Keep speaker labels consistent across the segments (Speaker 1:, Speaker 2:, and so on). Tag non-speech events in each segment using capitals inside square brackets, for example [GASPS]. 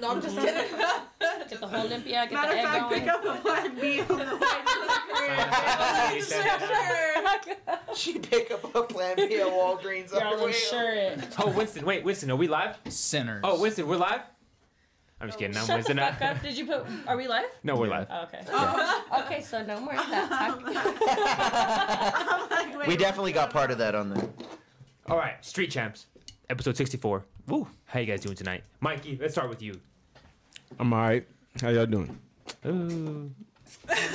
Speaker 1: No, I'm just kidding.
Speaker 2: [LAUGHS] Get the whole Olympia, get
Speaker 1: Matter
Speaker 2: the
Speaker 1: of fact,
Speaker 2: egg going.
Speaker 3: [LAUGHS]
Speaker 1: pick up a black bee on the
Speaker 4: Find a second.
Speaker 5: She pick up a plan B at Walgreens.
Speaker 2: Y'all
Speaker 5: underwear.
Speaker 2: insure it.
Speaker 4: Oh, Winston, wait, Winston, are we live?
Speaker 6: Sinners.
Speaker 4: Oh, Winston, we're live? I'm just kidding. I'm
Speaker 2: Shut the
Speaker 4: Winston.
Speaker 2: fuck up. Did you put? Are we live?
Speaker 4: [LAUGHS] No, we're live.
Speaker 2: Oh, okay. okay, so no more of that talk.
Speaker 1: [LAUGHS] I'm like, wait,
Speaker 5: We definitely got part of that on there.
Speaker 4: All right, Street Champs, episode 64. Woo, how you guys doing tonight? Mikey, let's start with you.
Speaker 7: I'm all right. How y'all doing?
Speaker 4: Ooh.
Speaker 1: [LAUGHS]
Speaker 4: All
Speaker 2: [LAUGHS]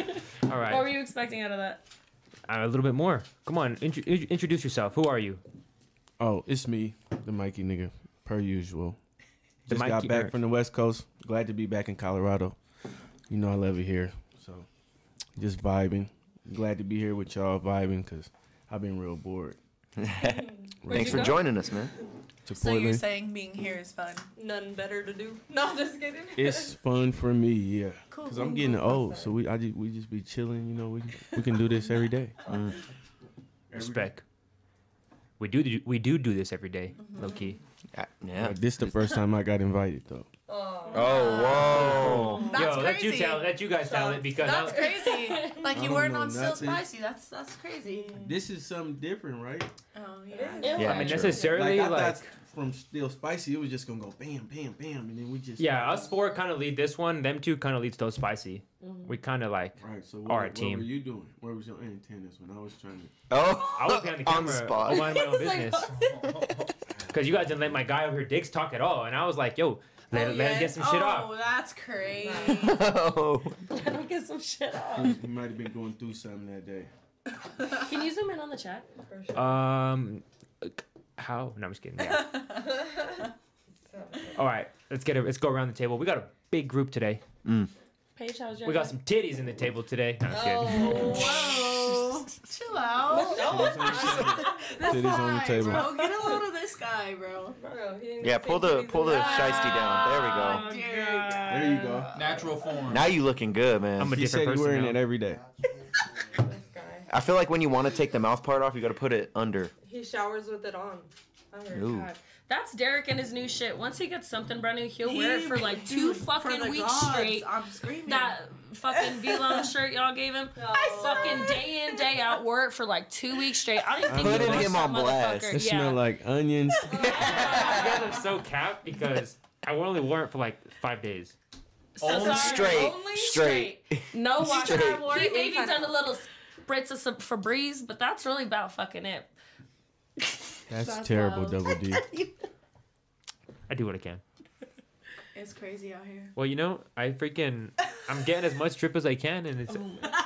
Speaker 2: what were
Speaker 4: right,
Speaker 2: you expecting out of that?
Speaker 4: uh, a little bit more. Come on, intro- in- introduce yourself. Who are you?
Speaker 7: Oh, it's me, the Mikey nigga, per usual.
Speaker 4: The
Speaker 7: Just got
Speaker 4: Mikey
Speaker 7: back
Speaker 4: nerd.
Speaker 7: from the West Coast. Glad to be back in Colorado. You know I love it here. So, just vibing. Glad to be here with y'all vibing because I've been real bored.
Speaker 5: [LAUGHS] Thanks
Speaker 2: you
Speaker 5: for
Speaker 2: go?
Speaker 5: joining us, man.
Speaker 7: To
Speaker 3: So you're saying being here is fun?
Speaker 1: none better to do. [LAUGHS] No, I'm just kidding.
Speaker 7: it's fun for me, yeah.
Speaker 3: Cool.
Speaker 7: Cause I'm getting old, so we I just, we just be chilling. You know, we we can do this every [LAUGHS] day.
Speaker 4: Respect. We do, do we do do this every day, low key.
Speaker 5: Uh, Yeah.
Speaker 7: But this the first time I got invited though.
Speaker 5: Oh, whoa.
Speaker 3: That's
Speaker 4: Yo, let you
Speaker 3: crazy.
Speaker 4: tell, let you guys tell it because
Speaker 3: That's
Speaker 4: Oh, I-
Speaker 3: crazy. Like
Speaker 7: I
Speaker 3: you
Speaker 7: don't
Speaker 3: weren't
Speaker 7: know
Speaker 3: on Still
Speaker 7: nothing.
Speaker 3: Spicy. That's that's crazy.
Speaker 7: This is something different, right?
Speaker 3: Oh yeah.
Speaker 5: Yeah,
Speaker 4: I mean,
Speaker 5: true.
Speaker 4: necessarily
Speaker 7: Like, I
Speaker 4: like
Speaker 7: thought from still spicy, it was just gonna go bam, bam, bam, and then we just
Speaker 4: Yeah, us four kind of lead this one. Them two kind of leads Toast Spicy. We kind of like.
Speaker 7: All right, so what,
Speaker 4: All right,
Speaker 7: what
Speaker 4: team.
Speaker 7: were you doing? Where was your antennas when I was trying to?
Speaker 5: Oh,
Speaker 4: [LAUGHS] I was
Speaker 5: [LAUGHS]
Speaker 4: behind the camera,
Speaker 5: spot.
Speaker 4: I
Speaker 2: [LAUGHS]
Speaker 4: mind my own business. Because you guys didn't let my guy over here dicks talk at all, and I was like, "Yo, let,
Speaker 1: Oh,
Speaker 4: let
Speaker 1: yeah.
Speaker 4: him get some shit
Speaker 1: oh,
Speaker 4: off."
Speaker 1: that's crazy.
Speaker 3: [LAUGHS]
Speaker 5: Oh.
Speaker 2: I don't get some shit off.
Speaker 7: You might have been going through something that day.
Speaker 2: Can you zoom in on the chat?
Speaker 7: Oh.
Speaker 4: Um, how? No, I'm just kidding.
Speaker 7: [LAUGHS]
Speaker 4: Yeah. all right, let's get it. Let's go around the table. We got a big group today.
Speaker 2: Paige, how's your?
Speaker 4: We got some titties in the table today. No, I'm just kidding.
Speaker 7: Oh.
Speaker 4: [LAUGHS]
Speaker 1: Whoa.
Speaker 3: Chill out.
Speaker 7: Titties on the table.
Speaker 3: Bro, get a load of this guy, bro.
Speaker 1: Bro, he didn't
Speaker 5: Yeah,
Speaker 1: say
Speaker 5: pull the
Speaker 1: anything.
Speaker 5: pull the shiesty down. There we
Speaker 2: Oh,
Speaker 5: go.
Speaker 2: God.
Speaker 7: There you go.
Speaker 6: Natural form.
Speaker 5: Now you looking good, man.
Speaker 4: I'm a
Speaker 7: You
Speaker 4: different
Speaker 7: said
Speaker 4: person.
Speaker 7: you're wearing
Speaker 4: now.
Speaker 7: it every day.
Speaker 5: I feel like when you want to take the mouth part off, you got to put it under.
Speaker 1: He showers with it on. I heard.
Speaker 5: Ooh.
Speaker 2: God. That's Derek and his new shit. Once he gets something brand new, he'll
Speaker 3: He-
Speaker 2: wear it for
Speaker 1: [LAUGHS]
Speaker 2: like two
Speaker 3: dude, for
Speaker 2: fucking
Speaker 3: the
Speaker 2: weeks
Speaker 3: gods,
Speaker 2: straight.
Speaker 3: I'm screaming.
Speaker 2: That fucking [LAUGHS] V-Lone shirt y'all gave him. I fucking day in day out wore it for like two weeks straight. I didn't think
Speaker 5: Putting
Speaker 2: he wore
Speaker 5: him
Speaker 2: that
Speaker 5: on blast.
Speaker 2: motherfucker.
Speaker 7: It
Speaker 2: yeah.
Speaker 7: smell like onions.
Speaker 4: You guys are so capped because I only wore it for like five days.
Speaker 2: So
Speaker 6: Only
Speaker 2: sorry.
Speaker 5: Straight,
Speaker 2: Only
Speaker 5: straight.
Speaker 2: No washer.
Speaker 5: Straight.
Speaker 2: He maybe done a little spritz of some Febreze, but that's really about fucking it.
Speaker 7: That's terrible, Double D.
Speaker 4: I do what I can.
Speaker 3: It's crazy out here.
Speaker 4: Well, you know, I freaking, I'm getting as much drip as I can, and
Speaker 7: Oh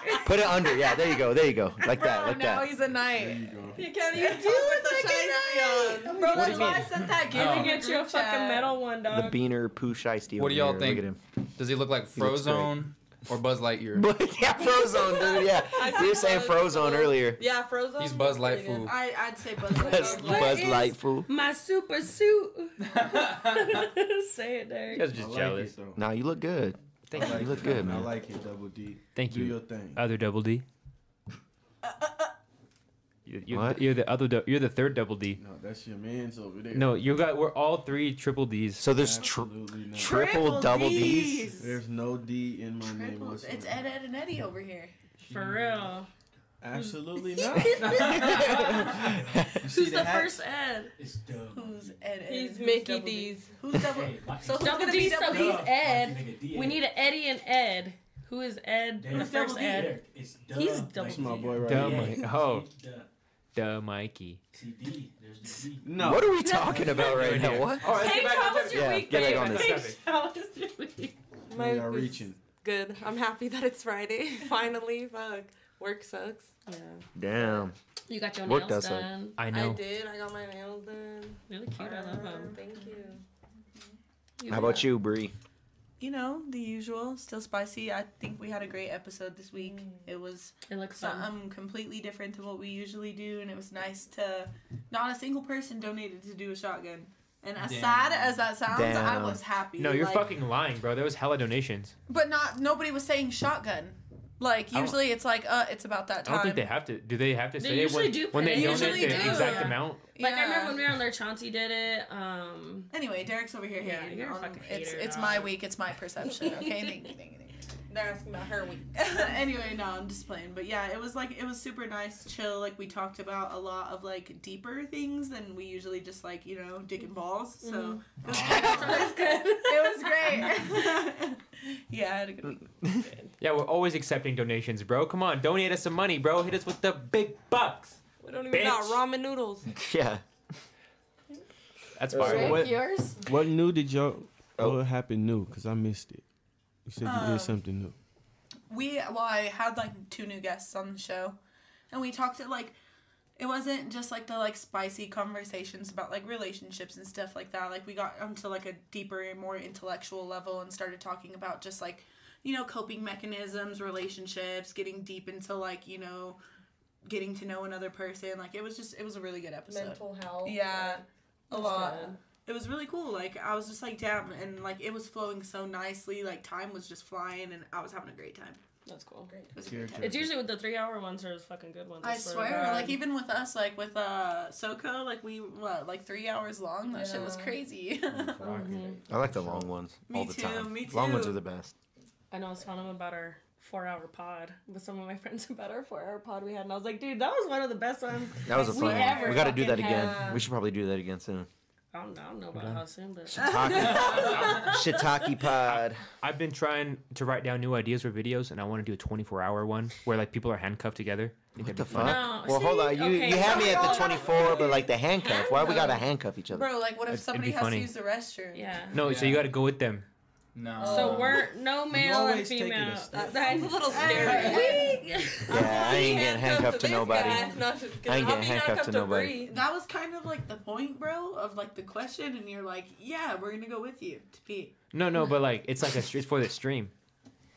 Speaker 4: it's
Speaker 5: Put it under. Yeah, there you go. There you go. Like that. Like that.
Speaker 3: he's a knight.
Speaker 7: you go.
Speaker 1: You can't even do it like a Bro, that's why I sent that gift.
Speaker 6: Oh.
Speaker 2: I get you a fucking metal one,
Speaker 5: The
Speaker 2: dog.
Speaker 5: beaner poo shiesty.
Speaker 6: What do y'all
Speaker 5: over
Speaker 6: think?
Speaker 5: here.
Speaker 6: Does he look like
Speaker 5: looks great.
Speaker 6: Frozone or Buzz
Speaker 5: [LAUGHS]
Speaker 6: Lightyear?
Speaker 5: Look at him. yeah, Frozone, dude. Yeah, you were saying Frozone earlier. [LAUGHS]
Speaker 1: Yeah, Frozen.
Speaker 6: He's Buzz Lightfoot.
Speaker 3: I I'd say Buzz
Speaker 5: Buzz,
Speaker 3: Lightyear.
Speaker 5: Buzz Lightfool.
Speaker 2: My super suit. Say it, Derek.
Speaker 4: You guys are
Speaker 7: I
Speaker 4: just
Speaker 7: like
Speaker 4: jealous.
Speaker 7: it, though.
Speaker 5: Nah, you look good.
Speaker 4: Thank
Speaker 7: I
Speaker 4: you.
Speaker 5: You look
Speaker 7: it.
Speaker 5: good,
Speaker 7: I
Speaker 5: man.
Speaker 7: like it, Double D.
Speaker 4: Thank
Speaker 7: Do your
Speaker 4: you. Uh,
Speaker 7: thing.
Speaker 4: Other double D. You- You're,
Speaker 5: What?
Speaker 4: The, you're the other. dou- You're the third double D.
Speaker 7: No, that's your man's over there.
Speaker 4: No, you got. We're all three triple Ds.
Speaker 5: So there's tr-
Speaker 7: Absolutely not.
Speaker 5: triple double D's.
Speaker 7: There's no D in my name
Speaker 3: Triples.
Speaker 7: whatsoever.
Speaker 3: It's Ed, Ed, and Eddie over here.
Speaker 2: For real.
Speaker 3: [LAUGHS]
Speaker 7: Absolutely
Speaker 2: [LAUGHS]
Speaker 5: [LAUGHS]
Speaker 7: not. You see
Speaker 2: Hmm. Who's the
Speaker 7: hat?
Speaker 2: first Ed?
Speaker 6: It's dumb.
Speaker 3: Who's Ed? Ed
Speaker 1: He's
Speaker 3: who's
Speaker 1: Mickey
Speaker 3: Double D?
Speaker 1: D's.
Speaker 3: Who's double? So who's
Speaker 2: Double
Speaker 3: gonna
Speaker 2: D,
Speaker 3: be
Speaker 2: so
Speaker 3: double
Speaker 2: he's
Speaker 3: D?
Speaker 2: Ed. We need an Eddie and Ed. Who is Ed? Who's first
Speaker 3: Double D.
Speaker 2: Ed?
Speaker 8: It's dumb.
Speaker 2: He's double
Speaker 7: That's my boy right
Speaker 4: Dumb.
Speaker 7: here.
Speaker 4: Mike- Oh,
Speaker 8: Duh.
Speaker 4: duh, Mikey.
Speaker 8: CD. There's the D.
Speaker 7: No.
Speaker 5: What are we talking about right now?
Speaker 4: here.
Speaker 5: What?
Speaker 4: All right,
Speaker 2: Paige, how was your
Speaker 5: Yeah,
Speaker 2: week,
Speaker 5: get back
Speaker 2: babe?
Speaker 5: on this.
Speaker 2: Paige, how was your week?
Speaker 7: We
Speaker 1: Mine
Speaker 7: are
Speaker 1: was
Speaker 7: reaching.
Speaker 1: Good. I'm happy that it's Friday. [LAUGHS] Finally, fuck. Work sucks.
Speaker 2: Yeah.
Speaker 5: Damn.
Speaker 2: You got your
Speaker 5: Work
Speaker 2: nails
Speaker 5: does suck.
Speaker 2: done.
Speaker 4: I know.
Speaker 1: did. I got my nails done.
Speaker 2: Really cute. I love them.
Speaker 1: Thank you.
Speaker 5: How about you, Bree?
Speaker 3: You know the usual. Still spicy. I think we had a great episode this week.
Speaker 2: Mm.
Speaker 1: Mm.
Speaker 3: It was
Speaker 2: It looks fun.
Speaker 3: something completely different to what we usually do, and it was nice to. Not a single person donated to do a shotgun. And as
Speaker 6: Damn.
Speaker 3: sad as that sounds,
Speaker 5: Damn.
Speaker 3: I was happy.
Speaker 4: No, you're
Speaker 3: like-
Speaker 4: fucking lying, bro. There was hella donations.
Speaker 3: But not nobody was saying shotgun. Like
Speaker 4: don't-
Speaker 3: usually it's like uh, it's about that
Speaker 4: I
Speaker 3: time.
Speaker 4: don't think they have to. Do they have to
Speaker 2: They
Speaker 4: say it
Speaker 2: usually
Speaker 4: when,
Speaker 2: do
Speaker 4: when they
Speaker 2: pay.
Speaker 4: donate
Speaker 3: Usually
Speaker 4: the
Speaker 3: do,
Speaker 4: exact
Speaker 3: yeah.
Speaker 4: amount?
Speaker 2: Like I remember
Speaker 3: Yeah.
Speaker 2: when we were on there, Chauncey did it.
Speaker 3: [LAUGHS]
Speaker 2: Um,
Speaker 3: Anyway, Derek's over here.
Speaker 2: Yeah,
Speaker 3: hating
Speaker 2: you're a
Speaker 3: on-
Speaker 2: fucking
Speaker 3: it's
Speaker 2: hater,
Speaker 3: it's
Speaker 2: dog.
Speaker 3: my week. It's my perception.
Speaker 2: [LAUGHS]
Speaker 3: Okay, thank you, thank you, thank you.
Speaker 1: They're asking about
Speaker 3: [LAUGHS]
Speaker 1: her week. [LAUGHS]
Speaker 9: [LAUGHS]
Speaker 3: anyway, no, I'm just playing. But yeah, it was like it was super nice, chill. Like we talked about a lot of like deeper things than we usually just like you know dick and balls. So it was- it was great. [LAUGHS] yeah, I had a good week.
Speaker 4: Yeah, we're always accepting donations, bro. Come on, donate us some money, bro. Hit us with the big bucks.
Speaker 1: We don't even got
Speaker 4: Bitch.
Speaker 1: ramen noodles.
Speaker 5: [LAUGHS] Yeah.
Speaker 4: That's
Speaker 5: All right,
Speaker 4: fire.
Speaker 5: Rick, what-
Speaker 8: yours?
Speaker 7: What new did y'all?
Speaker 5: Oh.
Speaker 7: What happened new? Cause I missed it. You said you
Speaker 3: Um,
Speaker 2: Uh,
Speaker 7: did something new.
Speaker 3: we well i had like two new guests on the show and we talked to like it wasn't just like the like spicy conversations about like relationships and stuff like that like we got onto like a deeper and more intellectual level and started talking about just like you know coping mechanisms relationships getting deep into like you know getting to know another person like it was just it was a really good episode
Speaker 8: Mental health.
Speaker 3: yeah a lot
Speaker 8: good.
Speaker 3: it was really cool like i was just like damn and like it was flowing so nicely like time was just flying and i was having a great time
Speaker 2: that's cool.
Speaker 3: it was a great time
Speaker 2: It's usually with the three-hour ones are the fucking good ones.
Speaker 3: I
Speaker 2: to
Speaker 3: swear,
Speaker 2: God.
Speaker 3: like even with us, like with uh SoCo, like we what, like three hours long. That shit was
Speaker 8: Yeah.
Speaker 3: crazy. [LAUGHS]
Speaker 5: I like the long ones
Speaker 3: Me
Speaker 5: all the
Speaker 3: too,
Speaker 5: time.
Speaker 3: me
Speaker 5: Long ones
Speaker 3: too.
Speaker 5: are the best.
Speaker 2: I know I was telling them about our four-hour pod with some of my [LAUGHS] friends about our four-hour pod we had, and I was like, dude, that was one of the best ones.
Speaker 5: That was a
Speaker 2: We
Speaker 5: fun one.
Speaker 2: ever
Speaker 5: We got to do that
Speaker 2: fucking
Speaker 5: again.
Speaker 8: have-
Speaker 5: We should probably do that again [LAUGHS] soon.
Speaker 2: I don't, I don't know about how soon, but
Speaker 5: Shiitake, shiitake pod.
Speaker 4: I've been trying to write down new ideas for videos, and I want to do a 24-hour one where like people are handcuffed together. I think
Speaker 5: What
Speaker 4: that'd
Speaker 5: the
Speaker 4: be fun.
Speaker 5: fuck?
Speaker 2: No,
Speaker 5: well, hold
Speaker 2: see?
Speaker 5: on. You
Speaker 2: Okay,
Speaker 5: you had
Speaker 2: so
Speaker 5: me
Speaker 2: we
Speaker 5: at the
Speaker 2: all gotta
Speaker 5: 24, but like the handcuff. Why we gotta handcuff each other?
Speaker 3: Bro, like what if
Speaker 4: It'd-
Speaker 3: somebody
Speaker 4: it'd be
Speaker 3: has
Speaker 4: funny.
Speaker 3: to use the restroom?
Speaker 2: Yeah.
Speaker 4: No, so you got to go with them.
Speaker 6: No.
Speaker 5: Um,
Speaker 2: So we're no male and
Speaker 7: always taking
Speaker 2: female.
Speaker 7: a step.
Speaker 2: That sounds a little
Speaker 1: scary.
Speaker 5: Yeah, I ain't getting handcuffed to
Speaker 1: this
Speaker 5: nobody.
Speaker 1: guy. No, I'm just kidding.
Speaker 5: ain't
Speaker 1: I'll
Speaker 5: getting
Speaker 1: be
Speaker 5: handcuffed to nobody.
Speaker 1: breathe.
Speaker 3: That was kind of like the point, bro, of like the question, and you're like, yeah, we're gonna go with you to pee. [LAUGHS]
Speaker 4: No, no, but like it's like a it's for the stream.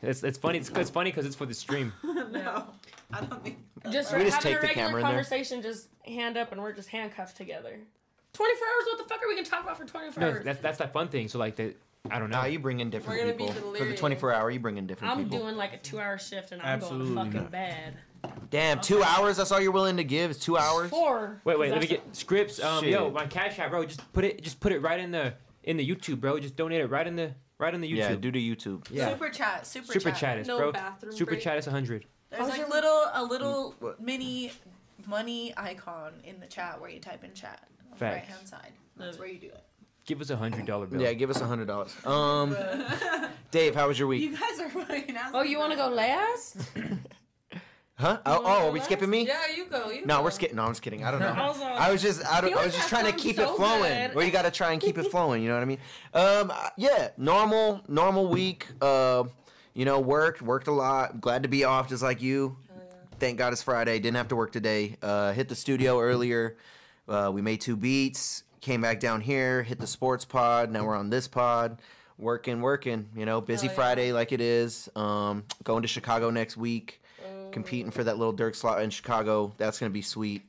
Speaker 4: It's it's funny. It's, it's funny because it's for the stream.
Speaker 3: no, I don't think.
Speaker 2: Just
Speaker 5: We
Speaker 2: we're
Speaker 5: just
Speaker 2: having
Speaker 5: take
Speaker 2: a
Speaker 5: the
Speaker 2: regular
Speaker 5: camera in there.
Speaker 2: conversation, just hand up, and we're just handcuffed together. 24 hours? What the fuck are we gonna talk about for 24
Speaker 4: No,
Speaker 2: hours?
Speaker 4: that's that's that fun thing. So like the I don't know.
Speaker 5: Nah, you bring in different
Speaker 1: We're gonna be
Speaker 5: people for the
Speaker 1: delirious.
Speaker 5: 24 hour. You bring in different
Speaker 2: I'm
Speaker 5: people.
Speaker 2: doing like a two hour shift and I'm
Speaker 7: Absolutely
Speaker 2: going fucking
Speaker 7: not.
Speaker 2: bad.
Speaker 5: Damn, two hours. That's all you're willing to give is two hours.
Speaker 2: Four.
Speaker 4: Wait, wait. Let me
Speaker 2: That's-
Speaker 4: get scripts. Um, yo,
Speaker 5: Shit.
Speaker 4: my cash app, bro. Just put it. Just put it right in the in the YouTube, bro. Just donate it right in the right in the YouTube.
Speaker 5: Yeah, due to YouTube.
Speaker 4: Yeah.
Speaker 3: Super chat, super,
Speaker 4: Super chat us,
Speaker 1: No
Speaker 4: bro.
Speaker 1: bathroom
Speaker 4: Super
Speaker 1: break.
Speaker 4: chat us 100.
Speaker 3: There's like little a little
Speaker 4: Mm,
Speaker 3: mini money icon in the chat where you type in chat on the right
Speaker 4: Facts.
Speaker 3: hand side. That's where you do it.
Speaker 4: Give us a hundred dollar bill.
Speaker 5: Yeah, give us a hundred dollars. Um,
Speaker 3: [LAUGHS]
Speaker 5: Dave, how was your week?
Speaker 3: You guys are [LAUGHS] fucking assholes.
Speaker 2: Oh, you wanna go
Speaker 5: [LAUGHS]
Speaker 2: last?
Speaker 5: Huh? Oh, oh, are we skipping me?
Speaker 1: Yeah, you go. You
Speaker 5: No,
Speaker 1: go.
Speaker 5: we're skipping. No, I'm just kidding. I don't know.
Speaker 2: I was like-
Speaker 5: I was just, I, don't,
Speaker 2: He
Speaker 5: I was
Speaker 2: always
Speaker 5: just
Speaker 2: has
Speaker 5: trying to
Speaker 2: something
Speaker 5: keep it
Speaker 2: so
Speaker 5: flowing.
Speaker 2: good.
Speaker 5: Where you got to try and
Speaker 2: [LAUGHS]
Speaker 5: keep it flowing. You know what I mean? Um, uh, yeah, normal, normal week. Uh, you know, worked, worked a lot. Glad to be off, just like you.
Speaker 2: Oh,
Speaker 5: Thank God it's Friday. Didn't have to work today. Uh, hit the studio earlier. Uh, we made two beats. Came back down here. Hit the sports pod. Now we're on this pod. Working, working. You know, busy
Speaker 1: Hell yeah.
Speaker 5: Friday like it is. Um, going to Chicago next week.
Speaker 2: Oh.
Speaker 5: Competing for that little Dirk slot in Chicago. That's gonna be sweet.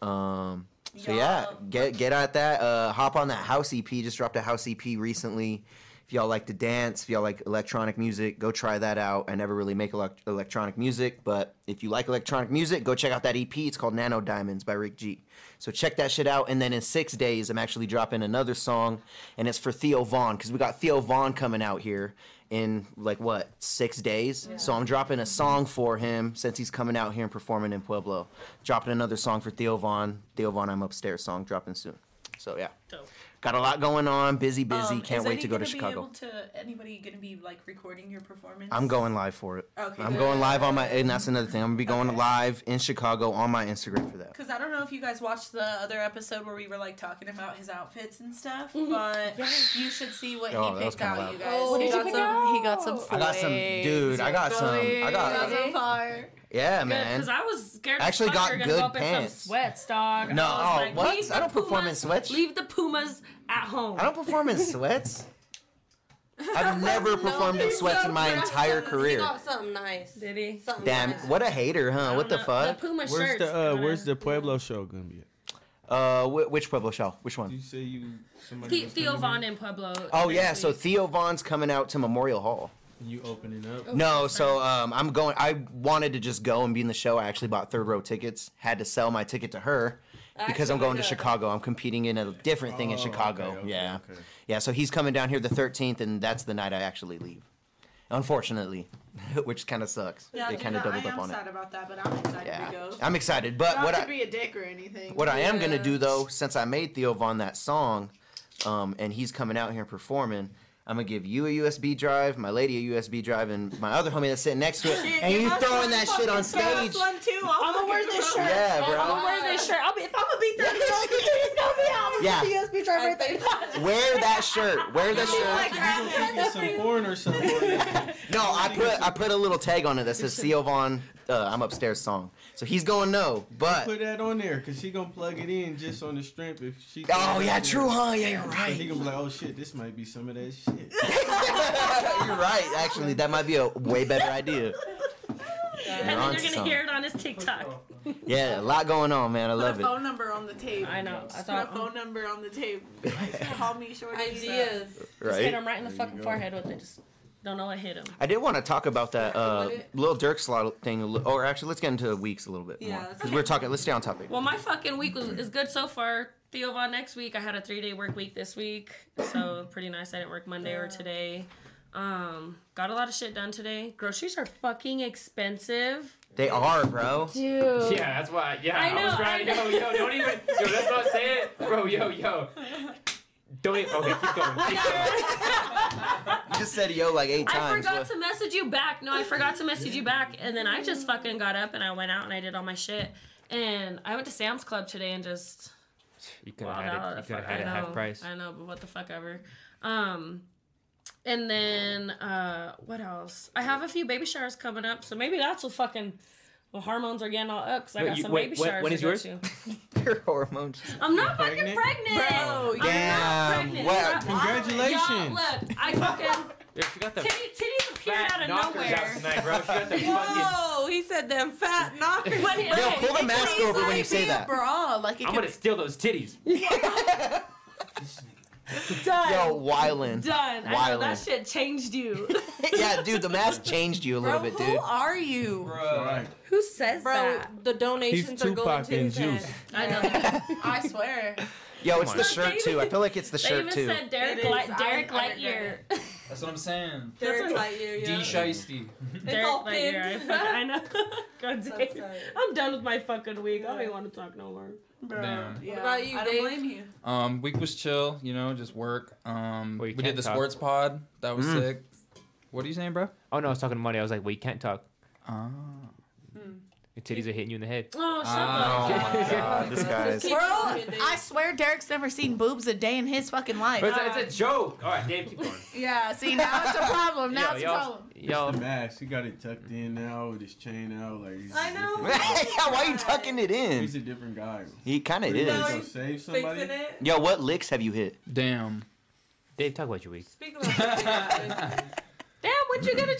Speaker 5: Um, so yeah,
Speaker 3: Y'all-
Speaker 5: get get at that. Uh, hop on that house EP. Just dropped a house EP recently. If y'all like to dance, if y'all like electronic music, go try that out. I never really make elec electronic music, but if you like electronic music, go check out that EP. It's called Nano Diamonds by Rick G. So check that shit out. And then in six days, I'm actually dropping another song, and it's for Theo Vaughn because we got Theo Vaughn coming out here in like what six days. So I'm dropping a song for him since he's coming out here and performing in Pueblo. Dropping another song for Theo Vaughn. Theo Vaughn, I'm upstairs song dropping soon. So yeah,
Speaker 2: Dope.
Speaker 5: got a lot going on. Busy, busy.
Speaker 3: Um,
Speaker 5: Can't
Speaker 3: is
Speaker 5: wait
Speaker 3: any
Speaker 5: to go
Speaker 3: gonna
Speaker 5: to
Speaker 3: be
Speaker 5: Chicago.
Speaker 3: able to- anybody gonna be like recording your performance?
Speaker 5: I'm going live for it.
Speaker 3: Okay.
Speaker 5: I'm going live on my, and that's another thing. I'm gonna be going live in Chicago on my Instagram for that.
Speaker 3: Cause I don't know if you guys watched the other episode where we were like talking about his outfits and stuff, but you should see what
Speaker 5: Oh, that
Speaker 3: he
Speaker 5: was
Speaker 3: picked
Speaker 5: kinda
Speaker 3: out,
Speaker 5: loud.
Speaker 3: you guys.
Speaker 8: Oh, what
Speaker 3: he
Speaker 8: did you
Speaker 3: got
Speaker 8: pick
Speaker 3: some.
Speaker 8: out?
Speaker 3: He got some.
Speaker 5: I got some, dude. I got some. I got,
Speaker 8: Flames.
Speaker 5: yeah, man.
Speaker 2: Because I was scared. as
Speaker 5: Actually
Speaker 2: fuck
Speaker 5: got
Speaker 2: we were gonna
Speaker 5: good
Speaker 2: go up in
Speaker 5: pants.
Speaker 2: some sweats, dog.
Speaker 5: No, oh,
Speaker 2: I was like,
Speaker 5: what?
Speaker 2: leave
Speaker 5: I
Speaker 2: the
Speaker 5: don't perform in
Speaker 2: Pumas-
Speaker 5: sweats.
Speaker 2: Leave the Pumas at home.
Speaker 5: I don't perform in sweats. [LAUGHS] I've never performed in sweats in my entire
Speaker 1: You
Speaker 5: career.
Speaker 1: got something nice.
Speaker 2: Did he?
Speaker 1: Something
Speaker 5: Damn,
Speaker 1: nice.
Speaker 5: what a hater, huh? What the
Speaker 2: No,
Speaker 5: fuck?
Speaker 2: The Puma
Speaker 7: Where's
Speaker 2: shirts.
Speaker 7: the uh,
Speaker 2: kinda.
Speaker 7: Where's the Pueblo show gonna be? At?
Speaker 5: Uh, wh- which Pueblo show? Which one?
Speaker 7: You say you
Speaker 2: The- Theo Vaughn in Pueblo?
Speaker 5: Oh
Speaker 2: next
Speaker 5: yeah, so
Speaker 2: week.
Speaker 5: Theo Vaughn's coming out to Memorial Hall.
Speaker 7: You opening up?
Speaker 2: Oh,
Speaker 5: No, so um, I'm going. I wanted to just go and be in the show. I actually bought third row tickets. Had to sell my ticket to her because I'm
Speaker 1: Actually,
Speaker 5: going to
Speaker 1: yeah.
Speaker 5: Chicago. I'm competing in a different thing in
Speaker 7: Oh,
Speaker 5: Chicago.
Speaker 7: okay, okay,
Speaker 5: yeah,
Speaker 7: okay.
Speaker 2: [LAUGHS]
Speaker 5: yeah. So he's coming down here the 13th, and that's the night I actually leave. Unfortunately, [LAUGHS] which kind of sucks. they
Speaker 3: dude,
Speaker 5: kind of
Speaker 3: I-
Speaker 5: doubled
Speaker 3: I
Speaker 5: up
Speaker 3: am
Speaker 5: on
Speaker 3: sad
Speaker 5: it.
Speaker 3: about that, but I'm excited to
Speaker 5: Yeah,
Speaker 3: go.
Speaker 5: I'm excited, but
Speaker 3: Not
Speaker 5: what
Speaker 3: to
Speaker 5: I,
Speaker 3: be a dick or anything.
Speaker 5: what I am gonna
Speaker 1: Yeah.
Speaker 5: do though, since I made Theo Von that song, um, and he's coming out here performing, I'm gonna give you a USB drive, my lady a USB drive, and my other homie that's sitting next to it, and you throwing that shit on stage.
Speaker 3: one too. I'm gonna wear this shirt.
Speaker 5: Yeah,
Speaker 2: I'm gonna
Speaker 5: bro. [LAUGHS]
Speaker 2: wear this shirt. I'll be if I'm gonna be there.
Speaker 5: Yeah,
Speaker 3: USB drive right
Speaker 1: [LAUGHS]
Speaker 3: there.
Speaker 5: wear that shirt. Wear the shirt.
Speaker 7: It's some
Speaker 2: [LAUGHS]
Speaker 7: porn or something.
Speaker 5: No, I put I put a little tag on it that says Theo Von. Uh, I'm upstairs song. So he's going no,
Speaker 7: Put
Speaker 5: but
Speaker 7: that on there, cause she gonna plug it in just on the strength if she.
Speaker 5: oh yeah, true, huh? Yeah, you're
Speaker 7: So he
Speaker 5: right. [LAUGHS]
Speaker 7: gonna be like, oh shit, this might be some of that shit.
Speaker 5: You're right. Actually, that might be a way better idea.
Speaker 2: And
Speaker 5: You're
Speaker 2: then you're
Speaker 5: onto
Speaker 2: gonna
Speaker 5: something.
Speaker 2: hear it on his TikTok.
Speaker 5: Yeah, a lot going on, man. I
Speaker 3: Put a
Speaker 2: [LAUGHS]
Speaker 5: love it.
Speaker 3: phone number on the tape.
Speaker 2: I know. I
Speaker 3: Just put a
Speaker 2: thought
Speaker 3: phone number on the tape. Like, call me shorty.
Speaker 1: Ideas.
Speaker 2: just hit
Speaker 5: Right.
Speaker 2: him right in the fucking forehead with it. Just don't know what hit him.
Speaker 5: I did want to talk about that uh,
Speaker 1: What it-
Speaker 5: little Dirk slot thing, a li- or actually, let's get into weeks a little bit
Speaker 3: Yeah,
Speaker 5: more
Speaker 3: that's
Speaker 5: because we're talking. Let's stay on topic.
Speaker 2: Well, my fucking week was is good so far. Theo Von next week. I had a three day work week this week, so pretty nice. I didn't work Monday or today. Um, got a lot of shit done today. Groceries are fucking expensive,
Speaker 5: They are, bro.
Speaker 2: dude.
Speaker 4: Yeah, that's why. Yeah,
Speaker 2: I
Speaker 4: I,
Speaker 2: know,
Speaker 4: was
Speaker 2: I
Speaker 4: trying.
Speaker 2: know.
Speaker 4: Yo, yo, don't even. Yo, let's not say it, bro. Yo, yo. Don't. e- Okay,
Speaker 2: [LAUGHS]
Speaker 4: keep going. Keep going.
Speaker 5: Just said yo like eight
Speaker 2: I
Speaker 5: times.
Speaker 2: forgot
Speaker 5: but-
Speaker 2: to message you back. No, I forgot to message you back. And then I just fucking got up and I went out and I did all my shit. And I went to Sam's Club today and just
Speaker 4: You could have
Speaker 2: Wow,
Speaker 4: had it. You
Speaker 2: that-
Speaker 4: could have
Speaker 2: I
Speaker 4: had it
Speaker 2: know,
Speaker 4: half price.
Speaker 2: I know, but what the fuck ever. Um, and then uh, what else? I have a few baby showers coming up, so maybe that's what fucking the hormones are getting all up. Cause I
Speaker 4: Wait,
Speaker 2: got
Speaker 4: you-
Speaker 2: some
Speaker 4: wait,
Speaker 2: baby
Speaker 4: when-
Speaker 2: showers.
Speaker 4: when
Speaker 2: to
Speaker 4: is
Speaker 2: go
Speaker 4: yours?
Speaker 2: to.
Speaker 5: [LAUGHS] Your hormones.
Speaker 2: [LAUGHS] I'm not fucking
Speaker 7: pregnant?
Speaker 2: pregnant.
Speaker 3: Bro,
Speaker 2: I'm not
Speaker 5: damn.
Speaker 2: pregnant.
Speaker 5: Wow,
Speaker 2: Y'all- Y'all,
Speaker 7: congratulations.
Speaker 2: look, I
Speaker 4: [LAUGHS]
Speaker 2: fucking
Speaker 4: Yo, she got the
Speaker 2: titty, titties appeared
Speaker 4: fat
Speaker 2: out of
Speaker 4: knockers out
Speaker 2: nowhere.
Speaker 4: tonight, bro. She
Speaker 2: [LAUGHS]
Speaker 4: got the fucking.
Speaker 1: Whoa, he said them fat knockers.
Speaker 2: When it-
Speaker 5: Yo,
Speaker 2: okay,
Speaker 5: pull the mask over when you say that.
Speaker 3: bra, like it
Speaker 4: I'm
Speaker 3: could
Speaker 4: gonna steal those titties.
Speaker 2: done.
Speaker 5: Yo, wildin'.
Speaker 2: done. I know that
Speaker 5: Wildin'.
Speaker 2: shit changed you.
Speaker 5: yeah, dude, the mask changed you a little
Speaker 3: Bro,
Speaker 5: bit,
Speaker 3: who
Speaker 5: dude.
Speaker 3: are you?
Speaker 7: Right.
Speaker 2: [LAUGHS] Who says
Speaker 1: Bro,
Speaker 2: that?
Speaker 1: the donations
Speaker 7: He's
Speaker 1: are going
Speaker 7: Tupac
Speaker 1: to
Speaker 7: and
Speaker 1: his head.
Speaker 7: Juice.
Speaker 2: I
Speaker 5: [LAUGHS]
Speaker 2: know.
Speaker 3: I swear.
Speaker 5: Yo, it's
Speaker 4: on.
Speaker 5: the shirt too. I feel like it's the
Speaker 2: They
Speaker 5: shirt
Speaker 2: even [LAUGHS]
Speaker 5: too. [LAUGHS]
Speaker 2: said Derek,
Speaker 3: It is.
Speaker 2: Light, Derek
Speaker 3: I- I regret
Speaker 2: Lightyear.
Speaker 6: That's what I'm saying.
Speaker 1: They're
Speaker 2: That's
Speaker 1: tight, yeah,
Speaker 6: D
Speaker 1: yeah.
Speaker 6: shiesty.
Speaker 2: [LAUGHS] Derek
Speaker 1: all
Speaker 2: Lightyear. I,
Speaker 1: pinned.
Speaker 2: fucking, I [LAUGHS] know.
Speaker 1: [LAUGHS]
Speaker 2: God
Speaker 1: So
Speaker 2: damn.
Speaker 1: sorry.
Speaker 2: I'm done with my fucking week. I don't even want to talk no more.
Speaker 3: Bro,
Speaker 6: Damn.
Speaker 3: yeah.
Speaker 1: What about you,
Speaker 3: I don't
Speaker 1: babe?
Speaker 3: blame you.
Speaker 6: Um, week was chill, you know, just work. Um,
Speaker 4: Well,
Speaker 6: we
Speaker 4: you
Speaker 6: did
Speaker 4: can't
Speaker 6: the
Speaker 4: talk.
Speaker 6: sports pod. That was
Speaker 5: Mm.
Speaker 6: sick. What are you saying, bro?
Speaker 4: Oh no, I was talking to money. I was like, wait, you can't talk.
Speaker 6: Ah.
Speaker 4: Your titties are hitting you in the head.
Speaker 2: Oh, shut
Speaker 6: Ah.
Speaker 2: the fuck
Speaker 6: Oh,
Speaker 2: up.
Speaker 6: my God,
Speaker 5: this guy's.
Speaker 3: Bro, I swear Derek's never seen boobs a day in his fucking life.
Speaker 4: But it's, a, it's a joke. All right, Dave, keep going.
Speaker 3: Uh, yeah, see, now it's a problem. Now
Speaker 4: Yo,
Speaker 3: it's a
Speaker 4: y'all-
Speaker 3: problem.
Speaker 7: The
Speaker 4: Yo,
Speaker 7: mask. He got it tucked in now with his chain out. Like he's
Speaker 1: I know.
Speaker 5: [LAUGHS] yeah, why you tucking it in?
Speaker 7: He's a different guy.
Speaker 5: He kind of
Speaker 7: You
Speaker 1: No,
Speaker 5: is.
Speaker 7: gonna save somebody.
Speaker 1: Fixing it.
Speaker 5: Yo, what licks have you hit? [LAUGHS]
Speaker 6: Damn.
Speaker 4: Dave, talk about your week.
Speaker 1: Speaking
Speaker 7: [LAUGHS]
Speaker 1: of
Speaker 2: Damn, what you gonna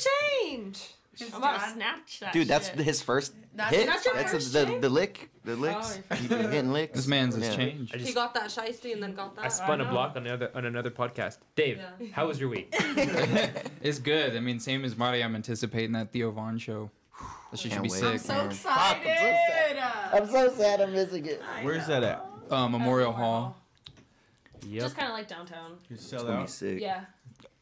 Speaker 2: change?
Speaker 3: It's
Speaker 2: I'm about to
Speaker 3: done.
Speaker 2: snatch that
Speaker 5: Dude, that's
Speaker 2: shit.
Speaker 5: his first
Speaker 3: That's-
Speaker 5: hit.
Speaker 3: that's your
Speaker 5: That's
Speaker 2: first
Speaker 5: the,
Speaker 2: shit?
Speaker 5: the lick. The licks.
Speaker 2: Oh,
Speaker 5: He's been hitting licks.
Speaker 6: This man's has
Speaker 5: Yeah. [LAUGHS]
Speaker 6: changed.
Speaker 4: I
Speaker 1: he
Speaker 4: just
Speaker 1: got that shiesty and then got
Speaker 9: uh,
Speaker 1: that.
Speaker 4: I spun
Speaker 2: I
Speaker 4: a
Speaker 2: know.
Speaker 4: block on another on another podcast. Dave,
Speaker 1: Yeah.
Speaker 4: how was your week?
Speaker 6: it's good. I mean, same as Marty, I'm anticipating that Theo Vaughn show. That shit should
Speaker 5: Can't
Speaker 6: be
Speaker 5: wait.
Speaker 6: sick.
Speaker 3: I'm so
Speaker 5: man. Pop, I'm so sad.
Speaker 3: excited.
Speaker 5: I'm so sad I'm missing it.
Speaker 7: Where's that at?
Speaker 6: Uh, Memorial Hall.
Speaker 4: Yep.
Speaker 2: Just kind of like downtown.
Speaker 7: You sell
Speaker 5: That'd be
Speaker 7: out.
Speaker 5: sick.
Speaker 2: Yeah.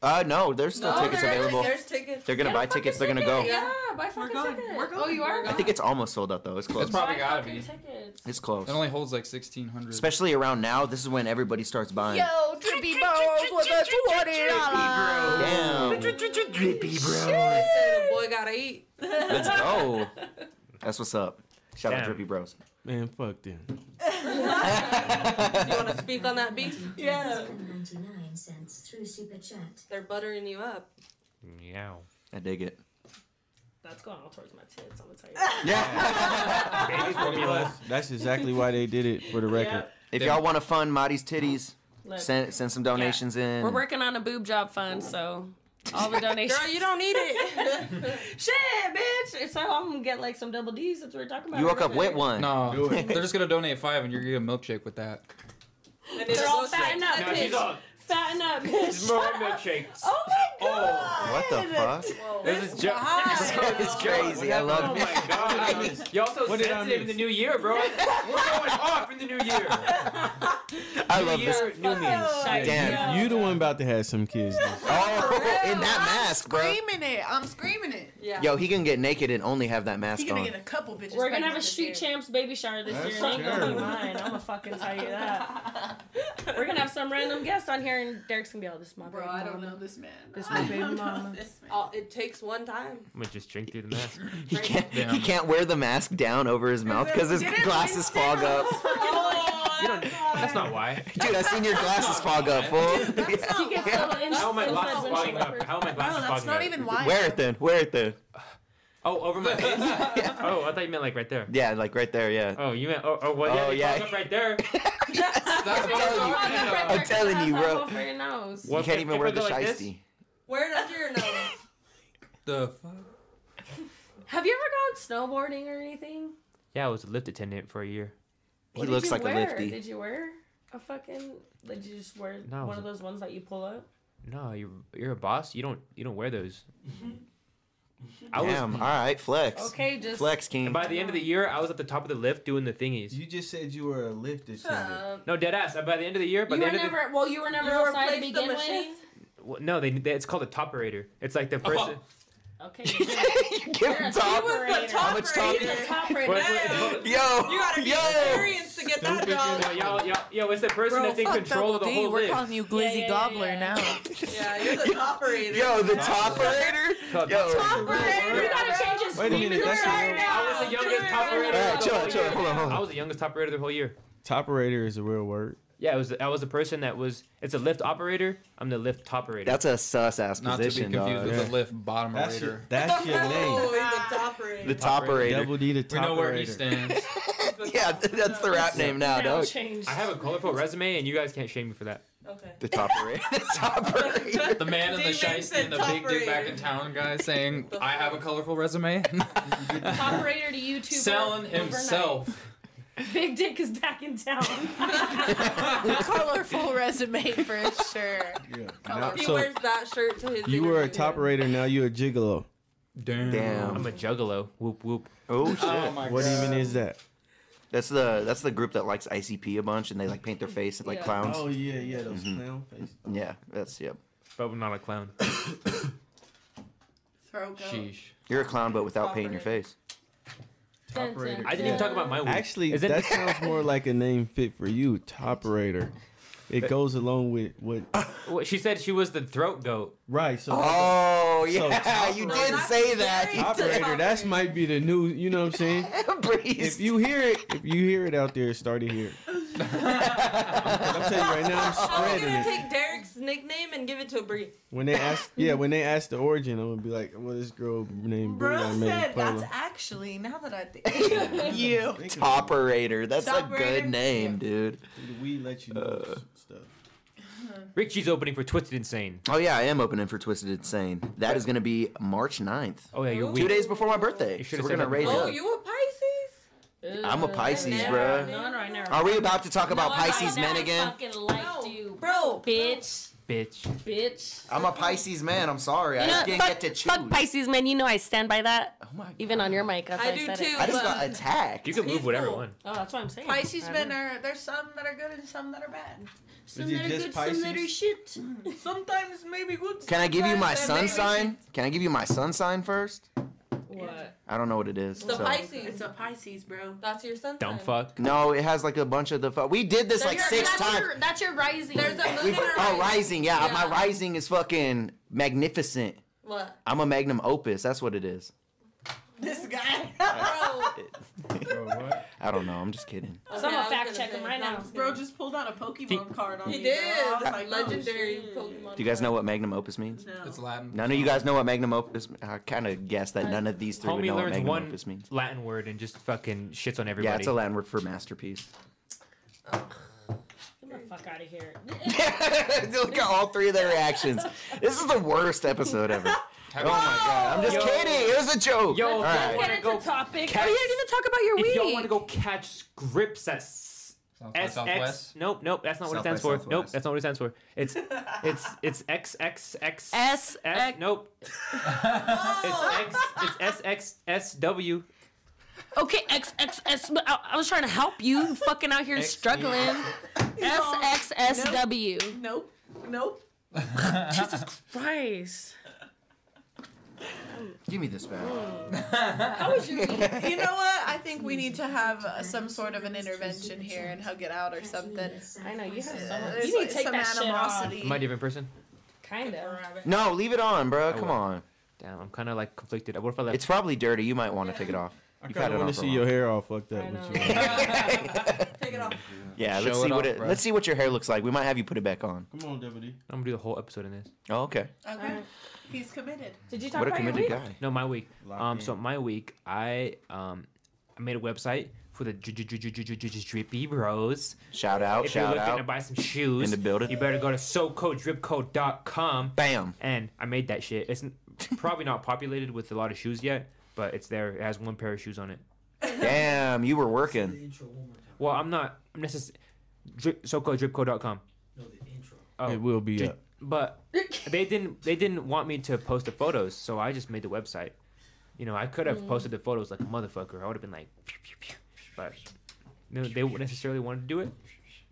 Speaker 5: Uh, no, there's still
Speaker 1: No,
Speaker 5: tickets
Speaker 1: Oh, there is.
Speaker 5: available.
Speaker 1: There's tickets.
Speaker 5: They're gonna
Speaker 2: Get a
Speaker 5: buy
Speaker 2: fucking
Speaker 5: tickets. They're gonna
Speaker 2: ticket,
Speaker 5: go.
Speaker 2: Yeah, buy fucking
Speaker 3: going.
Speaker 2: ticket.
Speaker 3: We're going.
Speaker 2: Oh, you are?
Speaker 3: We're
Speaker 5: I think it's almost sold out though. It's close.
Speaker 6: It's probably
Speaker 2: Buy
Speaker 6: gotta
Speaker 2: fucking
Speaker 6: be.
Speaker 2: tickets.
Speaker 5: It's close.
Speaker 6: It only holds like 1,600.
Speaker 5: Especially around now. This is when everybody starts buying.
Speaker 3: Yo, Trippy Bones with a twenty dollars.
Speaker 5: Damn. Drippy
Speaker 1: I
Speaker 5: bro.
Speaker 1: said, boy gotta eat.
Speaker 5: Let's go. That's what's up. Shout out
Speaker 4: Damn.
Speaker 5: Drippy Bros.
Speaker 7: Man, fuck them.
Speaker 1: You wanna speak on that
Speaker 5: [LAUGHS]
Speaker 1: beef?
Speaker 3: Yeah.
Speaker 8: 99 cents through Super Chat.
Speaker 1: They're buttering you up.
Speaker 4: Meow.
Speaker 5: I dig it.
Speaker 2: That's going all towards my tits, I'm gonna tell you.
Speaker 5: [LAUGHS]
Speaker 2: that.
Speaker 5: Yeah.
Speaker 4: Baby formula.
Speaker 7: That's exactly why they did it for the record.
Speaker 5: if y'all want to fund Marty's titties,
Speaker 2: Look,
Speaker 5: send send some donations in.
Speaker 2: we're working on a boob job fund, so all the donations.
Speaker 1: Girl, you don't need it.
Speaker 5: [LAUGHS]
Speaker 2: Shit, bitch. It's so I'm gonna get like some double D's since we're talking about.
Speaker 5: You
Speaker 2: it
Speaker 5: woke up
Speaker 2: earlier.
Speaker 5: with one.
Speaker 6: No,
Speaker 7: Do it.
Speaker 6: they're just gonna donate five, and you're gonna get a milkshake with that.
Speaker 1: And it's
Speaker 2: all
Speaker 1: also-
Speaker 2: fattened up,
Speaker 4: No, she's all
Speaker 2: fatten up, bitch.
Speaker 4: Bro, milkshakes.
Speaker 3: Oh my god!
Speaker 5: What the fuck?
Speaker 4: This is just.
Speaker 3: Why?
Speaker 5: It's crazy. I love
Speaker 4: Oh
Speaker 5: it.
Speaker 4: my god. [LAUGHS] Y'all so
Speaker 7: What did I
Speaker 4: sensitive in the
Speaker 7: miss?
Speaker 4: new year, bro. We're going off in the new year.
Speaker 5: I
Speaker 4: New
Speaker 5: love this.
Speaker 4: year, new me.
Speaker 2: Shite,
Speaker 5: Damn.
Speaker 2: yo.
Speaker 7: You the one about to have some kids. dude.
Speaker 5: Oh, [LAUGHS] in that
Speaker 3: I'm
Speaker 5: mask, bro.
Speaker 3: Screaming it! I'm screaming it.
Speaker 2: Yeah.
Speaker 5: Yo, he can get naked and only have that
Speaker 3: He's
Speaker 5: mask
Speaker 3: gonna
Speaker 5: on.
Speaker 3: get a couple bitches.
Speaker 2: We're gonna
Speaker 3: pregnant
Speaker 2: have a
Speaker 3: this
Speaker 2: Street
Speaker 3: year.
Speaker 2: Champs baby shower this
Speaker 7: That's
Speaker 2: year. It ain't gonna be
Speaker 7: terrible.
Speaker 2: mine. I'm gonna fucking tell you that. We're gonna have some random guest on here, and Derek's gonna be all this is my
Speaker 3: [LAUGHS] Bro,
Speaker 2: baby
Speaker 3: I don't
Speaker 2: mama."
Speaker 3: know this man.
Speaker 2: This
Speaker 3: I
Speaker 2: my baby
Speaker 3: don't know
Speaker 2: mama. Oh.
Speaker 3: This man.
Speaker 1: All, it takes one time.
Speaker 4: I'm gonna just drink through the mask.
Speaker 5: He can't.
Speaker 6: Yeah.
Speaker 5: He can't wear the mask down over his mouth because his
Speaker 3: Didn't
Speaker 5: glasses
Speaker 3: Winston
Speaker 5: fog up.
Speaker 2: [LAUGHS]
Speaker 3: almost freaking, like-
Speaker 2: Oh,
Speaker 4: You don't, that's not why.
Speaker 5: [LAUGHS] Dude, I seen your glasses fog up, fool.
Speaker 2: She gets so in-
Speaker 4: How are my
Speaker 2: so
Speaker 4: glasses
Speaker 2: sensitive.
Speaker 4: fogging up? How are my
Speaker 3: No,
Speaker 4: glasses
Speaker 3: that's
Speaker 4: fogging
Speaker 3: not
Speaker 4: up?
Speaker 3: even why.
Speaker 5: Wear it then. Wear it then.
Speaker 4: Oh, over
Speaker 5: [LAUGHS]
Speaker 4: my face? Oh, I thought you meant like right there.
Speaker 5: Yeah, like right there. Yeah.
Speaker 4: [LAUGHS] Oh, you meant, oh, oh well, yeah,
Speaker 5: Oh,
Speaker 4: they
Speaker 5: yeah.
Speaker 4: fog up right
Speaker 5: [LAUGHS]
Speaker 4: there.
Speaker 6: That's
Speaker 5: I'm telling you.
Speaker 6: talking about.
Speaker 5: I'm telling you, bro.
Speaker 2: For your nose.
Speaker 4: What,
Speaker 5: You can't even
Speaker 4: if
Speaker 5: wear
Speaker 4: I
Speaker 5: the
Speaker 4: go like this?
Speaker 5: shiesty.
Speaker 1: Wear it under your
Speaker 5: [LAUGHS]
Speaker 1: nose.
Speaker 6: The fuck?
Speaker 2: Have you ever gone snowboarding or anything?
Speaker 4: Yeah, I was a lift attendant for a year.
Speaker 5: He
Speaker 2: What did
Speaker 5: looks
Speaker 2: you
Speaker 5: like
Speaker 2: wear?
Speaker 5: a lifty.
Speaker 2: Did you wear a fucking? Did you just wear
Speaker 4: No, it
Speaker 2: one
Speaker 4: was
Speaker 2: of those ones that you pull up?
Speaker 4: No, you're you're a boss. You don't you don't
Speaker 2: [LAUGHS]
Speaker 4: wear those. I was,
Speaker 5: Damn. All right, flex.
Speaker 2: Okay, just
Speaker 5: Flex
Speaker 4: and
Speaker 5: king.
Speaker 4: by the end of the year, I was at the top of the lift doing the thingies.
Speaker 7: You just said you were a lift attendant.
Speaker 9: Uh,
Speaker 2: Um,
Speaker 4: No, dead ass. By the end of the year, by
Speaker 2: you
Speaker 4: the
Speaker 2: were
Speaker 4: end of
Speaker 2: never. well, you were never
Speaker 1: You
Speaker 2: outside to
Speaker 1: replaced the
Speaker 2: begin
Speaker 1: machine?
Speaker 2: with.
Speaker 4: the well, no, they, they it's called a toperator. It's like the
Speaker 2: Oh, [LAUGHS]
Speaker 4: person.
Speaker 2: Okay.
Speaker 5: [LAUGHS] you give him top. How much top?
Speaker 1: He's [LAUGHS] the top right
Speaker 4: Well,
Speaker 1: now.
Speaker 4: it's- it's called-
Speaker 5: Yo.
Speaker 1: You gotta be
Speaker 5: Yo.
Speaker 1: experienced to get that
Speaker 7: Stupid,
Speaker 1: job.
Speaker 4: no, y'all, y'all, yo, it's the person that's in control of the whole lift.
Speaker 9: you
Speaker 2: Glizzy Gobbler now.
Speaker 1: Yeah, you're the operator.
Speaker 5: [LAUGHS] Yo, the toperator.
Speaker 4: [LAUGHS] Called
Speaker 5: Yo.
Speaker 2: You gotta change his
Speaker 7: Wait a minute, that's the real-
Speaker 4: I was the youngest toperator.
Speaker 5: All right,
Speaker 4: the whole
Speaker 5: chill, chill.
Speaker 4: year.
Speaker 5: Hold on, hold
Speaker 4: I
Speaker 5: on.
Speaker 4: was the youngest toperator the whole year.
Speaker 7: Toperator is a real word.
Speaker 4: Yeah, it was. I was the person that was. It's a lift operator. I'm the lift toperator.
Speaker 5: That's a sus ass
Speaker 6: Not
Speaker 5: position,
Speaker 6: to be confused
Speaker 5: dog.
Speaker 6: with
Speaker 7: Yeah.
Speaker 6: the lift bottom
Speaker 7: That's your,
Speaker 6: raider.
Speaker 7: that's your
Speaker 3: [LAUGHS]
Speaker 1: Oh,
Speaker 7: name.
Speaker 1: he's the toperator.
Speaker 5: The toperator.
Speaker 7: Double D to
Speaker 6: We know where he
Speaker 5: [LAUGHS]
Speaker 7: toperator.
Speaker 6: stands.
Speaker 5: Yeah, that's the rap name now,
Speaker 2: Now
Speaker 5: dog.
Speaker 2: change.
Speaker 4: I have a colorful resume, and you guys can't shame me for that.
Speaker 1: Okay.
Speaker 5: The toperator. [LAUGHS] the toperator.
Speaker 6: The man in the
Speaker 1: David
Speaker 6: shiesty
Speaker 1: said
Speaker 6: and the big dude back
Speaker 1: toperator.
Speaker 6: in town guy saying,
Speaker 1: The
Speaker 6: I have a
Speaker 1: fuck?
Speaker 6: colorful resume.
Speaker 7: [LAUGHS]
Speaker 2: Operator to YouTuber.
Speaker 6: [LAUGHS] Selling
Speaker 2: overnight.
Speaker 6: himself.
Speaker 2: [LAUGHS] Big Dick is back in town.
Speaker 9: Colorful resume for sure.
Speaker 7: Yeah.
Speaker 3: Color.
Speaker 7: Now-
Speaker 1: He
Speaker 7: so
Speaker 1: wears that shirt to his.
Speaker 7: you were a
Speaker 1: interview.
Speaker 7: toperator, now you're a gigolo.
Speaker 6: Damn.
Speaker 5: Damn.
Speaker 4: I'm a juggalo. Whoop whoop.
Speaker 5: Oh
Speaker 6: Oh
Speaker 5: shit.
Speaker 6: my
Speaker 7: What
Speaker 6: god.
Speaker 7: even is that?
Speaker 5: That's the that's the group that likes ICP a bunch and they like paint their face like
Speaker 2: Yeah.
Speaker 5: clowns.
Speaker 7: Oh, yeah, yeah, those clown faces.
Speaker 5: Yeah, that's yep.
Speaker 4: But I'm not a clown.
Speaker 3: Throw go.
Speaker 6: Sheesh.
Speaker 5: You're a clown but without painting your face.
Speaker 6: Operator.
Speaker 4: I didn't even talk about my week.
Speaker 7: Actually,
Speaker 4: Is it-
Speaker 5: [LAUGHS]
Speaker 7: that sounds more like a name fit for you, toperator. It goes along with what?
Speaker 4: Well, she said she was the throat
Speaker 7: [LAUGHS]
Speaker 4: goat.
Speaker 7: Right. So
Speaker 5: Oh
Speaker 7: So
Speaker 5: yeah, you did
Speaker 1: toperator.
Speaker 5: say that. You
Speaker 7: operator, that's might be the new. You know what I'm saying?
Speaker 5: did. [LAUGHS] Breeze.
Speaker 7: If you [LAUGHS] hear it, if you hear it out there, start it here. I'm telling you right now, I'm
Speaker 9: Oh,
Speaker 1: I was
Speaker 7: spreading
Speaker 1: gonna
Speaker 7: it.
Speaker 1: take Derek's nickname and give it to Bree.
Speaker 7: When they ask, yeah, when they ask the origin, I'm gonna be like, well, this girl named
Speaker 3: Bro
Speaker 7: Bruna
Speaker 3: said
Speaker 7: made
Speaker 3: that's
Speaker 7: Paula.
Speaker 3: actually now that
Speaker 1: [LAUGHS]
Speaker 3: I think you.
Speaker 5: Toperator. That's a
Speaker 3: Toperator.
Speaker 5: good name, dude.
Speaker 7: We let you know
Speaker 5: Uh,
Speaker 7: stuff.
Speaker 4: Rick G's opening for Twisted Insane.
Speaker 5: Oh yeah, I am opening for Twisted Insane. That is gonna be March 9th.
Speaker 4: Oh yeah, you're
Speaker 1: Ooh.
Speaker 5: Two
Speaker 4: weak.
Speaker 5: days before my birthday.
Speaker 4: You
Speaker 5: So
Speaker 4: should've
Speaker 5: we're
Speaker 4: said that
Speaker 5: gonna raise
Speaker 4: before.
Speaker 1: Oh,
Speaker 5: up.
Speaker 1: you a Pisces?
Speaker 5: [LAUGHS] I'm a Pisces,
Speaker 2: Never.
Speaker 5: bruh.
Speaker 2: No, no, I never.
Speaker 5: Are we about to talk about
Speaker 2: No, I
Speaker 5: Pisces
Speaker 2: never
Speaker 5: men again?
Speaker 2: fucking liked
Speaker 1: No.
Speaker 2: you,
Speaker 1: Bro.
Speaker 2: bitch,
Speaker 4: Bitch.
Speaker 2: bitch.
Speaker 5: I'm a Pisces man. I'm sorry. I just didn't get to choose.
Speaker 2: fuck Pisces, man. You know I stand by that.
Speaker 5: Oh my
Speaker 2: Even on your mic, that's
Speaker 1: I
Speaker 2: why
Speaker 1: do
Speaker 2: said
Speaker 1: too.
Speaker 2: It.
Speaker 5: I just
Speaker 1: but-
Speaker 5: got attacked.
Speaker 4: You can move
Speaker 1: He's
Speaker 4: whatever
Speaker 1: cool.
Speaker 4: one.
Speaker 2: Oh, that's what I'm saying.
Speaker 3: Pisces
Speaker 2: I
Speaker 3: men
Speaker 2: don't-
Speaker 3: are there's some that are good and some that are bad.
Speaker 2: Some
Speaker 7: Is it
Speaker 2: that are
Speaker 7: just
Speaker 2: good, some that are
Speaker 7: Pisces?
Speaker 2: shit.
Speaker 3: Sometimes maybe good.
Speaker 5: Can I give you my
Speaker 3: sometimes
Speaker 5: sun
Speaker 3: maybe-
Speaker 5: sign? Can I give you my sun sign first?
Speaker 2: What?
Speaker 5: I don't know what it is.
Speaker 1: The
Speaker 5: so-
Speaker 1: Pisces.
Speaker 3: It's a Pisces, bro.
Speaker 1: That's your sun
Speaker 4: Dumb
Speaker 1: sign.
Speaker 4: fuck.
Speaker 5: No, it has like a bunch of the. Fu- we did this like
Speaker 2: That's your-
Speaker 5: six
Speaker 2: that's
Speaker 5: times.
Speaker 2: Your, that's your rising.
Speaker 1: There's a moon
Speaker 5: We-
Speaker 1: and a
Speaker 5: oh, rising. Yeah, my
Speaker 1: Yeah.
Speaker 5: rising is fucking magnificent.
Speaker 1: What?
Speaker 5: I'm a magnum opus. That's what it is.
Speaker 3: This [LAUGHS] guy.
Speaker 1: Bro.
Speaker 5: I don't know. I'm just kidding.
Speaker 1: Okay,
Speaker 2: Someone
Speaker 1: I was
Speaker 2: fact
Speaker 1: gonna
Speaker 2: check
Speaker 1: say,
Speaker 2: him right
Speaker 1: no,
Speaker 2: now.
Speaker 1: I'm just
Speaker 3: Bro
Speaker 1: kidding.
Speaker 3: just pulled out a
Speaker 4: He-
Speaker 3: Pokemon card on
Speaker 1: He
Speaker 3: me.
Speaker 1: did.
Speaker 3: Bro. I was like,
Speaker 1: Legendary
Speaker 3: Oh, shit.
Speaker 1: Pokemon.
Speaker 5: Do you guys know what magnum opus means?
Speaker 3: No.
Speaker 6: It's Latin.
Speaker 5: None of you guys know what magnum opus. I kind of guessed that none of these three would
Speaker 4: Homie
Speaker 5: know what
Speaker 4: learns
Speaker 5: magnum
Speaker 4: one
Speaker 5: opus means.
Speaker 4: Latin word and just fucking shits on everybody.
Speaker 5: Yeah, it's a Latin word for masterpiece. [LAUGHS]
Speaker 2: Get the fuck out of here.
Speaker 5: Look at all three of their reactions. This is the worst episode ever. Oh my god! I'm just
Speaker 4: Yo.
Speaker 5: kidding. It was a joke.
Speaker 4: Yo, if y'all
Speaker 5: all right.
Speaker 2: Get
Speaker 4: wanna
Speaker 2: into
Speaker 4: go
Speaker 2: topic.
Speaker 4: catch-
Speaker 2: Oh, you didn't even talk about your
Speaker 4: if
Speaker 2: week.
Speaker 4: y'all want to go catch scripts at s-
Speaker 6: South by
Speaker 4: S X.
Speaker 6: Southwest. [LAUGHS]
Speaker 4: Nope, nope. That's not what it
Speaker 5: South by
Speaker 4: stands for. Nope,
Speaker 5: Southwest.
Speaker 4: that's not what it stands for. It's
Speaker 3: [LAUGHS]
Speaker 4: it's it's X X X
Speaker 2: S-
Speaker 4: S.
Speaker 2: X-
Speaker 4: Nope. It's
Speaker 7: Oh.
Speaker 4: X. It's S X S W.
Speaker 2: Okay, X X S. I, I was trying to help you. You Fucking out here
Speaker 6: X,
Speaker 2: struggling. [LAUGHS] S X S W.
Speaker 3: Nope. Nope.
Speaker 2: Christ.
Speaker 5: Give me this back.
Speaker 4: [LAUGHS]
Speaker 3: You know what? I think we need to have uh, some sort of an intervention here and hug it out or something.
Speaker 2: [LAUGHS] I know you have so
Speaker 3: Uh,
Speaker 2: much.
Speaker 3: there's,
Speaker 2: You need
Speaker 3: like,
Speaker 2: to take
Speaker 3: some
Speaker 2: that shit off.
Speaker 3: animosity.
Speaker 4: Am I a different person?
Speaker 2: Kind of.
Speaker 5: No, leave it on, bro. Come
Speaker 4: will.
Speaker 5: on.
Speaker 4: Damn, I'm kind of like conflicted. What if I left?
Speaker 5: It's probably dirty. You might want to take it off. You've
Speaker 7: I
Speaker 5: had it
Speaker 7: want
Speaker 5: on
Speaker 7: to
Speaker 5: for
Speaker 7: see
Speaker 5: a
Speaker 4: [LAUGHS]
Speaker 7: your
Speaker 5: while.
Speaker 7: hair all fucked up.
Speaker 2: I
Speaker 7: with
Speaker 2: know.
Speaker 7: you.
Speaker 3: Take it off.
Speaker 5: [LAUGHS] Yeah, let's
Speaker 6: Show it
Speaker 5: see what
Speaker 6: off,
Speaker 5: it.
Speaker 6: bro.
Speaker 5: Let's see what your hair looks like. We might have you put it back on.
Speaker 7: Come on, deputy.
Speaker 4: I'm gonna do the whole episode in this.
Speaker 5: Oh, okay.
Speaker 3: Okay. He's committed.
Speaker 2: Did you talk
Speaker 5: What a
Speaker 2: about your
Speaker 5: committed
Speaker 2: week?
Speaker 5: guy.
Speaker 4: No, my week.
Speaker 7: Lock
Speaker 4: um,
Speaker 7: in.
Speaker 4: so my week, I um, I made a website for the dri- dri- dri- dri- dri- dri- dri- drippy bros.
Speaker 5: Shout out,
Speaker 4: If you're
Speaker 5: Oh, shout
Speaker 4: looking
Speaker 5: out.
Speaker 4: to buy some shoes
Speaker 5: In the building.
Speaker 4: you better go to socodripcode.com.
Speaker 5: Bam.
Speaker 4: And I made that shit. It's n- probably not populated with a lot of shoes yet, but it's there. It has one pair of shoes on it.
Speaker 5: Damn, you were working.
Speaker 4: Well, I'm not necessarily drip, socodripcode.com. No, the intro. Oh,
Speaker 7: It will be
Speaker 4: Ju-
Speaker 7: up.
Speaker 2: [LAUGHS]
Speaker 4: but they didn't they didn't want me to post the photos so i just made the website you know i could
Speaker 2: Mm.
Speaker 4: have posted the photos like a motherfucker i would have been like pew, pew, pew. but no, they wouldn't necessarily want to do it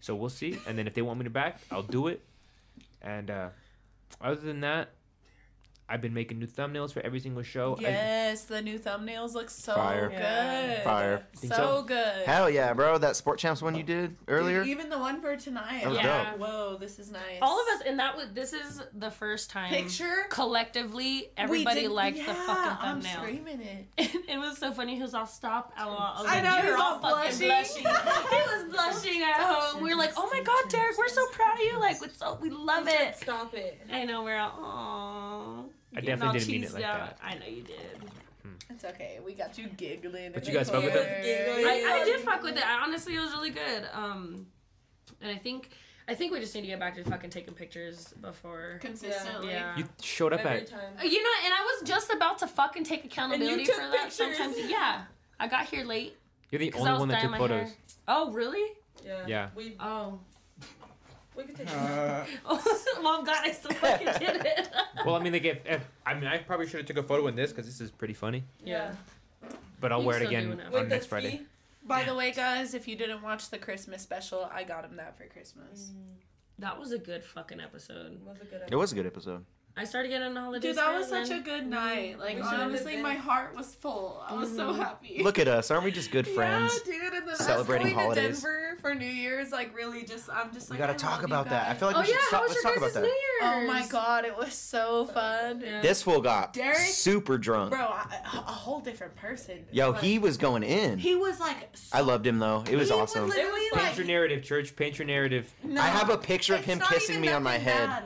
Speaker 4: so we'll see and then if they want me to back i'll do it and uh other than that i've been making new thumbnails for every single show Oh, I-
Speaker 3: Yes, the new thumbnails look so
Speaker 5: Fire.
Speaker 3: good.
Speaker 2: Yeah.
Speaker 5: Fire.
Speaker 3: So,
Speaker 4: Think so?
Speaker 3: good.
Speaker 5: Hell yeah, bro. That Sport Champs one you did earlier.
Speaker 2: E-,
Speaker 3: Dude, even the one for tonight.
Speaker 5: That was
Speaker 2: Yeah. dope.
Speaker 3: Whoa, this is nice.
Speaker 2: All of us, and that was this is the first time
Speaker 3: Picture.
Speaker 2: collectively
Speaker 3: We
Speaker 2: everybody
Speaker 3: did-
Speaker 2: liked the
Speaker 3: yeah,
Speaker 2: fucking
Speaker 3: I'm
Speaker 2: thumbnail. [LAUGHS]
Speaker 3: screaming it.
Speaker 2: it was so funny. He was all stop. I was
Speaker 3: I
Speaker 2: like,
Speaker 3: know,
Speaker 2: You're
Speaker 3: he's
Speaker 2: all,
Speaker 3: all
Speaker 2: fucking
Speaker 3: blushing.
Speaker 2: blushing.
Speaker 3: [LAUGHS]
Speaker 2: he was [LAUGHS] blushing at home. We were like, oh my god, Derek, we're so proud of you. Like, it's so, we love it.
Speaker 9: Stop it.
Speaker 2: I know we're all. Aww.
Speaker 4: I definitely didn't mean it like that.
Speaker 2: I know you did.
Speaker 3: It's okay. We got you giggling.
Speaker 4: But you guys fuck with it?
Speaker 2: I, I did fuck with it. I honestly, it was really good. Um, and I think, I think we just need to get back to fucking taking pictures before.
Speaker 3: consistently.
Speaker 2: Yeah.
Speaker 4: you showed up
Speaker 9: Every
Speaker 4: at
Speaker 9: time.
Speaker 2: You know, and I was just about to fucking take accountability
Speaker 9: took
Speaker 2: for that.
Speaker 9: pictures.
Speaker 2: Sometimes, yeah, I got here late
Speaker 4: you're the
Speaker 2: because I
Speaker 4: only
Speaker 2: was
Speaker 4: one that
Speaker 2: dyeing
Speaker 4: took
Speaker 2: my
Speaker 4: photos
Speaker 2: hair. [LAUGHS] Oh, really?
Speaker 9: Yeah.
Speaker 4: Yeah.
Speaker 9: We
Speaker 2: Oh.
Speaker 9: we could
Speaker 5: Uh,
Speaker 9: take.
Speaker 2: [LAUGHS] oh well, I'm glad I still fucking [LAUGHS] did it.
Speaker 4: well i mean like if, if i mean i probably should have took a photo in this because this is pretty funny
Speaker 2: yeah.
Speaker 4: but i'll
Speaker 2: You
Speaker 4: wear it
Speaker 2: still do
Speaker 4: again
Speaker 2: whatever.
Speaker 4: on
Speaker 9: With
Speaker 4: next
Speaker 9: the
Speaker 4: friday
Speaker 9: fee.
Speaker 3: By the way, guys, if you didn't watch the Christmas special, I got him that for Christmas.
Speaker 2: That was a good fucking episode.
Speaker 9: Mm, Was a good
Speaker 5: It was a good episode.
Speaker 2: I started getting on the holiday
Speaker 3: Dude, that
Speaker 2: spirit
Speaker 3: was such a
Speaker 2: then.
Speaker 3: good night. Like
Speaker 9: We should've
Speaker 3: honestly,
Speaker 9: been-
Speaker 3: my heart was full. I was so happy.
Speaker 5: Look at us. Aren't we just good friends?
Speaker 3: Yeah, dude, and then
Speaker 5: Celebrating
Speaker 3: us going to
Speaker 5: holidays.
Speaker 3: Denver for New Year's, like really, just I'm just
Speaker 5: we
Speaker 3: like
Speaker 5: gotta
Speaker 3: I
Speaker 5: talk
Speaker 3: love you
Speaker 5: about that. I
Speaker 3: guys.
Speaker 5: feel like
Speaker 2: Oh
Speaker 5: we
Speaker 2: yeah,
Speaker 5: should
Speaker 2: how
Speaker 5: stop.
Speaker 2: was
Speaker 5: Let's
Speaker 2: your
Speaker 5: talk about
Speaker 2: guys' New
Speaker 5: that.
Speaker 2: Year's?
Speaker 3: Oh my god, it was so fun,
Speaker 2: Yeah.
Speaker 5: This fool got
Speaker 3: Derek-
Speaker 5: super drunk.
Speaker 3: bro. I, a whole different person.
Speaker 5: Yo,
Speaker 3: Like,
Speaker 5: he was going in.
Speaker 3: he was like so
Speaker 5: I loved him though. It was
Speaker 3: He would
Speaker 5: awesome.
Speaker 3: literally,
Speaker 4: paint
Speaker 3: like,
Speaker 4: your narrative church paint your narrative
Speaker 3: no,
Speaker 5: I have a picture of
Speaker 3: it's
Speaker 5: him
Speaker 3: not
Speaker 5: kissing
Speaker 3: even
Speaker 5: me on my
Speaker 3: nothing
Speaker 5: head.
Speaker 3: bad.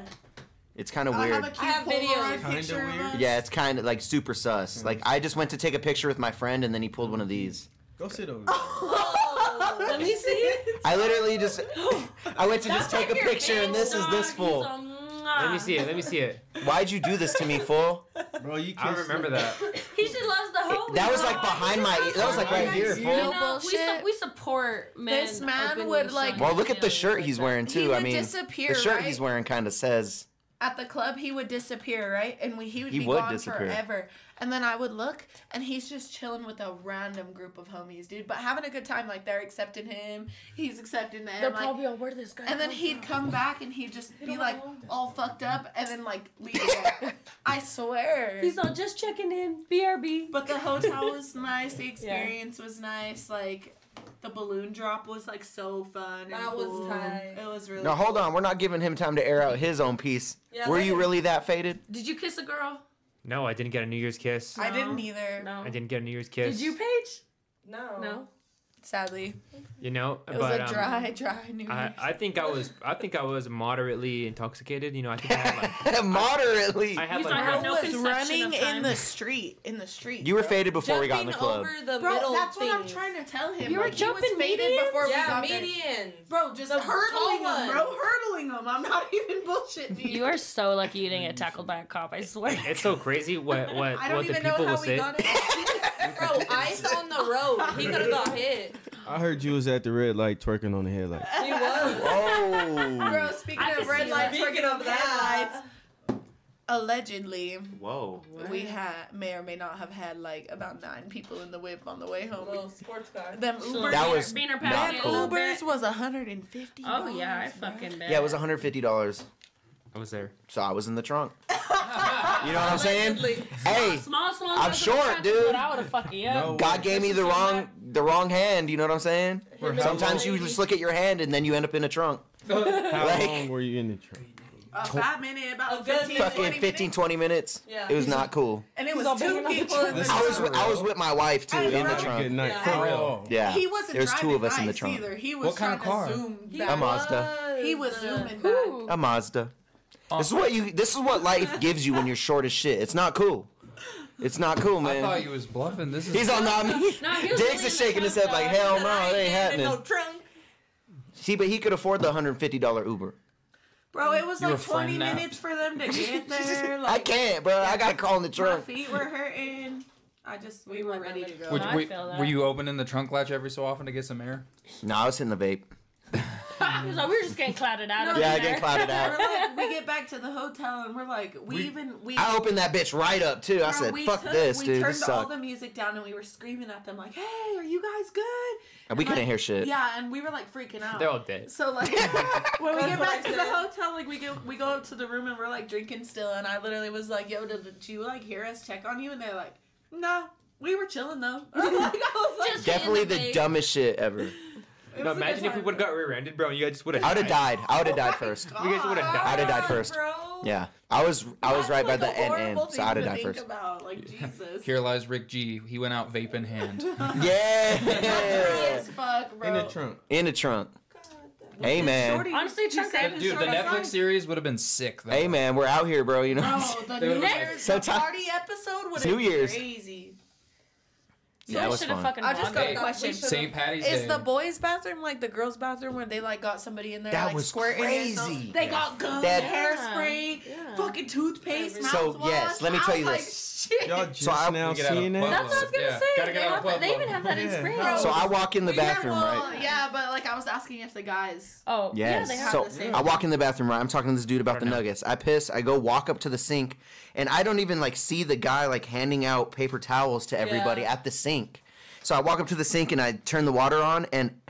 Speaker 5: It's kind of
Speaker 3: I
Speaker 5: weird.
Speaker 3: have a cute
Speaker 9: I have
Speaker 3: Polaroid
Speaker 9: videos.
Speaker 7: Kinda
Speaker 3: picture of
Speaker 7: weird.
Speaker 3: us.
Speaker 5: yeah, it's kind of like super
Speaker 3: Mm.
Speaker 5: sus. Like I just went to take a picture with my friend, and then he pulled one of these.
Speaker 7: Go sit over there.
Speaker 3: [LAUGHS]
Speaker 2: Let me see.
Speaker 3: [GASPS]
Speaker 5: I literally just, I went to just
Speaker 2: That's
Speaker 5: take a
Speaker 2: like your
Speaker 5: picture, and
Speaker 2: big
Speaker 5: this is
Speaker 2: dog.
Speaker 5: this
Speaker 2: He's
Speaker 5: fool.
Speaker 2: all,
Speaker 4: let me
Speaker 2: "Mwah."
Speaker 4: see it let me see it
Speaker 5: Why'd you do this to me, fool?
Speaker 7: Bro, you
Speaker 4: i
Speaker 7: kissed
Speaker 4: remember
Speaker 7: him.
Speaker 4: that
Speaker 2: He should loves the hoe.
Speaker 5: That was like behind my. e-, That was like right here,
Speaker 2: You
Speaker 5: fool.
Speaker 2: know, we, su-
Speaker 9: bullshit.
Speaker 2: we support men.
Speaker 3: This man
Speaker 2: openly
Speaker 3: would, like-
Speaker 2: showing
Speaker 5: Well, look at the
Speaker 2: feelings
Speaker 5: shirt
Speaker 2: like
Speaker 5: he's
Speaker 2: that.
Speaker 5: wearing
Speaker 3: He
Speaker 5: too.
Speaker 3: would
Speaker 5: I mean,
Speaker 3: disappear.
Speaker 5: the shirt
Speaker 3: right?
Speaker 5: he's wearing kind
Speaker 3: [LAUGHS]
Speaker 5: of says.
Speaker 3: at the club, he would disappear, right? And we, he would
Speaker 5: He
Speaker 3: be
Speaker 5: would
Speaker 3: gone
Speaker 5: disappear.
Speaker 3: forever. And then I would look, and he's just chilling with a random group of homies, dude. But having a good time, like they're accepting him, he's accepting them.
Speaker 2: They're
Speaker 3: like-
Speaker 2: probably all where this guy.
Speaker 3: and then
Speaker 2: comes
Speaker 3: he'd
Speaker 2: from."
Speaker 3: come back, and he'd just be like all fucked up, and then like
Speaker 2: [LAUGHS]
Speaker 3: leave. again. I swear.
Speaker 2: He's all just checking in. BRB.
Speaker 3: but the hotel
Speaker 2: [LAUGHS]
Speaker 3: was nice. The experience was nice. Like. The balloon drop was like so fun. And
Speaker 9: That was
Speaker 3: cool.
Speaker 9: tight.
Speaker 3: It was really.
Speaker 5: Now hold
Speaker 3: cool.
Speaker 5: on, we're not giving him time to air out his own piece.
Speaker 9: Yeah,
Speaker 5: Were
Speaker 9: let
Speaker 5: you
Speaker 9: him-
Speaker 5: really that
Speaker 4: [LAUGHS]
Speaker 5: faded?
Speaker 2: Did you kiss a girl?
Speaker 4: [LAUGHS] No, I didn't get a New Year's kiss.
Speaker 3: I
Speaker 2: No.
Speaker 3: didn't either.
Speaker 2: No.
Speaker 4: I didn't get a New Year's kiss.
Speaker 2: Did you, Paige?
Speaker 9: No.
Speaker 2: No.
Speaker 3: Sadly,
Speaker 4: You know,
Speaker 3: it was
Speaker 4: but
Speaker 3: a
Speaker 4: um,
Speaker 3: dry, dry New Year's.
Speaker 4: I, I think I was I think I was moderately intoxicated. You know, I think I had [LAUGHS] like
Speaker 5: [LAUGHS] Moderately.
Speaker 4: I had
Speaker 2: You thought
Speaker 4: like
Speaker 2: I had
Speaker 4: rough-
Speaker 2: no
Speaker 3: was
Speaker 2: conception
Speaker 3: running
Speaker 2: of
Speaker 3: in
Speaker 2: time.
Speaker 3: the street. In the street.
Speaker 5: You were
Speaker 3: bro.
Speaker 5: faded before we got in
Speaker 9: Jumping
Speaker 5: the club.
Speaker 9: over the
Speaker 3: Bro,
Speaker 9: middle.
Speaker 3: that's what I'm
Speaker 9: things.
Speaker 3: trying to tell him.
Speaker 2: You were
Speaker 3: like, he was
Speaker 2: jumping
Speaker 3: faded
Speaker 2: medians?
Speaker 3: before we
Speaker 9: Yeah,
Speaker 3: got there.
Speaker 9: medians.
Speaker 3: Bro, just
Speaker 9: The
Speaker 3: hurdling
Speaker 9: tall
Speaker 3: him,
Speaker 9: one.
Speaker 3: bro. Hurtling him. I'm not [LAUGHS] even bullshitting you.
Speaker 2: You are so lucky you didn't get tackled by a cop. I swear.
Speaker 4: It's so
Speaker 3: [LAUGHS]
Speaker 4: crazy what what
Speaker 3: I don't
Speaker 4: what the
Speaker 3: even know
Speaker 4: people
Speaker 3: how [LAUGHS]
Speaker 4: will
Speaker 3: we
Speaker 4: say.
Speaker 3: got it.
Speaker 9: Bro, ice on the road. He could have got hit.
Speaker 7: I heard you was at the red light twerking on the headlight.
Speaker 1: He was.
Speaker 5: Oh.
Speaker 3: Bro, speaking
Speaker 2: I
Speaker 3: of
Speaker 2: can
Speaker 3: red
Speaker 2: see
Speaker 3: lights,
Speaker 2: that.
Speaker 3: speaking of red lights, [LAUGHS] allegedly
Speaker 5: Whoa.
Speaker 3: we had may or may not have had like about nine people in the whip on the way home.
Speaker 9: Little sports car.
Speaker 3: Them
Speaker 2: So,
Speaker 3: Uber,
Speaker 5: [LAUGHS] That
Speaker 2: beaner-
Speaker 5: was
Speaker 2: beaner
Speaker 5: not
Speaker 2: packet,
Speaker 5: cool.
Speaker 2: little bit.
Speaker 3: Ubers was 150.
Speaker 2: Oh yeah, I
Speaker 3: dollars, bro.
Speaker 2: fucking bet.
Speaker 5: Yeah, it was $150.
Speaker 4: I was there.
Speaker 5: So I was in
Speaker 3: [LAUGHS]
Speaker 5: the trunk. You know what I'm saying?
Speaker 1: Allegedly.
Speaker 5: Hey,
Speaker 2: Small, small.
Speaker 5: I'm
Speaker 2: size of
Speaker 5: short,
Speaker 2: attraction,
Speaker 5: dude.
Speaker 2: But I
Speaker 5: [LAUGHS]
Speaker 2: would have fucked you up.
Speaker 5: God gave me the wrong the wrong hand. You know what I'm saying?
Speaker 6: We're how
Speaker 5: Sometimes you just look at your hand and then you end up in a trunk.
Speaker 7: How
Speaker 5: Like-
Speaker 7: long were you in the truck?
Speaker 3: [LAUGHS] A five minute, about
Speaker 9: A good
Speaker 3: 15, 20
Speaker 5: Fucking 15, 20 minutes.
Speaker 9: Yeah.
Speaker 5: It was not cool.
Speaker 3: and it
Speaker 9: He's
Speaker 3: was
Speaker 9: all
Speaker 3: two
Speaker 9: banging on the
Speaker 3: people. in the
Speaker 6: This
Speaker 5: I
Speaker 3: trunk.
Speaker 5: was with, I was with my wife too in the
Speaker 7: Not a Good
Speaker 5: trunk.
Speaker 7: night.
Speaker 9: Yeah.
Speaker 7: For
Speaker 9: I-
Speaker 6: real.
Speaker 5: Yeah.
Speaker 3: He wasn't
Speaker 5: There's two
Speaker 3: driving
Speaker 5: of us in the
Speaker 3: nice
Speaker 5: trunk.
Speaker 3: either. He was
Speaker 6: What kind of
Speaker 3: trying to
Speaker 6: car?
Speaker 3: zoom
Speaker 1: He
Speaker 3: back.
Speaker 5: I'm off.
Speaker 3: He was zooming back.
Speaker 5: [LAUGHS]
Speaker 2: Ooh.
Speaker 5: A Mazda. This is what you. This is what life gives you when you're short as shit. It's not cool. It's not cool,
Speaker 6: I
Speaker 5: man.
Speaker 6: thought you was bluffing. This is
Speaker 2: [LAUGHS]
Speaker 5: He's on me.
Speaker 2: No, he was
Speaker 5: Diggs
Speaker 2: really
Speaker 5: is shaking his head like,
Speaker 2: messed
Speaker 5: hell
Speaker 2: up.
Speaker 5: no, it Oh, ain't happening.
Speaker 9: No trunk.
Speaker 5: See, but he could afford the $150 Uber.
Speaker 3: Bro, it was
Speaker 6: You were
Speaker 3: like 20
Speaker 6: friend now.
Speaker 3: minutes for them
Speaker 6: [LAUGHS]
Speaker 3: to get there. Like,
Speaker 5: I can't, bro. I got caught in the
Speaker 3: My
Speaker 5: trunk.
Speaker 3: feet were hurting. I just, we were ready to go.
Speaker 6: Would,
Speaker 2: I
Speaker 6: wait,
Speaker 2: feel that.
Speaker 6: were you opening the trunk latch every so often to get some air?
Speaker 5: No, I was hitting the vape.
Speaker 2: [LAUGHS]
Speaker 5: [LAUGHS]
Speaker 2: He was like, we were just getting clouded out.
Speaker 3: No,
Speaker 2: over
Speaker 5: Yeah, I
Speaker 2: there.
Speaker 5: get
Speaker 2: [LAUGHS]
Speaker 5: clouded
Speaker 3: We're
Speaker 5: out.
Speaker 3: like, we get back to the hotel and we're like, we,
Speaker 6: We-
Speaker 3: even, we.
Speaker 5: I opened that bitch right up too.
Speaker 3: bro,
Speaker 5: I said,
Speaker 3: we
Speaker 5: "Fuck
Speaker 3: took-
Speaker 5: this,
Speaker 3: we
Speaker 5: dude.
Speaker 3: turned
Speaker 5: This
Speaker 3: all
Speaker 5: sucks."
Speaker 3: the music down and we were screaming at them like, hey, are you guys good?
Speaker 5: And we
Speaker 3: and, like,
Speaker 5: couldn't hear shit.
Speaker 3: Yeah, and we were like freaking out.
Speaker 4: They're all dead.
Speaker 3: So like when we
Speaker 9: That's
Speaker 3: get
Speaker 9: what
Speaker 3: back
Speaker 9: I
Speaker 3: to the
Speaker 9: said.
Speaker 3: hotel, like we get we go up to the room and we're like drinking still, and I literally was like, "Yo, did, did you like hear us check on you?" And they're like, "No, we were chilling though." [LAUGHS] like, I was like,
Speaker 2: Just
Speaker 5: [LAUGHS] Definitely
Speaker 2: in
Speaker 5: the
Speaker 2: big-
Speaker 5: dumbest shit ever.
Speaker 3: it
Speaker 4: No,
Speaker 3: was a good
Speaker 4: imagine if we
Speaker 3: time.
Speaker 4: would have got rear-ended, bro. and You guys just would have.
Speaker 5: I would have died. I would
Speaker 3: [LAUGHS]
Speaker 5: have died first.
Speaker 3: Oh God.
Speaker 4: You guys would have died.
Speaker 5: I'd have died first.
Speaker 3: Bro.
Speaker 1: Oh,
Speaker 5: Yeah, I was. I was
Speaker 3: That's,
Speaker 5: right by
Speaker 3: like, a
Speaker 5: the end.
Speaker 3: horrible
Speaker 5: End. So
Speaker 3: thing
Speaker 5: I'd have
Speaker 3: to
Speaker 5: died
Speaker 3: think
Speaker 5: first.
Speaker 3: About. Like Jesus.
Speaker 6: Here lies Rick G. He went out vape
Speaker 3: [LAUGHS]
Speaker 6: in hand.
Speaker 3: Hungry
Speaker 5: Yeah.
Speaker 3: as fuck, bro.
Speaker 7: In the trunk.
Speaker 5: In the trunk. Hey man.
Speaker 3: Shorty,
Speaker 2: Honestly,
Speaker 3: he
Speaker 2: Trunk
Speaker 3: said
Speaker 2: Island
Speaker 3: his
Speaker 6: Dude, the
Speaker 3: shorty
Speaker 6: Netflix
Speaker 3: song-
Speaker 6: series would have been sick. Though.
Speaker 5: Hey man, we're out here, bro. You [LAUGHS] know.
Speaker 3: Bro, the New
Speaker 6: like-
Speaker 3: Year's the
Speaker 5: Sometime-
Speaker 3: party episode would
Speaker 5: New
Speaker 3: have been
Speaker 5: Year's.
Speaker 3: crazy.
Speaker 2: So
Speaker 5: Yeah, it
Speaker 2: I
Speaker 5: was
Speaker 2: should have
Speaker 5: fun.
Speaker 2: fucking
Speaker 3: I just
Speaker 2: vlogged
Speaker 3: got
Speaker 2: it.
Speaker 3: a question.
Speaker 6: St. Patty's
Speaker 3: Is
Speaker 6: Day.
Speaker 3: the boys' bathroom like the girls' bathroom where they like got somebody in there
Speaker 5: That
Speaker 3: like
Speaker 5: was
Speaker 3: squirting? and stuff?
Speaker 5: crazy.
Speaker 3: They got gum,
Speaker 5: That-
Speaker 3: hairspray,
Speaker 2: Yeah.
Speaker 3: fucking toothpaste, mouthwash.
Speaker 5: So, yes, let me
Speaker 3: I
Speaker 5: tell
Speaker 3: was
Speaker 5: you
Speaker 3: like,
Speaker 5: this.
Speaker 3: Shit. [LAUGHS]
Speaker 7: Y'all just
Speaker 5: I-
Speaker 7: now
Speaker 6: We get out of
Speaker 7: seeing that?
Speaker 6: Pueblo.
Speaker 2: That's what I was gonna
Speaker 6: Yeah,
Speaker 2: say.
Speaker 6: Gotta get
Speaker 2: they,
Speaker 6: out
Speaker 2: have
Speaker 6: of
Speaker 2: that- they even
Speaker 6: Pueblo.
Speaker 2: have that in
Speaker 7: Yeah.
Speaker 2: spring.
Speaker 5: So I walk in the bathroom, right?
Speaker 3: Yeah, but like I was asking if the guys.
Speaker 2: oh, yeah,
Speaker 5: Yes.
Speaker 2: they have
Speaker 5: so
Speaker 2: the same.
Speaker 5: I walk in the bathroom, right? I'm talking to this dude about the nuggets. I piss. I go walk up to the sink, and I don't even like see the guy like handing out paper towels to everybody
Speaker 9: Yeah.
Speaker 5: at the sink. So I walk up to the sink and I turn the water on, and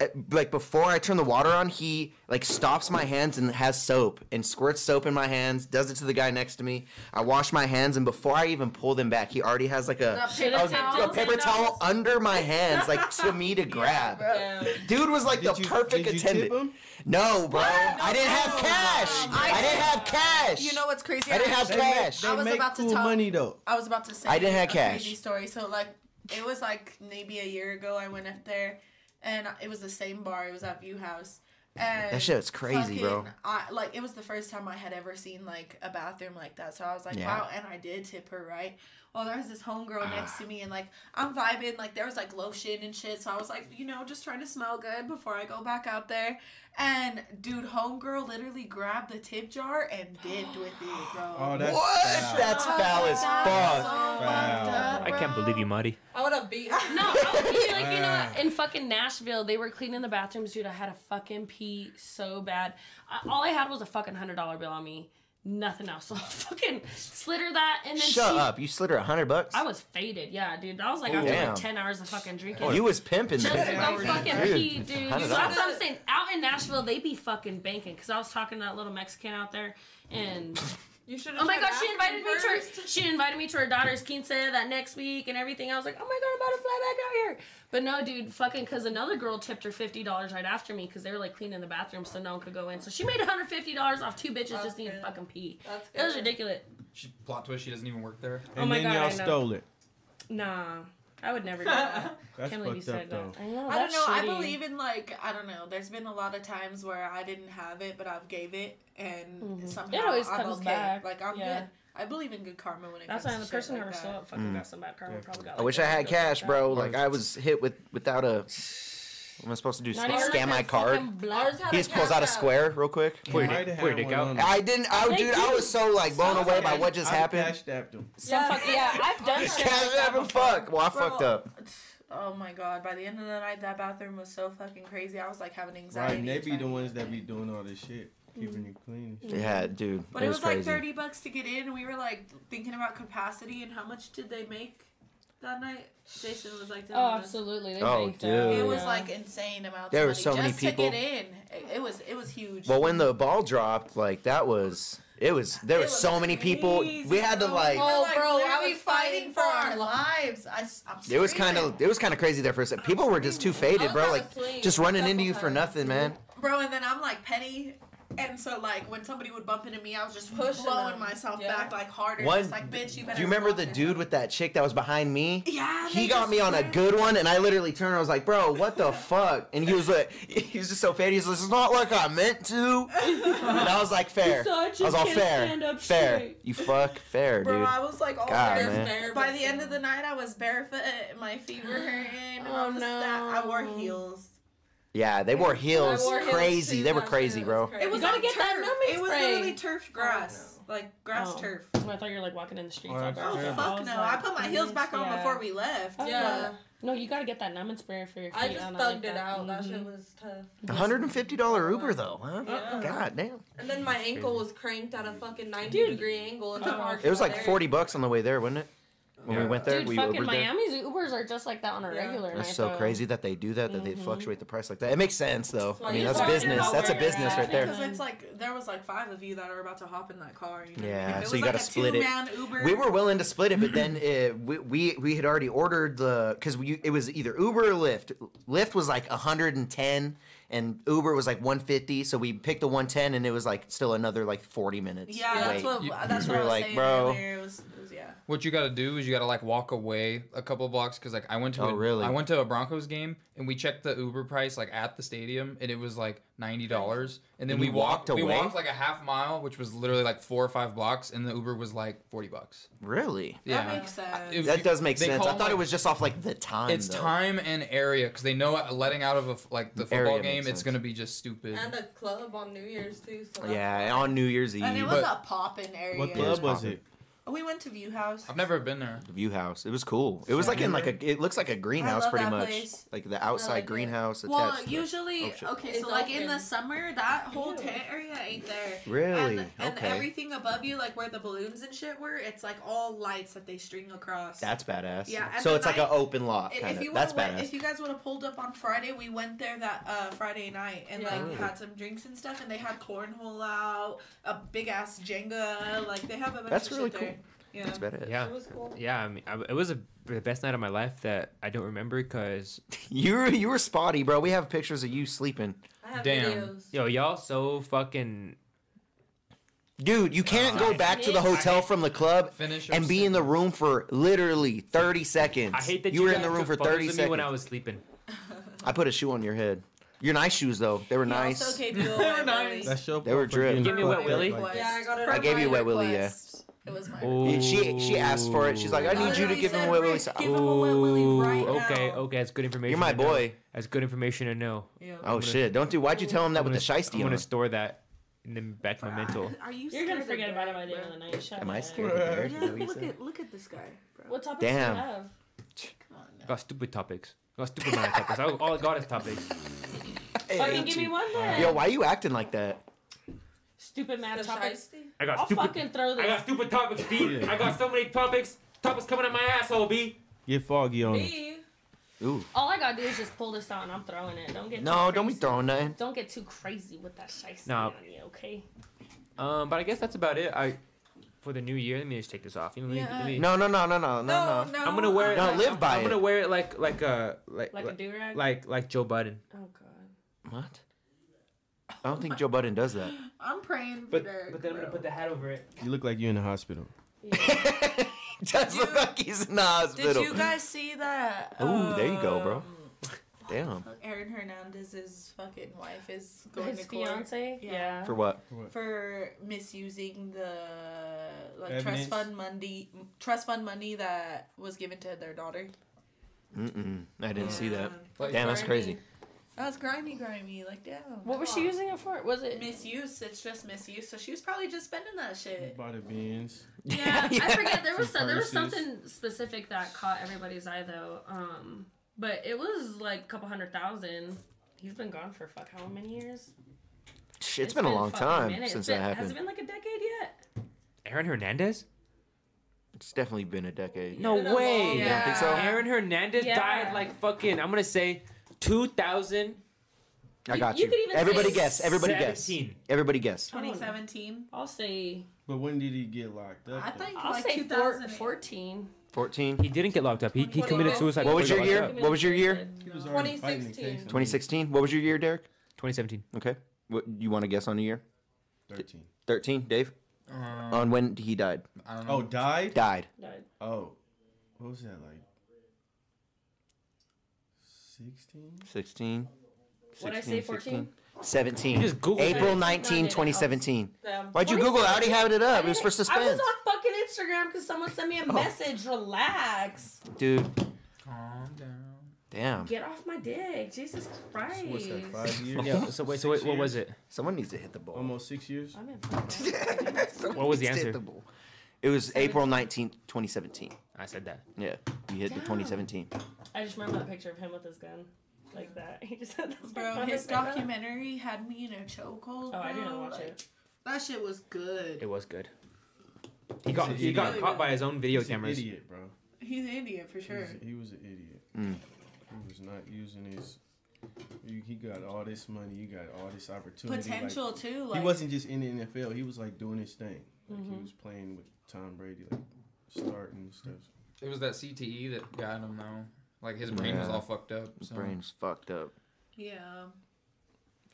Speaker 5: uh, like before I turn the water on, he like stops my hands and has soap and squirts soap in my hands. Does it to the guy next to me. I wash my hands, and before I even pull them back, he already has like a.
Speaker 2: Shit,
Speaker 5: a-
Speaker 2: it's
Speaker 5: a
Speaker 2: towels
Speaker 5: paper
Speaker 2: and
Speaker 5: towel
Speaker 2: towels.
Speaker 5: under
Speaker 2: [LAUGHS]
Speaker 5: my hands, like for me to grab.
Speaker 9: Yeah.
Speaker 5: Dude was like
Speaker 7: Did
Speaker 5: the
Speaker 7: you-
Speaker 5: perfect
Speaker 7: did you tip
Speaker 5: attendant.
Speaker 7: him?
Speaker 5: No, bro. I didn't have cash. I, didn't have cash.
Speaker 3: You know what's crazy?
Speaker 5: I didn't have
Speaker 3: I-
Speaker 5: cash.
Speaker 3: I was
Speaker 7: make
Speaker 3: about to
Speaker 7: cool
Speaker 3: talk-
Speaker 7: money though.
Speaker 3: I was about to say
Speaker 5: I didn't have
Speaker 3: a
Speaker 5: cash.
Speaker 3: crazy story. So like it was like maybe a year ago I went up there and it was the same bar, it was at View House. And
Speaker 5: That shit's crazy, bro.
Speaker 3: fucking- I, like it was the first time I had ever seen like a bathroom like that. So I was like,
Speaker 5: Yeah.
Speaker 3: wow, and I did tip her, right? Well, there was this homegirl
Speaker 5: Ah.
Speaker 3: next to me and like I'm vibing, like there was like lotion and shit. So I was like, you know, just trying to smell good before I go back out there. And dude, homegirl literally grabbed the tip jar and dipped with it, bro.
Speaker 7: Oh, that's
Speaker 5: What?
Speaker 7: foul.
Speaker 5: That's foul as
Speaker 3: That's
Speaker 5: fuck.
Speaker 3: so fucked up,
Speaker 4: I can't
Speaker 3: bro.
Speaker 4: believe you, Marty.
Speaker 9: I would have beat
Speaker 2: No, I would be like, you know, in fucking Nashville, they were cleaning the bathrooms, dude. I had a fucking pee so bad. I, all I had was a fucking hundred dollar bill on me, nothing else. [LAUGHS] So I fucking slid her that, and then
Speaker 5: Shut
Speaker 2: she,
Speaker 5: up. You slid her a hundred bucks.
Speaker 2: I was faded, yeah, dude. I was like, after
Speaker 5: Damn. Oh,
Speaker 2: like ten hours of fucking drinking.
Speaker 5: you was pimping
Speaker 2: just
Speaker 5: that.
Speaker 2: go fucking
Speaker 5: Dude,
Speaker 2: pee, dude.
Speaker 5: hundred
Speaker 2: So that's what
Speaker 9: dollars.
Speaker 2: I'm saying. Out in Nashville, they be fucking banking. Cause I was talking to that little Mexican out there, and
Speaker 9: You should
Speaker 2: oh my god, she invited me to her, she invited me to her daughter's quince that next week and everything. I was like, oh my god, I'm about to fly back out here. But no, dude, fucking, cause another girl tipped her fifty dollars right after me, cause they were like cleaning the bathroom so no one could go in. So she made one hundred fifty dollars off two bitches just needing
Speaker 9: good.
Speaker 2: fucking pee.
Speaker 9: That's
Speaker 2: It was
Speaker 9: good.
Speaker 2: ridiculous.
Speaker 6: She, plot twist, she doesn't even work there.
Speaker 7: And
Speaker 2: Oh my
Speaker 7: then
Speaker 2: God, I
Speaker 7: y'all
Speaker 2: know.
Speaker 7: stole it.
Speaker 2: Nah, I would [LAUGHS] never do that.
Speaker 7: That's
Speaker 2: Can't believe you
Speaker 7: fucked
Speaker 2: said
Speaker 7: up though.
Speaker 2: that. I know.
Speaker 3: I don't
Speaker 2: Oh, that's
Speaker 3: know. I
Speaker 2: shitty.
Speaker 3: believe in like I don't know. There's been a lot of times where I didn't have it, but I've gave it, and somehow
Speaker 2: Mm-hmm. It always
Speaker 3: I'm
Speaker 2: comes
Speaker 3: okay.
Speaker 2: back.
Speaker 3: Like I'm
Speaker 2: Yeah.
Speaker 3: good. I believe in good karma when it
Speaker 2: That's why
Speaker 3: comes to
Speaker 2: the
Speaker 3: shit
Speaker 2: person who
Speaker 3: like
Speaker 2: ever stole
Speaker 3: that.
Speaker 2: it fucking
Speaker 7: Mm.
Speaker 2: got some bad karma. Probably got.
Speaker 5: I wish I had cash, bro. Like I was hit with without a. What am I supposed to do? Scan my card. He just pulls out a square real quick.
Speaker 4: Pull your
Speaker 7: Might
Speaker 4: dick,
Speaker 7: have
Speaker 4: pull your
Speaker 7: had
Speaker 4: dick
Speaker 7: one on
Speaker 4: out.
Speaker 7: it.
Speaker 5: I didn't. I
Speaker 2: Thank
Speaker 5: dude. I
Speaker 2: you.
Speaker 5: was so like blown
Speaker 2: Sounds
Speaker 5: away
Speaker 2: like
Speaker 5: by
Speaker 2: I-
Speaker 5: what just
Speaker 7: I
Speaker 5: happened.
Speaker 7: Cash stabbed him.
Speaker 5: [LAUGHS]
Speaker 2: yeah, I've done shit.
Speaker 5: Cash app and fuck. Well, I fucked up.
Speaker 3: [SIGHS] Oh my god! By the end of the night, that bathroom was so fucking crazy. I was like having
Speaker 7: Right,
Speaker 3: anxiety.
Speaker 7: and they be the
Speaker 3: trying-
Speaker 7: ones that be doing all this shit, keeping you clean.
Speaker 5: Yeah, dude.
Speaker 3: But it was, like thirty bucks to get in. and We were like thinking about capacity and how much did they make that night. Jason was like,
Speaker 2: Oh, absolutely. They
Speaker 5: Oh,
Speaker 2: banked
Speaker 5: dude.
Speaker 2: out.
Speaker 3: It was
Speaker 2: Yeah.
Speaker 3: like insane amounts. of
Speaker 5: There were
Speaker 3: money
Speaker 5: so many
Speaker 3: just to
Speaker 5: people.
Speaker 3: get in. It, it was it was huge.
Speaker 5: Well, when the ball dropped, like that was it was there
Speaker 3: It
Speaker 5: were
Speaker 3: was
Speaker 5: so many people. We
Speaker 3: crazy,
Speaker 5: had to
Speaker 3: bro.
Speaker 5: like
Speaker 2: Oh, bro, I
Speaker 3: literally
Speaker 2: was fighting for our
Speaker 3: lives. I, s- I'm
Speaker 5: it was
Speaker 3: screaming.
Speaker 5: kind of it was kind of crazy there for a second. People were just too faded,
Speaker 1: I
Speaker 5: bro.
Speaker 1: was
Speaker 5: Like
Speaker 1: asleep
Speaker 5: just running into you
Speaker 1: several
Speaker 5: for
Speaker 1: times.
Speaker 5: nothing, man.
Speaker 3: bro. And then I'm like Penny, and so like when somebody would bump into me, I was just
Speaker 9: Pushing
Speaker 3: blowing
Speaker 9: them.
Speaker 3: myself
Speaker 9: Yeah.
Speaker 3: back like harder.
Speaker 5: One-
Speaker 3: just like bitch, you better.
Speaker 5: Do you remember
Speaker 3: block
Speaker 5: the
Speaker 3: this."
Speaker 5: dude with that chick that was behind me?
Speaker 3: Yeah,
Speaker 5: He
Speaker 3: they
Speaker 5: got
Speaker 3: just
Speaker 5: me on
Speaker 3: [LAUGHS]
Speaker 5: a
Speaker 3: were-
Speaker 5: good one, and I literally turned. and I was like, "Bro, what the fuck?" And he was like, [LAUGHS] "He was just so faded. He's like, it's not like I meant to." And I was like, "Fair."
Speaker 2: So I
Speaker 5: I was
Speaker 2: just
Speaker 5: all
Speaker 2: can't stand
Speaker 5: fair,
Speaker 2: up
Speaker 5: fair.
Speaker 2: straight.
Speaker 5: You fuck fair,
Speaker 3: Bro,
Speaker 5: dude.
Speaker 3: I was like all
Speaker 5: God,
Speaker 3: barefoot.
Speaker 5: man.
Speaker 3: By the end of the night, I was barefoot. My feet were hurting. and I
Speaker 2: Oh,
Speaker 3: was sad. I wore
Speaker 2: no.
Speaker 3: heels.
Speaker 5: Yeah, they wore heels.
Speaker 1: wore heels,
Speaker 5: crazy.
Speaker 1: too.
Speaker 5: they were
Speaker 1: That shit
Speaker 5: crazy,
Speaker 1: was
Speaker 5: bro.
Speaker 1: crazy.
Speaker 3: It was
Speaker 2: gotta
Speaker 3: like
Speaker 2: get
Speaker 3: turf.
Speaker 2: that numbing
Speaker 3: It was
Speaker 2: spray.
Speaker 3: literally turf grass, like grass
Speaker 2: Oh.
Speaker 3: turf.
Speaker 2: I thought you were like walking in the streets.
Speaker 7: Oh,
Speaker 2: all
Speaker 7: that's
Speaker 3: Oh
Speaker 2: gross.
Speaker 7: Yeah.
Speaker 2: I
Speaker 3: fuck
Speaker 2: was
Speaker 3: no! I
Speaker 2: like,
Speaker 3: put my heels back on
Speaker 2: yeah.
Speaker 3: before we left.
Speaker 2: Oh,
Speaker 1: Yeah.
Speaker 2: No, you gotta get that numbing spray for your feet.
Speaker 1: I just
Speaker 2: don't
Speaker 1: thugged
Speaker 2: like
Speaker 1: it out. That
Speaker 2: Mhm.
Speaker 1: shit was tough.
Speaker 5: hundred and fifty dollar Uber though,
Speaker 2: Oh,
Speaker 5: huh?
Speaker 9: Yeah.
Speaker 5: God damn.
Speaker 1: And then my ankle was cranked at a fucking 90
Speaker 2: Dude.
Speaker 1: degree angle in the
Speaker 2: Oh.
Speaker 1: park.
Speaker 5: It was like
Speaker 1: there.
Speaker 5: forty bucks on the way there, wasn't it? When we
Speaker 6: Yeah.
Speaker 5: went there,
Speaker 2: Dude,
Speaker 5: we
Speaker 2: fucking
Speaker 5: Ubered there.
Speaker 2: Miami's Ubers are just like that on a
Speaker 1: Yeah.
Speaker 2: regular. and I
Speaker 5: That's so
Speaker 2: thought-
Speaker 5: crazy that they do that. That they fluctuate the price like that. It makes sense though.
Speaker 1: why
Speaker 5: I mean,
Speaker 1: you
Speaker 5: that's
Speaker 1: just
Speaker 2: wonder
Speaker 5: business.
Speaker 2: how
Speaker 5: That's a
Speaker 2: where you're
Speaker 5: business
Speaker 2: at.
Speaker 5: right there.
Speaker 3: Because it's like there was like five of you that are about to hop in that car. You know?
Speaker 5: Yeah,
Speaker 3: what I mean? It was
Speaker 5: so you
Speaker 3: like
Speaker 5: gotta
Speaker 3: a
Speaker 5: split it.
Speaker 3: two-man Uber.
Speaker 5: We were willing to split it, but then uh we, we we had already ordered the because we it was either Uber or Lyft. Lyft was like 110, and Uber was like 150. So we picked the 110, and it was like still another like 40 minutes.
Speaker 3: Yeah, that's
Speaker 5: wait.
Speaker 3: what
Speaker 6: You-
Speaker 3: that's
Speaker 5: we
Speaker 3: what I
Speaker 5: were
Speaker 3: was
Speaker 5: like,
Speaker 3: saying
Speaker 5: bro.
Speaker 3: earlier. It was, it was yeah.
Speaker 6: What you gotta do is you gotta like walk away a couple blocks because like I went to
Speaker 5: Oh,
Speaker 6: a,
Speaker 5: really?
Speaker 6: I went to a Broncos game and we checked the Uber price like at the stadium and it was like ninety dollars and then
Speaker 5: And
Speaker 6: we
Speaker 5: you
Speaker 6: walked
Speaker 5: walked
Speaker 6: we
Speaker 5: away?
Speaker 6: walked like a half mile which was literally like four or five blocks and the Uber was like forty bucks.
Speaker 5: Really?
Speaker 6: Yeah,
Speaker 3: That makes sense.
Speaker 6: It-
Speaker 5: That does make
Speaker 6: they
Speaker 5: sense.
Speaker 6: call
Speaker 5: I
Speaker 6: them,
Speaker 5: thought it
Speaker 6: like-
Speaker 5: was just off like the time.
Speaker 6: It's
Speaker 5: though.
Speaker 6: time and area because they know at- letting out of a f like the football
Speaker 5: Area
Speaker 6: game
Speaker 5: makes
Speaker 6: it's
Speaker 5: sense.
Speaker 6: gonna be just stupid.
Speaker 1: And a club on New Year's too. So that's
Speaker 5: Yeah, and on New Year's Eve.
Speaker 3: and it was
Speaker 6: but-
Speaker 3: a poppin' area.
Speaker 7: What
Speaker 5: was
Speaker 7: club was
Speaker 5: popping.
Speaker 7: it?
Speaker 3: We went to View House.
Speaker 6: I've never been there.
Speaker 5: the view house. It was cool. It was like in like a. It looks like a greenhouse,
Speaker 3: love
Speaker 5: pretty
Speaker 3: that
Speaker 5: much.
Speaker 3: place.
Speaker 5: Like the outside
Speaker 1: like it.
Speaker 5: greenhouse
Speaker 3: Well,
Speaker 5: attached. to the-
Speaker 3: usually,
Speaker 5: Oh, shit.
Speaker 3: okay,
Speaker 1: It's
Speaker 3: so like in
Speaker 1: open.
Speaker 3: the summer, that whole tent area ain't there.
Speaker 5: Really?
Speaker 3: And, and
Speaker 5: Okay.
Speaker 3: everything above you, like where the balloons and shit were, it's like all lights that they string across.
Speaker 5: that's badass.
Speaker 3: Yeah, and
Speaker 5: So
Speaker 3: then
Speaker 5: it's like
Speaker 3: I-
Speaker 5: an open lot
Speaker 3: I-
Speaker 5: kind
Speaker 3: if you
Speaker 5: of.
Speaker 3: would
Speaker 5: That's
Speaker 3: have
Speaker 5: badass.
Speaker 3: went, if you guys would have pulled up on Friday, we went there that uh, Friday night and
Speaker 1: Yeah.
Speaker 3: like had some drinks and stuff, and they had cornhole out, a big ass Jenga, like they have a bunch
Speaker 5: That's
Speaker 3: of
Speaker 5: really
Speaker 3: shit
Speaker 5: cool.
Speaker 3: there. Yeah. [LAUGHS]
Speaker 5: That's badass.
Speaker 4: Yeah,
Speaker 1: It was cool.
Speaker 4: yeah. I mean, I, it was a, the best night of my life that I don't remember because
Speaker 5: [LAUGHS] You were you were spotty, bro. We have pictures of you sleeping,
Speaker 1: I have
Speaker 6: Damn.
Speaker 1: videos.
Speaker 4: yo, y'all so fucking
Speaker 5: dude. You can't
Speaker 4: Uh,
Speaker 5: go back to the hotel from the club
Speaker 6: Finish
Speaker 5: and
Speaker 6: up
Speaker 5: be in the room for literally thirty seconds.
Speaker 4: I hate that
Speaker 5: you were in
Speaker 4: guys
Speaker 5: the room
Speaker 4: took
Speaker 5: for
Speaker 4: photos
Speaker 5: thirty
Speaker 4: of me
Speaker 5: seconds.
Speaker 4: when I
Speaker 5: I,
Speaker 4: was sleeping.
Speaker 5: put a shoe on your head. Your nice shoce though. They were
Speaker 3: He
Speaker 5: nice.
Speaker 3: Also gave
Speaker 5: [LAUGHS]
Speaker 3: you a wet willy.
Speaker 7: That's your
Speaker 5: They were
Speaker 7: fault for getting
Speaker 4: Give
Speaker 5: drip.
Speaker 4: me a wet
Speaker 7: fucked up
Speaker 4: willy.
Speaker 7: like that.
Speaker 1: Yeah, I got it.
Speaker 3: From
Speaker 5: I gave you
Speaker 3: my
Speaker 5: a wet willy,
Speaker 3: request. It was my
Speaker 4: Oh.
Speaker 5: Yeah, she she asked for it. She's like, I need you to give him a wet willy. So-
Speaker 3: Give him a wet willy right
Speaker 4: Ooh, okay,
Speaker 3: now.
Speaker 4: okay, that's good information.
Speaker 5: You're my
Speaker 4: to know.
Speaker 5: boy.
Speaker 4: That's good information to know.
Speaker 3: Yeah.
Speaker 5: Oh shit! Don't do. Why'd you tell him that
Speaker 4: I'm
Speaker 5: with the
Speaker 4: gonna-
Speaker 5: shiesty
Speaker 4: I'm
Speaker 5: on?
Speaker 4: gonna store that in the back of my mental.
Speaker 3: Are you?
Speaker 2: You're gonna
Speaker 3: scared
Speaker 2: forget
Speaker 3: of
Speaker 2: about it
Speaker 3: that,
Speaker 2: by the end
Speaker 3: bro?
Speaker 2: of the night. Shut
Speaker 5: Am I
Speaker 2: up.
Speaker 5: scared? Of bears? Is that what
Speaker 3: Yeah,
Speaker 5: you
Speaker 3: look
Speaker 5: said?
Speaker 3: at look at this guy, bro.
Speaker 2: What topics
Speaker 5: Damn.
Speaker 2: do you have?
Speaker 3: Come on
Speaker 4: I got stupid topics. I got stupid amount of topics. I, all I got is topics.
Speaker 2: Fucking give me one then.
Speaker 5: Yo, why you acting like that?
Speaker 2: Stupid mad
Speaker 1: The
Speaker 2: topics.
Speaker 1: shiesty?
Speaker 4: I got
Speaker 2: I'll
Speaker 4: stupid.
Speaker 2: fucking throw
Speaker 4: I
Speaker 2: this.
Speaker 4: got stupid topics, B. I got so many topics. Topics coming up my asshole, B.
Speaker 7: Get foggy on him.
Speaker 1: Me?
Speaker 5: Ooh.
Speaker 2: All I gotta do is just pull this out and I'm throwing it. Don't get
Speaker 5: No,
Speaker 2: too
Speaker 5: don't be
Speaker 2: crazy.
Speaker 5: throwing nothing.
Speaker 2: Don't get too crazy with that shiesty
Speaker 4: Nah.
Speaker 2: on you, okay?
Speaker 4: Um, but I guess that's about it. I for the new year. Let me just take this off. You know, let me-
Speaker 3: Yeah.
Speaker 4: let me-
Speaker 5: No, no, no, no, no, no, no.
Speaker 3: no.
Speaker 4: I'm gonna wear it.
Speaker 5: No,
Speaker 4: like,
Speaker 5: live
Speaker 4: I'm,
Speaker 5: by
Speaker 4: I'm gonna
Speaker 5: it.
Speaker 4: wear it like like uh like
Speaker 2: Like a
Speaker 4: like
Speaker 2: do rag.
Speaker 4: like, like Joe Budden.
Speaker 2: oh god.
Speaker 5: What? I don't think Joe Budden does that. [LAUGHS]
Speaker 3: I'm praying for
Speaker 4: But
Speaker 3: Derek.
Speaker 4: but then I'm gonna
Speaker 3: bro.
Speaker 4: put the hat over it.
Speaker 7: You look like you in the hospital.
Speaker 5: Does look
Speaker 3: Dude.
Speaker 5: like he's in the hospital.
Speaker 3: Did you guys see that?
Speaker 5: Ooh, there you go, bro.
Speaker 3: um,
Speaker 5: Damn.
Speaker 3: Aaron Hernandez's fucking wife is going
Speaker 2: His
Speaker 3: to court
Speaker 2: fiance.
Speaker 3: Yeah.
Speaker 2: Yeah.
Speaker 5: For what?
Speaker 3: for misusing the like trust
Speaker 7: Evidence.
Speaker 3: fund money trust fund money that was given to their daughter.
Speaker 5: Mm-mm. I didn't see that.
Speaker 6: Like,
Speaker 5: Damn, that's
Speaker 6: sorry.
Speaker 5: crazy.
Speaker 3: That's grimy, grimy. Like damn.
Speaker 2: What was she using it for? Was [LAUGHS] it?
Speaker 3: Misuse. It's just misuse. So she was probably just spending that shit.
Speaker 5: Oh.
Speaker 7: Bought a beans.
Speaker 2: Yeah, I forget. There was
Speaker 7: Some
Speaker 2: some, there was
Speaker 7: purses.
Speaker 2: something specific that caught everybody's eye though. Um, But it was like a couple hundred thousand. He's been gone for fuck how many years?
Speaker 5: it's been, a long
Speaker 2: fucking
Speaker 5: time
Speaker 2: minute.
Speaker 5: since
Speaker 2: It's
Speaker 5: that
Speaker 2: been-
Speaker 5: happened.
Speaker 2: Has it been like a decade yet?
Speaker 4: Aaron Hernandez?
Speaker 5: It's definitely been a decade.
Speaker 4: No way.
Speaker 5: You don't think so?
Speaker 3: Yeah.
Speaker 4: Aaron Hernandez
Speaker 2: Yeah.
Speaker 4: died like fucking. I'm gonna say 2000.
Speaker 5: I got
Speaker 2: you
Speaker 5: you.
Speaker 2: could even
Speaker 5: Everybody
Speaker 2: say
Speaker 5: guess. Everybody guess.
Speaker 4: 17.
Speaker 5: Everybody guess.
Speaker 3: 2017.
Speaker 2: I'll say
Speaker 7: But when did he get locked up?
Speaker 3: I
Speaker 7: though?
Speaker 3: think
Speaker 2: I'll
Speaker 3: like
Speaker 2: say four,
Speaker 3: 2000.
Speaker 2: 14.
Speaker 5: 14.
Speaker 4: He didn't get locked up. He, he committed suicide.
Speaker 5: What
Speaker 4: before
Speaker 5: was
Speaker 4: he
Speaker 5: your
Speaker 4: got
Speaker 5: year?
Speaker 4: locked up.
Speaker 5: What was your year?
Speaker 7: He was already fighting the
Speaker 9: 2016.
Speaker 7: case, I think.
Speaker 5: 2016. What was your year, Derek?
Speaker 4: 2017.
Speaker 5: Okay. What you want to guess on a year?
Speaker 7: 13.
Speaker 5: 13. Dave. on when he died.
Speaker 6: Um, I don't know.
Speaker 7: Oh, died?
Speaker 5: Died.
Speaker 2: Died.
Speaker 7: Oh. What was that like? 16?
Speaker 5: 16.
Speaker 2: What'd I say,
Speaker 5: 16,
Speaker 2: 14?
Speaker 5: 17.
Speaker 4: You just Googled
Speaker 5: April
Speaker 2: it.
Speaker 5: 19, 2017.
Speaker 9: Damn.
Speaker 5: Why'd you Google? it? I already had it up. It was for
Speaker 2: I was
Speaker 5: suspense. Oh.
Speaker 2: on fucking Instagram because someone sent me a message. Relax.
Speaker 5: Dude,
Speaker 6: Calm down.
Speaker 5: damn.
Speaker 2: Get off my dick. Jesus Christ.
Speaker 7: What's
Speaker 4: [LAUGHS]
Speaker 7: that, five years?
Speaker 4: Yeah. So wait. So wait.
Speaker 7: Six
Speaker 4: What was
Speaker 7: years?
Speaker 4: it?
Speaker 5: Someone needs to hit the ball.
Speaker 7: Almost six years?
Speaker 2: I'm in fucking-
Speaker 5: Someone [LAUGHS]
Speaker 4: What was the
Speaker 5: needs to hit
Speaker 4: answer?
Speaker 5: ball. It was April 19, 2017.
Speaker 4: I said that.
Speaker 5: Yeah, you hit the 2017.
Speaker 2: I just remember that picture of him with his gun. Like that. [LAUGHS] He just had this
Speaker 3: Bro,
Speaker 2: gun
Speaker 3: his
Speaker 2: like that.
Speaker 3: documentary had me in a chokehold.
Speaker 2: Oh, I didn't
Speaker 3: bro.
Speaker 2: watch
Speaker 3: Like,
Speaker 2: it.
Speaker 3: That shit was good.
Speaker 4: It was good. He got
Speaker 7: He's an
Speaker 4: he got
Speaker 7: idiot.
Speaker 4: caught by his own video
Speaker 7: He's an
Speaker 4: cameras.
Speaker 7: idiot, bro.
Speaker 3: He's an idiot for
Speaker 7: He
Speaker 3: sure.
Speaker 7: was, he was an idiot.
Speaker 5: Mm.
Speaker 7: He was not using his. He, he got all this money. He got all this opportunity.
Speaker 3: Potential
Speaker 7: like-
Speaker 3: too. Like Mm-hmm.
Speaker 7: he wasn't just in the NFL. He was like doing his thing. Like he was playing with Tom Brady, like starting
Speaker 3: [LAUGHS]
Speaker 7: and stuff.
Speaker 6: It was that CTE that got him though. Like his brain was
Speaker 5: Yeah.
Speaker 6: all fucked up.
Speaker 5: His
Speaker 6: So.
Speaker 5: brain's fucked up.
Speaker 3: Yeah.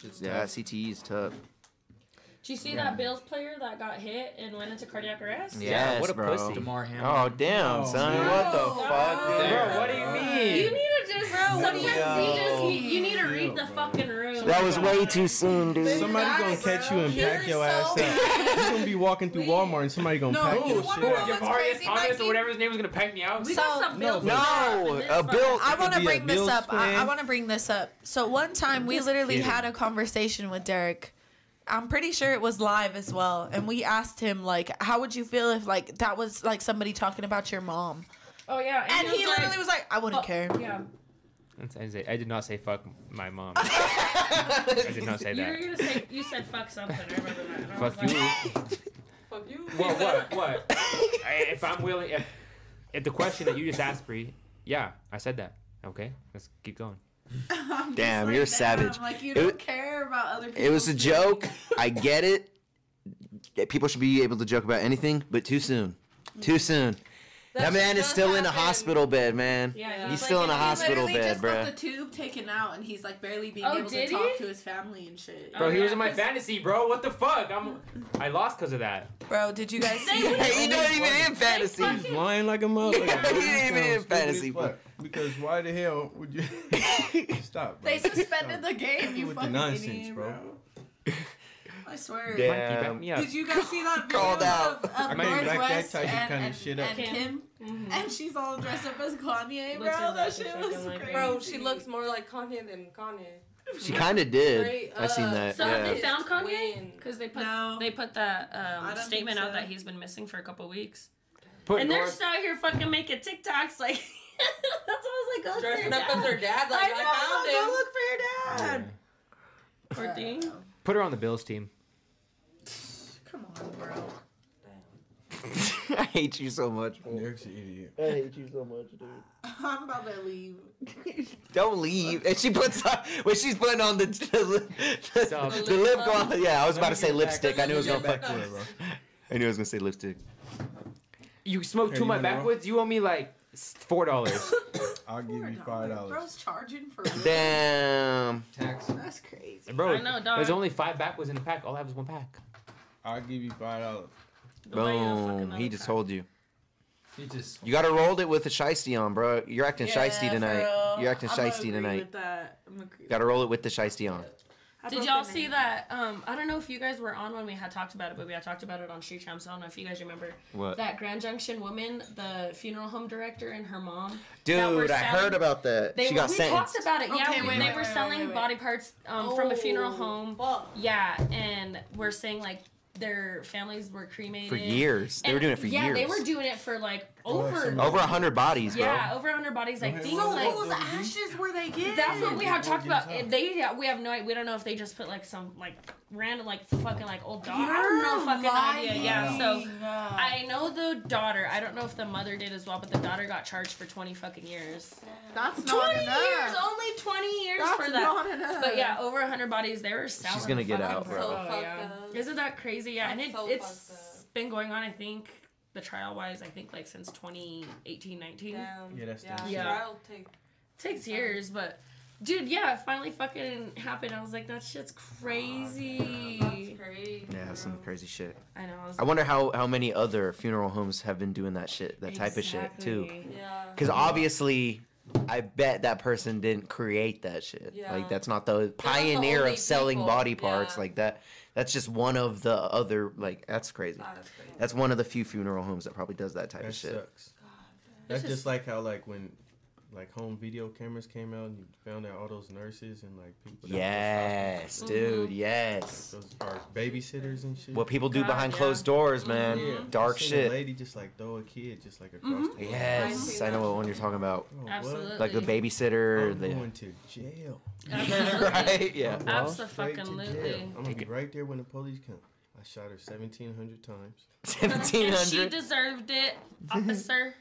Speaker 6: It's
Speaker 5: Yeah,
Speaker 6: tough.
Speaker 5: CTE is tough.
Speaker 2: Did you see that Bills player that got hit and went into cardiac arrest?
Speaker 5: Yeah,
Speaker 4: Yeah, what
Speaker 5: what
Speaker 4: a
Speaker 5: a bro.
Speaker 4: pussy.
Speaker 6: Damar Hamlin.
Speaker 5: Oh damn, son! What the
Speaker 3: No.
Speaker 5: fuck, dude?
Speaker 6: Bro, what
Speaker 4: do you
Speaker 2: You need
Speaker 4: mean?
Speaker 2: to just. sometimes you just.
Speaker 5: Yo.
Speaker 2: You, you need to read
Speaker 7: Yo,
Speaker 2: the
Speaker 7: bro.
Speaker 2: fucking room.
Speaker 5: That was way too soon, dude.
Speaker 7: [LAUGHS] Somebody
Speaker 3: Guys,
Speaker 7: gonna catch you and
Speaker 3: you're
Speaker 7: pack your
Speaker 3: so [LAUGHS]
Speaker 7: ass up. You're gonna be walking through
Speaker 3: Wait.
Speaker 7: Walmart and somebody gonna
Speaker 3: No,
Speaker 7: pack
Speaker 3: you
Speaker 7: your
Speaker 3: wanna
Speaker 7: shit
Speaker 3: know
Speaker 7: up.
Speaker 3: what's
Speaker 4: Arias
Speaker 3: crazy,
Speaker 4: Thomas
Speaker 3: Mikey?
Speaker 4: or whatever his name was gonna pack me out.
Speaker 2: We got
Speaker 3: So-
Speaker 2: some
Speaker 7: No,
Speaker 2: Bills.
Speaker 7: but-
Speaker 5: No, a bill.
Speaker 3: I want
Speaker 7: could
Speaker 3: to
Speaker 7: be a
Speaker 3: bring this
Speaker 7: Bills
Speaker 3: up. I, I
Speaker 7: fan.
Speaker 3: want to bring this up. So one time we literally
Speaker 4: kidding.
Speaker 3: had a conversation with Derek. I'm pretty sure it was live as well, and we asked him like, "How would you feel if like that was like somebody talking about your mom?"
Speaker 2: Oh yeah,
Speaker 3: And he literally was like, Oh. "I wouldn't care."
Speaker 2: Yeah,
Speaker 4: That's- I say- I did not say fuck my mom. I did not
Speaker 2: [LAUGHS]
Speaker 4: say
Speaker 2: you were
Speaker 4: that.
Speaker 2: gonna say you said fuck something. I remember that. And I was
Speaker 4: Fuck you.
Speaker 2: Like,
Speaker 9: Fuck you.
Speaker 5: [LAUGHS]
Speaker 4: What? What? What? I, if I'm willing, if, if the question that you just asked, Bree, yeah, I said that. Okay, let's keep going.
Speaker 3: [LAUGHS] I'm just
Speaker 5: Damn, you're savage.
Speaker 3: Like you
Speaker 5: It
Speaker 3: don't
Speaker 5: wa-
Speaker 3: care about other people.
Speaker 5: It was a joke. I get it. Yeah, People should be able to joke about anything, but too soon. Too soon. That, man is
Speaker 9: just
Speaker 5: still in a
Speaker 9: happened.
Speaker 5: hospital bed, man.
Speaker 2: yeah,
Speaker 5: He's
Speaker 2: yeah.
Speaker 5: still in a
Speaker 3: He
Speaker 5: hospital
Speaker 3: literally
Speaker 5: bed,
Speaker 3: just got the
Speaker 5: bruh.
Speaker 3: tube taken out, and he's like barely being
Speaker 2: Oh,
Speaker 3: able to
Speaker 2: did
Speaker 3: talk
Speaker 2: he?
Speaker 3: to his family and shit.
Speaker 4: Bro, he was in my
Speaker 2: Oh, yeah, 'cause-
Speaker 4: fantasy, bro. What the fuck? I'm, I lost because of that.
Speaker 3: Bro, did you guys see?
Speaker 5: [LAUGHS] He not even in fantasy.
Speaker 2: fucking-
Speaker 7: Lying like a motherfucker.
Speaker 5: Yeah,
Speaker 7: bro.
Speaker 5: he ain't even in
Speaker 7: Sounds stupid as
Speaker 5: fantasy,
Speaker 7: fuck.
Speaker 5: bro.
Speaker 7: Because why the hell would you [LAUGHS] stop? Bro.
Speaker 3: They suspended
Speaker 7: [LAUGHS]
Speaker 3: the game. You
Speaker 7: With the
Speaker 3: fucking
Speaker 7: nonsense,
Speaker 3: idiot,
Speaker 7: bro.
Speaker 3: bro.
Speaker 7: [LAUGHS]
Speaker 3: I swear.
Speaker 5: Yeah.
Speaker 4: Mikey, back
Speaker 5: Um,
Speaker 4: me up.
Speaker 3: Did you guys see that video
Speaker 5: [LAUGHS] Called
Speaker 3: of,
Speaker 5: out.
Speaker 3: of
Speaker 7: I mean, like that
Speaker 3: Northwest
Speaker 7: type of
Speaker 3: and,
Speaker 7: kinda
Speaker 3: and,
Speaker 7: shit
Speaker 3: and
Speaker 7: up.
Speaker 3: Kim?
Speaker 9: Mm-hmm.
Speaker 3: Mm-hmm. And she's all dressed up as Kanye,
Speaker 2: Looks
Speaker 3: bro. That
Speaker 2: exactly
Speaker 3: shit
Speaker 2: fucking
Speaker 3: was
Speaker 2: like
Speaker 3: crazy.
Speaker 2: her.
Speaker 9: Bro, she looks more like Kanye than Kanye.
Speaker 5: [LAUGHS] She kind of did.
Speaker 9: Straight
Speaker 5: I seen
Speaker 9: up.
Speaker 5: that.
Speaker 2: So have
Speaker 5: Yeah.
Speaker 2: they found Kanye?
Speaker 9: Win.
Speaker 2: Because they put
Speaker 3: No.
Speaker 2: they put that
Speaker 3: I
Speaker 2: um,
Speaker 3: don't
Speaker 2: statement
Speaker 3: think
Speaker 2: out
Speaker 3: so.
Speaker 2: that he's been missing for a couple weeks,
Speaker 4: Put
Speaker 2: and they're
Speaker 4: Nor-
Speaker 2: just out here fucking making TikToks like. [LAUGHS] That's what I was like. oh, Go
Speaker 9: Dressing
Speaker 2: look
Speaker 9: up
Speaker 2: for your
Speaker 9: as her
Speaker 2: dad.
Speaker 9: dad, like
Speaker 2: I
Speaker 9: I,
Speaker 2: know,
Speaker 9: found
Speaker 3: Go
Speaker 9: him.
Speaker 3: look for your dad.
Speaker 2: Poor thing.
Speaker 4: Put her on the Bills team.
Speaker 3: Come on, bro. [LAUGHS]
Speaker 5: [LAUGHS] I hate you so much.
Speaker 7: Derek's an idiot.
Speaker 5: I hate you so much, dude.
Speaker 3: I'm about to leave.
Speaker 7: [LAUGHS]
Speaker 5: Don't leave. And she puts on, when she's putting on the the, lip-
Speaker 4: Stop.
Speaker 5: the lip gloss. Yeah, I was about to say
Speaker 7: Let me get
Speaker 5: lipstick.
Speaker 7: back-
Speaker 5: I knew it was
Speaker 7: let
Speaker 5: gonna
Speaker 7: me get
Speaker 5: fuck.
Speaker 7: back to it, bro.
Speaker 5: I knew I was gonna say lipstick.
Speaker 4: You smoked
Speaker 7: Hey,
Speaker 4: too
Speaker 7: you
Speaker 4: much
Speaker 7: wanna roll?
Speaker 4: backwards. You owe me like s-
Speaker 2: [LAUGHS]
Speaker 4: four dollars.
Speaker 7: I'll give you five dollars.
Speaker 3: Bro's charging for real.
Speaker 5: Damn.
Speaker 6: Tax.
Speaker 3: That's crazy.
Speaker 4: bro,
Speaker 2: I know, dog.
Speaker 4: there's only five backwards in the pack. All I have is one pack.
Speaker 7: I'll give you five dollars.
Speaker 2: Go buy you a fucking
Speaker 5: Boom. He
Speaker 2: other
Speaker 5: just
Speaker 2: car.
Speaker 5: told you.
Speaker 6: He just. [LAUGHS]
Speaker 5: You gotta rolled it with a shiesty on, bro. You're acting shiesty tonight. You're acting shiesty tonight. Gotta roll it with the shiesty on.
Speaker 2: Did y'all see that? Um, I don't know if you guys were on when we had talked about it, but we had talked about it on Street Champs. I don't know if you guys remember
Speaker 5: What?
Speaker 2: that Grand Junction woman, the funeral home director, and her mom. that were
Speaker 5: Dude, I
Speaker 2: selling-
Speaker 5: heard about that.
Speaker 2: They
Speaker 5: She
Speaker 2: were,
Speaker 5: got
Speaker 2: we
Speaker 5: sentenced.
Speaker 2: talked about it. yeah,
Speaker 3: Okay,
Speaker 2: we-
Speaker 3: wait,
Speaker 2: they
Speaker 3: wait,
Speaker 2: were
Speaker 3: wait,
Speaker 2: selling
Speaker 3: wait, Oh. wait.
Speaker 2: body parts um, from a funeral home.
Speaker 9: Fuck.
Speaker 2: Yeah, and we're saying like their families were cremated
Speaker 5: For years. They were
Speaker 2: And-
Speaker 5: doing it for
Speaker 2: yeah,
Speaker 5: years.
Speaker 2: they were doing it for like over.
Speaker 5: Over a hundred bodies, Oh, bro.
Speaker 2: Yeah, over 100 bodies. I
Speaker 7: Okay,
Speaker 2: think
Speaker 7: well,
Speaker 3: So
Speaker 2: like
Speaker 3: whose ashes were they getting?
Speaker 2: That's what we have talked about.
Speaker 7: Yeah.
Speaker 2: They yeah, we have no we don't know if they just put like some like random like fucking like old dog. I don't know fucking idea. Yeah, so I know the daughter. I don't know if the mother did as well, but the daughter got charged for twenty fucking years.
Speaker 1: That's not
Speaker 2: Twenty
Speaker 1: enough.
Speaker 2: years, only twenty years
Speaker 1: That's
Speaker 2: for that.
Speaker 1: not enough.
Speaker 2: But yeah, over hundred bodies. They were selling.
Speaker 5: gonna get
Speaker 2: fucking
Speaker 5: out, bro.
Speaker 2: photo,
Speaker 9: So fucked
Speaker 2: yeah.
Speaker 9: up.
Speaker 2: Isn't that crazy? Yeah, and
Speaker 9: Oh, That's
Speaker 2: it,
Speaker 9: so fucked
Speaker 2: it's been going on. I think the trial wise, I think like since 2018, 19.
Speaker 9: Damn.
Speaker 7: Yeah, that's
Speaker 9: yeah.
Speaker 7: dumb
Speaker 2: shit.
Speaker 9: Trial take.
Speaker 2: Takes years, but dude, yeah, it finally fucking happened. I was like, that shit's crazy.
Speaker 9: Oh, That's crazy.
Speaker 5: Yeah, some crazy shit.
Speaker 2: I know. I was
Speaker 5: I wonder how how many other funeral homes have been doing that shit, that type of shit too.
Speaker 2: Exactly.
Speaker 9: Yeah.
Speaker 5: Because obviously, I bet that person didn't create that shit.
Speaker 9: Yeah.
Speaker 5: Like that's not the pioneer
Speaker 9: only
Speaker 5: of selling
Speaker 9: people.
Speaker 5: body parts
Speaker 9: Yeah.
Speaker 5: like that. That's just one of the other. Like that's crazy.
Speaker 9: That's crazy.
Speaker 5: That's one of the few funeral homes that probably does that type
Speaker 7: That
Speaker 5: of shit.
Speaker 7: sucks.
Speaker 2: It's
Speaker 7: That's just,
Speaker 2: just-
Speaker 7: like how like when like home video cameras came out and you found out all those nurses and like people. that was
Speaker 5: Yes,
Speaker 7: hospitalized.
Speaker 5: dude. Yes.
Speaker 7: Those are babysitters and shit.
Speaker 5: What people do
Speaker 2: God,
Speaker 5: behind
Speaker 2: yeah.
Speaker 5: closed doors, man.
Speaker 7: Yeah, I
Speaker 5: Dark
Speaker 7: seen A
Speaker 5: shit.
Speaker 7: lady just like throw a kid just like across
Speaker 5: Mm-hmm.
Speaker 7: the room.
Speaker 5: Yes, I know what one you're talking about.
Speaker 7: Bro, what?
Speaker 2: Absolutely.
Speaker 5: Like the babysitter.
Speaker 7: I'm
Speaker 5: the-
Speaker 7: going to jail.
Speaker 2: Absolutely.
Speaker 5: [LAUGHS] right? Yeah.
Speaker 7: Wall Street to jail.
Speaker 2: Absolutely.
Speaker 7: I'm gonna be right there when the police come. I shot her 1,700 times.
Speaker 5: Seventeen
Speaker 2: And she
Speaker 5: hundred.
Speaker 2: deserved it,
Speaker 7: [LAUGHS]
Speaker 2: officer.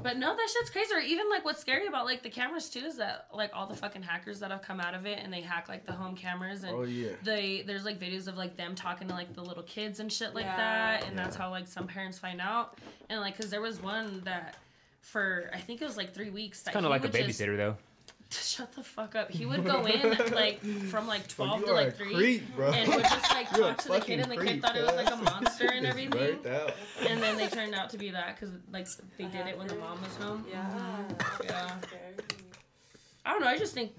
Speaker 2: But no, that shit's crazy. Or even like what's scary about like the cameras too is that like all the fucking hackers that have come out of it and they hack like the home cameras and
Speaker 7: Oh yeah.
Speaker 2: they there's like videos of like them talking to like the little kids and shit like
Speaker 9: Yeah.
Speaker 2: that and that's how like some parents find out and like because there was one that for i think it was like three weeks that he
Speaker 4: Kind of like a
Speaker 2: would just-
Speaker 4: babysitter though.
Speaker 2: [LAUGHS] shut the fuck up he would go in like from
Speaker 7: [LAUGHS]
Speaker 2: like 12
Speaker 7: you
Speaker 2: to
Speaker 7: are
Speaker 2: like
Speaker 7: a
Speaker 2: 3
Speaker 7: creep, bro. [LAUGHS]
Speaker 2: and would just like
Speaker 7: You're a
Speaker 2: talk to the kid
Speaker 7: fucking
Speaker 2: and the kid
Speaker 7: creep,
Speaker 2: thought it was like a
Speaker 7: cuz.
Speaker 2: monster and
Speaker 7: [LAUGHS] It's
Speaker 2: everything
Speaker 7: burnt out.
Speaker 2: and then they turned out to be that because like they did it when the mom was home
Speaker 9: Yeah.
Speaker 2: yeah
Speaker 9: Scary.
Speaker 2: i don't know i just think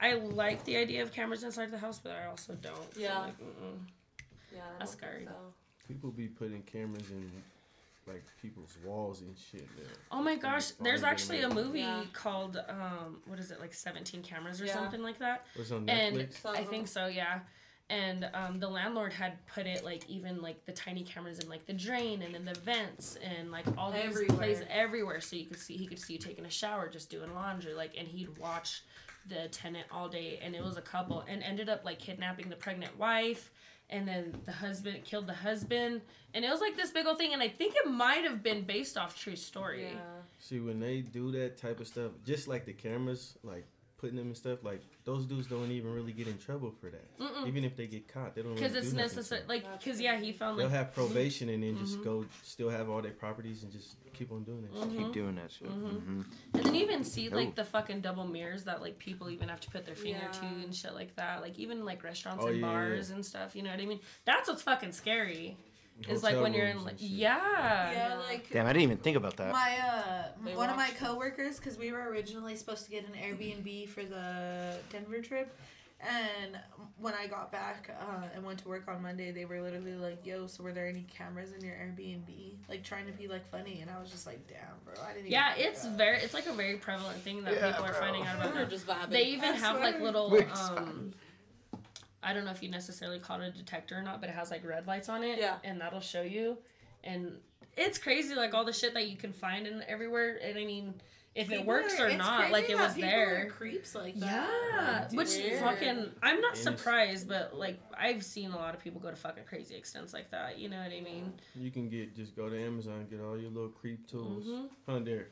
Speaker 2: i like the idea of cameras inside the house but i also don't So,
Speaker 9: Yeah.
Speaker 2: like, mm-mm.
Speaker 9: Yeah. I
Speaker 2: That's
Speaker 9: don't think
Speaker 2: scary.
Speaker 9: so.
Speaker 7: People be putting cameras in like people's walls and shit now.
Speaker 2: Oh my gosh,
Speaker 7: Fine,
Speaker 2: there's
Speaker 7: get 'em
Speaker 2: actually a
Speaker 7: out.
Speaker 2: movie
Speaker 9: Yeah.
Speaker 2: called um what is it like 17 cameras or
Speaker 9: Yeah.
Speaker 2: something like that.
Speaker 7: What's on
Speaker 2: And
Speaker 7: Netflix?
Speaker 9: So-
Speaker 2: I think so, yeah. And um, the landlord had put it like even like the tiny cameras in like the drain and in the vents and like all these
Speaker 9: Everywhere.
Speaker 2: places everywhere, so you could see he could see you taking a shower, just doing laundry, like and he'd watch the tenant all day, and it was a couple, and ended up like kidnapping the pregnant wife, and then the husband killed the husband, and it was like this big old thing, and I think it might have been based off true story.
Speaker 9: Yeah.
Speaker 7: See, when they do that type of stuff, just like the cameras, like putting them and stuff, like those dudes don't even really get in trouble for that.
Speaker 2: Mm-mm.
Speaker 7: Even if they get caught, they don't.
Speaker 2: Mm. Because
Speaker 7: really
Speaker 2: it's
Speaker 7: do nothing to
Speaker 2: necessary,
Speaker 7: them.
Speaker 2: like, because yeah, he found
Speaker 7: They'll
Speaker 2: like, mm-hmm.
Speaker 7: have probation and then just go, still have all their properties and just keep on doing it.
Speaker 5: Keep doing that shit. hmm
Speaker 2: and then even see
Speaker 5: Oh.
Speaker 2: like the fucking double mirrors that like people even have to put their finger to
Speaker 9: Yeah.
Speaker 2: and shit like that. Like even like restaurants
Speaker 7: Oh,
Speaker 2: and
Speaker 7: yeah, yeah, yeah.
Speaker 2: bars and stuff. You know what I mean? That's what's fucking scary. Is Mm-hmm. like
Speaker 7: Hotel
Speaker 2: when you're
Speaker 7: rooms
Speaker 2: in like
Speaker 7: and shit.
Speaker 2: yeah.
Speaker 3: Yeah, like
Speaker 5: Damn, I didn't even think about that.
Speaker 3: my uh,
Speaker 9: They
Speaker 3: one of my
Speaker 9: watch.
Speaker 3: coworkers, because we were originally supposed to get an Airbnb for the Denver trip, and when I got back uh, and went to work on Monday, they were literally like, "Yo, so were there any cameras in your Airbnb?" Like trying to be like funny, and I was just like, "Damn, bro, I didn't."
Speaker 2: Yeah,
Speaker 3: even think
Speaker 2: it's
Speaker 3: about
Speaker 2: very it's like a very prevalent thing that
Speaker 5: Yeah,
Speaker 2: people are
Speaker 5: bro.
Speaker 2: finding out about
Speaker 9: We were
Speaker 2: now.
Speaker 9: just vibing.
Speaker 2: They even
Speaker 3: I
Speaker 2: have like
Speaker 3: swear.
Speaker 2: little
Speaker 5: We're just
Speaker 2: um I don't know if you necessarily call it a detector or not, but it has like red lights on it.
Speaker 9: Yeah.
Speaker 2: And that'll show you. And it's crazy, like all the shit that you can find and everywhere. And I mean, if it
Speaker 3: People
Speaker 2: works
Speaker 3: are-
Speaker 2: or
Speaker 3: it's
Speaker 2: not, like
Speaker 3: crazy
Speaker 2: it
Speaker 3: that
Speaker 2: was
Speaker 3: people
Speaker 2: there.
Speaker 3: Are creeps like that.
Speaker 2: Yeah,
Speaker 9: Dude.
Speaker 2: which
Speaker 9: Weird.
Speaker 2: fucking I'm not
Speaker 7: Innocent.
Speaker 2: surprised, but like I've seen a lot of people go to fucking crazy extents like that. You know what I mean?
Speaker 5: [LAUGHS]
Speaker 7: You can get just go to Amazon, get all your little creep tools.
Speaker 2: Mm-hmm.
Speaker 7: Huh, there.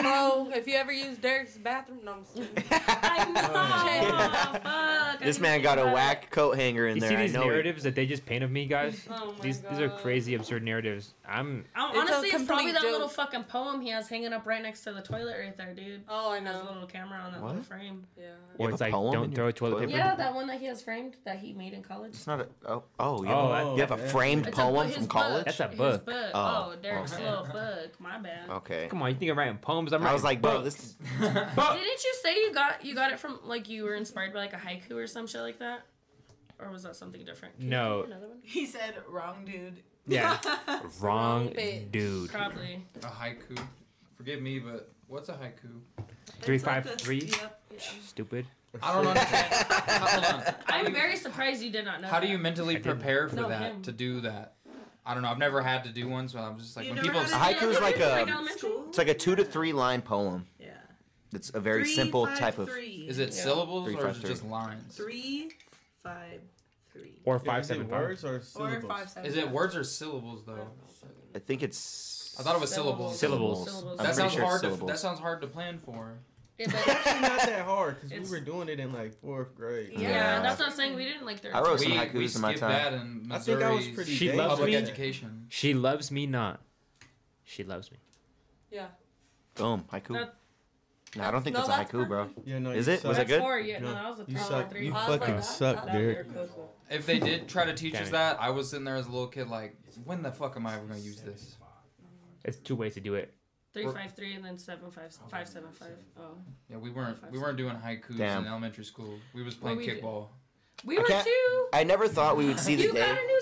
Speaker 9: Bro, if you ever use Derek's bathroom, no, I'm just kidding.
Speaker 5: [LAUGHS]
Speaker 2: I know. fuck. I
Speaker 5: Oh,
Speaker 2: uh,
Speaker 5: This
Speaker 2: didn't
Speaker 5: man
Speaker 2: think
Speaker 5: got a
Speaker 2: about it.
Speaker 5: whack coat hanger in
Speaker 4: You
Speaker 5: there.
Speaker 4: see
Speaker 5: I
Speaker 4: these
Speaker 5: know. it.
Speaker 4: narratives that they just paint of me, guys?
Speaker 9: Oh my
Speaker 4: these these are
Speaker 9: God.
Speaker 4: crazy, absurd narratives. I'm
Speaker 2: I-
Speaker 9: It's a
Speaker 2: Honestly, it's, probably
Speaker 9: complete
Speaker 2: that little
Speaker 9: joke.
Speaker 2: fucking poem he has hanging up right next to the toilet right there, dude.
Speaker 9: Oh, I
Speaker 2: He has a
Speaker 9: know.
Speaker 2: little camera on that little
Speaker 5: What?
Speaker 2: frame.
Speaker 9: Yeah.
Speaker 5: You
Speaker 4: or
Speaker 5: have
Speaker 4: it's
Speaker 5: a
Speaker 4: like
Speaker 5: poem
Speaker 4: don't
Speaker 5: in
Speaker 4: throw
Speaker 5: your
Speaker 4: toilet
Speaker 5: toilet?
Speaker 4: paper.
Speaker 2: Yeah, that one that he has framed that he made in college.
Speaker 5: It's not a. Oh, oh, you,
Speaker 4: Oh,
Speaker 5: have, a- you have a
Speaker 7: that-
Speaker 5: framed
Speaker 2: It's a
Speaker 5: poem
Speaker 2: book-
Speaker 5: from
Speaker 2: his
Speaker 5: college?
Speaker 4: That's a
Speaker 2: His
Speaker 4: book.
Speaker 2: Oh,
Speaker 5: Oh,
Speaker 2: Derek's
Speaker 5: okay.
Speaker 2: little book. My bad.
Speaker 5: Okay.
Speaker 4: Come on, you think I'm writing poems? I'm
Speaker 5: I was
Speaker 4: writing
Speaker 5: like, bro,
Speaker 4: books.
Speaker 5: this is.
Speaker 2: [LAUGHS]
Speaker 5: Uh,
Speaker 2: Didn't you say you got you got it from like you were inspired by like a haiku or some shit like that? Or was that something different? Can you
Speaker 4: No.
Speaker 2: give me another one?
Speaker 3: He said, "Wrong dude." [LAUGHS]
Speaker 4: yeah, wrong
Speaker 9: bitch.
Speaker 4: dude.
Speaker 2: Probably.
Speaker 6: A haiku. Forgive me, but what's a haiku?
Speaker 4: Three
Speaker 3: It's like
Speaker 4: five
Speaker 3: this-
Speaker 4: three.
Speaker 3: Yep.
Speaker 4: Stupid.
Speaker 5: [LAUGHS]
Speaker 7: [LAUGHS]
Speaker 6: I don't understand. Hold on. How do
Speaker 2: I'm
Speaker 6: you-
Speaker 2: very surprised you did not know.
Speaker 6: How do
Speaker 2: that.
Speaker 6: you mentally
Speaker 4: I didn't.
Speaker 6: prepare for
Speaker 2: No,
Speaker 6: that
Speaker 2: him.
Speaker 6: to do that? I don't know. I've never had to do one, so I'm just like
Speaker 3: You
Speaker 6: when
Speaker 3: never
Speaker 6: people.
Speaker 3: had
Speaker 6: s-
Speaker 3: to
Speaker 5: Haiku is like
Speaker 2: Like
Speaker 5: a
Speaker 2: elementary?
Speaker 3: School?
Speaker 5: it's like a two to three line poem.
Speaker 3: Yeah.
Speaker 5: It's a very simple type of.
Speaker 3: three.
Speaker 6: Is it syllables
Speaker 5: Three,
Speaker 6: or
Speaker 5: five,
Speaker 6: is it
Speaker 5: three.
Speaker 6: just lines?
Speaker 3: three five three
Speaker 4: Or five seven five.
Speaker 7: words or syllables?
Speaker 3: or five seven?
Speaker 6: Is it words or syllables though?
Speaker 5: I think it's.
Speaker 6: I thought it was syllables.
Speaker 4: Syllables.
Speaker 2: Syllables.
Speaker 5: I'm
Speaker 6: That
Speaker 5: pretty
Speaker 6: sounds
Speaker 5: sure it's
Speaker 6: hard. To,
Speaker 5: syllables.
Speaker 6: that sounds hard to plan for.
Speaker 2: Yeah, but- [LAUGHS]
Speaker 7: [LAUGHS] Actually, not that hard because
Speaker 2: It's-
Speaker 7: we were doing it in like fourth grade.
Speaker 2: yeah,
Speaker 5: Yeah.
Speaker 2: that's not saying we didn't like their.
Speaker 5: I wrote some
Speaker 6: We,
Speaker 5: haikus
Speaker 6: we
Speaker 5: in my
Speaker 6: skipped
Speaker 5: time.
Speaker 6: that in
Speaker 7: I
Speaker 6: Missouri's
Speaker 7: think I was pretty.
Speaker 4: She
Speaker 7: basic.
Speaker 4: loves
Speaker 6: public
Speaker 4: me.
Speaker 6: education.
Speaker 4: She loves me not. She loves me.
Speaker 9: Yeah.
Speaker 5: Boom, haiku.
Speaker 2: That-
Speaker 5: no, I don't think
Speaker 9: No,
Speaker 5: that's,
Speaker 9: that's
Speaker 5: a haiku, bro.
Speaker 7: Yeah, no,
Speaker 5: Is
Speaker 7: you
Speaker 5: it?
Speaker 7: suck.
Speaker 5: Was it
Speaker 2: That's
Speaker 5: good?
Speaker 2: four, yeah.
Speaker 7: No,
Speaker 2: No, that was the
Speaker 7: You
Speaker 2: top
Speaker 7: suck.
Speaker 2: Oh, three.
Speaker 7: You
Speaker 9: I was
Speaker 7: fucking
Speaker 9: like,
Speaker 7: suck,
Speaker 9: that- that
Speaker 7: Derek.
Speaker 9: weird close one.
Speaker 6: If they did try to teach
Speaker 4: Damn
Speaker 6: us
Speaker 4: it.
Speaker 6: that, I was sitting there as a little kid like, when the fuck am I ever gonna use this?
Speaker 4: It's two ways to do it.
Speaker 2: Three five three and then seven five five seven five. Oh,
Speaker 6: Yeah, we weren't we weren't doing haikus
Speaker 5: Damn.
Speaker 6: in elementary school. We was playing
Speaker 2: we did.
Speaker 6: kickball.
Speaker 2: we
Speaker 5: I
Speaker 2: were
Speaker 5: can't-
Speaker 2: two.
Speaker 5: I never thought we would see the
Speaker 2: [LAUGHS] You got
Speaker 5: day.
Speaker 2: a new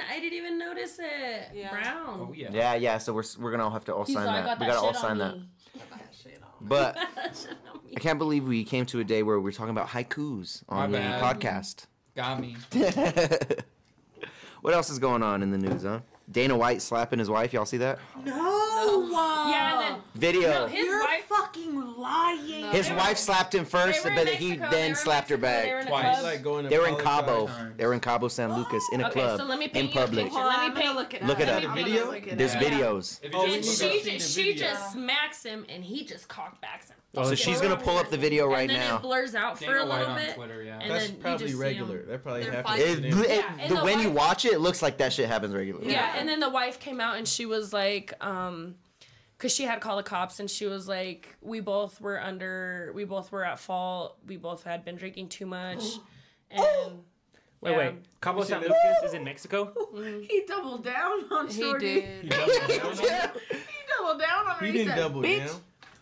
Speaker 2: sign. I didn't even notice it.
Speaker 9: Yeah.
Speaker 2: Brown.
Speaker 6: Oh yeah.
Speaker 5: Yeah, yeah. So we're s- we're gonna all have to all
Speaker 2: He's
Speaker 5: sign
Speaker 2: like, I
Speaker 5: that.
Speaker 2: got
Speaker 5: We
Speaker 2: that
Speaker 5: gotta all
Speaker 2: shit
Speaker 5: sign that.
Speaker 2: on [LAUGHS]
Speaker 5: But
Speaker 2: me. Shit on me.
Speaker 5: I can't believe we came to a day where we're talking about haikus on the
Speaker 6: My bad.
Speaker 5: podcast.
Speaker 6: Got me.
Speaker 5: [LAUGHS] what else is going on in the news, huh? Dana White slapping his wife. Y'all see that
Speaker 3: No.
Speaker 2: Oh. Yeah, and then
Speaker 5: video?
Speaker 2: no, his
Speaker 3: You're
Speaker 2: wife.
Speaker 3: fucking lying.
Speaker 9: No.
Speaker 5: His
Speaker 2: They were-
Speaker 5: wife slapped him first,
Speaker 2: they
Speaker 5: but
Speaker 2: were in
Speaker 5: then he
Speaker 2: Mexico, they
Speaker 5: then
Speaker 2: were in
Speaker 5: slapped her
Speaker 2: Mexico,
Speaker 5: back.
Speaker 2: They were in a
Speaker 6: Twice.
Speaker 2: club.
Speaker 7: Like going to
Speaker 5: They were in
Speaker 7: apologize.
Speaker 5: Cabo.
Speaker 6: times.
Speaker 5: They were in Cabo San Lucas in a
Speaker 2: okay,
Speaker 5: club
Speaker 2: so let me
Speaker 5: in
Speaker 2: paint you a
Speaker 5: public.
Speaker 2: picture.
Speaker 3: Hold
Speaker 2: Let
Speaker 3: on, I'm
Speaker 2: me
Speaker 3: gonna
Speaker 2: paint.
Speaker 3: look it
Speaker 5: Look
Speaker 3: up.
Speaker 5: it up.
Speaker 3: I'm gonna
Speaker 7: Video?
Speaker 3: look it
Speaker 5: There's
Speaker 3: up.
Speaker 5: videos.
Speaker 6: If
Speaker 7: Oh,
Speaker 6: you
Speaker 2: And
Speaker 6: just
Speaker 2: she
Speaker 6: look
Speaker 7: seen
Speaker 2: ju-
Speaker 7: the
Speaker 2: she
Speaker 7: video.
Speaker 2: just smacks him, and he just cock backs him.
Speaker 4: Oh,
Speaker 5: So
Speaker 4: the
Speaker 5: she's
Speaker 4: shit.
Speaker 5: gonna pull up the video right
Speaker 2: and then
Speaker 5: now.
Speaker 2: it blurs out
Speaker 6: up
Speaker 2: for a
Speaker 6: Dana White
Speaker 2: little
Speaker 6: on
Speaker 2: bit.
Speaker 6: Twitter, yeah.
Speaker 2: and
Speaker 7: That's
Speaker 2: then you
Speaker 7: probably
Speaker 2: just see
Speaker 7: regular.
Speaker 2: him.
Speaker 7: That probably
Speaker 9: They're
Speaker 7: happens.
Speaker 9: fighting.
Speaker 5: It,
Speaker 7: to them.
Speaker 5: it-
Speaker 2: Yeah, and
Speaker 5: the,
Speaker 2: the
Speaker 5: when you
Speaker 2: wife-
Speaker 5: watch it, it looks like that shit happens regularly.
Speaker 2: Yeah, and then the wife came out and she was like, um, because she had called the cops and she was like, we both were under, we both were at fault, we both had been drinking too
Speaker 6: [GASPS]
Speaker 2: much,
Speaker 6: Oh!
Speaker 2: and
Speaker 4: Wait,
Speaker 2: Yeah.
Speaker 4: wait. Cabo San Lucas is
Speaker 3: [LAUGHS]
Speaker 4: in Mexico.
Speaker 3: He doubled down on
Speaker 9: He
Speaker 3: Shorty. [LAUGHS]
Speaker 2: [LAUGHS]
Speaker 9: did.
Speaker 3: He doubled down on her.
Speaker 7: He didn't
Speaker 3: said,
Speaker 7: double
Speaker 3: Bitch,
Speaker 7: down.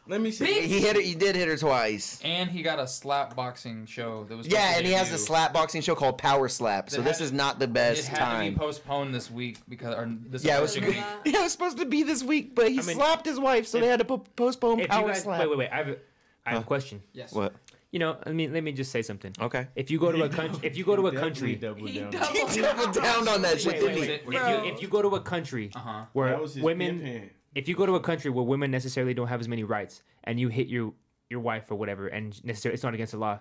Speaker 7: Let me see.
Speaker 5: He hit her. He did hit her twice.
Speaker 6: And he got a slap boxing show that was supposed
Speaker 5: Yeah,
Speaker 6: to
Speaker 5: and he has a
Speaker 6: debut.
Speaker 5: slap boxing show called Power Slap. So
Speaker 6: That
Speaker 5: this
Speaker 6: had-
Speaker 5: is not the
Speaker 6: It
Speaker 5: best
Speaker 6: had to be
Speaker 5: time.
Speaker 6: postponed this week because or this
Speaker 5: Yeah, it was.
Speaker 6: upcoming
Speaker 5: good.
Speaker 6: week.
Speaker 5: Yeah, it was supposed to be [LAUGHS] this week, but he
Speaker 4: I mean,
Speaker 5: slapped his wife, so they had to po- postpone
Speaker 4: If you
Speaker 5: Power
Speaker 4: guys,
Speaker 5: Slap.
Speaker 4: wait, wait, wait. I have, a, I have
Speaker 5: Huh?
Speaker 4: a question.
Speaker 6: Yes.
Speaker 5: What?
Speaker 4: You know, I mean, let me just say something.
Speaker 5: Okay.
Speaker 4: If you go
Speaker 10: [LAUGHS]
Speaker 4: to a
Speaker 7: [LAUGHS]
Speaker 4: country, if you go to a
Speaker 7: Definitely
Speaker 4: country, wait,
Speaker 7: double
Speaker 9: He
Speaker 7: down.
Speaker 5: [LAUGHS]
Speaker 9: doubled
Speaker 5: He doubled down on that
Speaker 4: wait,
Speaker 5: shit, didn't he?
Speaker 4: wait. If you, if you go to a country
Speaker 6: Uh-huh.
Speaker 4: where
Speaker 7: That was his
Speaker 4: women,
Speaker 7: pin.
Speaker 4: if you go to a country where women necessarily don't have as many rights, and you hit your your wife or whatever, and necessarily it's not against the law,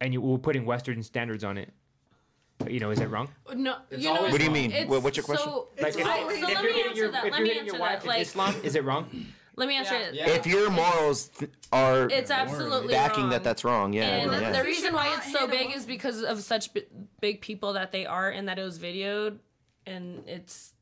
Speaker 4: and you we're putting Western standards on it, you know, is that wrong?
Speaker 2: no,
Speaker 6: It's
Speaker 2: you know
Speaker 6: always
Speaker 5: What do you mean?
Speaker 2: It's
Speaker 5: What- what's your question?
Speaker 2: So,
Speaker 4: Like, if,
Speaker 2: I- so
Speaker 4: if
Speaker 2: let
Speaker 4: you're
Speaker 2: me
Speaker 4: hitting
Speaker 2: answer
Speaker 4: your,
Speaker 2: that.
Speaker 4: if
Speaker 2: Let
Speaker 4: you're
Speaker 2: me
Speaker 4: hitting
Speaker 2: answer
Speaker 4: your
Speaker 2: that.
Speaker 4: wife in
Speaker 2: Like,
Speaker 4: Islam, is it wrong?
Speaker 2: let me answer it.
Speaker 6: Yeah.
Speaker 5: If your morals th- are
Speaker 2: It's absolutely
Speaker 5: backing
Speaker 2: wrong.
Speaker 5: that that's wrong, yeah.
Speaker 2: And
Speaker 5: then
Speaker 2: the
Speaker 5: yeah.
Speaker 2: reason why it's so
Speaker 9: Should not hit a
Speaker 2: big is because of such b- big people that they are, and that it was videoed, and it's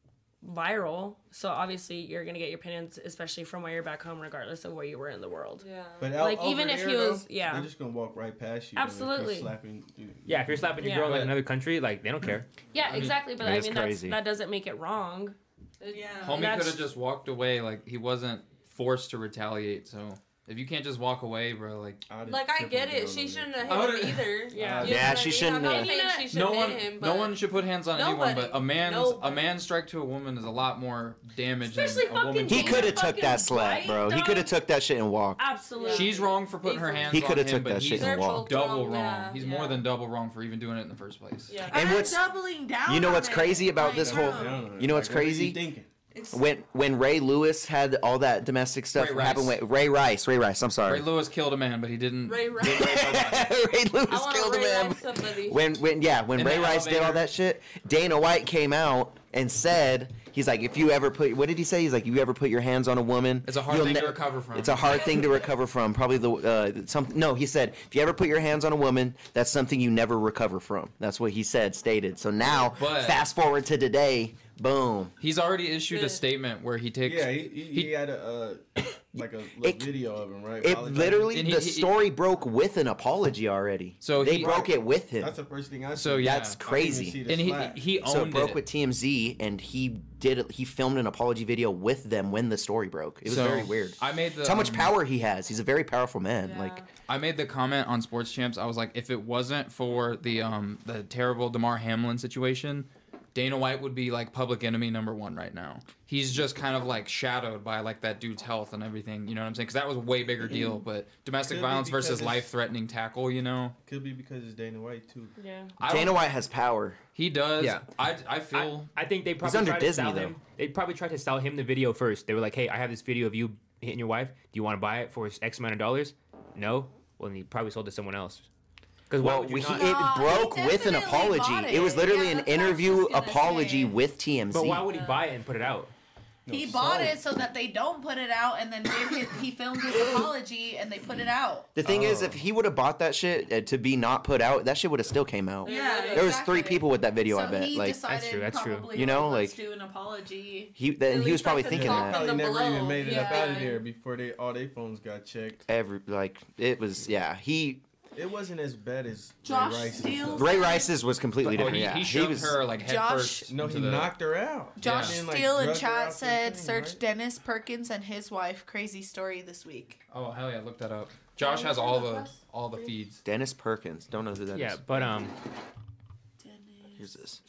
Speaker 2: viral. So obviously, you're gonna get your opinions, especially from where you're back home, regardless of where you were in the world.
Speaker 9: Yeah.
Speaker 7: But out
Speaker 2: Like,
Speaker 7: over
Speaker 2: even if
Speaker 7: there,
Speaker 2: he
Speaker 7: though,
Speaker 2: was- yeah.
Speaker 7: they're just gonna walk right past you. and if you're
Speaker 2: Absolutely.
Speaker 7: slapping, you-
Speaker 4: Yeah, if you're slapping your
Speaker 2: Yeah.
Speaker 4: girl in like
Speaker 6: But-
Speaker 4: another country, like they don't care.
Speaker 2: Yeah, exactly. But
Speaker 5: That
Speaker 2: I
Speaker 5: is
Speaker 2: mean, that's,
Speaker 5: crazy.
Speaker 2: that doesn't make it wrong.
Speaker 9: Yeah.
Speaker 6: Homie
Speaker 2: That's-
Speaker 6: could have just walked away. Like he wasn't forced to retaliate. So if you can't just walk away, bro, like
Speaker 7: I'd
Speaker 9: Like I
Speaker 7: triple
Speaker 9: get
Speaker 7: down
Speaker 9: it.
Speaker 7: on
Speaker 9: She
Speaker 7: it.
Speaker 9: shouldn't have
Speaker 6: I
Speaker 9: hit
Speaker 6: would've-
Speaker 9: him either.
Speaker 2: Yeah.
Speaker 9: You know
Speaker 5: Yeah,
Speaker 9: what
Speaker 5: she
Speaker 9: I mean?
Speaker 5: shouldn't
Speaker 9: I'm not
Speaker 5: have.
Speaker 9: saying she should
Speaker 6: no one,
Speaker 9: hit him, but
Speaker 6: no one should put hands on anyone.
Speaker 9: Nobody.
Speaker 6: But a man's a
Speaker 9: Nobody.
Speaker 6: man's strike to a woman is a lot more damage
Speaker 2: Especially
Speaker 6: than a woman.
Speaker 2: fucking
Speaker 5: He
Speaker 2: Ain't
Speaker 5: could have
Speaker 2: that
Speaker 5: took that
Speaker 2: fucking
Speaker 5: slap,
Speaker 2: right,
Speaker 5: bro. He
Speaker 2: dog?
Speaker 5: could have took that shit and walked.
Speaker 2: Absolutely.
Speaker 6: She's wrong for putting her
Speaker 9: Easily.
Speaker 6: hands
Speaker 5: He
Speaker 6: on
Speaker 5: coulda
Speaker 6: him,
Speaker 5: took
Speaker 6: but
Speaker 5: that
Speaker 6: he's
Speaker 5: shit and walked.
Speaker 6: double
Speaker 9: Yeah,
Speaker 6: wrong. he's
Speaker 9: yeah.
Speaker 6: more than double wrong for even doing it in the first place.
Speaker 9: Yeah.
Speaker 5: And
Speaker 3: I'm
Speaker 5: what's-
Speaker 3: doubling down?
Speaker 5: You know
Speaker 3: on
Speaker 5: what's
Speaker 3: it
Speaker 5: crazy about this whole-
Speaker 3: now.
Speaker 7: Down on it.
Speaker 5: You know what's
Speaker 7: Like, what are
Speaker 5: crazy?
Speaker 7: you thinking?
Speaker 3: It's-
Speaker 5: When when Ray Lewis had all that domestic stuff
Speaker 6: Ray
Speaker 5: happen
Speaker 6: Rice.
Speaker 5: with Ray Rice, Ray Rice, I'm sorry.
Speaker 6: Ray Lewis killed a man, but he didn't. [LAUGHS]
Speaker 9: Ray Rice.
Speaker 5: [LAUGHS] Ray
Speaker 9: I
Speaker 5: Lewis
Speaker 9: want
Speaker 5: killed
Speaker 9: to
Speaker 5: a man. [LAUGHS]
Speaker 9: realize somebody.
Speaker 5: When when yeah, when
Speaker 6: In
Speaker 5: Ray
Speaker 6: the
Speaker 5: Rice did all
Speaker 6: elevator.
Speaker 5: that shit, Dana White came out and said he's like, if you ever put what did he say? He's like, if you ever put your hands on a woman,
Speaker 6: It's a hard
Speaker 5: you'll
Speaker 6: thing to
Speaker 5: ne-
Speaker 6: recover from.
Speaker 5: It's a hard thing to recover from. Probably the uh, some no. He said if you ever put your hands on a woman, that's something you never recover from. That's what he said, stated. So now,
Speaker 6: But-
Speaker 5: fast forward to today, boom.
Speaker 6: He's already issued
Speaker 9: Yeah.
Speaker 6: a statement where he takes.
Speaker 7: Yeah, he, he, he had a uh, like a little
Speaker 5: It-
Speaker 7: video of him, right?
Speaker 5: It
Speaker 7: Apologizing.
Speaker 5: literally
Speaker 6: And he-
Speaker 5: the
Speaker 6: he-
Speaker 5: story broke with an apology already.
Speaker 6: So
Speaker 5: they
Speaker 6: he-
Speaker 5: broke it with him.
Speaker 7: That's the first thing I.
Speaker 6: So
Speaker 7: see.
Speaker 6: yeah,
Speaker 5: That's
Speaker 6: I didn't
Speaker 5: crazy.
Speaker 7: I didn't
Speaker 6: and
Speaker 7: even see
Speaker 6: he
Speaker 7: the slap.
Speaker 6: he owned
Speaker 5: so it broke
Speaker 6: it.
Speaker 5: with TMZ, and he did. He filmed an apology video with them when the story broke. It was
Speaker 6: So,
Speaker 5: very weird.
Speaker 6: I made the
Speaker 5: It's how much
Speaker 6: um,
Speaker 5: power he has. He's a very powerful man.
Speaker 9: Yeah.
Speaker 5: Like
Speaker 6: I made the comment on Sports Champs. I was like, if it wasn't for the um the terrible Demar Hamlin situation, Dana White would be like public enemy number one right now. He's just kind of like shadowed by like that dude's health and everything. You know what I'm saying? Because that was a way bigger deal. But domestic
Speaker 7: Could be
Speaker 6: violence versus
Speaker 7: because it's-
Speaker 6: life threatening tackle, you know,
Speaker 7: Could be because it's Dana White too.
Speaker 2: Yeah.
Speaker 6: I
Speaker 5: Dana
Speaker 6: don't-
Speaker 5: White has power.
Speaker 6: he does.
Speaker 5: Yeah.
Speaker 6: I I feel
Speaker 4: I think they probably
Speaker 5: under
Speaker 4: tried to
Speaker 5: Disney,
Speaker 4: sell
Speaker 5: though.
Speaker 4: him. They probably tried to sell him the video first. They were like, "Hey, I have this video of you hitting your wife. Do you want to buy it for X amount of dollars?" No. Well, then he probably sold it to someone else. Because why
Speaker 5: Well,
Speaker 4: would you
Speaker 5: we,
Speaker 4: not?
Speaker 5: it
Speaker 9: No,
Speaker 5: broke
Speaker 9: he
Speaker 5: with an
Speaker 9: definitely
Speaker 5: apology.
Speaker 9: bought
Speaker 5: It.
Speaker 9: it.
Speaker 5: was literally
Speaker 9: Yeah,
Speaker 5: an
Speaker 9: that's what I was
Speaker 5: interview
Speaker 9: just gonna
Speaker 5: apology
Speaker 9: say.
Speaker 5: with TMZ.
Speaker 4: but why would he buy it and put it out?
Speaker 3: he bought it so that they don't put it out, and then they, he- he filmed
Speaker 5: [LAUGHS]
Speaker 3: his apology, and they put it out.
Speaker 5: the thing is, if
Speaker 6: Oh.
Speaker 5: he would have bought that shit uh, to be not put out, that shit would have still came out.
Speaker 3: Yeah,
Speaker 5: There was three people with that video.
Speaker 3: So
Speaker 5: I bet.
Speaker 3: he
Speaker 5: Like
Speaker 3: decided
Speaker 4: That's true, that's true.
Speaker 3: probably,
Speaker 5: You know,
Speaker 3: let's
Speaker 5: like-
Speaker 3: do an apology.
Speaker 5: he, then he was
Speaker 9: least I
Speaker 5: probably
Speaker 9: could
Speaker 5: thinking
Speaker 9: talk
Speaker 5: that.
Speaker 9: From
Speaker 7: Probably
Speaker 9: the
Speaker 7: never
Speaker 9: below,
Speaker 7: even made it up
Speaker 3: yeah.
Speaker 7: out of there before they all their phones got checked.
Speaker 5: Every like it was yeah he
Speaker 7: It wasn't as bad as
Speaker 3: Josh
Speaker 7: Ray Rice's.
Speaker 3: Steele?
Speaker 5: Ray Rice's was completely
Speaker 6: oh,
Speaker 5: different
Speaker 6: he,
Speaker 5: yeah
Speaker 6: he shoved
Speaker 5: was
Speaker 6: her like head
Speaker 3: Josh-
Speaker 6: first.
Speaker 7: No, he
Speaker 6: into the-
Speaker 7: knocked her out.
Speaker 3: Josh
Speaker 6: Yeah.
Speaker 7: And, like,
Speaker 3: Steele in
Speaker 7: drugged her
Speaker 3: chat
Speaker 7: out for
Speaker 3: said,
Speaker 7: the thing,
Speaker 3: "Search
Speaker 7: right?
Speaker 3: Dennis Perkins and his wife. Crazy story this week."
Speaker 6: Oh hell yeah, look that up. Josh has all the all the feeds.
Speaker 5: Dennis Perkins don't know who that is.
Speaker 4: Yeah, but um,
Speaker 5: who's this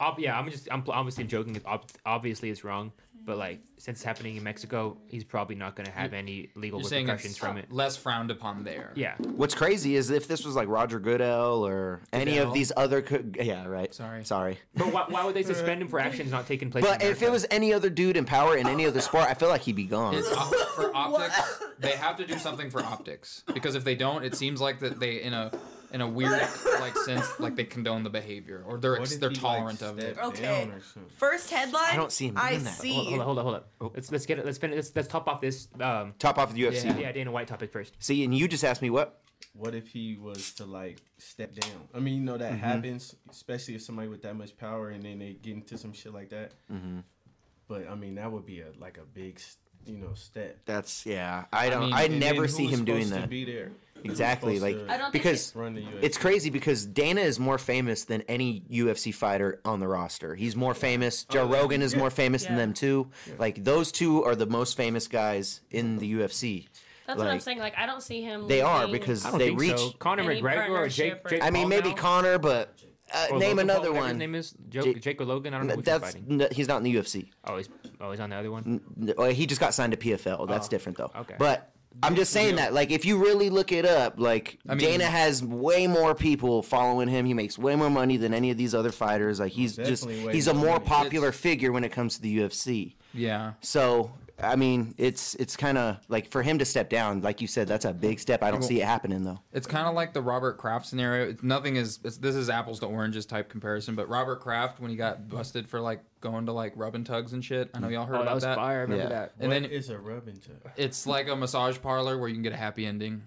Speaker 4: ob- yeah, I'm just I'm pl- obviously joking. It's ob- obviously, it's wrong. But like, since it's happening in Mexico, he's probably not going to have any legal
Speaker 6: You're saying
Speaker 4: repercussions
Speaker 6: it's
Speaker 4: from it.
Speaker 6: less frowned upon there.
Speaker 4: Yeah,
Speaker 5: what's crazy is if this was like Roger Goodell or any of
Speaker 6: Goodell.
Speaker 5: these other co- yeah right
Speaker 6: Sorry.
Speaker 5: sorry
Speaker 4: but why, why would they suspend him for actions not taking place?
Speaker 5: But
Speaker 4: in
Speaker 5: if it
Speaker 4: America?
Speaker 5: was any other dude in power in any other sport, I feel like he'd be gone.
Speaker 6: It's op- for optics. they have to do something for optics because if they don't, it seems like that they in a in a weird like sense like they condone the behavior or they're
Speaker 7: What
Speaker 6: ex-
Speaker 7: if
Speaker 6: they're
Speaker 7: he, like,
Speaker 6: tolerant of it.
Speaker 7: stepped
Speaker 3: Okay.
Speaker 7: down or something?
Speaker 3: First headline.
Speaker 5: I don't see him
Speaker 3: I
Speaker 5: doing that.
Speaker 3: see.
Speaker 4: hold, hold on, hold on, hold on.
Speaker 6: Oh.
Speaker 4: Let's let's get it. Let's finish. Let's let's top off this um
Speaker 5: Top off of the UFC.
Speaker 6: Yeah.
Speaker 4: yeah Dana White topic first.
Speaker 5: See, and you just asked me what?
Speaker 7: What if he was to like step down? I mean, you know that happens, especially if somebody with that much power and then they get into some shit like that. But I mean, that would be a like a big, s- you know, step.
Speaker 5: That's yeah. I don't. I,
Speaker 6: mean, and
Speaker 7: And
Speaker 5: never
Speaker 7: then
Speaker 5: see
Speaker 7: who's
Speaker 5: him doing
Speaker 7: supposed
Speaker 5: that.
Speaker 7: To be there.
Speaker 5: exactly. Like
Speaker 7: supposed to
Speaker 2: I don't think
Speaker 5: because
Speaker 7: run the UFC.
Speaker 5: it's crazy because Dana is more famous than any UFC fighter on the roster. He's more famous. Joe Rogan is more famous than
Speaker 2: Yeah.
Speaker 5: them too. Like those two are the most famous guys in the UFC.
Speaker 2: That's what I'm
Speaker 5: Like,
Speaker 2: saying. Like I don't see him.
Speaker 5: They are
Speaker 2: losing-
Speaker 5: because
Speaker 4: I don't
Speaker 5: they
Speaker 4: think
Speaker 5: reach.
Speaker 4: so. Conor
Speaker 2: Any
Speaker 4: McGregor or Jake.
Speaker 2: partnership or-
Speaker 4: Jake
Speaker 5: I mean,
Speaker 4: Paul
Speaker 5: maybe
Speaker 4: now?
Speaker 5: Connor, but uh,
Speaker 4: Or Logan
Speaker 5: name
Speaker 4: Paul,
Speaker 5: another
Speaker 4: whatever
Speaker 5: one.
Speaker 4: His name is Joe,
Speaker 5: Jake-
Speaker 4: Jake, or Logan. I don't know who he's
Speaker 5: That's
Speaker 4: fighting.
Speaker 5: n- he's not in the UFC.
Speaker 4: Oh, he's oh he's on the other one.
Speaker 5: N- oh, He just got signed to PFL. That's different though.
Speaker 4: Oh, okay.
Speaker 5: But I'm just saying that, like, if you really look it up, like
Speaker 6: I mean-
Speaker 5: Dana has way more people following him. He makes way more money than any of these other fighters. Like he's just
Speaker 7: Definitely way
Speaker 5: he's a
Speaker 7: more
Speaker 5: more
Speaker 7: money.
Speaker 5: popular figure when it comes to the UFC.
Speaker 6: Yeah.
Speaker 5: So I mean, it's it's kind of like for him to step down, like you said, that's a big step. I don't see it happening though.
Speaker 6: It's kind of like the Robert Kraft scenario. It's, nothing is it's, this is apples to oranges type comparison, but Robert Kraft when he got busted for like going to like rubbing tugs and shit. I know y'all heard
Speaker 4: Oh, that
Speaker 6: about
Speaker 4: was
Speaker 6: that.
Speaker 4: fire. I remember
Speaker 5: Yeah.
Speaker 4: that.
Speaker 6: And then
Speaker 7: it's a rubbing tug.
Speaker 6: it's like a massage parlor where you can get a happy ending.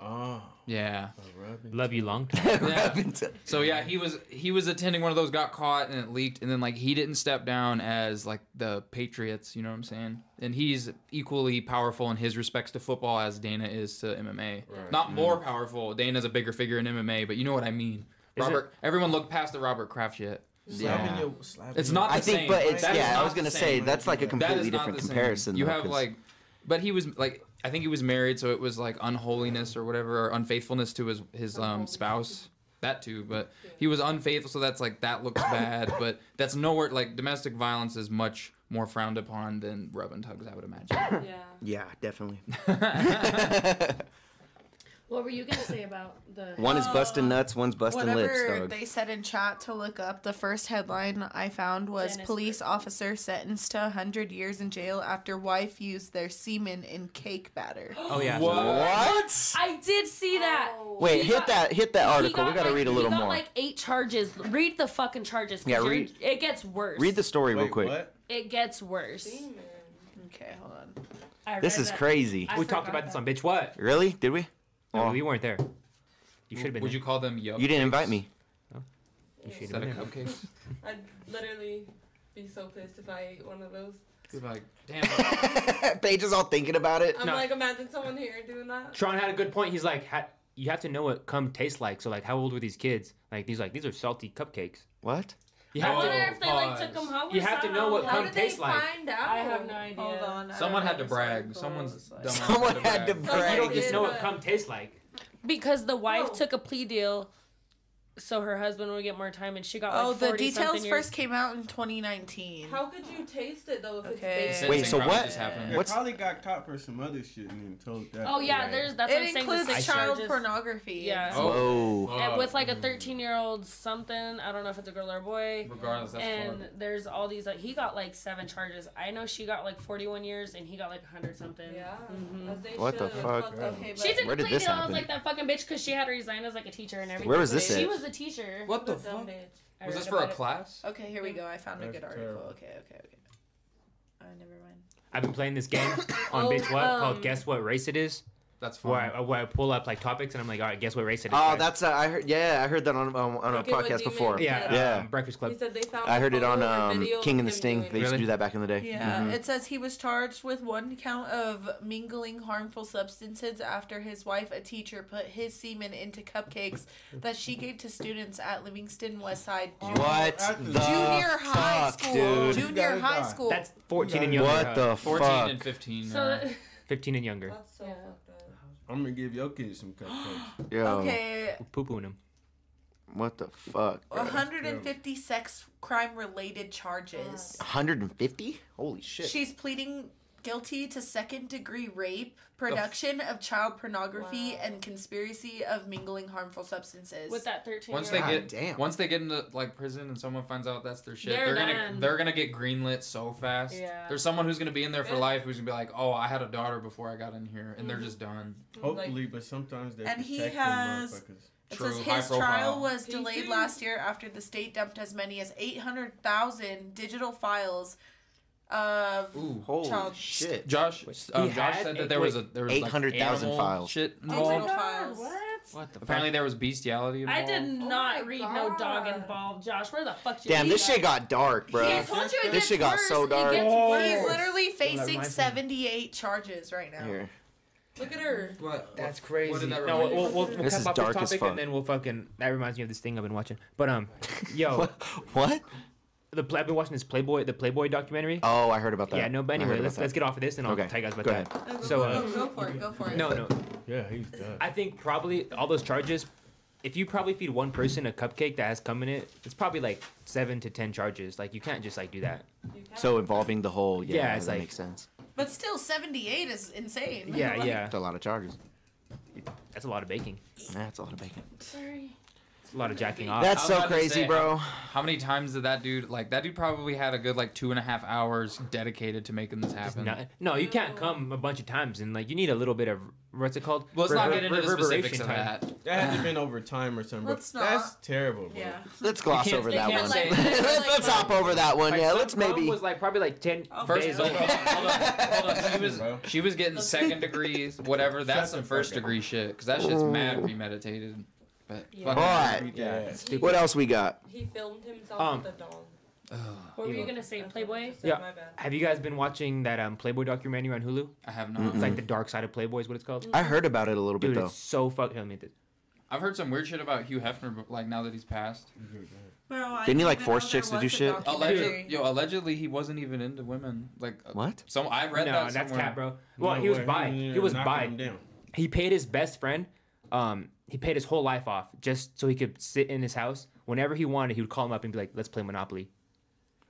Speaker 7: Oh,
Speaker 6: Yeah.
Speaker 7: a rubbing.
Speaker 4: Love you long time.
Speaker 5: [LAUGHS]
Speaker 6: Yeah.
Speaker 5: Into-
Speaker 6: So yeah, he was he was attending one of those, got caught, and it leaked, and then like he didn't step down as like the Patriots, you know what I'm saying? And he's equally powerful in his respects to football as Dana is to MMA.
Speaker 4: Mm-hmm.
Speaker 6: Not more powerful. Dana's a bigger figure in MMA, but you know what I mean.
Speaker 4: Is it-
Speaker 6: Robert, everyone looked past the Robert Kraft shit.
Speaker 7: Slapping
Speaker 5: yeah.
Speaker 7: your, slapping
Speaker 6: It's
Speaker 7: your-
Speaker 6: not
Speaker 5: I
Speaker 6: the
Speaker 5: think,
Speaker 6: same.
Speaker 5: but it's
Speaker 6: That is
Speaker 5: yeah. I
Speaker 6: not
Speaker 5: was
Speaker 6: the
Speaker 5: gonna
Speaker 6: same.
Speaker 5: say that's like a
Speaker 6: That is
Speaker 5: completely
Speaker 6: not
Speaker 5: different
Speaker 6: the same.
Speaker 5: comparison.
Speaker 6: You
Speaker 5: though,
Speaker 6: have
Speaker 5: 'cause-
Speaker 6: like, but he was like, I think he was married, so it was like unholiness or whatever, or unfaithfulness to his his um spouse. That too, but he was unfaithful, so that's like that looks bad. [COUGHS] But that's nowhere like domestic violence is much more frowned upon than rub and tugs, I would imagine.
Speaker 2: Yeah.
Speaker 5: yeah, [LAUGHS] definitely.
Speaker 2: What were you gonna say about the?
Speaker 5: One is busting nuts, one's busting lips.
Speaker 3: Whatever
Speaker 5: Dog.
Speaker 3: they said in chat to look up, the first headline I found was
Speaker 2: Dennis
Speaker 3: police officer sentenced to 100 years in jail after wife used their semen in
Speaker 2: [GASPS]
Speaker 3: cake batter.
Speaker 4: Oh yeah.
Speaker 5: What?
Speaker 2: I did see that.
Speaker 5: Wait,
Speaker 2: He
Speaker 5: hit
Speaker 2: got-
Speaker 5: that hit that
Speaker 2: he
Speaker 5: article. We gotta
Speaker 2: like-
Speaker 5: read a
Speaker 2: he
Speaker 5: little
Speaker 2: got
Speaker 5: more.
Speaker 2: Like eight charges. Read the fucking charges. 'cause
Speaker 5: Yeah,
Speaker 2: you're-
Speaker 5: read-
Speaker 2: It gets worse.
Speaker 5: read the story
Speaker 7: Wait,
Speaker 5: real quick.
Speaker 7: What?
Speaker 2: It gets worse.
Speaker 3: Okay, hold on.
Speaker 2: I
Speaker 5: This
Speaker 2: read
Speaker 5: is
Speaker 2: that.
Speaker 5: crazy.
Speaker 2: I
Speaker 4: we talked
Speaker 2: forgot
Speaker 4: about this
Speaker 2: that.
Speaker 4: on bitch what?
Speaker 5: Really? Did we?
Speaker 4: No,
Speaker 5: Oh.
Speaker 4: we weren't there. [LAUGHS] You should have been.
Speaker 6: Would
Speaker 4: there.
Speaker 6: you call them yup?
Speaker 5: You didn't invite me.
Speaker 4: You
Speaker 6: Is
Speaker 4: should
Speaker 6: that
Speaker 4: have
Speaker 6: a
Speaker 2: [LAUGHS]
Speaker 4: been. there.
Speaker 6: cupcake?
Speaker 9: I'd literally be so pissed if I ate one of those.
Speaker 6: You're like,
Speaker 4: [LAUGHS]
Speaker 5: [LAUGHS]
Speaker 6: damn.
Speaker 5: Paige is all thinking about it.
Speaker 9: I'm
Speaker 4: No.
Speaker 9: like, imagine someone here doing that.
Speaker 4: Sean had a good point. He's like, ha- you have to know what cum tastes like. So like, how old were these kids? Like he's like, these are salty cupcakes.
Speaker 5: What?
Speaker 4: You
Speaker 2: I
Speaker 4: have
Speaker 2: wonder
Speaker 4: to.
Speaker 2: if they like took
Speaker 6: Pause.
Speaker 2: him home.
Speaker 4: You
Speaker 2: or
Speaker 4: have to know
Speaker 2: something.
Speaker 4: what
Speaker 9: How
Speaker 4: cum
Speaker 9: did they
Speaker 4: tastes like.
Speaker 9: find out?
Speaker 2: I have no idea.
Speaker 3: Hold on. I
Speaker 6: Someone
Speaker 3: don't
Speaker 6: had to
Speaker 3: know this
Speaker 6: brag.
Speaker 3: article.
Speaker 6: Someone's
Speaker 3: It was like-
Speaker 5: [LAUGHS]
Speaker 6: dumbass
Speaker 5: Someone had to
Speaker 6: brag.
Speaker 4: You
Speaker 9: Like,
Speaker 5: brag.
Speaker 4: don't just know what
Speaker 9: Yeah.
Speaker 4: cum tastes like.
Speaker 2: Because the wife
Speaker 9: Oh.
Speaker 2: took a plea deal so her husband would get more time, and she got like
Speaker 3: [LAUGHS] Oh, the
Speaker 2: 40 something
Speaker 3: details
Speaker 2: years.
Speaker 3: first came out in 2019.
Speaker 9: How could you taste it though if
Speaker 3: Okay.
Speaker 9: it's
Speaker 6: Sentencing
Speaker 9: bacon?
Speaker 5: Wait, so
Speaker 6: probably
Speaker 5: what-
Speaker 6: Just happened.
Speaker 7: They
Speaker 5: What's-
Speaker 7: probably got caught for some other shit and then told that.
Speaker 2: Oh yeah,
Speaker 7: Right.
Speaker 2: there's that's what I'm
Speaker 3: it
Speaker 2: saying. the
Speaker 3: includes
Speaker 2: sex
Speaker 3: child
Speaker 2: charges.
Speaker 3: pornography.
Speaker 2: Yeah.
Speaker 6: Oh. mm-hmm.
Speaker 5: Whoa.
Speaker 2: And with like a 13 year old something, I don't know if it's a girl or a boy.
Speaker 6: Regardless, that's
Speaker 2: and
Speaker 6: hard.
Speaker 2: there's all these like he got like seven charges. I know she got like 41 years, and he got like 100 something.
Speaker 9: Yeah.
Speaker 2: Mhm.
Speaker 9: as they
Speaker 5: What the
Speaker 9: should.
Speaker 5: fuck?
Speaker 9: Fucked up.
Speaker 3: Okay, but
Speaker 2: She didn't
Speaker 5: Where did
Speaker 2: plead
Speaker 5: this
Speaker 2: it all. I
Speaker 5: happen?
Speaker 2: was like that fucking bitch because she had resigned as like a teacher and everything.
Speaker 5: Where was this
Speaker 2: She
Speaker 5: at?
Speaker 2: was a teacher.
Speaker 6: What the
Speaker 9: What the
Speaker 6: fuck?
Speaker 9: bitch?
Speaker 2: I
Speaker 6: Was
Speaker 2: read
Speaker 6: this for a
Speaker 2: about it. Oh.
Speaker 6: class?
Speaker 3: okay, here we go. I found a
Speaker 7: That's
Speaker 3: good
Speaker 7: terrible.
Speaker 3: article. Okay, okay, okay. Oh, never mind.
Speaker 4: I've been playing this game on
Speaker 2: Oh,
Speaker 4: bitch what
Speaker 2: um,
Speaker 4: called guess what race it is.
Speaker 6: That's
Speaker 4: Where
Speaker 6: fine.
Speaker 4: I, where I pull up like topics and I'm like, all right, guess what race it is.
Speaker 5: Oh,
Speaker 4: guys."
Speaker 5: that's uh, I heard. Yeah, I heard that on um, on, on a
Speaker 9: Fucking with
Speaker 5: podcast
Speaker 9: demons,
Speaker 5: before.
Speaker 4: yeah,
Speaker 5: Yeah.
Speaker 4: Um, Breakfast
Speaker 9: He
Speaker 4: Club.
Speaker 9: said they found.
Speaker 5: I
Speaker 9: a
Speaker 5: heard it on
Speaker 9: photo or
Speaker 5: um,
Speaker 9: video of
Speaker 5: King and the
Speaker 9: him
Speaker 5: Sting.
Speaker 9: doing
Speaker 5: They
Speaker 9: it.
Speaker 5: used to
Speaker 6: Really?
Speaker 5: do that back in the day.
Speaker 3: Yeah,
Speaker 7: Mm-hmm.
Speaker 3: it says he was charged with one count of mingling harmful substances after his wife, a teacher, put his semen into
Speaker 7: [LAUGHS]
Speaker 3: cupcakes that she gave to students at Livingston Westside
Speaker 5: What
Speaker 7: At the
Speaker 5: the
Speaker 3: Junior High
Speaker 5: fuck,
Speaker 3: School.
Speaker 5: dude?
Speaker 7: You
Speaker 3: Junior
Speaker 7: gotta
Speaker 3: High
Speaker 7: die.
Speaker 3: School.
Speaker 4: That's 14 and younger.
Speaker 5: What the fuck?
Speaker 6: 14 and 15.
Speaker 2: So
Speaker 6: uh,
Speaker 4: 15 and younger.
Speaker 9: That's so
Speaker 2: Yeah.
Speaker 9: fucked up.
Speaker 7: I'm gonna give your kids some cupcakes.
Speaker 5: Yo,
Speaker 3: okay,
Speaker 4: Poo poo in them.
Speaker 5: what the fuck? bro?
Speaker 3: 150 sex crime related charges.
Speaker 5: 150? Holy shit.
Speaker 3: She's pleading guilty to second degree rape, production of child pornography,
Speaker 9: Wow.
Speaker 3: and conspiracy of mingling harmful substances.
Speaker 2: with that 13
Speaker 6: once they
Speaker 2: year old.
Speaker 5: God
Speaker 6: get
Speaker 5: damn.
Speaker 6: once they get into like prison and someone finds out that's their shit,
Speaker 2: They're
Speaker 6: they're,
Speaker 2: done.
Speaker 6: gonna they're gonna get greenlit so fast.
Speaker 2: Yeah.
Speaker 6: There's someone who's gonna be in there for
Speaker 9: Yeah.
Speaker 6: life who's gonna be like, oh, I had a daughter before I got in here, and they're just done.
Speaker 7: Hopefully, but sometimes they
Speaker 3: And he
Speaker 7: protect them
Speaker 3: has-
Speaker 7: motherfuckers.
Speaker 3: It
Speaker 6: True,
Speaker 3: says
Speaker 6: high
Speaker 3: his
Speaker 6: profile.
Speaker 3: trial was
Speaker 9: PC.
Speaker 3: delayed last year after the state dumped as many as 800,000 digital files of.
Speaker 6: Ooh.
Speaker 5: Holy
Speaker 3: Child.
Speaker 5: shit.
Speaker 6: Josh, uh,
Speaker 4: He
Speaker 6: Josh
Speaker 4: had
Speaker 6: said
Speaker 4: a-
Speaker 6: that there was a there was like,
Speaker 5: 800,000
Speaker 6: animal
Speaker 5: files.
Speaker 6: shit
Speaker 3: Oh my
Speaker 6: involved.
Speaker 3: God, files.
Speaker 2: what?
Speaker 4: What the
Speaker 6: Apparently there was bestiality
Speaker 2: I
Speaker 6: involved.
Speaker 2: did not
Speaker 9: my
Speaker 2: read no dog
Speaker 9: God.
Speaker 2: involved, Josh. Where the fuck did
Speaker 5: Damn,
Speaker 2: you
Speaker 5: this
Speaker 2: read
Speaker 5: shit got dark,
Speaker 2: that?
Speaker 5: bro.
Speaker 2: See, I told you it
Speaker 5: This
Speaker 2: gets
Speaker 5: shit got
Speaker 2: worse.
Speaker 5: so dark.
Speaker 2: It gets
Speaker 4: Oh.
Speaker 3: He's
Speaker 2: worse.
Speaker 3: literally facing
Speaker 4: reminds me.
Speaker 3: 78 charges right now.
Speaker 5: Here.
Speaker 9: Look at her.
Speaker 6: What?
Speaker 4: That's crazy.
Speaker 6: What did that
Speaker 4: no,
Speaker 6: remind
Speaker 4: we'll,
Speaker 6: you
Speaker 4: we'll, we'll
Speaker 5: This
Speaker 4: cap
Speaker 5: is
Speaker 4: off
Speaker 5: dark
Speaker 4: this
Speaker 5: as
Speaker 4: topic
Speaker 5: fuck.
Speaker 4: and then we'll fucking. That reminds me of this thing I've been watching. But
Speaker 5: [LAUGHS]
Speaker 4: um, yo,
Speaker 5: What?
Speaker 4: the play, I've been watching this Playboy, the Playboy documentary.
Speaker 5: Oh, I heard about that.
Speaker 4: yeah, no,
Speaker 5: I
Speaker 4: but
Speaker 5: heard
Speaker 4: anyway,
Speaker 5: about
Speaker 4: let's
Speaker 5: that.
Speaker 4: let's get off of this and I'll
Speaker 5: Okay,
Speaker 4: tell you guys about
Speaker 5: go
Speaker 4: that.
Speaker 3: No, go,
Speaker 4: So,
Speaker 3: go,
Speaker 4: uh,
Speaker 3: go, go for it. Go for it.
Speaker 4: No, no,
Speaker 7: Yeah, he's done.
Speaker 4: I think probably all those charges. If you probably feed one person a cupcake that has cum in it, it's probably like seven to ten charges. Like you can't just like do that.
Speaker 5: So involving the whole, yeah,
Speaker 4: Yeah, it's
Speaker 5: that
Speaker 4: like-
Speaker 5: makes sense.
Speaker 3: But still, 78 is insane.
Speaker 4: Yeah,
Speaker 3: [LAUGHS] Like,
Speaker 4: yeah,
Speaker 5: That's a lot of charges.
Speaker 4: that's a lot of baking.
Speaker 5: That's a lot of bacon.
Speaker 2: Sorry.
Speaker 4: It's a lot of jacking off.
Speaker 5: That's
Speaker 6: was
Speaker 5: so
Speaker 6: about to
Speaker 5: crazy,
Speaker 6: say,
Speaker 4: uh,
Speaker 5: bro.
Speaker 6: How many times did that dude like that dude probably had a good like two and a half hours dedicated to making this happen?
Speaker 4: No, no, you can't come a bunch of times, and like you need a little bit of what's it called?
Speaker 6: Well, let's not get
Speaker 4: Rever-
Speaker 6: into the specifics
Speaker 4: reverberation
Speaker 6: of
Speaker 4: time.
Speaker 6: that.
Speaker 3: [SIGHS]
Speaker 7: That had to been over time or something. bro.
Speaker 3: Let's not.
Speaker 7: That's terrible, bro.
Speaker 3: Yeah.
Speaker 5: Let's gloss
Speaker 4: can't-
Speaker 5: over
Speaker 4: they
Speaker 5: that
Speaker 4: can't
Speaker 5: one.
Speaker 4: say-
Speaker 5: [LAUGHS] let's let's hop over that one.
Speaker 4: Like,
Speaker 5: Oh, Yeah,
Speaker 4: some
Speaker 5: let's
Speaker 4: cum
Speaker 5: maybe.
Speaker 4: was like probably like ten
Speaker 6: First,
Speaker 4: days
Speaker 6: hold
Speaker 4: old. [LAUGHS]
Speaker 6: on, hold on, hold on. She was
Speaker 7: Bro.
Speaker 6: she was getting second degrees, whatever. That's some first degree shit, cause that shit's mad premeditated. But
Speaker 9: Yeah.
Speaker 6: fuck
Speaker 5: Alright.
Speaker 7: Beat their ass.
Speaker 5: What else we got?
Speaker 9: He filmed himself
Speaker 4: Um,
Speaker 9: with a dong.
Speaker 2: What were you
Speaker 4: Evil.
Speaker 2: gonna say, Playboy?
Speaker 9: So
Speaker 4: Yeah.
Speaker 9: My bad.
Speaker 4: Have you guys been watching that um, Playboy documentary on Hulu?
Speaker 6: I have
Speaker 4: It's
Speaker 6: not.
Speaker 4: like the dark side of Playboy is what it's called.
Speaker 5: I heard about it a little bit
Speaker 4: Dude,
Speaker 5: though.
Speaker 4: it's so fuck. Let me get this.
Speaker 6: I've heard some weird shit about Hugh Hefner, but like now that he's passed,
Speaker 3: Bro, I
Speaker 5: Didn't he, like,
Speaker 3: even
Speaker 5: force
Speaker 3: know
Speaker 5: chicks to
Speaker 3: there
Speaker 5: do
Speaker 3: was a
Speaker 5: shit?
Speaker 6: allegedly,
Speaker 3: documentary.
Speaker 6: yo, allegedly he wasn't even into women. Like uh,
Speaker 5: What?
Speaker 6: Some I read
Speaker 4: no,
Speaker 6: that
Speaker 4: that's
Speaker 6: somewhere.
Speaker 4: cat, bro. Well, he was bi. He was bi. He paid his best friend. Um, he paid his whole life off just so he could sit in his house whenever he wanted. He would call him up and be like, "Let's play Monopoly."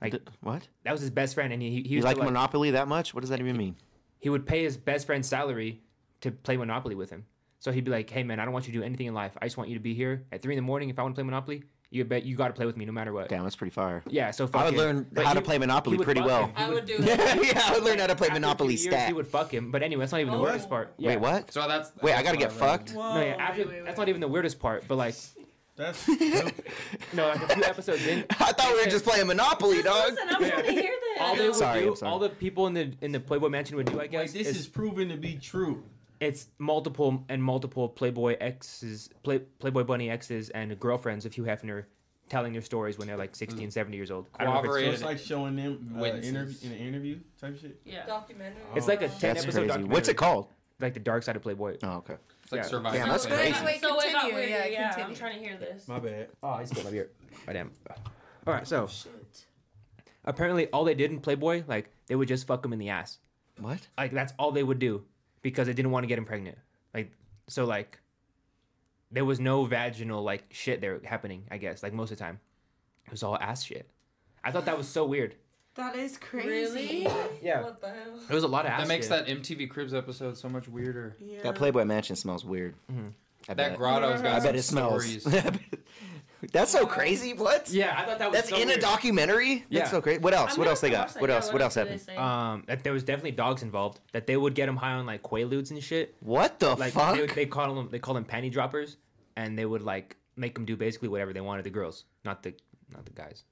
Speaker 4: Like
Speaker 5: D- What?
Speaker 4: that was his best friend, and he he, he
Speaker 5: You
Speaker 4: used
Speaker 5: like
Speaker 4: to, like,
Speaker 5: Monopoly that much? What does that even mean?
Speaker 4: he would pay his best friend's salary to play Monopoly with him. So he'd be like, "Hey man, I don't want you to do anything in life. I just want you to be here at three in the morning. If I want to play Monopoly, you bet you got to play with me no matter what."
Speaker 5: Damn, that's pretty fire.
Speaker 4: Yeah, so
Speaker 5: I
Speaker 4: fuck
Speaker 5: would
Speaker 4: him.
Speaker 5: learn
Speaker 4: But
Speaker 5: how
Speaker 4: he-
Speaker 5: to play Monopoly
Speaker 4: he would
Speaker 5: pretty
Speaker 4: fuck
Speaker 5: well.
Speaker 4: him. He
Speaker 9: I would do it.
Speaker 5: [LAUGHS] yeah, I would learn how to play
Speaker 4: after a few
Speaker 5: Monopoly
Speaker 4: years,
Speaker 5: stat.
Speaker 4: He would fuck him, but anyway, that's not even the
Speaker 9: Oh.
Speaker 4: weirdest part. Yeah.
Speaker 5: Wait, what?
Speaker 6: So that's
Speaker 5: Wait,
Speaker 6: that's
Speaker 5: I gotta
Speaker 6: what
Speaker 5: get
Speaker 6: read.
Speaker 5: fucked.
Speaker 3: Whoa.
Speaker 4: No, yeah, after,
Speaker 3: wait, wait, wait.
Speaker 4: that's not even the weirdest part. But like,
Speaker 3: [LAUGHS]
Speaker 7: That's stupid.
Speaker 4: [LAUGHS] no, like a few episodes in,
Speaker 5: [LAUGHS] I thought we were just playing
Speaker 9: [LAUGHS]
Speaker 5: Monopoly, dog.
Speaker 2: Listen, I want to hear this.
Speaker 4: all they would
Speaker 5: Sorry,
Speaker 4: do,
Speaker 5: I'm sorry.
Speaker 4: all the people in the in the Playboy Mansion would do, I
Speaker 7: like
Speaker 4: guess,
Speaker 7: this
Speaker 4: is,
Speaker 7: is proven to be true.
Speaker 4: it's multiple and multiple Playboy exes, play, Playboy bunny exes, and girlfriends of Hugh Hefner telling their stories when they're like 16, 70 years old. I don't know if
Speaker 7: So
Speaker 6: Corroborated.
Speaker 4: it's,
Speaker 7: it's like showing them uh,
Speaker 6: Witnesses.
Speaker 7: interview in an interview type shit.
Speaker 2: Yeah.
Speaker 9: Documentary.
Speaker 4: it's like a ten
Speaker 5: That's
Speaker 4: episode
Speaker 5: crazy.
Speaker 4: documentary.
Speaker 5: What's it called?
Speaker 4: Like the dark side of Playboy.
Speaker 5: Oh, okay.
Speaker 6: It's like
Speaker 4: Yeah.
Speaker 6: survivor.
Speaker 5: Damn, that's
Speaker 6: type
Speaker 3: crazy.
Speaker 6: shit.
Speaker 3: Wait,
Speaker 2: So it got
Speaker 3: continue,
Speaker 2: weird.
Speaker 3: yeah,
Speaker 2: Yeah,
Speaker 3: continue.
Speaker 2: I'm trying to hear this.
Speaker 7: My bad.
Speaker 4: Oh, I spilled my [LAUGHS] beer. Oh, damn. All right, so apparently all they did in Playboy, like they would just fuck him in the ass.
Speaker 5: What?
Speaker 4: Like that's all they would do because they didn't want to get him pregnant. Like so, like there was no vaginal like shit there happening. I guess like most of the time, it was all ass shit. I thought that was so weird.
Speaker 3: That is crazy.
Speaker 9: Really?
Speaker 4: Yeah,
Speaker 9: What the hell?
Speaker 4: there was a lot of ass.
Speaker 6: That makes
Speaker 4: shit.
Speaker 6: that MTV Cribs episode so much weirder.
Speaker 3: Yeah.
Speaker 5: That Playboy Mansion smells weird.
Speaker 4: Mm-hmm.
Speaker 5: I
Speaker 6: That
Speaker 5: bet.
Speaker 6: grotto's got
Speaker 5: I
Speaker 6: some
Speaker 5: bet it smells. [LAUGHS]
Speaker 6: stories.
Speaker 5: That's so crazy. What?
Speaker 4: Yeah, I thought that was.
Speaker 5: That's
Speaker 4: so
Speaker 5: in
Speaker 4: weird.
Speaker 5: a documentary.
Speaker 4: Yeah.
Speaker 5: That's so crazy. What else?
Speaker 2: I'm
Speaker 5: what
Speaker 2: not
Speaker 5: else they
Speaker 2: sure
Speaker 5: got?
Speaker 2: what's-
Speaker 5: What
Speaker 2: yeah,
Speaker 5: else? What else
Speaker 2: did they
Speaker 5: happened? Uh,
Speaker 2: say?
Speaker 4: Um, that there was definitely dogs involved. That they would get them high on like quaaludes and shit.
Speaker 5: What the
Speaker 4: Like
Speaker 5: fuck?
Speaker 4: they they call them they call them panty droppers, and they would like make them do basically whatever they wanted the girls, not the not the guys.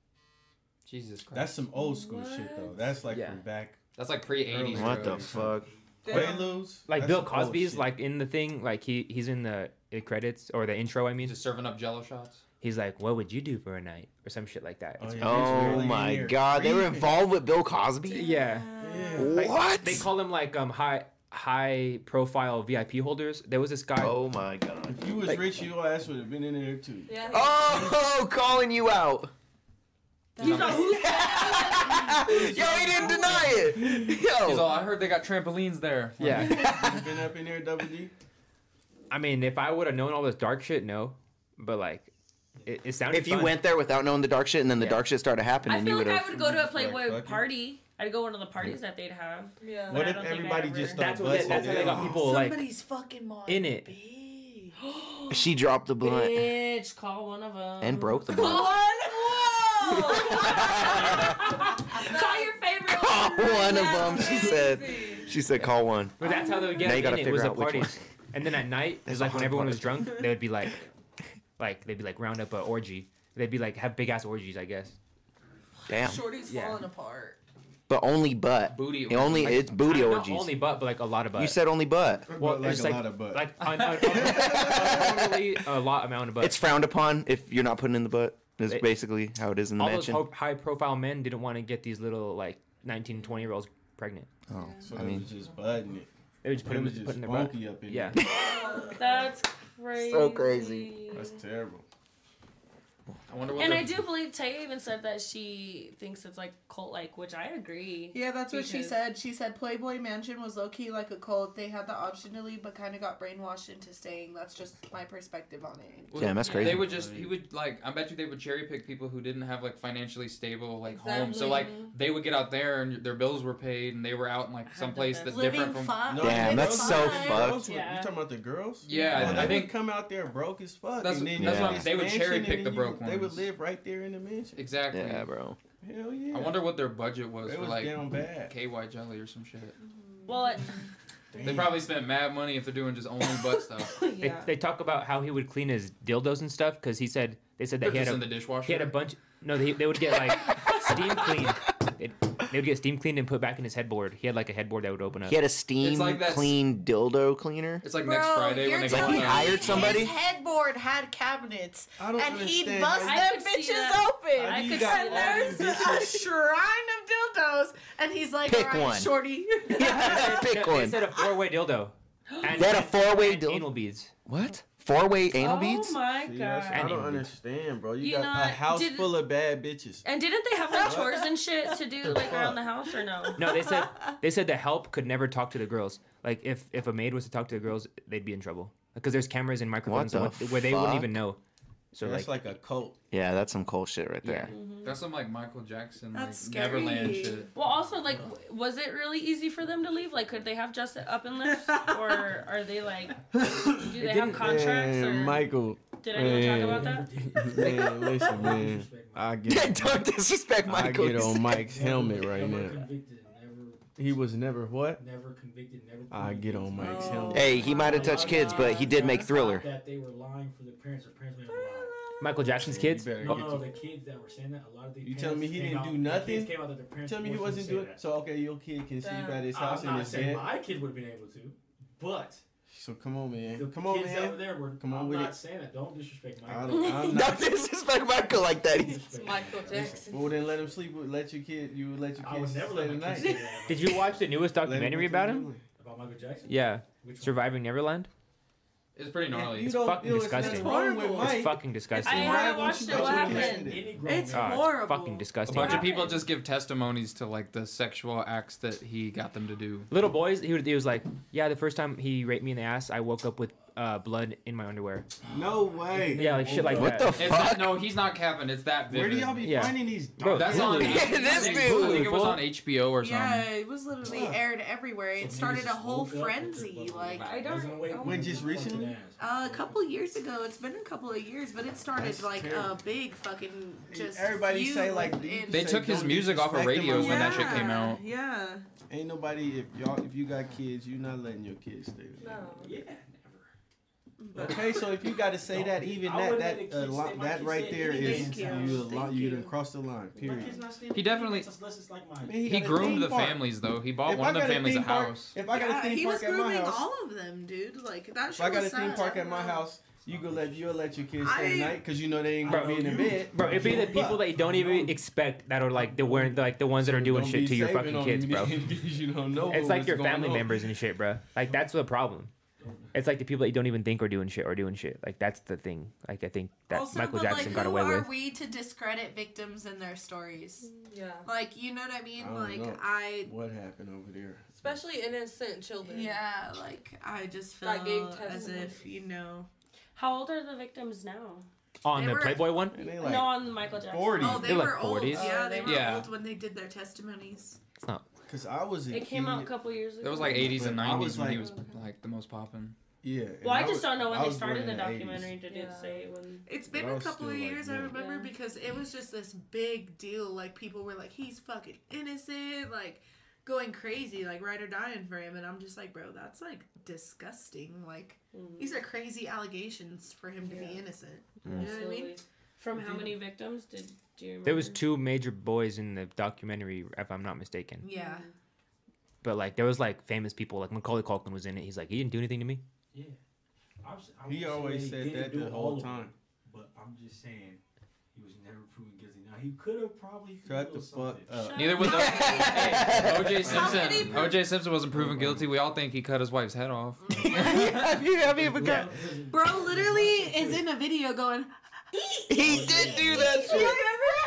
Speaker 6: Jesus Christ.
Speaker 7: That's some old school shit though. That's like
Speaker 6: Yeah.
Speaker 7: from back.
Speaker 6: That's like pre 80s.
Speaker 7: What the
Speaker 5: fuck?
Speaker 3: Damn.
Speaker 7: Quaaludes.
Speaker 4: Like
Speaker 7: That's
Speaker 4: Bill
Speaker 7: some old
Speaker 4: Cosby's
Speaker 7: shit.
Speaker 4: like in the thing, like he he's in the uh, credits or the intro. I mean,
Speaker 6: Just serving up jello shots.
Speaker 4: he's like, "What would you do for a night?" or some shit like that. It's-
Speaker 7: yeah, it's
Speaker 5: Oh
Speaker 7: really
Speaker 5: my
Speaker 7: weird.
Speaker 5: god, they were
Speaker 7: Creepy.
Speaker 5: involved with Bill Cosby.
Speaker 4: yeah.
Speaker 7: Yeah.
Speaker 4: Like,
Speaker 5: What?
Speaker 4: They call them like um high high profile VIP holders. There was this guy.
Speaker 5: Oh my god.
Speaker 7: If you was
Speaker 5: Like-
Speaker 7: rich, your ass would have been in there too.
Speaker 9: Yeah.
Speaker 5: [LAUGHS] Oh, calling you [LAUGHS] out.
Speaker 2: He's all, who said
Speaker 5: Yo, he didn't deny it.
Speaker 6: He's
Speaker 5: Yo. [LAUGHS]
Speaker 6: all, I heard they got trampolines there.
Speaker 4: Yeah.
Speaker 7: You've been up in there, Double D.
Speaker 4: I mean, if I would have known all this dark shit, no. But like, it, it sounded.
Speaker 5: If you
Speaker 4: fun.
Speaker 5: went there without knowing the dark shit and then the
Speaker 4: Yeah.
Speaker 5: dark shit started happening,
Speaker 2: I
Speaker 5: you
Speaker 2: feel like
Speaker 5: would have.
Speaker 2: I would go to a
Speaker 7: Like,
Speaker 2: Playboy
Speaker 7: fuck it.
Speaker 2: party. I'd go to one of the parties that they'd have.
Speaker 5: [GASPS]
Speaker 9: Yeah.
Speaker 2: But
Speaker 7: What
Speaker 2: I
Speaker 7: if
Speaker 2: don't think I
Speaker 7: everybody
Speaker 2: ever-
Speaker 7: just started
Speaker 4: That's what. They,
Speaker 7: busting
Speaker 4: that's how they got
Speaker 7: down?
Speaker 4: people like
Speaker 9: fucking mom.
Speaker 4: in it.
Speaker 5: She dropped the blunt
Speaker 2: Bitch, call one of them.
Speaker 5: and broke the
Speaker 2: Call
Speaker 5: blunt. [LAUGHS]
Speaker 2: Call your favorite.
Speaker 5: [LAUGHS] Call one of them, she said. She said, call one.
Speaker 4: But that's how they would get
Speaker 5: Now you
Speaker 4: in
Speaker 5: gotta
Speaker 4: it.
Speaker 5: figure
Speaker 4: was the
Speaker 5: out which one.
Speaker 4: parties. And then at night,
Speaker 5: That's
Speaker 4: it's like
Speaker 5: the
Speaker 4: when
Speaker 5: hard
Speaker 4: everyone was
Speaker 5: part.
Speaker 4: drunk, they would be like, like they'd be like round up a orgy. They'd be like have big ass orgies, I guess.
Speaker 5: Damn.
Speaker 9: Shorty's
Speaker 4: Yeah.
Speaker 9: falling
Speaker 2: [LAUGHS]
Speaker 9: apart.
Speaker 5: But only butt.
Speaker 6: Booty
Speaker 5: The Only
Speaker 6: orgies.
Speaker 5: it's booty
Speaker 4: Not
Speaker 5: orgies.
Speaker 4: only butt, but like a lot of butt.
Speaker 5: You said only butt.
Speaker 4: well,
Speaker 7: like
Speaker 4: it's
Speaker 7: a
Speaker 4: like,
Speaker 7: lot of butt.
Speaker 4: Like
Speaker 5: [LAUGHS]
Speaker 4: un, un, unfortunately, a lot amount of butt.
Speaker 5: It's frowned upon if you're not putting in the butt. Is
Speaker 4: It-
Speaker 5: basically how it is in the
Speaker 4: all those
Speaker 5: mansion.
Speaker 4: ho- high profile men didn't want to get these little like 19, 20 year olds pregnant.
Speaker 5: Oh,
Speaker 7: So
Speaker 5: I
Speaker 7: they
Speaker 5: mean,
Speaker 7: was just budding it.
Speaker 4: They would just put
Speaker 7: They
Speaker 4: them,
Speaker 7: was
Speaker 4: put
Speaker 7: just
Speaker 4: in their butt.
Speaker 7: funky up in
Speaker 4: Yeah.
Speaker 7: there.
Speaker 2: That's crazy.
Speaker 5: So crazy.
Speaker 7: That's terrible.
Speaker 6: I wonder what
Speaker 2: And
Speaker 6: they're-
Speaker 2: I do believe Tay even said that she thinks it's like cult like, which I agree.
Speaker 3: Yeah, that's what she
Speaker 2: Because-
Speaker 3: said. She said Playboy Mansion was low key like a cult. They had the option to leave, but kind of got brainwashed into staying. That's just my perspective on it.
Speaker 5: Damn, that's crazy.
Speaker 6: They would just, he would like, I bet you they would cherry pick people who didn't have like financially stable like homes. So
Speaker 9: Exactly.
Speaker 6: like they would get out there and their bills were paid and they were out in like
Speaker 2: the
Speaker 6: someplace that's
Speaker 2: best.
Speaker 6: different from.
Speaker 7: No,
Speaker 5: Damn,
Speaker 7: the
Speaker 5: that's
Speaker 7: girls
Speaker 5: so
Speaker 7: were- the
Speaker 5: fucked.
Speaker 7: girls were-
Speaker 2: Yeah.
Speaker 7: You talking about the girls?
Speaker 6: Yeah,
Speaker 7: Well,
Speaker 6: I
Speaker 7: they would
Speaker 6: think-
Speaker 7: come out there broke as fuck.
Speaker 6: That's-
Speaker 7: and then
Speaker 5: that's what
Speaker 7: you got
Speaker 5: I'm-
Speaker 7: this
Speaker 6: they would
Speaker 7: mansion
Speaker 6: cherry
Speaker 7: and
Speaker 6: pick
Speaker 7: then
Speaker 6: the
Speaker 7: you-
Speaker 6: broke
Speaker 7: They would
Speaker 6: ones.
Speaker 7: live right there in the mansion.
Speaker 6: Exactly.
Speaker 5: yeah, bro.
Speaker 7: Hell yeah.
Speaker 6: I wonder what their budget was
Speaker 7: They
Speaker 6: for
Speaker 7: was
Speaker 6: like
Speaker 7: down bad.
Speaker 6: KY jelly or some shit.
Speaker 2: Well,
Speaker 9: [LAUGHS]
Speaker 2: it,
Speaker 6: They probably spent mad money if they're doing just only butt stuff.
Speaker 4: They, they talk about how he would clean his dildos and stuff because he said they said
Speaker 6: They're
Speaker 4: that he
Speaker 6: just
Speaker 4: had
Speaker 6: in
Speaker 4: a
Speaker 6: the dishwasher.
Speaker 4: He had a bunch. No, they, they would get
Speaker 5: [LAUGHS]
Speaker 4: like steam cleaned. They, they would get steam cleaned and put back in his headboard. He had like a headboard that would open up.
Speaker 5: He had a steam
Speaker 6: It's like that-
Speaker 5: clean dildo cleaner.
Speaker 6: it's like next
Speaker 9: Bro,
Speaker 6: Friday when
Speaker 9: you're
Speaker 5: Like
Speaker 6: they go
Speaker 5: he
Speaker 9: telling
Speaker 6: out.
Speaker 9: me
Speaker 5: hired somebody?
Speaker 9: His headboard had cabinets,
Speaker 7: I don't
Speaker 9: and he'd
Speaker 7: understand
Speaker 9: bust
Speaker 7: how
Speaker 2: you-
Speaker 9: them
Speaker 2: I could see
Speaker 9: bitches
Speaker 2: that.
Speaker 9: open.
Speaker 2: I
Speaker 9: and
Speaker 2: could see that.
Speaker 9: there's a shrine of dildos, and he's like,
Speaker 5: Pick
Speaker 9: "All right,
Speaker 5: one." [LAUGHS]
Speaker 9: shorty." [LAUGHS]
Speaker 4: [LAUGHS]
Speaker 5: Pick
Speaker 4: They
Speaker 5: one.
Speaker 4: said a four way dildo. And,
Speaker 5: They had a four-way
Speaker 4: and
Speaker 5: dildo.
Speaker 4: Anal beads.
Speaker 5: What? Four way anal beads?
Speaker 2: Oh my
Speaker 7: See, that's-
Speaker 2: god.
Speaker 7: I
Speaker 4: Anal
Speaker 7: don't
Speaker 4: beads.
Speaker 7: understand, bro. You,
Speaker 2: You
Speaker 7: got
Speaker 2: know,
Speaker 7: a house
Speaker 2: did-
Speaker 7: full of bad bitches.
Speaker 2: And didn't they have like chores and shit to do like around
Speaker 7: fuck?
Speaker 2: the house or no?
Speaker 4: No, they said they said the help could never talk to the girls. Like if if a maid was to talk to the girls, they'd be in trouble because there's cameras and microphones
Speaker 5: the
Speaker 4: where, where they wouldn't
Speaker 5: fuck?
Speaker 4: even know. So
Speaker 7: That's
Speaker 4: like,
Speaker 7: like a cult.
Speaker 5: Yeah, that's some cool shit right there.
Speaker 6: That's some like Michael Jackson, like
Speaker 3: That's scary.
Speaker 6: Neverland shit.
Speaker 2: Well, also like, w- was it really easy for them to leave? Like, could they have just up and
Speaker 7: [LAUGHS]
Speaker 2: left, or are they like, do they have
Speaker 4: didn't-
Speaker 2: contracts? Or
Speaker 7: Michael.
Speaker 2: did anyone talk about that?
Speaker 7: Man, listen, man. I
Speaker 5: Yeah,
Speaker 7: get,
Speaker 5: [LAUGHS] don't disrespect
Speaker 7: I
Speaker 5: Michael.
Speaker 7: get
Speaker 5: he
Speaker 7: on
Speaker 5: said.
Speaker 7: Mike's helmet right
Speaker 10: never
Speaker 7: now.
Speaker 10: Convicted, never,
Speaker 7: He was never what?
Speaker 10: never convicted, never.
Speaker 7: I get on
Speaker 10: convicted.
Speaker 7: Mike's
Speaker 9: Oh.
Speaker 5: [LAUGHS]
Speaker 7: helmet.
Speaker 5: Hey, he might have touched kids, but he did make
Speaker 10: [LAUGHS]
Speaker 5: Thriller.
Speaker 10: That they were lying for the parents. The parents made them lie.
Speaker 4: Michael Jackson's kids.
Speaker 7: You better
Speaker 10: No,
Speaker 7: get
Speaker 10: no,
Speaker 7: your-
Speaker 10: the kids that were saying that a lot of the
Speaker 7: You
Speaker 10: parents
Speaker 7: telling me he
Speaker 10: came
Speaker 7: didn't
Speaker 10: out-
Speaker 7: do
Speaker 10: the
Speaker 7: nothing?
Speaker 10: kids Came out that their parents
Speaker 7: Tell me he
Speaker 10: forced them
Speaker 7: wasn't
Speaker 10: to say
Speaker 7: doing
Speaker 10: that.
Speaker 7: So okay, your kid can sleep at his house
Speaker 10: I'm
Speaker 7: in
Speaker 10: not
Speaker 7: his
Speaker 10: saying
Speaker 7: bed.
Speaker 10: my kid would have been able to, but
Speaker 7: So come on,
Speaker 10: the
Speaker 7: man. Come on,
Speaker 10: kids that were
Speaker 7: man.
Speaker 10: there were.
Speaker 7: Come on
Speaker 10: I'm
Speaker 7: with
Speaker 10: not
Speaker 7: it.
Speaker 10: saying that. Don't disrespect my.
Speaker 7: I
Speaker 10: kid.
Speaker 7: don't, I'm
Speaker 5: Don't [LAUGHS]
Speaker 7: not.
Speaker 5: disrespect Michael like that. He's-
Speaker 10: Disrespect my
Speaker 9: Michael
Speaker 10: kid.
Speaker 9: Jackson.
Speaker 7: Well, then let him sleep. with- Let your kid. You would let your
Speaker 10: I
Speaker 7: kid
Speaker 10: would
Speaker 7: sleep
Speaker 10: never
Speaker 7: at
Speaker 10: let my
Speaker 7: night.
Speaker 10: kid say
Speaker 7: [LAUGHS]
Speaker 10: that.
Speaker 4: Did you watch the newest
Speaker 7: Let him
Speaker 4: documentary
Speaker 7: go to
Speaker 4: about
Speaker 7: the
Speaker 4: him?
Speaker 7: room.
Speaker 10: about Michael Jackson?
Speaker 4: Yeah,
Speaker 10: Which one?
Speaker 4: Surviving Neverland.
Speaker 6: It's pretty gnarly.
Speaker 7: You
Speaker 4: It's
Speaker 7: don't-
Speaker 4: fucking
Speaker 7: you know,
Speaker 4: disgusting.
Speaker 7: It's nothing wrong
Speaker 9: Horrible.
Speaker 7: with
Speaker 4: It's
Speaker 7: Mike.
Speaker 4: fucking disgusting.
Speaker 2: I
Speaker 7: Why
Speaker 2: haven't
Speaker 7: won't
Speaker 2: watched
Speaker 7: you
Speaker 2: it.
Speaker 7: let
Speaker 2: What
Speaker 7: your
Speaker 2: happened?
Speaker 7: kid
Speaker 10: Any,
Speaker 7: sleep in it?
Speaker 10: any grown
Speaker 9: It's
Speaker 10: man.
Speaker 4: Ah, it's
Speaker 9: horrible.
Speaker 4: fucking
Speaker 6: A
Speaker 4: disgusting.
Speaker 6: bunch of
Speaker 2: happened?
Speaker 6: people just give testimonies to like the sexual acts that he got them to do.
Speaker 4: Little boys, he, would, he was like, yeah, the first time he raped me in the ass, I woke up with uh, blood in my underwear.
Speaker 7: No way.
Speaker 4: Yeah, like shit like
Speaker 5: What
Speaker 4: that.
Speaker 5: the
Speaker 6: It's
Speaker 5: fuck?
Speaker 6: not, no, he's not capping. It's that
Speaker 7: Where
Speaker 6: vivid.
Speaker 7: do y'all be
Speaker 4: Yeah.
Speaker 7: finding these?
Speaker 4: Bro,
Speaker 6: That's
Speaker 7: documents?
Speaker 6: on. [LAUGHS]
Speaker 4: Really?
Speaker 5: This
Speaker 6: I
Speaker 5: dude.
Speaker 6: think it was on HBO or something.
Speaker 3: Yeah, it was literally
Speaker 7: Huh.
Speaker 3: aired everywhere. It
Speaker 10: So
Speaker 3: started
Speaker 10: niggas
Speaker 3: a
Speaker 10: just
Speaker 3: whole
Speaker 10: woke up with their
Speaker 3: frenzy.
Speaker 10: fucking
Speaker 3: Like I
Speaker 10: eyes on
Speaker 3: don't.
Speaker 10: wake-
Speaker 3: know.
Speaker 7: When just
Speaker 10: fucking
Speaker 7: recently?
Speaker 10: ass.
Speaker 3: Uh, a couple years ago, it's been a couple of years, but it started
Speaker 7: That's
Speaker 3: like
Speaker 7: terrible.
Speaker 3: a big fucking just.
Speaker 7: Everybody
Speaker 3: feud
Speaker 7: say, like,
Speaker 3: within-
Speaker 6: They
Speaker 7: Say,
Speaker 6: took his
Speaker 7: don't
Speaker 6: music off of
Speaker 7: disrespect him
Speaker 6: radios
Speaker 7: or
Speaker 6: when that shit
Speaker 7: whatever.
Speaker 6: came out.
Speaker 3: Yeah,
Speaker 7: Ain't nobody. If y'all, if you got kids, you're not letting your kids stay. there.
Speaker 1: No.
Speaker 10: Yeah, never.
Speaker 7: Okay, so if you got to say that, even
Speaker 10: I
Speaker 7: that
Speaker 10: wouldn't let
Speaker 7: that
Speaker 10: the
Speaker 7: uh,
Speaker 10: kids
Speaker 7: lo-
Speaker 10: stay. My
Speaker 7: that
Speaker 10: kids
Speaker 7: right
Speaker 10: said
Speaker 7: there
Speaker 10: they
Speaker 7: is
Speaker 10: didn't
Speaker 7: you
Speaker 10: care.
Speaker 7: a lot.
Speaker 3: Thank
Speaker 7: You
Speaker 3: you.
Speaker 7: done crossed the line.
Speaker 10: My
Speaker 7: Period.
Speaker 10: kid's not staying
Speaker 6: He
Speaker 10: there.
Speaker 6: definitely-
Speaker 10: Unless it's like
Speaker 7: Man,
Speaker 10: mine.
Speaker 6: He
Speaker 7: got a
Speaker 6: groomed
Speaker 7: theme
Speaker 6: the
Speaker 7: park.
Speaker 6: families though. He
Speaker 7: If
Speaker 6: bought
Speaker 7: I
Speaker 6: one of
Speaker 7: got
Speaker 6: the families
Speaker 7: theme
Speaker 6: a
Speaker 7: park-
Speaker 6: house.
Speaker 7: If I got
Speaker 3: yeah
Speaker 7: a theme
Speaker 3: he was
Speaker 7: park at my
Speaker 3: grooming
Speaker 7: house,
Speaker 3: all of them, dude. Like that.
Speaker 7: if I
Speaker 3: shit
Speaker 7: got a
Speaker 3: was
Speaker 7: theme
Speaker 3: sad.
Speaker 7: park at my house, you gonna let you let your kids
Speaker 3: I-
Speaker 7: stay the night because you know they ain't gonna
Speaker 4: Bro,
Speaker 7: be in the
Speaker 10: you-
Speaker 7: bed.
Speaker 4: Bro, it'd be the people that you don't even expect that are like the wearing like the ones that are doing
Speaker 7: Don't
Speaker 4: shit
Speaker 7: be
Speaker 4: to your
Speaker 7: saving
Speaker 4: fucking
Speaker 7: on
Speaker 4: kids,
Speaker 7: me
Speaker 4: bro.
Speaker 7: because [LAUGHS] you don't know.
Speaker 4: [LAUGHS] It's
Speaker 7: what
Speaker 4: like
Speaker 7: was
Speaker 4: your
Speaker 7: going
Speaker 4: family
Speaker 7: on.
Speaker 4: members and shit, bro. Like that's the problem. It's like the people that you don't even think are doing shit are doing shit. Like that's the thing. Like I think that
Speaker 3: also,
Speaker 4: Michael
Speaker 3: but
Speaker 4: Jackson
Speaker 3: like,
Speaker 4: got
Speaker 3: who
Speaker 4: away
Speaker 3: are
Speaker 4: with.
Speaker 3: we to discredit victims and their stories?
Speaker 1: Yeah.
Speaker 3: Like, you know what I mean?
Speaker 7: I don't
Speaker 3: like,
Speaker 7: know.
Speaker 3: I.
Speaker 7: What happened over there?
Speaker 1: Especially innocent children.
Speaker 3: Yeah, like I just feel
Speaker 1: That gave
Speaker 3: as
Speaker 1: testimony.
Speaker 3: if you know.
Speaker 2: How old are the victims now?
Speaker 4: On
Speaker 3: They
Speaker 4: the
Speaker 3: were-
Speaker 4: Playboy one,
Speaker 7: And they
Speaker 2: no,
Speaker 7: like
Speaker 2: on Michael Jackson.
Speaker 7: forty.
Speaker 3: Oh, they
Speaker 4: They're, like,
Speaker 3: were old.
Speaker 4: 40s.
Speaker 3: Yeah, they were
Speaker 6: Yeah.
Speaker 3: old when they did their testimonies.
Speaker 7: Cause I was a
Speaker 2: It came
Speaker 7: kid.
Speaker 2: out a couple years ago.
Speaker 6: It was like 80s and
Speaker 7: But I
Speaker 6: 90s
Speaker 7: was
Speaker 6: when he
Speaker 7: like- [LAUGHS]
Speaker 6: was like the most
Speaker 5: [LAUGHS]
Speaker 6: popping.
Speaker 7: Yeah. and
Speaker 2: Well, I
Speaker 7: was-
Speaker 2: just don't know when
Speaker 7: I
Speaker 2: they
Speaker 7: was born
Speaker 2: started the
Speaker 7: in
Speaker 2: documentary. Did it
Speaker 1: Yeah.
Speaker 2: say when?
Speaker 3: It's
Speaker 7: But
Speaker 3: been
Speaker 7: I
Speaker 3: a
Speaker 7: was
Speaker 3: couple of
Speaker 7: still, like,
Speaker 3: years, I
Speaker 7: little.
Speaker 3: remember,
Speaker 2: Yeah.
Speaker 3: because it was just this big deal. Like people were like, "He's fucking innocent," like going crazy, like ride or dying for him. And I'm just like, bro, that's like disgusting. Like
Speaker 1: Mm-hmm.
Speaker 3: these are crazy allegations for him to be
Speaker 2: Yeah.
Speaker 3: innocent.
Speaker 5: Mm.
Speaker 3: You know what I mean?
Speaker 2: Absolutely. From how many victims did do you remember?
Speaker 4: there
Speaker 3: Mm-hmm.
Speaker 4: was two major boys in the documentary, if I'm not mistaken.
Speaker 3: Yeah.
Speaker 1: Mm-hmm.
Speaker 4: But like there was like famous people, like Macaulay Culkin was in it. He's like he didn't do anything to me.
Speaker 10: Yeah. I was, I
Speaker 7: '80s. He
Speaker 10: won't say
Speaker 7: always
Speaker 10: he
Speaker 7: said
Speaker 10: didn't
Speaker 7: that
Speaker 10: do
Speaker 7: the
Speaker 10: all
Speaker 7: whole
Speaker 10: of it,
Speaker 7: time.
Speaker 10: But I'm just saying, he was never proven guilty. Now he could have probably
Speaker 7: Shut the
Speaker 10: revealed
Speaker 7: fuck
Speaker 10: something.
Speaker 7: up.
Speaker 6: Neither was
Speaker 3: How
Speaker 6: O-
Speaker 3: How
Speaker 6: [LAUGHS] OJ
Speaker 3: could he
Speaker 6: Simpson.
Speaker 3: pro-
Speaker 6: OJ Simpson wasn't proven guilty. We all think he cut his wife's
Speaker 5: [LAUGHS]
Speaker 6: head off.
Speaker 5: yeah, yeah, I mean, but God-
Speaker 3: Bro literally is in a video going,
Speaker 5: he did do that
Speaker 3: "You
Speaker 5: shit.
Speaker 3: remember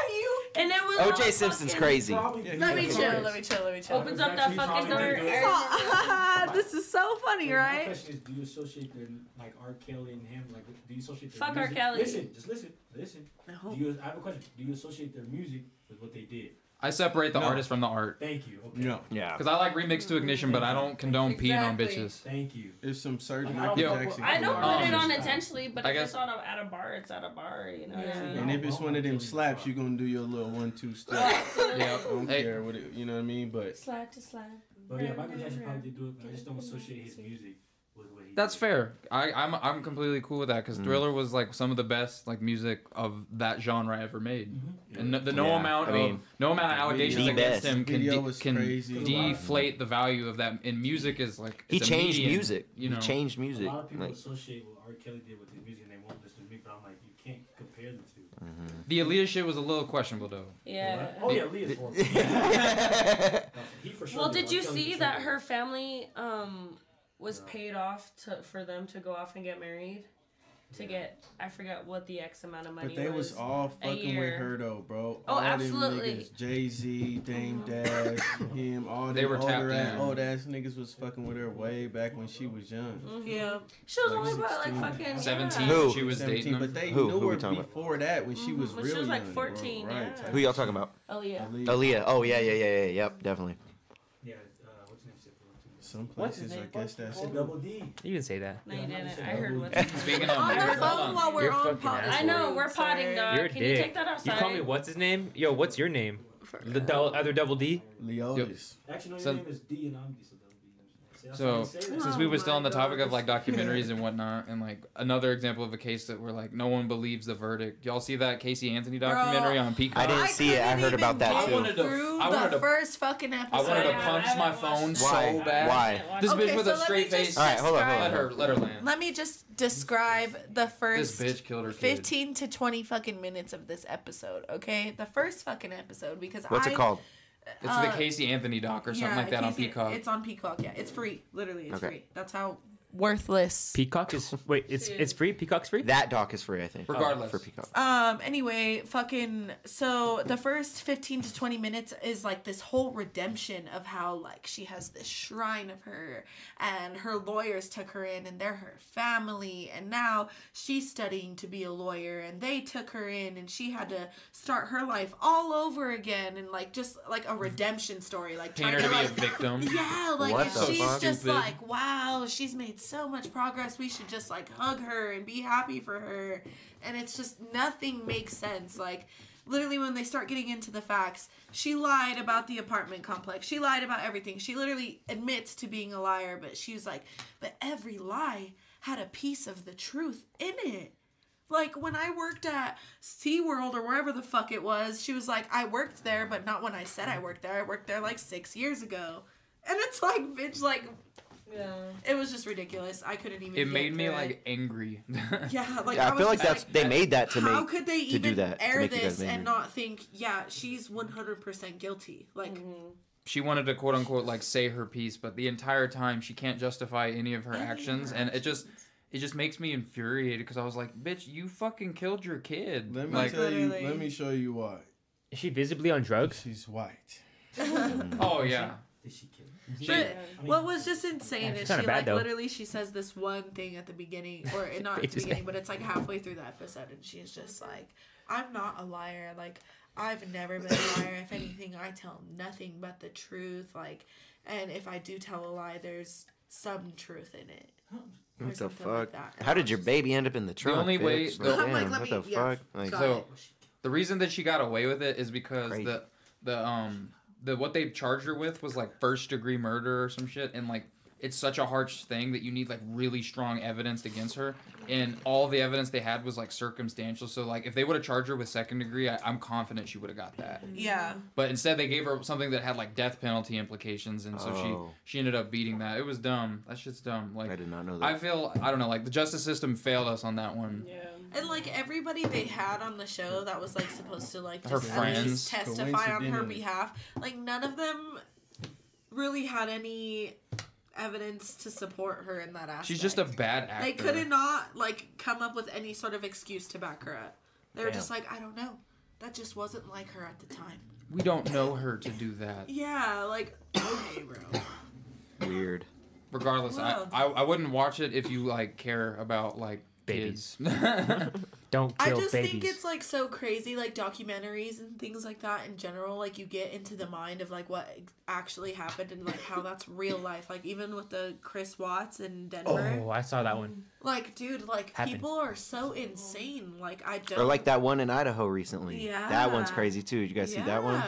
Speaker 3: you?
Speaker 2: And it was all
Speaker 5: OJ Simpson's
Speaker 2: fucking-
Speaker 5: crazy.
Speaker 10: Probably-
Speaker 3: Let me
Speaker 7: Yeah.
Speaker 3: chill, let me chill, let me chill.
Speaker 2: Opens up that
Speaker 10: He
Speaker 2: fucking
Speaker 10: probably didn't do
Speaker 2: door.
Speaker 3: [LAUGHS]
Speaker 10: it.
Speaker 3: this is so funny,
Speaker 10: Well, My
Speaker 3: right?
Speaker 10: question is, do you associate the, like R. Kelly and him? Like, do you associate their
Speaker 2: Fuck R.
Speaker 10: music?
Speaker 2: Kelly.
Speaker 10: Listen, just listen, listen.
Speaker 3: No.
Speaker 10: Do you? I have a question. Do you associate their music with what they did?
Speaker 6: I separate the
Speaker 7: No.
Speaker 6: artist from the art
Speaker 10: Thank you. Okay.
Speaker 7: No,
Speaker 5: Yeah.
Speaker 6: because I like remix to ignition, but I don't condone peeing on
Speaker 1: Exactly.
Speaker 6: bitches.
Speaker 10: Thank you.
Speaker 7: if some surgery
Speaker 10: Like,
Speaker 7: Michael
Speaker 6: Yo,
Speaker 7: Jackson.
Speaker 2: I
Speaker 7: come
Speaker 2: don't
Speaker 7: out.
Speaker 2: put it
Speaker 6: Um,
Speaker 2: on intentionally, but
Speaker 6: I
Speaker 2: if
Speaker 6: guess-
Speaker 2: it's on a, at a bar, it's at a bar. You know. what I
Speaker 1: Yeah.
Speaker 2: mean?
Speaker 7: And if it's one of them slaps, you're gonna do your little one-two step.
Speaker 6: Yeah.
Speaker 7: I don't
Speaker 6: Hey.
Speaker 7: care what it, you know what I mean, but
Speaker 2: Slide to slide.
Speaker 10: But yeah, Michael Jackson probably did do it, but I just don't associate his music with what he.
Speaker 6: That's
Speaker 10: did.
Speaker 6: fair. I, I'm I'm completely cool with that because
Speaker 5: Mm.
Speaker 6: Thriller was like some of the best like music of that genre ever made, and no, the no
Speaker 5: Yeah,
Speaker 6: amount
Speaker 5: I mean,
Speaker 6: of no amount of
Speaker 7: the
Speaker 6: allegations
Speaker 5: video-
Speaker 6: against
Speaker 5: The
Speaker 6: him can
Speaker 7: video
Speaker 6: de-
Speaker 7: was
Speaker 6: can
Speaker 7: crazy.
Speaker 6: deflate the value of that. And music is like
Speaker 5: He
Speaker 6: it's a
Speaker 5: changed
Speaker 6: medium,
Speaker 5: music.
Speaker 6: You know,
Speaker 5: He changed
Speaker 10: A
Speaker 5: music.
Speaker 10: lot of people
Speaker 5: Like,
Speaker 10: associate what R. Kelly did with his music, and they won't listen to me. But I'm like, you can't compare the two.
Speaker 6: the Aaliyah shit was a little questionable though.
Speaker 2: Yeah.
Speaker 10: Oh yeah, Leah's horrible. [LAUGHS] He for sure
Speaker 2: Well,
Speaker 10: did
Speaker 2: did
Speaker 10: R.
Speaker 2: you
Speaker 10: Kelly
Speaker 2: see
Speaker 10: for
Speaker 2: that
Speaker 10: sure.
Speaker 2: her family um was
Speaker 10: No.
Speaker 2: paid off to for them to go off and get married? To get I forget what the X amount of money
Speaker 7: but they was all fucking with
Speaker 2: year.
Speaker 7: her though, bro.
Speaker 2: Oh,
Speaker 7: all
Speaker 2: absolutely. Uh-huh.
Speaker 7: Jay Z, Dame Dash, him, all them
Speaker 6: They were tapped
Speaker 7: older ass,
Speaker 6: in.
Speaker 7: old ass niggas was fucking with her way back when she was young.
Speaker 3: Yeah.
Speaker 2: She was
Speaker 7: like
Speaker 2: only about like
Speaker 7: 16.
Speaker 2: fucking
Speaker 6: Seventeen,
Speaker 2: Yeah.
Speaker 5: Who?
Speaker 6: she was
Speaker 7: 17,
Speaker 6: dating him.
Speaker 7: but they
Speaker 5: Who-
Speaker 7: knew
Speaker 5: who we
Speaker 7: her
Speaker 5: talking about?
Speaker 7: before that when she was
Speaker 2: Mhm. When
Speaker 7: really
Speaker 2: she was, like,
Speaker 7: young,
Speaker 2: 14,
Speaker 7: Bro, right?
Speaker 2: yeah.
Speaker 5: [LAUGHS] who y'all talking about?
Speaker 2: Oh yeah.
Speaker 7: Aaliyah.
Speaker 5: Aaliyah. Oh yeah, yeah, yeah, yeah. Yep, definitely.
Speaker 10: Yeah, uh, what's his name? said-
Speaker 7: Some
Speaker 4: What's his
Speaker 7: places, I
Speaker 4: name?
Speaker 7: guess that's.
Speaker 10: Said Double D.
Speaker 4: You can say that.
Speaker 2: No,
Speaker 10: Yeah,
Speaker 2: you
Speaker 10: I'm not
Speaker 2: didn't.
Speaker 10: saying
Speaker 2: I heard
Speaker 10: double
Speaker 2: what.
Speaker 6: [LAUGHS]
Speaker 10: D.
Speaker 6: Speaking of,
Speaker 3: on
Speaker 6: marriage,
Speaker 3: the
Speaker 6: hold
Speaker 3: phone
Speaker 6: on.
Speaker 3: while we're
Speaker 4: You're
Speaker 3: on
Speaker 4: fucking
Speaker 3: pod.
Speaker 2: I know we're potting dog.
Speaker 4: You're a
Speaker 2: Can
Speaker 4: dick.
Speaker 2: you take that outside?
Speaker 4: You call me what's his name? Yo, what's your name? The double, other double D.
Speaker 7: Leotis.
Speaker 10: Actually, no, your
Speaker 6: So-
Speaker 10: name is D, and I'm D, so Double D. See, that's
Speaker 6: So,
Speaker 10: why they say that.
Speaker 6: since we
Speaker 3: Oh
Speaker 6: were still on
Speaker 3: my
Speaker 6: the topic of
Speaker 3: God.
Speaker 6: like
Speaker 10: [LAUGHS]
Speaker 6: documentaries and whatnot, and like another example of a case that where like no one believes the verdict. Y'all see that Casey Anthony documentary
Speaker 3: Bro,
Speaker 6: on Peacock?
Speaker 5: I didn't see it. I
Speaker 3: couldn't
Speaker 5: heard about
Speaker 3: even
Speaker 5: that,
Speaker 3: get
Speaker 5: too. I
Speaker 6: wanted to-
Speaker 3: Through
Speaker 6: I wanted
Speaker 3: the
Speaker 6: to-
Speaker 3: first fucking episode.
Speaker 6: I wanted to
Speaker 2: Yeah,
Speaker 6: punch
Speaker 2: I
Speaker 6: my
Speaker 2: haven't watched
Speaker 6: phone
Speaker 2: it.
Speaker 6: so
Speaker 5: [LAUGHS] Why?
Speaker 6: bad.
Speaker 5: Why?
Speaker 6: This bitch
Speaker 3: Okay,
Speaker 6: with
Speaker 3: so
Speaker 6: a
Speaker 3: let
Speaker 6: straight
Speaker 3: me just
Speaker 6: face.
Speaker 5: All right, hold on, hold on,
Speaker 6: Let
Speaker 3: describe-
Speaker 5: hold
Speaker 6: her, let her land.
Speaker 3: Let me just describe the
Speaker 6: This
Speaker 3: first
Speaker 6: bitch killed her kid.
Speaker 3: 15 to 20 fucking minutes of this episode, okay? The first fucking episode because
Speaker 5: What's
Speaker 3: I
Speaker 5: it called?
Speaker 6: It's the
Speaker 3: uh,
Speaker 6: Casey Anthony doc or something like that on
Speaker 3: Casey-
Speaker 6: Peacock.
Speaker 3: It's on Peacock, yeah. It's free. Literally, it's
Speaker 5: Okay.
Speaker 3: free. That's how worthless.
Speaker 4: Peacock is wait, it's it's free. Peacock's free.
Speaker 5: That doc is free, I think.
Speaker 6: Regardless.
Speaker 5: for Peacock.
Speaker 3: Um. Anyway, fucking. So the first fifteen to twenty minutes is like this whole redemption of how like she has this shrine of her, and her lawyers took her in, and they're her family, and now she's studying to be a lawyer, and they took her in, and she had to start her life all over again, and like just like a redemption story, like
Speaker 6: Paint her
Speaker 3: trying
Speaker 6: to be a
Speaker 3: like,
Speaker 6: victim.
Speaker 3: [LAUGHS] yeah, like
Speaker 5: What
Speaker 3: and
Speaker 5: the
Speaker 3: she's
Speaker 5: fuck?
Speaker 3: just
Speaker 6: Stupid.
Speaker 3: like, wow, she's made so much progress. We should just like hug her and be happy for her. And it's just nothing makes sense. Like literally when they start getting into the facts, she lied about the apartment complex. She lied about everything. She literally admits to being a liar, but she's like, but every lie had a piece of the truth in it. Like when I worked at SeaWorld or wherever the fuck it was, she was like, I worked there, but not when I said I worked there. I worked there like six years ago. And it's like, bitch, like,
Speaker 9: Yeah.
Speaker 3: it was just ridiculous. I couldn't even.
Speaker 6: It
Speaker 3: get
Speaker 6: made me
Speaker 3: through
Speaker 6: like angry. [LAUGHS]
Speaker 3: it. [LAUGHS] Yeah, like
Speaker 5: yeah, I,
Speaker 3: was
Speaker 5: feel like
Speaker 3: just
Speaker 5: that's they made that to
Speaker 3: how
Speaker 5: make
Speaker 3: could they
Speaker 5: to
Speaker 3: even
Speaker 5: do that to
Speaker 3: air
Speaker 5: make you guys
Speaker 3: this
Speaker 5: angry.
Speaker 3: and not think, yeah, she's one hundred percent guilty. Like,
Speaker 6: she wanted to quote unquote like say her piece, but the entire time she can't justify any of her
Speaker 3: Any of her
Speaker 6: actions, and it just it just makes me infuriated because I was like, bitch, you fucking killed your kid.
Speaker 7: Let me
Speaker 6: like,
Speaker 7: tell you.
Speaker 3: literally.
Speaker 7: Let me show you why.
Speaker 4: Is she visibly on
Speaker 7: [LAUGHS]
Speaker 4: drugs?
Speaker 7: She's white.
Speaker 5: Mm-hmm. Mm.
Speaker 6: oh yeah,
Speaker 10: Did she kill?
Speaker 3: but what was just insane
Speaker 4: Yeah, she's
Speaker 3: is she
Speaker 4: kinda
Speaker 3: like
Speaker 4: bad, though.
Speaker 3: literally she says this one thing at the beginning
Speaker 4: [LAUGHS]
Speaker 3: or not at
Speaker 4: It's
Speaker 3: the
Speaker 4: just-
Speaker 3: beginning, but it's like halfway through the episode, and she's just like, "I'm not a liar. Like, I've never been a liar. If anything, I tell nothing but the truth. Like, and if I do tell a lie, there's some truth in it." or
Speaker 5: What the
Speaker 3: something
Speaker 5: fuck?
Speaker 3: like that. And
Speaker 5: How
Speaker 3: I
Speaker 5: did
Speaker 3: was
Speaker 5: your
Speaker 3: just-
Speaker 5: baby end up in the trunk?
Speaker 6: only
Speaker 5: bitch?
Speaker 6: way- the-
Speaker 3: [LAUGHS] I'm like,
Speaker 5: damn,
Speaker 3: let
Speaker 5: what
Speaker 3: me-
Speaker 5: the
Speaker 3: yeah,
Speaker 5: fuck? Like,
Speaker 3: got
Speaker 6: so the reason that she got away with it is because
Speaker 5: Crazy.
Speaker 6: the the um the what they charged her with was like first degree murder or some shit, and like it's such a harsh thing that you need like really strong evidence against her, and all the evidence they had was like circumstantial. So like if they would have charged her with second degree, I, I'm confident she would have got that.
Speaker 3: Yeah.
Speaker 6: But instead, they gave her something that had like death penalty implications, and so
Speaker 5: Oh.
Speaker 6: she she ended up beating that. It was dumb. That shit's dumb. Like
Speaker 5: I did not know that.
Speaker 6: I feel I don't know. Like the justice system failed us on that one.
Speaker 2: Yeah.
Speaker 3: And like everybody they had on the show that was like supposed to like
Speaker 6: Her
Speaker 3: just at least
Speaker 6: friends.
Speaker 3: testify on her
Speaker 7: Coincidentally.
Speaker 3: behalf, like none of them really had any evidence to support her in that aspect.
Speaker 6: She's just a bad actor.
Speaker 3: They could not like come up with any sort of excuse to back her up. They were just like, I don't know. That just wasn't like her at the time.
Speaker 6: We don't know her to do
Speaker 3: [LAUGHS]
Speaker 6: that.
Speaker 3: Yeah, like okay, bro.
Speaker 5: Weird.
Speaker 6: Regardless, I,
Speaker 3: Wow.
Speaker 6: I I wouldn't watch it if you like care about like
Speaker 4: Babies.
Speaker 6: kids. [LAUGHS]
Speaker 4: Don't
Speaker 3: I
Speaker 4: kill
Speaker 3: just
Speaker 4: babies.
Speaker 3: think it's like so crazy, like documentaries and things like that in general. Like you get into the mind of like what ex- actually happened and like how that's real life. Like even with the Chris Watts in Denver,
Speaker 4: oh, I saw that one.
Speaker 3: like dude, like
Speaker 4: Happened.
Speaker 3: people are so insane. Like I don't.
Speaker 5: Or like that one in Idaho recently. That one's
Speaker 3: Yeah.
Speaker 5: crazy too. Did you guys see that one?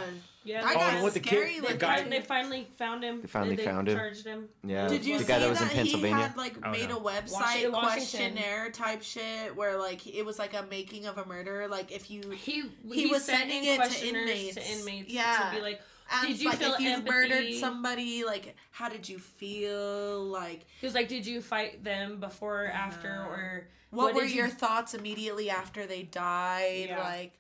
Speaker 2: Yeah.
Speaker 3: I got
Speaker 4: Oh, with the
Speaker 3: scary.
Speaker 4: kid-
Speaker 2: They,
Speaker 3: with
Speaker 4: the
Speaker 3: that.
Speaker 4: guy-
Speaker 2: fin- they finally found him.
Speaker 5: They finally found him.
Speaker 2: Charged him.
Speaker 5: Yeah.
Speaker 3: Did you
Speaker 5: the
Speaker 3: see
Speaker 5: guy that
Speaker 3: that,
Speaker 5: was in Pennsylvania.
Speaker 3: he had like
Speaker 4: Oh,
Speaker 3: made
Speaker 4: no.
Speaker 3: a website
Speaker 2: Washington.
Speaker 3: questionnaire type shit where like it was like a making of a murder? Like if you
Speaker 2: He
Speaker 3: He
Speaker 2: he,
Speaker 3: was
Speaker 2: was
Speaker 3: sending
Speaker 2: sending
Speaker 3: it to
Speaker 2: questionnaires to inmates.
Speaker 3: inmates.
Speaker 2: To
Speaker 3: Yeah.
Speaker 2: be like,
Speaker 3: asked,
Speaker 2: Did you
Speaker 3: like,
Speaker 2: feel
Speaker 3: if you
Speaker 2: empathy?
Speaker 3: murdered somebody, like how did you feel? Like
Speaker 2: he was like, did you fight them before, or after,
Speaker 3: Uh-huh.
Speaker 2: or
Speaker 3: what,
Speaker 2: What
Speaker 3: were
Speaker 2: did you-
Speaker 3: your thoughts immediately after they died?
Speaker 2: Yeah.
Speaker 3: Like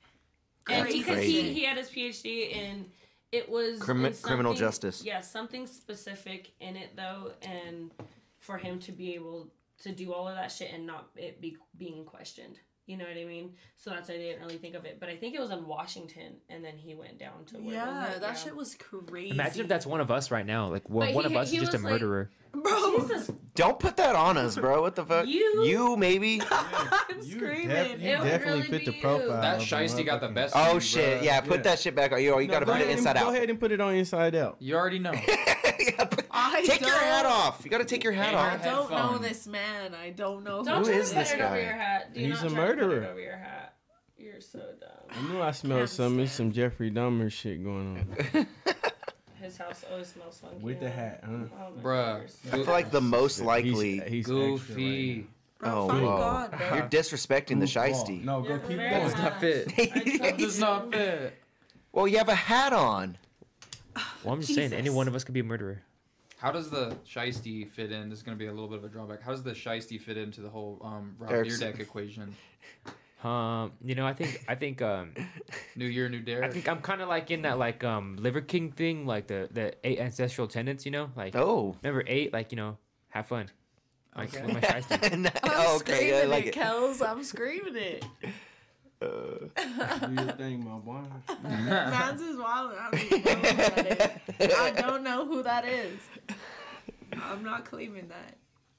Speaker 2: and
Speaker 5: That's
Speaker 2: because
Speaker 5: crazy.
Speaker 2: he, he had his PhD and it was
Speaker 5: Crimi-
Speaker 2: in
Speaker 5: criminal
Speaker 2: something-
Speaker 5: justice.
Speaker 2: Yeah, something specific in it though, and for him to be able to do all of that shit and not it be being questioned. You know what I mean? So that's why I didn't really think of it. But I think it was in Washington, and then he went down to where
Speaker 3: yeah,
Speaker 2: was it? [LAUGHS]
Speaker 3: that shit was crazy.
Speaker 4: Imagine if that's one of us right now. Like one,
Speaker 2: But
Speaker 4: one
Speaker 2: he-
Speaker 4: of us
Speaker 2: he
Speaker 4: is just a
Speaker 2: was, like-
Speaker 4: murderer.
Speaker 3: bro.
Speaker 2: Jesus,
Speaker 5: Don't put that on us, bro. What
Speaker 3: [LAUGHS]
Speaker 5: the fuck?
Speaker 2: You-
Speaker 5: maybe? Oh,
Speaker 3: I'm
Speaker 7: You
Speaker 3: screaming.
Speaker 7: def- you
Speaker 2: It would
Speaker 7: definitely
Speaker 2: really
Speaker 7: fit the
Speaker 2: be you.
Speaker 7: profile.
Speaker 6: that
Speaker 7: of a
Speaker 6: shiesty got the
Speaker 7: motherfucking-
Speaker 6: best. of
Speaker 5: Oh
Speaker 6: you,
Speaker 5: shit!
Speaker 6: bruh.
Speaker 5: Yeah, put that shit back on. You, you
Speaker 7: No,
Speaker 5: gotta
Speaker 7: go
Speaker 5: put it
Speaker 7: ahead and-
Speaker 5: inside
Speaker 7: Go
Speaker 5: out.
Speaker 7: ahead and put it on inside out.
Speaker 6: You already know.
Speaker 5: [LAUGHS] Yeah, put-
Speaker 3: I
Speaker 5: take your
Speaker 3: don't-
Speaker 5: hat off. You gotta take your hat
Speaker 6: Hey,
Speaker 3: I
Speaker 5: off.
Speaker 6: Head
Speaker 3: don't know
Speaker 6: phone.
Speaker 3: this man. I don't know
Speaker 2: don't
Speaker 5: Who
Speaker 2: try
Speaker 5: is
Speaker 2: to put
Speaker 5: this
Speaker 2: it over
Speaker 5: guy?
Speaker 2: your hat. Do
Speaker 7: He's
Speaker 2: not
Speaker 7: a
Speaker 2: try to put it
Speaker 7: murderer.
Speaker 2: over your hat. You're so dumb.
Speaker 7: I knew I smelled some. There's some Jeffrey Dahmer shit going on
Speaker 2: His house always smells funky.
Speaker 7: with the hat, huh?
Speaker 2: Oh my
Speaker 6: Bruh.
Speaker 2: goodness.
Speaker 5: [LAUGHS] I feel like the most likely.
Speaker 7: He's, he's
Speaker 6: Goofy.
Speaker 3: Bro,
Speaker 5: oh,
Speaker 3: thank
Speaker 5: whoa.
Speaker 3: God, bro.
Speaker 5: You're disrespecting the [LAUGHS] shiesty.
Speaker 7: No, go
Speaker 2: Yeah,
Speaker 7: keep
Speaker 2: very
Speaker 7: going.
Speaker 2: much.
Speaker 6: Not fit.
Speaker 3: [LAUGHS]
Speaker 6: That does not fit.
Speaker 5: Well, you have a hat on.
Speaker 4: Well, I'm just saying, any
Speaker 3: Jesus.
Speaker 4: one of us could be a murderer.
Speaker 6: How does the shiesty fit in? This is gonna be a little bit of a drawback. How does the shiesty fit into the whole um Rob
Speaker 5: Eric's-
Speaker 6: Deerdeck equation?
Speaker 4: Um, you know, I think I think um
Speaker 6: New year, new dare.
Speaker 4: I [LAUGHS] think I'm kind of like in that like um Liver King thing, like the the eight ancestral tenants. You know, like
Speaker 5: Oh,
Speaker 4: remember eight, like you know, have fun. Like,
Speaker 6: Okay.
Speaker 4: with my shiesty.
Speaker 5: [LAUGHS] oh, okay, yeah, I like it. Uh,
Speaker 3: Kels. I'm screaming
Speaker 5: [LAUGHS]
Speaker 3: it.
Speaker 7: Do
Speaker 3: [LAUGHS]
Speaker 7: your thing, my boy.
Speaker 3: Mine's is wild. and I don't even know who that is. I don't
Speaker 4: [LAUGHS]
Speaker 3: know who that is. I'm not claiming that.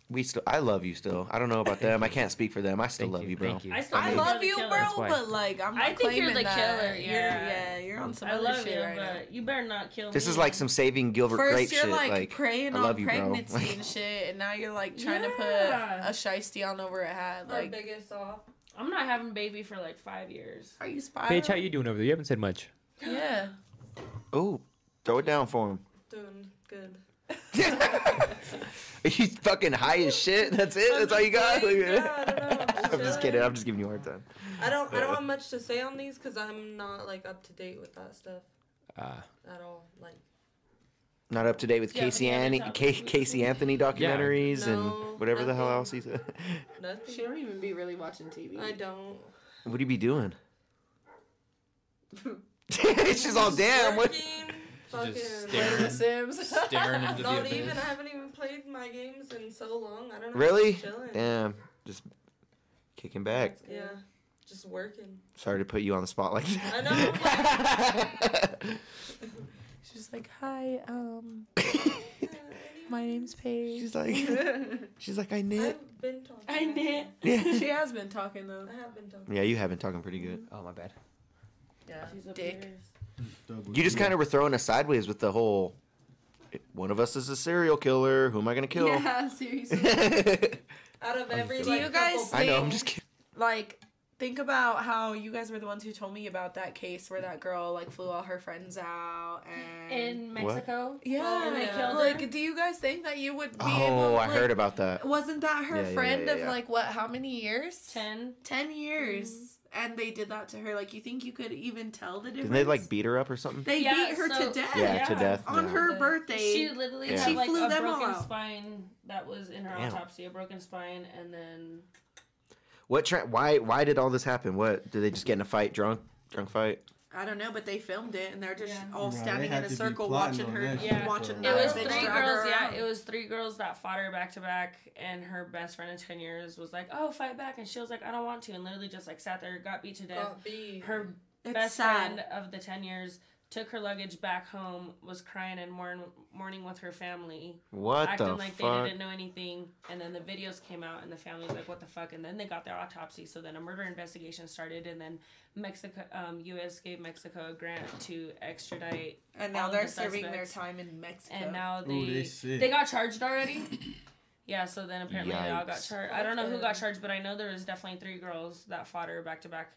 Speaker 5: We still, I love you still. I don't know about them. I can't speak for them. I still
Speaker 4: Thank
Speaker 5: love you,
Speaker 4: you,
Speaker 5: bro.
Speaker 4: Thank you.
Speaker 2: I still
Speaker 3: I,
Speaker 2: think
Speaker 3: love you,
Speaker 2: you're the
Speaker 3: bro,
Speaker 2: killer.
Speaker 4: why.
Speaker 3: but like I'm not
Speaker 2: I think you're
Speaker 3: claiming
Speaker 2: the
Speaker 3: that.
Speaker 2: killer,
Speaker 3: You're-
Speaker 2: yeah.
Speaker 3: yeah, you're on some
Speaker 2: I
Speaker 3: other
Speaker 2: love
Speaker 3: shit
Speaker 2: you,
Speaker 3: right now.
Speaker 2: but you better not kill me.
Speaker 5: This is like some saving Gilbert
Speaker 3: First
Speaker 5: Grape
Speaker 3: you're
Speaker 5: shit.
Speaker 3: like,
Speaker 5: Like,
Speaker 3: preying
Speaker 5: I love
Speaker 3: on
Speaker 5: you, bro.
Speaker 3: pregnancy
Speaker 5: [LAUGHS]
Speaker 3: and shit, and now you're like trying
Speaker 2: Yeah.
Speaker 3: to put a shiesty on over a hat.
Speaker 9: Our
Speaker 3: Like,
Speaker 9: biggest off.
Speaker 2: I'm not having baby for like five years.
Speaker 3: are you spying?
Speaker 4: Paige, how you doing over there? You haven't said much.
Speaker 3: Yeah.
Speaker 5: Ooh, throw it down for him.
Speaker 1: Doing good.
Speaker 5: [LAUGHS] Are you fucking high as shit? That's it? That's all you got?
Speaker 1: Like, yeah, I don't know.
Speaker 5: [LAUGHS] I'm just kidding. I'm just giving you a hard time.
Speaker 1: I don't. I don't have much to say on these because I'm not like up to date with that stuff
Speaker 4: Uh,
Speaker 5: Ah.
Speaker 1: at all. Like
Speaker 5: Not up to date with
Speaker 2: Yeah, but
Speaker 5: Casey,
Speaker 2: the other
Speaker 5: Annie,
Speaker 2: topic
Speaker 5: Ca-
Speaker 2: was-
Speaker 5: Casey Anthony documentaries
Speaker 1: No,
Speaker 5: and whatever the hell
Speaker 1: nothing.
Speaker 5: else he's. [LAUGHS] what
Speaker 1: nothing.
Speaker 3: don't even be really watching
Speaker 9: [LAUGHS]
Speaker 3: TV.
Speaker 1: I don't.
Speaker 5: do you be doing? [LAUGHS] She's all damn. What?
Speaker 1: Working,
Speaker 6: She's
Speaker 1: fucking.
Speaker 6: just
Speaker 3: The
Speaker 6: staring,
Speaker 3: Sims.
Speaker 6: staring into the
Speaker 1: Not
Speaker 6: abyss.
Speaker 1: even. I haven't even played my games in so long. I don't know.
Speaker 5: Really?
Speaker 1: just Chilling.
Speaker 5: Damn. Just kicking back.
Speaker 1: Yeah. Just working.
Speaker 5: [LAUGHS] Sorry to put you on the spot like that.
Speaker 1: I
Speaker 2: [LAUGHS]
Speaker 1: know,
Speaker 3: She's like, hi, um, my name's Paige.
Speaker 5: she's
Speaker 2: [LAUGHS]
Speaker 5: like, she's like, I knit.
Speaker 1: I've been talking.
Speaker 2: I knit.
Speaker 5: Yeah.
Speaker 3: she has been talking though.
Speaker 1: I have been talking.
Speaker 5: Yeah, you have been talking pretty good.
Speaker 4: oh my bad.
Speaker 3: Yeah.
Speaker 2: She's up
Speaker 3: Dick.
Speaker 2: yours.
Speaker 7: Double
Speaker 5: You just
Speaker 7: D.
Speaker 5: kind of were throwing us sideways with the whole. One of us is a serial killer. Who am I gonna kill?
Speaker 3: Yeah, seriously.
Speaker 1: Out of every,
Speaker 3: Do
Speaker 1: like,
Speaker 3: you guys
Speaker 1: couple-
Speaker 5: [LAUGHS] I know. I'm just kidding.
Speaker 3: like think about how you guys were the ones who told me about that case where that girl like flew all her friends out and
Speaker 2: In
Speaker 5: What?
Speaker 2: Mexico.
Speaker 3: yeah,
Speaker 2: Oh, and they killed
Speaker 3: like
Speaker 2: her?
Speaker 3: do you guys think that you would be able
Speaker 5: Oh,
Speaker 3: to,
Speaker 5: I
Speaker 3: like,
Speaker 5: heard about that.
Speaker 3: wasn't that her
Speaker 5: Yeah, yeah,
Speaker 3: friend
Speaker 5: yeah,
Speaker 3: of
Speaker 5: yeah.
Speaker 3: like what how many years
Speaker 2: 10.
Speaker 3: 10 years
Speaker 2: Mm-hmm.
Speaker 3: and they did that to her like you think you could even tell the difference
Speaker 5: Didn't they like beat her up or something?
Speaker 3: they
Speaker 2: Yeah,
Speaker 3: beat her
Speaker 2: so-
Speaker 3: to death
Speaker 5: Yeah, to
Speaker 2: Yeah.
Speaker 5: death.
Speaker 3: on
Speaker 5: yeah.
Speaker 3: her birthday
Speaker 2: She literally
Speaker 5: Yeah.
Speaker 2: had
Speaker 5: She
Speaker 2: like
Speaker 3: flew
Speaker 2: a
Speaker 3: them all
Speaker 2: broken
Speaker 3: out.
Speaker 2: spine that was in her
Speaker 5: Damn.
Speaker 2: autopsy, a broken spine, and then
Speaker 5: What? Tra- why? Why did all this happen? What? Did they just get in a fight? Drunk? Drunk fight?
Speaker 3: i don't know but they filmed it and they're just
Speaker 2: Yeah.
Speaker 7: Nah,
Speaker 3: all
Speaker 7: they
Speaker 3: standing
Speaker 7: had
Speaker 3: in a
Speaker 7: to be
Speaker 3: circle watching
Speaker 7: plotting on
Speaker 3: her
Speaker 7: that
Speaker 2: Yeah.
Speaker 7: shit,
Speaker 3: watching
Speaker 7: bro.
Speaker 2: It
Speaker 3: That
Speaker 2: was
Speaker 3: bitch
Speaker 2: three
Speaker 3: drug her
Speaker 2: girls, yeah.
Speaker 3: around.
Speaker 2: It was three girls that fought her back to back, and her best friend in ten years was like, "Oh, fight back," and she was like, "I don't want to," and literally just like sat there, got beat to death.
Speaker 1: Got beat.
Speaker 2: Her
Speaker 3: It's
Speaker 2: best
Speaker 3: sad.
Speaker 2: friend of the ten years took her luggage back home, was crying and mourn, mourning with her family,
Speaker 5: What
Speaker 2: acting
Speaker 5: the
Speaker 2: like
Speaker 5: fuck?
Speaker 2: they didn't know anything. And then the videos came out, and the family's like, "What the fuck?" And then they got their autopsy. So then a murder investigation started, and then Mexico, um, U.S. gave Mexico a grant to extradite,
Speaker 3: and now
Speaker 2: all
Speaker 3: they're
Speaker 2: the
Speaker 3: serving their
Speaker 2: suspects.
Speaker 3: time in mexico
Speaker 2: and now they
Speaker 7: Ooh, they
Speaker 2: they,
Speaker 7: sick.
Speaker 2: got charged already. [COUGHS] Yeah, so then apparently they all got
Speaker 5: Yikes.
Speaker 2: charged. I don't know who got charged, but I know there was definitely three girls that fought her back to back.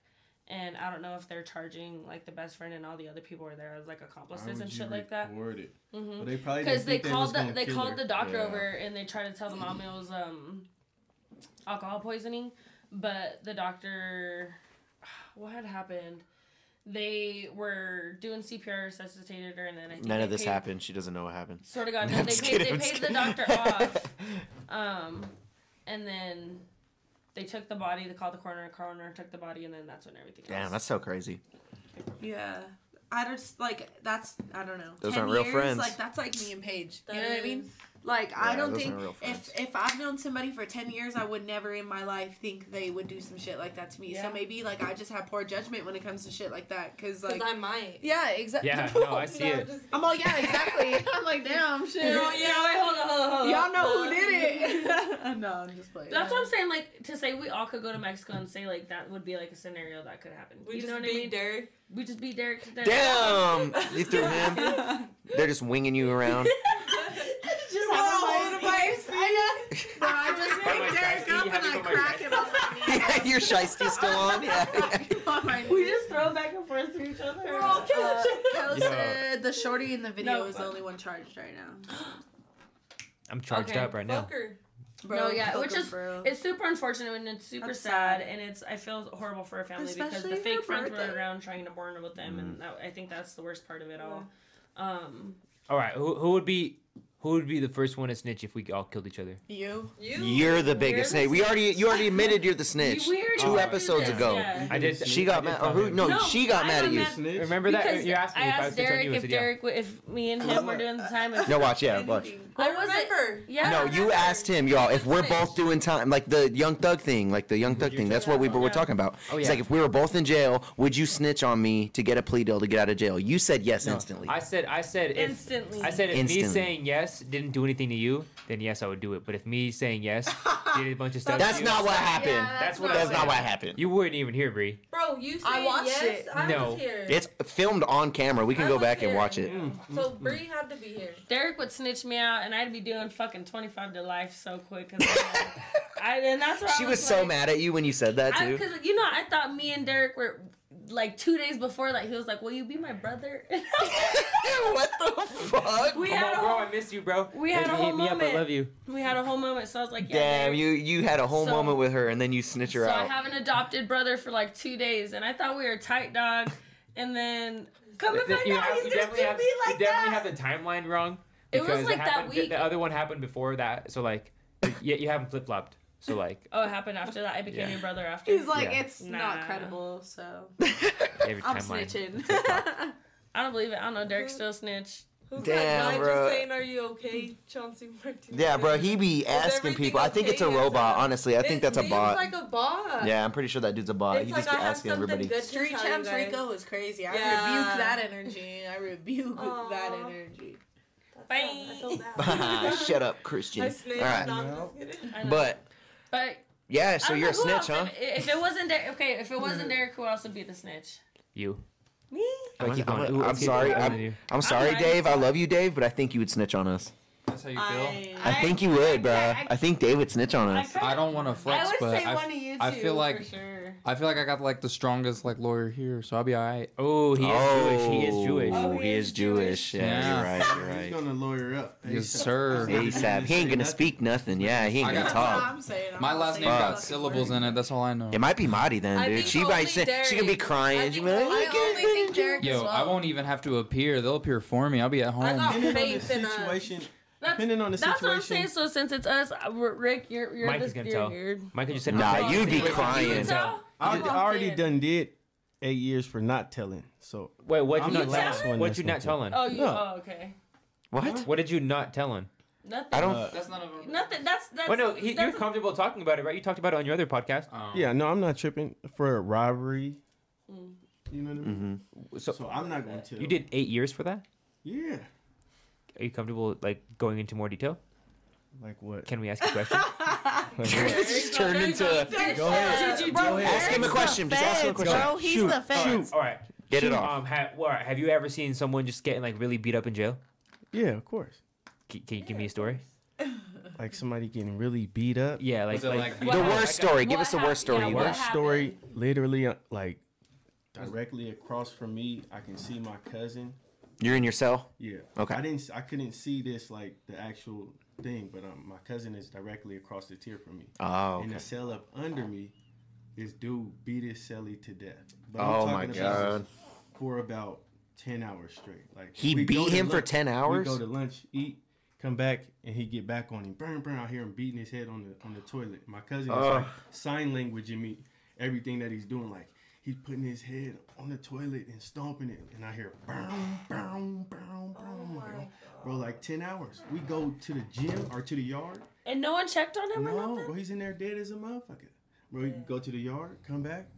Speaker 2: And I don't know if they're charging like the best friend and all the other people were there as like
Speaker 7: Why
Speaker 2: accomplices
Speaker 7: would
Speaker 2: and
Speaker 7: you
Speaker 2: shit like that.
Speaker 7: record it?
Speaker 2: Mhm.
Speaker 7: Well, they probably
Speaker 2: Because
Speaker 7: didn't
Speaker 2: they
Speaker 7: think was
Speaker 2: called the
Speaker 7: gonna
Speaker 2: they
Speaker 7: kill
Speaker 2: called
Speaker 7: her.
Speaker 2: the doctor
Speaker 7: Yeah.
Speaker 2: over and they tried to tell the mom it was um alcohol poisoning, but the doctor [SIGHS] what had happened? They were doing CPR, resuscitated her, and then I think
Speaker 5: None
Speaker 2: they
Speaker 5: of this
Speaker 2: paid-
Speaker 5: happened. She doesn't know what happened.
Speaker 2: Swear
Speaker 5: [LAUGHS]
Speaker 2: to God,
Speaker 5: No,
Speaker 2: no,
Speaker 5: I'm
Speaker 2: they
Speaker 5: just
Speaker 2: paid,
Speaker 5: kidding, I'm
Speaker 2: they
Speaker 5: just
Speaker 2: paid the
Speaker 5: kidding.
Speaker 2: doctor off.
Speaker 5: [LAUGHS]
Speaker 2: Um, and then they took the body, they called the coroner, coroner took the body, and then that's when everything
Speaker 5: Damn,
Speaker 2: else.
Speaker 5: that's so crazy.
Speaker 3: Yeah. I just like that's I don't know.
Speaker 5: Those
Speaker 3: 10
Speaker 5: aren't real
Speaker 3: years,
Speaker 5: friends.
Speaker 3: Like that's like me and Paige.
Speaker 1: That
Speaker 3: you know what I mean?
Speaker 1: is-
Speaker 3: Like I
Speaker 5: Yeah,
Speaker 3: don't
Speaker 5: those
Speaker 3: think
Speaker 5: aren't real friends.
Speaker 3: if if I've known somebody for ten years, I would never in my life think they would do some shit like that to me.
Speaker 2: Yeah.
Speaker 3: So maybe like I just have poor judgment when it comes to shit like that. Cause
Speaker 1: 'Cause
Speaker 3: like
Speaker 1: I might.
Speaker 3: yeah, exactly. [LAUGHS]
Speaker 4: Yeah, no, I see it.
Speaker 3: I'm all yeah, exactly. I'm like damn shit.
Speaker 2: Yeah, yeah, wait, hold on, hold on, hold on.
Speaker 3: Y'all know who [LAUGHS] did
Speaker 9: [LAUGHS]
Speaker 3: it. [LAUGHS] no, I'm just playing.
Speaker 2: That's what I'm saying. Like to say we all could go to Mexico and say like that would be like a scenario that could happen.
Speaker 1: We
Speaker 2: you
Speaker 1: just
Speaker 2: know what I
Speaker 1: beat
Speaker 2: mean?
Speaker 1: Derek.
Speaker 2: we just beat Derek. to death. [LAUGHS]
Speaker 5: Damn,
Speaker 3: [LAUGHS]
Speaker 5: you threw him. They're just winging you around. [LAUGHS]
Speaker 3: just all over the place. I got- Bro, I just
Speaker 4: my
Speaker 3: picked Derek
Speaker 4: shiesty,
Speaker 3: up and
Speaker 4: happy
Speaker 3: I
Speaker 4: for my
Speaker 3: crack him up. [LAUGHS]
Speaker 5: yeah, your shiesty's still on. Yeah, yeah.
Speaker 2: We just throw back and forth to each other.
Speaker 3: We're all killing
Speaker 2: Uh, [LAUGHS]
Speaker 3: shit. Kels
Speaker 5: Yeah.
Speaker 3: said the shorty in the video
Speaker 2: No,
Speaker 3: is the
Speaker 2: but-
Speaker 3: only one charged right now.
Speaker 4: I'm charged
Speaker 2: Okay,
Speaker 4: up right now.
Speaker 1: Fucker.
Speaker 2: No, yeah,
Speaker 3: fuck
Speaker 2: which
Speaker 3: him,
Speaker 2: is-
Speaker 3: bro.
Speaker 2: It's super unfortunate and it's super
Speaker 3: That's
Speaker 2: sad,
Speaker 3: sad.
Speaker 2: and it's I feel horrible for her family because
Speaker 3: Especially
Speaker 2: the
Speaker 3: her
Speaker 2: fake friends
Speaker 3: birthday.
Speaker 2: were around trying to mourn
Speaker 5: Mm.
Speaker 2: with them, and that, I think that's the worst part of it all. Um,
Speaker 4: All right, who, who would be who Who would be the first one to snitch if we all killed each other?
Speaker 3: You.
Speaker 9: You.
Speaker 5: [LAUGHS] You're the biggest snitch. We already you already admitted you're the snitch.
Speaker 2: We already
Speaker 5: Two
Speaker 2: did
Speaker 5: episodes
Speaker 2: this,
Speaker 5: ago.
Speaker 2: yeah.
Speaker 4: I did.
Speaker 5: She got mad.
Speaker 7: tell
Speaker 5: Oh, who?
Speaker 7: him.
Speaker 5: No,
Speaker 2: No,
Speaker 5: she got
Speaker 2: I
Speaker 5: mad
Speaker 2: got
Speaker 5: at you.
Speaker 2: mad-
Speaker 7: Snitch?
Speaker 4: Remember that
Speaker 2: Because
Speaker 4: you asked me
Speaker 2: I
Speaker 4: if I
Speaker 2: asked
Speaker 4: was snitch on
Speaker 2: Derek
Speaker 4: you. I
Speaker 2: if
Speaker 4: said, yeah.
Speaker 2: Derek, w if me and him were doing the time. If,
Speaker 5: No, watch. Yeah, watch.
Speaker 9: I
Speaker 2: What was it?
Speaker 9: remember.
Speaker 2: Yeah.
Speaker 5: No, you asked him, y'all, if we're both doing time, like the Young Thug thing, like the Young Thug thing. That's what we were
Speaker 2: Yeah.
Speaker 5: talking about.
Speaker 4: Oh,
Speaker 5: It's
Speaker 4: yeah.
Speaker 5: like if we were both in jail, would you snitch on me to get a plea deal to get out of jail? You said yes
Speaker 4: No,
Speaker 5: instantly.
Speaker 4: I said. I said. If,
Speaker 2: Instantly.
Speaker 4: I said if
Speaker 5: Instantly.
Speaker 4: me saying yes didn't do anything to you, then yes, I would do it. But if me saying
Speaker 2: [LAUGHS]
Speaker 4: yes
Speaker 3: [LAUGHS]
Speaker 4: did a bunch of stuff,
Speaker 5: That's
Speaker 4: to
Speaker 5: not
Speaker 4: you,
Speaker 5: what happened.
Speaker 9: Yeah,
Speaker 4: That's what
Speaker 5: that's
Speaker 4: I
Speaker 9: That's
Speaker 5: not
Speaker 4: said.
Speaker 5: what happened.
Speaker 4: You weren't even here, Bree.
Speaker 9: Bro, you said
Speaker 1: I watched
Speaker 9: yes.
Speaker 1: it.
Speaker 9: I
Speaker 4: No.
Speaker 9: was here.
Speaker 5: It's filmed on camera. We can
Speaker 9: I
Speaker 5: go
Speaker 9: was
Speaker 5: back and
Speaker 9: here.
Speaker 5: watch it.
Speaker 9: So Bree had to be here.
Speaker 2: Derek would snitch me out, and I'd be doing fucking twenty five to life so quick. 'cause I'm like- I, and that's what
Speaker 5: She
Speaker 2: I
Speaker 5: was
Speaker 2: was
Speaker 5: so
Speaker 2: like-
Speaker 5: mad at you when you said that too.
Speaker 2: Because you know, I thought me and Derek were like two days before. Like he was like, "Will you be my brother?"
Speaker 5: [LAUGHS]
Speaker 2: [LAUGHS]
Speaker 5: what the fuck?
Speaker 2: we
Speaker 4: Come
Speaker 2: had
Speaker 4: on,
Speaker 2: a
Speaker 4: bro.
Speaker 2: whole,
Speaker 4: I miss you, bro.
Speaker 2: we had
Speaker 4: Hit-
Speaker 2: a whole
Speaker 4: hit me up.
Speaker 2: moment.
Speaker 4: I love you.
Speaker 2: we had a whole moment. So I was like, yeah,
Speaker 5: Damn,
Speaker 2: Derek.
Speaker 5: you you had a whole
Speaker 2: So-
Speaker 5: moment with her and then you snitch her
Speaker 2: so I
Speaker 5: out.
Speaker 2: have an adopted brother for like two days, and I thought we were tight, dog. And then come and
Speaker 4: Th-
Speaker 2: find
Speaker 4: you
Speaker 2: out,
Speaker 4: have-
Speaker 2: he's
Speaker 4: you
Speaker 2: gonna
Speaker 4: definitely
Speaker 2: do
Speaker 4: have-
Speaker 2: me like
Speaker 4: You definitely
Speaker 2: that.
Speaker 4: have the timeline wrong.
Speaker 2: It was
Speaker 4: because
Speaker 2: like that
Speaker 4: happened- the-
Speaker 2: week.
Speaker 4: The other one happened before that, so like, yeah, you haven't flip flopped. So like,
Speaker 2: Oh, it happened after that. I became
Speaker 4: Yeah.
Speaker 2: your brother after.
Speaker 1: He's like,
Speaker 4: Yeah.
Speaker 1: it's not
Speaker 2: Nah.
Speaker 1: credible, so
Speaker 5: [LAUGHS]
Speaker 2: [LAUGHS]
Speaker 4: every
Speaker 1: I'm
Speaker 4: timeline.
Speaker 3: [LAUGHS]
Speaker 1: snitching.
Speaker 2: I don't believe it. I don't know.
Speaker 4: [LAUGHS]
Speaker 2: Derek still snitch.
Speaker 9: Who's
Speaker 5: Damn,
Speaker 9: that guy
Speaker 5: bro.
Speaker 9: just saying, "Are you okay, Chauncey Martinez?"
Speaker 5: yeah, bro, he be asking
Speaker 9: everything
Speaker 5: people. I think
Speaker 9: okay?
Speaker 5: it's a
Speaker 9: Is
Speaker 5: robot,
Speaker 9: that-
Speaker 5: honestly. I think that's a bot.
Speaker 9: It's like a bot.
Speaker 5: yeah, I'm pretty sure that dude's a bot.
Speaker 9: It's
Speaker 5: He
Speaker 9: like
Speaker 5: just be
Speaker 9: I have
Speaker 5: asking
Speaker 9: something
Speaker 5: everybody. [LAUGHS]
Speaker 9: good to
Speaker 3: Street
Speaker 9: tell you
Speaker 3: Champs
Speaker 9: guys.
Speaker 3: Rico was crazy. I
Speaker 1: Yeah.
Speaker 3: rebuke that energy. I rebuke
Speaker 9: Aw.
Speaker 3: that energy.
Speaker 9: I feel bad.
Speaker 4: [LAUGHS]
Speaker 5: Shut up, Christian.
Speaker 9: I
Speaker 5: All
Speaker 9: snitched.
Speaker 5: right,
Speaker 9: No, I'm just kidding.
Speaker 2: I know.
Speaker 5: but
Speaker 2: but
Speaker 5: yeah,
Speaker 2: I
Speaker 5: so
Speaker 2: don't
Speaker 5: you're a
Speaker 2: know who
Speaker 5: snitch,
Speaker 2: else.
Speaker 5: huh?
Speaker 2: If, if it wasn't Derek, okay. If it wasn't Derek, who else would be the snitch?
Speaker 4: You.
Speaker 2: Me.
Speaker 5: I'm,
Speaker 4: Mine's gone.
Speaker 5: I'm,
Speaker 4: Ooh,
Speaker 5: I'm
Speaker 4: let's get
Speaker 5: sorry.
Speaker 4: back on
Speaker 5: I'm,
Speaker 4: you.
Speaker 5: I'm sorry,
Speaker 2: right.
Speaker 5: Dave. I love you, Dave, but I think you would snitch on us.
Speaker 6: That's how you feel.
Speaker 3: I,
Speaker 5: I,
Speaker 2: I-
Speaker 5: think you would, bruh.
Speaker 2: I-
Speaker 5: I, think Dave would snitch on us.
Speaker 6: I don't want to flex, but I, f-
Speaker 2: you
Speaker 6: I feel like
Speaker 2: sure.
Speaker 6: I feel like I got like the strongest like lawyer here, so I'll be alright.
Speaker 4: Oh, he is Jewish. He is Jewish.
Speaker 5: Oh,
Speaker 2: Oh,
Speaker 5: he is Jewish. Yeah, you're right.
Speaker 7: He's
Speaker 5: You're right.
Speaker 7: gonna lawyer up.
Speaker 6: Yes, sir.
Speaker 7: He's not
Speaker 5: ASAP. He ain't gonna
Speaker 7: say
Speaker 5: speak nothing. Yeah, he ain't
Speaker 6: I
Speaker 5: gonna
Speaker 6: got-
Speaker 3: That's what
Speaker 5: talk.
Speaker 3: I'm saying. I'm
Speaker 6: My
Speaker 3: not
Speaker 6: last
Speaker 3: saying
Speaker 6: name got
Speaker 3: fuck.
Speaker 6: syllables in it. That's all I know.
Speaker 5: It might be Marty then,
Speaker 9: I
Speaker 5: dude.
Speaker 9: think
Speaker 5: She might
Speaker 9: only
Speaker 5: say she could be
Speaker 9: Derek.
Speaker 5: crying. She
Speaker 9: think
Speaker 5: might
Speaker 9: I
Speaker 5: be like,
Speaker 9: only think
Speaker 6: [LAUGHS]
Speaker 9: Derek
Speaker 6: Yo,
Speaker 9: as well.
Speaker 6: I won't even have to appear. They'll appear for me. I'll be at
Speaker 9: I
Speaker 6: home.
Speaker 9: got
Speaker 7: nothing. Depending on
Speaker 9: faith in
Speaker 7: the
Speaker 9: us.
Speaker 7: situation,
Speaker 2: That's,
Speaker 7: depending on the
Speaker 2: that's what I'm saying.
Speaker 7: situation.
Speaker 2: So since it's us, I- we're- Rick, you're you're
Speaker 4: Mike
Speaker 2: the
Speaker 4: is gonna
Speaker 2: you're
Speaker 4: tell.
Speaker 2: weird.
Speaker 4: Michael just said,
Speaker 5: Nah, Uh, you'd be
Speaker 4: Wait,
Speaker 5: crying.
Speaker 4: you tell?
Speaker 7: I
Speaker 2: I'm
Speaker 7: already
Speaker 2: dead.
Speaker 7: done did eight years for not telling. So
Speaker 4: Wait, what
Speaker 7: I'm
Speaker 4: you
Speaker 7: the
Speaker 4: not
Speaker 7: last
Speaker 4: telling?
Speaker 7: one
Speaker 4: What
Speaker 7: that's
Speaker 4: you not
Speaker 7: not
Speaker 4: telling?
Speaker 2: Oh, you.
Speaker 7: No.
Speaker 2: Oh, okay. Oh.
Speaker 5: what?
Speaker 4: What did you not tell him?
Speaker 2: Nothing.
Speaker 5: I don't.
Speaker 7: Uh,
Speaker 6: That's none of them.
Speaker 2: Nothing. That's that's.
Speaker 4: Oh no, he,
Speaker 2: that's [LAUGHS]
Speaker 4: you're comfortable talking about it, right? You talked about it on your other podcast.
Speaker 6: Oh.
Speaker 7: yeah, no, I'm not tripping for a robbery.
Speaker 2: Mm.
Speaker 7: You know what I mean?
Speaker 4: So,
Speaker 7: So I'm not going to.
Speaker 4: you did eight years for that.
Speaker 7: Yeah.
Speaker 4: Are you comfortable like going into more detail?
Speaker 7: Like what?
Speaker 4: Can we ask you a question?
Speaker 2: [LAUGHS]
Speaker 5: this has turned into.
Speaker 7: Go ahead.
Speaker 2: Did you
Speaker 7: Go ahead.
Speaker 5: Ask him a question. Just ask him a question.
Speaker 7: Bro, he's Shoot. the
Speaker 4: [LAUGHS]
Speaker 7: feds.
Speaker 4: All right.
Speaker 5: Get it off.
Speaker 4: Um, ha- well, all right, have you ever seen someone just getting like really beat up in jail?
Speaker 7: Yeah, of course.
Speaker 4: C- can you give me a story?
Speaker 7: Like somebody getting really beat up.
Speaker 4: Yeah, like,
Speaker 6: Was it
Speaker 4: like,
Speaker 6: like
Speaker 5: The
Speaker 2: What
Speaker 5: worst
Speaker 4: happened?
Speaker 5: story. Give us the worst
Speaker 2: What
Speaker 5: story.
Speaker 2: happened?
Speaker 5: you
Speaker 2: Yeah,
Speaker 5: got.
Speaker 7: Worst story,
Speaker 2: happened?
Speaker 7: literally, uh, like directly across from me, I can see my cousin.
Speaker 5: You're in your cell.
Speaker 7: Yeah.
Speaker 5: Okay.
Speaker 7: I didn't. s- I couldn't see this like the actual thing, but um, my cousin is directly across the tier from me.
Speaker 5: Oh.
Speaker 7: In
Speaker 5: okay.
Speaker 7: the cell up under me, this dude beat his celly to death. But I'm
Speaker 5: Oh my
Speaker 7: talking about
Speaker 5: god.
Speaker 7: For about ten hours straight. Like
Speaker 5: He
Speaker 7: we go
Speaker 5: beat
Speaker 7: to
Speaker 5: him for
Speaker 7: lunch-
Speaker 5: 10
Speaker 7: We
Speaker 5: hours?
Speaker 7: go to lunch, eat, come back, and he get back on him. Burn, burn. I hear him beating his head on the on the toilet. My cousin is like sign language in me. Everything that he's doing, like he's putting his head on the toilet and stomping it, and I hear burn, burn, burn, burn. like, bro, like ten hours. We go to the gym or to the yard.
Speaker 2: And no one checked on him or
Speaker 7: No,
Speaker 2: nothing.
Speaker 7: bro, he's in there dead as a motherfucker. Bro, you go to the yard, come back.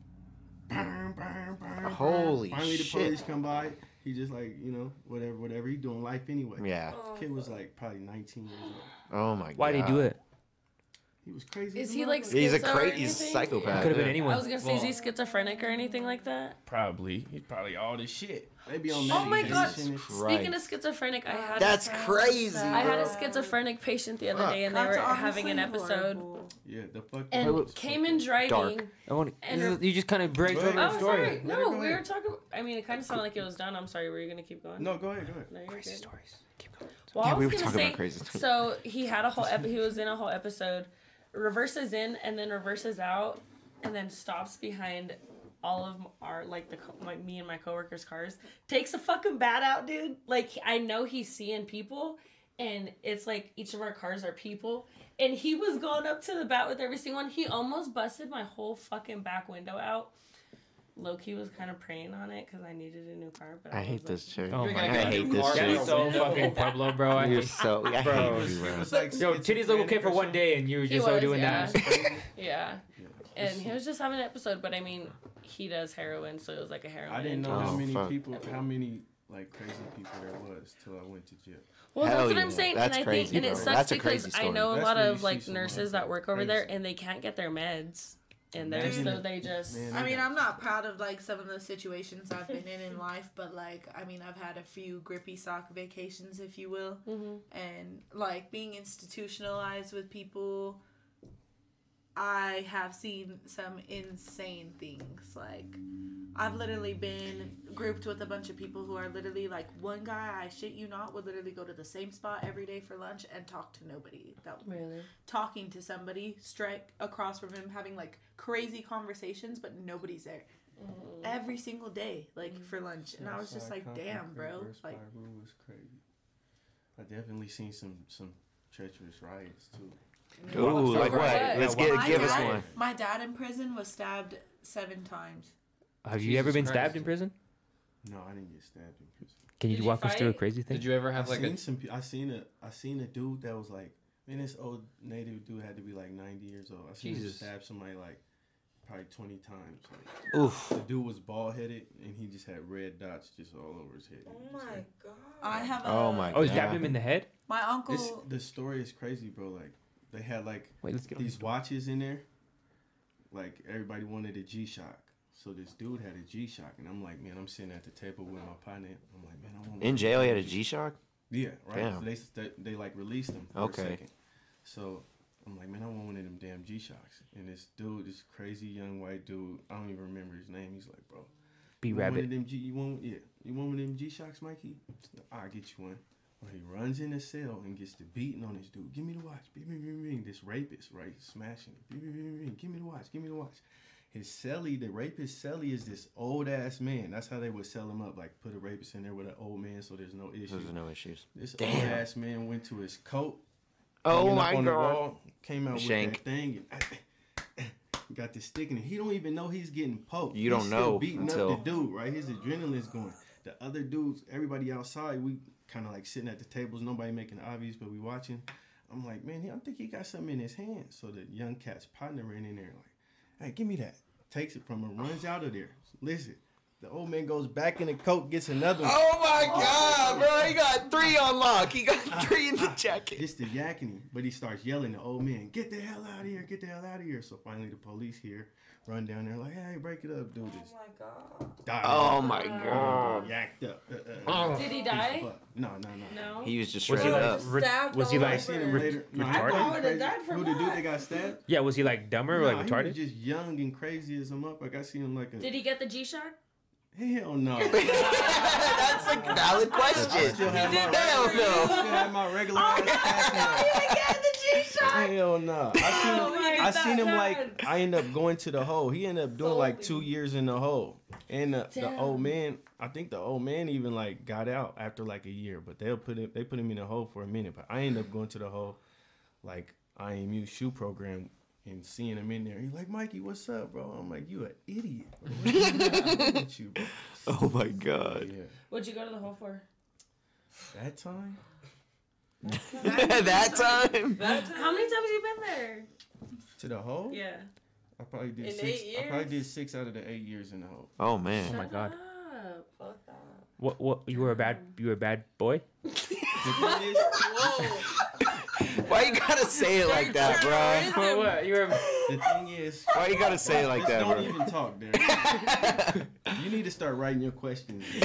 Speaker 7: Burn, burn, burn, burn.
Speaker 5: Holy
Speaker 7: Finally, the
Speaker 5: shit.
Speaker 7: police come by. He just like you know whatever, whatever. He doing life anyway.
Speaker 5: Yeah.
Speaker 7: Kid was like probably 19 years old.
Speaker 5: Oh my god.
Speaker 4: why did he do it?
Speaker 7: He was crazy.
Speaker 2: Is
Speaker 7: as
Speaker 2: he
Speaker 7: a
Speaker 2: like?
Speaker 7: motherfucker.
Speaker 5: He's a
Speaker 2: schizo or
Speaker 5: crazy he's a
Speaker 2: anything?
Speaker 5: psychopath.
Speaker 4: Could have been
Speaker 6: yeah.
Speaker 4: anyone.
Speaker 2: I was gonna say, is he schizophrenic or anything like that?
Speaker 7: probably? He's probably all this shit. Maybe on
Speaker 2: Oh my God.
Speaker 7: medication and shit.
Speaker 2: Speaking of schizophrenic, I had
Speaker 5: That's
Speaker 2: a friend-
Speaker 5: crazy.
Speaker 2: I had a
Speaker 5: bro.
Speaker 2: schizophrenic patient the other
Speaker 5: Fuck.
Speaker 2: day, and they
Speaker 3: That's
Speaker 2: were having an
Speaker 3: honestly
Speaker 2: episode,
Speaker 3: horrible.
Speaker 7: Yeah, the fuck.
Speaker 2: and came in driving.
Speaker 5: Dark.
Speaker 4: I want
Speaker 2: And her-
Speaker 4: you just kind of breaks over
Speaker 2: Oh,
Speaker 4: the story.
Speaker 2: sorry.
Speaker 7: Let it
Speaker 2: No,
Speaker 7: go
Speaker 2: we
Speaker 7: ahead.
Speaker 2: were talking. I mean, it kind of sounded like it was done. I'm sorry. Were you gonna keep going?
Speaker 7: No, go ahead, go ahead.
Speaker 2: No, you're
Speaker 5: Crazy
Speaker 2: good.
Speaker 5: stories. Keep going.
Speaker 2: Well,
Speaker 5: Yeah,
Speaker 2: I
Speaker 5: we
Speaker 2: was
Speaker 5: were
Speaker 2: gonna
Speaker 5: talking
Speaker 2: say,
Speaker 5: about crazy stories.
Speaker 2: So he had a whole epi- he was in a whole episode, reverses in and then reverses out, and then stops behind all of our like the co- like me and my coworkers' cars. Takes a fucking bat out, dude. Like I know he's seeing people, and it's like each of our cars are people. And he was going up to the bat with every single one. He almost busted my whole fucking back window out. Loki was kind of praying on it because I needed a new car. But
Speaker 5: I
Speaker 2: was
Speaker 5: hate
Speaker 2: like,
Speaker 5: this chick.
Speaker 4: Oh
Speaker 6: You're
Speaker 4: my
Speaker 6: gonna
Speaker 4: god.
Speaker 6: get
Speaker 5: I hate
Speaker 6: two
Speaker 5: this
Speaker 6: cars
Speaker 5: shit.
Speaker 4: That's
Speaker 6: out
Speaker 4: so
Speaker 6: of a
Speaker 4: fucking
Speaker 6: window.
Speaker 4: Pueblo, bro. I
Speaker 5: You're
Speaker 4: hate
Speaker 5: so.
Speaker 4: [LAUGHS]
Speaker 5: I
Speaker 4: Bro.
Speaker 5: hate you, bro.
Speaker 7: It's like
Speaker 4: Yo,
Speaker 7: it's
Speaker 4: titties look okay for
Speaker 7: granny
Speaker 4: one day, and you were
Speaker 2: He
Speaker 4: just so
Speaker 2: was,
Speaker 4: doing
Speaker 2: yeah.
Speaker 4: that.
Speaker 2: Yeah. And he was just having an episode, but I mean, he does heroin, so it was like a heroin.
Speaker 7: I didn't know
Speaker 2: addiction.
Speaker 7: how
Speaker 5: Oh,
Speaker 7: many
Speaker 5: fuck.
Speaker 7: people, how many like crazy people there was till I went to jail.
Speaker 2: Well,
Speaker 5: Hell
Speaker 2: that's what
Speaker 5: yeah.
Speaker 2: I'm saying,
Speaker 5: That's
Speaker 2: and I
Speaker 5: crazy,
Speaker 2: think, and it
Speaker 5: bro.
Speaker 2: sucks
Speaker 5: That's a
Speaker 2: because
Speaker 5: crazy
Speaker 2: I
Speaker 5: story.
Speaker 2: know a
Speaker 7: That's
Speaker 2: lot
Speaker 7: when you
Speaker 2: of
Speaker 7: see
Speaker 2: like
Speaker 7: some
Speaker 2: nurses
Speaker 7: other
Speaker 2: that work over there,
Speaker 7: crazy-
Speaker 2: and they can't get their meds in there,
Speaker 7: Imagine
Speaker 2: so
Speaker 7: it.
Speaker 2: they just.
Speaker 7: Man,
Speaker 3: I
Speaker 7: they
Speaker 3: mean,
Speaker 7: got-
Speaker 3: I'm not proud of like some of the situations I've been in in life, but like, I mean, I've had a few grippy sock vacations, if you will,
Speaker 2: Mhm.
Speaker 3: and like being institutionalized with people. I have seen some insane things. Like, I've literally been grouped with a bunch of people who are literally like one guy. I shit you not, would literally go to the same spot every day for lunch and talk to nobody. That
Speaker 2: Really?
Speaker 3: talking to somebody straight across from him having like crazy conversations but nobody's there every single day like for lunch and i was just like damn bro like
Speaker 7: was crazy. I definitely seen some some treacherous riots too.
Speaker 5: Ooh, like what?
Speaker 9: Right.
Speaker 5: Let's get,
Speaker 3: my
Speaker 5: give us
Speaker 3: dad,
Speaker 5: one.
Speaker 3: my dad in prison was stabbed seven times
Speaker 4: Have you
Speaker 6: Jesus
Speaker 4: ever been
Speaker 6: Christ.
Speaker 4: stabbed in prison?
Speaker 7: No, I didn't get stabbed in prison.
Speaker 4: Can you
Speaker 2: Did you
Speaker 4: walk us through a
Speaker 2: fight?
Speaker 4: crazy
Speaker 6: Did
Speaker 4: thing?
Speaker 6: you ever
Speaker 7: I
Speaker 6: have like
Speaker 7: seen
Speaker 6: a?
Speaker 7: some. pe- I seen a. I seen a dude that was like, man, this old native dude had to be like ninety years old. I seen
Speaker 6: Jesus.
Speaker 7: him stab somebody like probably twenty times. Like,
Speaker 5: Oof.
Speaker 7: the dude was bald headed and he just had red dots just all over his head.
Speaker 9: Oh
Speaker 7: It was
Speaker 9: my
Speaker 7: like-
Speaker 9: god.
Speaker 3: i have a,
Speaker 5: Oh my
Speaker 4: Oh, he
Speaker 5: god.
Speaker 4: stabbed him in the head.
Speaker 3: my uncle
Speaker 7: This the story is crazy, bro. Like they had like
Speaker 4: Wait, let's get on.
Speaker 7: these watches in there. Like everybody wanted a G Shock. So this dude had a G Shock, and I'm like, man, I'm sitting at the table with my partner. I'm like, man, I want
Speaker 5: In jail, he had a G Shock?
Speaker 7: Yeah, right.
Speaker 5: Damn.
Speaker 7: So they, they they like released him for
Speaker 5: Okay.
Speaker 7: a second. So I'm like, man, I want one of them damn G Shocks. And this dude, this crazy young white dude, I don't even remember his name. He's like, bro,
Speaker 4: B
Speaker 7: you want One of
Speaker 4: rabbit.
Speaker 7: them G, you want, yeah, you want one of them G Shocks, Mikey? I will get you one. Well, he runs in the cell and gets the beating on this dude. Give me the watch. Bing, bing, bing, bing. This rapist, right? Smashing it. Bing, bing, bing, bing. Give me the watch. Give me the watch. His cellie, the rapist cellie, is this old ass man. That's how they would sell him up. Like put a rapist in there with an old man, so there's no issue.
Speaker 5: Those are no issues.
Speaker 7: This
Speaker 5: Damn.
Speaker 7: old ass man went to his coat.
Speaker 5: Oh
Speaker 7: hanging up
Speaker 5: my
Speaker 7: on the
Speaker 5: god.
Speaker 7: wall, came out
Speaker 5: Shank.
Speaker 7: with that thing and [COUGHS] got the stick in it. He don't even know he's getting poked.
Speaker 5: You don't
Speaker 7: He's still
Speaker 5: know
Speaker 7: beating
Speaker 5: until-
Speaker 7: up the dude, right? His adrenaline's going. The other dudes, everybody outside, we kind of like sitting at the tables, nobody making obvious, but we watching. I'm like, man, I think he got something in his hand. So the young cat's partner ran in there like, hey, give me that. Takes it from him, runs out of there. Listen, the old man goes back in the coat, gets another one.
Speaker 5: Oh my god, bro. He got three on lock. He got [LAUGHS] three in the jacket.
Speaker 7: It's the yakking, but he starts yelling, the old man, get the hell out of here, get the hell out of here. So finally the police here run down there like, hey, break it up, dude. Just
Speaker 9: Oh my god.
Speaker 7: die.
Speaker 5: Oh my god.
Speaker 7: Yacked up. Uh,
Speaker 4: Oh.
Speaker 2: Did
Speaker 7: uh,
Speaker 2: he
Speaker 7: piece of
Speaker 2: die?
Speaker 7: fuck. No, no, no.
Speaker 2: No.
Speaker 5: He was just
Speaker 4: Was he
Speaker 5: shredded
Speaker 4: like?
Speaker 5: up.
Speaker 4: re-
Speaker 9: Stabbed
Speaker 4: Was he
Speaker 9: all
Speaker 4: like?
Speaker 9: over.
Speaker 7: Seen him
Speaker 4: re-
Speaker 7: later. No, I
Speaker 4: retarded?
Speaker 7: thought he was
Speaker 9: I would've
Speaker 7: crazy.
Speaker 9: died from
Speaker 7: Who the dude
Speaker 9: that.
Speaker 7: that got stabbed?
Speaker 4: Yeah, was he like dumber or
Speaker 7: Nah,
Speaker 4: like
Speaker 7: he was
Speaker 4: retarded?
Speaker 7: just young and crazy as a motherfucker. I seen him like a
Speaker 2: Did he get the G Shock? [LAUGHS]
Speaker 7: hell no.
Speaker 5: [LAUGHS] That's a valid question.
Speaker 7: still have my
Speaker 5: Hell
Speaker 7: I
Speaker 5: no.
Speaker 7: had my regular ass
Speaker 5: [LAUGHS]
Speaker 7: [LAUGHS]
Speaker 2: Oh,
Speaker 7: pass
Speaker 3: I got the G-Shock!
Speaker 7: now. Hell no. I seen him I seen him like I end up going to the hole. He ended up doing like two years in the hole. And the, the old man, I think the old man even like got out after like a year. But they'll put him, they put him in the hole for a minute. But I end up going to the hole, like IMU shoe program, and seeing him in there. He's like, Mikey, what's up, bro? I'm like, you an idiot. [LAUGHS] Bro. What is wrong with you, bro?
Speaker 5: Oh my god.
Speaker 7: Yeah.
Speaker 2: What'd you go to the hole for?
Speaker 7: That time,
Speaker 5: [LAUGHS] that time.
Speaker 2: How many times have you been there?
Speaker 7: to the hole,
Speaker 2: Yeah.
Speaker 7: I probably did
Speaker 9: In
Speaker 7: six.
Speaker 9: eight
Speaker 7: I probably
Speaker 9: years?
Speaker 7: did six out of the eight years in the hole.
Speaker 5: Oh man.
Speaker 4: Oh my god.
Speaker 2: Up.
Speaker 9: Fuck that.
Speaker 4: What? What? You were a bad. You were a bad
Speaker 2: [LAUGHS]
Speaker 4: boy.
Speaker 7: The thing is,
Speaker 9: Whoa.
Speaker 5: Why you gotta say it like that, bro?
Speaker 4: For what? You were.
Speaker 7: the thing is,
Speaker 5: Why you gotta say it like
Speaker 7: Just
Speaker 5: that,
Speaker 7: don't
Speaker 5: bro?
Speaker 7: even talk, Derek. you need to start writing your questions.
Speaker 4: We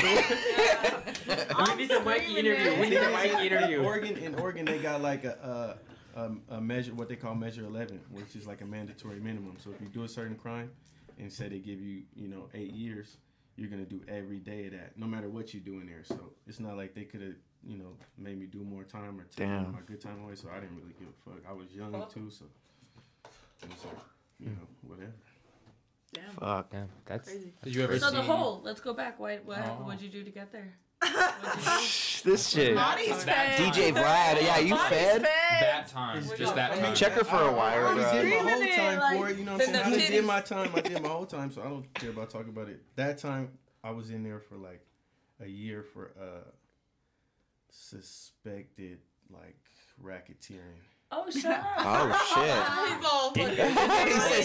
Speaker 4: need the Mikey interview. We need the Mikey
Speaker 7: in [LAUGHS]
Speaker 4: interview.
Speaker 7: Oregon, in Oregon, they got like a, a, a, a measure, what they call Measure Eleven, which is like a mandatory minimum. So if you do a certain crime, and say they give you, you know, eight years, you're gonna do every day of that, no matter what you do in there. So it's not like they could have, you know, made me do more time or take
Speaker 5: Damn.
Speaker 7: my good time away. So I didn't really give a fuck. I was young
Speaker 9: Fuck.
Speaker 7: too, so it was like, you know, whatever.
Speaker 5: [LAUGHS] Fuck.
Speaker 4: Damn, that's
Speaker 6: Did you ever
Speaker 2: So
Speaker 6: see
Speaker 7: Oh. [LAUGHS]
Speaker 2: the hole. Let's go back. Why, what? happened? What'd you do to get there? What'd you do?
Speaker 5: this shit?
Speaker 3: Body's
Speaker 6: That
Speaker 3: fed.
Speaker 5: DJ Vlad, yeah, you
Speaker 3: Body's
Speaker 5: fed?
Speaker 6: That time,
Speaker 7: It's
Speaker 6: just that
Speaker 7: I mean,
Speaker 6: time.
Speaker 5: Check her for
Speaker 7: I-
Speaker 5: a while,
Speaker 7: I already
Speaker 5: bro.
Speaker 7: did my whole
Speaker 9: Screaming
Speaker 7: time
Speaker 9: it, like,
Speaker 7: for it. You know what I'm
Speaker 9: then
Speaker 7: saying? I
Speaker 9: the
Speaker 7: already did
Speaker 9: titties.
Speaker 7: my time. I did my whole time, so I don't care about talking about it. That time, I was in there for like a year for uh suspected like racketeering.
Speaker 2: Oh, shut up.
Speaker 5: Oh,
Speaker 1: He's all fucking.
Speaker 2: [LAUGHS]
Speaker 5: shit. he said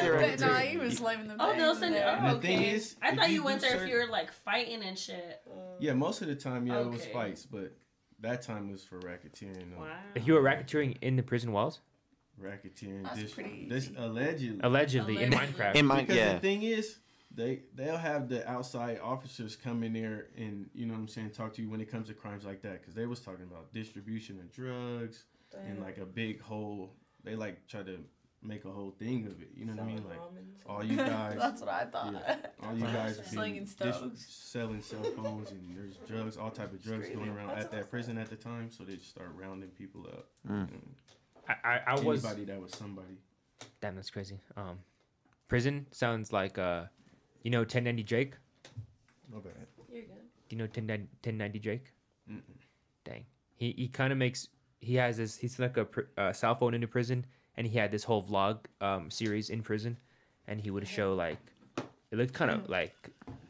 Speaker 3: But
Speaker 5: her.
Speaker 3: nah, he was slamming them.
Speaker 2: Oh,
Speaker 3: down
Speaker 2: Nelson.
Speaker 3: there.
Speaker 2: Oh,
Speaker 7: And the thing
Speaker 2: okay.
Speaker 7: is,
Speaker 2: I
Speaker 7: if
Speaker 2: thought
Speaker 7: you
Speaker 2: you went
Speaker 7: do
Speaker 2: there if
Speaker 7: certain-
Speaker 2: you were like fighting and shit.
Speaker 7: Yeah, most of the time, yeah, it was
Speaker 2: Okay.
Speaker 7: fights, but that time was for racketeering. though.
Speaker 2: Wow.
Speaker 4: You were racketeering in the prison walls,
Speaker 7: Racketeering.
Speaker 3: That's
Speaker 7: this,
Speaker 3: pretty
Speaker 7: this
Speaker 3: easy.
Speaker 7: allegedly.
Speaker 4: allegedly in
Speaker 2: Allegedly.
Speaker 7: [LAUGHS]
Speaker 4: Minecraft.
Speaker 5: In my,
Speaker 7: because
Speaker 5: yeah.
Speaker 7: the thing is, they they'll have the outside officers come in there and you know what I'm saying, talk to you when it comes to crimes like that. Because they was talking about distribution of drugs and like a big whole. They like try to make a whole thing of it. You know what I mean? Like
Speaker 3: [LAUGHS]
Speaker 7: all you guys.
Speaker 3: That's what I thought. [LAUGHS]
Speaker 7: Yeah. All you guys have
Speaker 3: Slinging
Speaker 7: been dis-
Speaker 3: stones.
Speaker 7: selling cell phones and there's drugs, all type of drugs going around at that prison at the time. So they just start rounding people up. And
Speaker 4: I, I, I was.
Speaker 7: anybody that was somebody.
Speaker 4: Damn, that's crazy. Um, prison sounds like uh, you know, 1090 Jake.
Speaker 7: My bad.
Speaker 9: You're good.
Speaker 4: Do you know 1090, 1090 Jake?
Speaker 7: Mm-mm.
Speaker 4: Dang. He he kind of makes he has this he snuck a pr- uh, cell phone into prison and he had this whole vlog um series in prison and he would show like it looked kind of like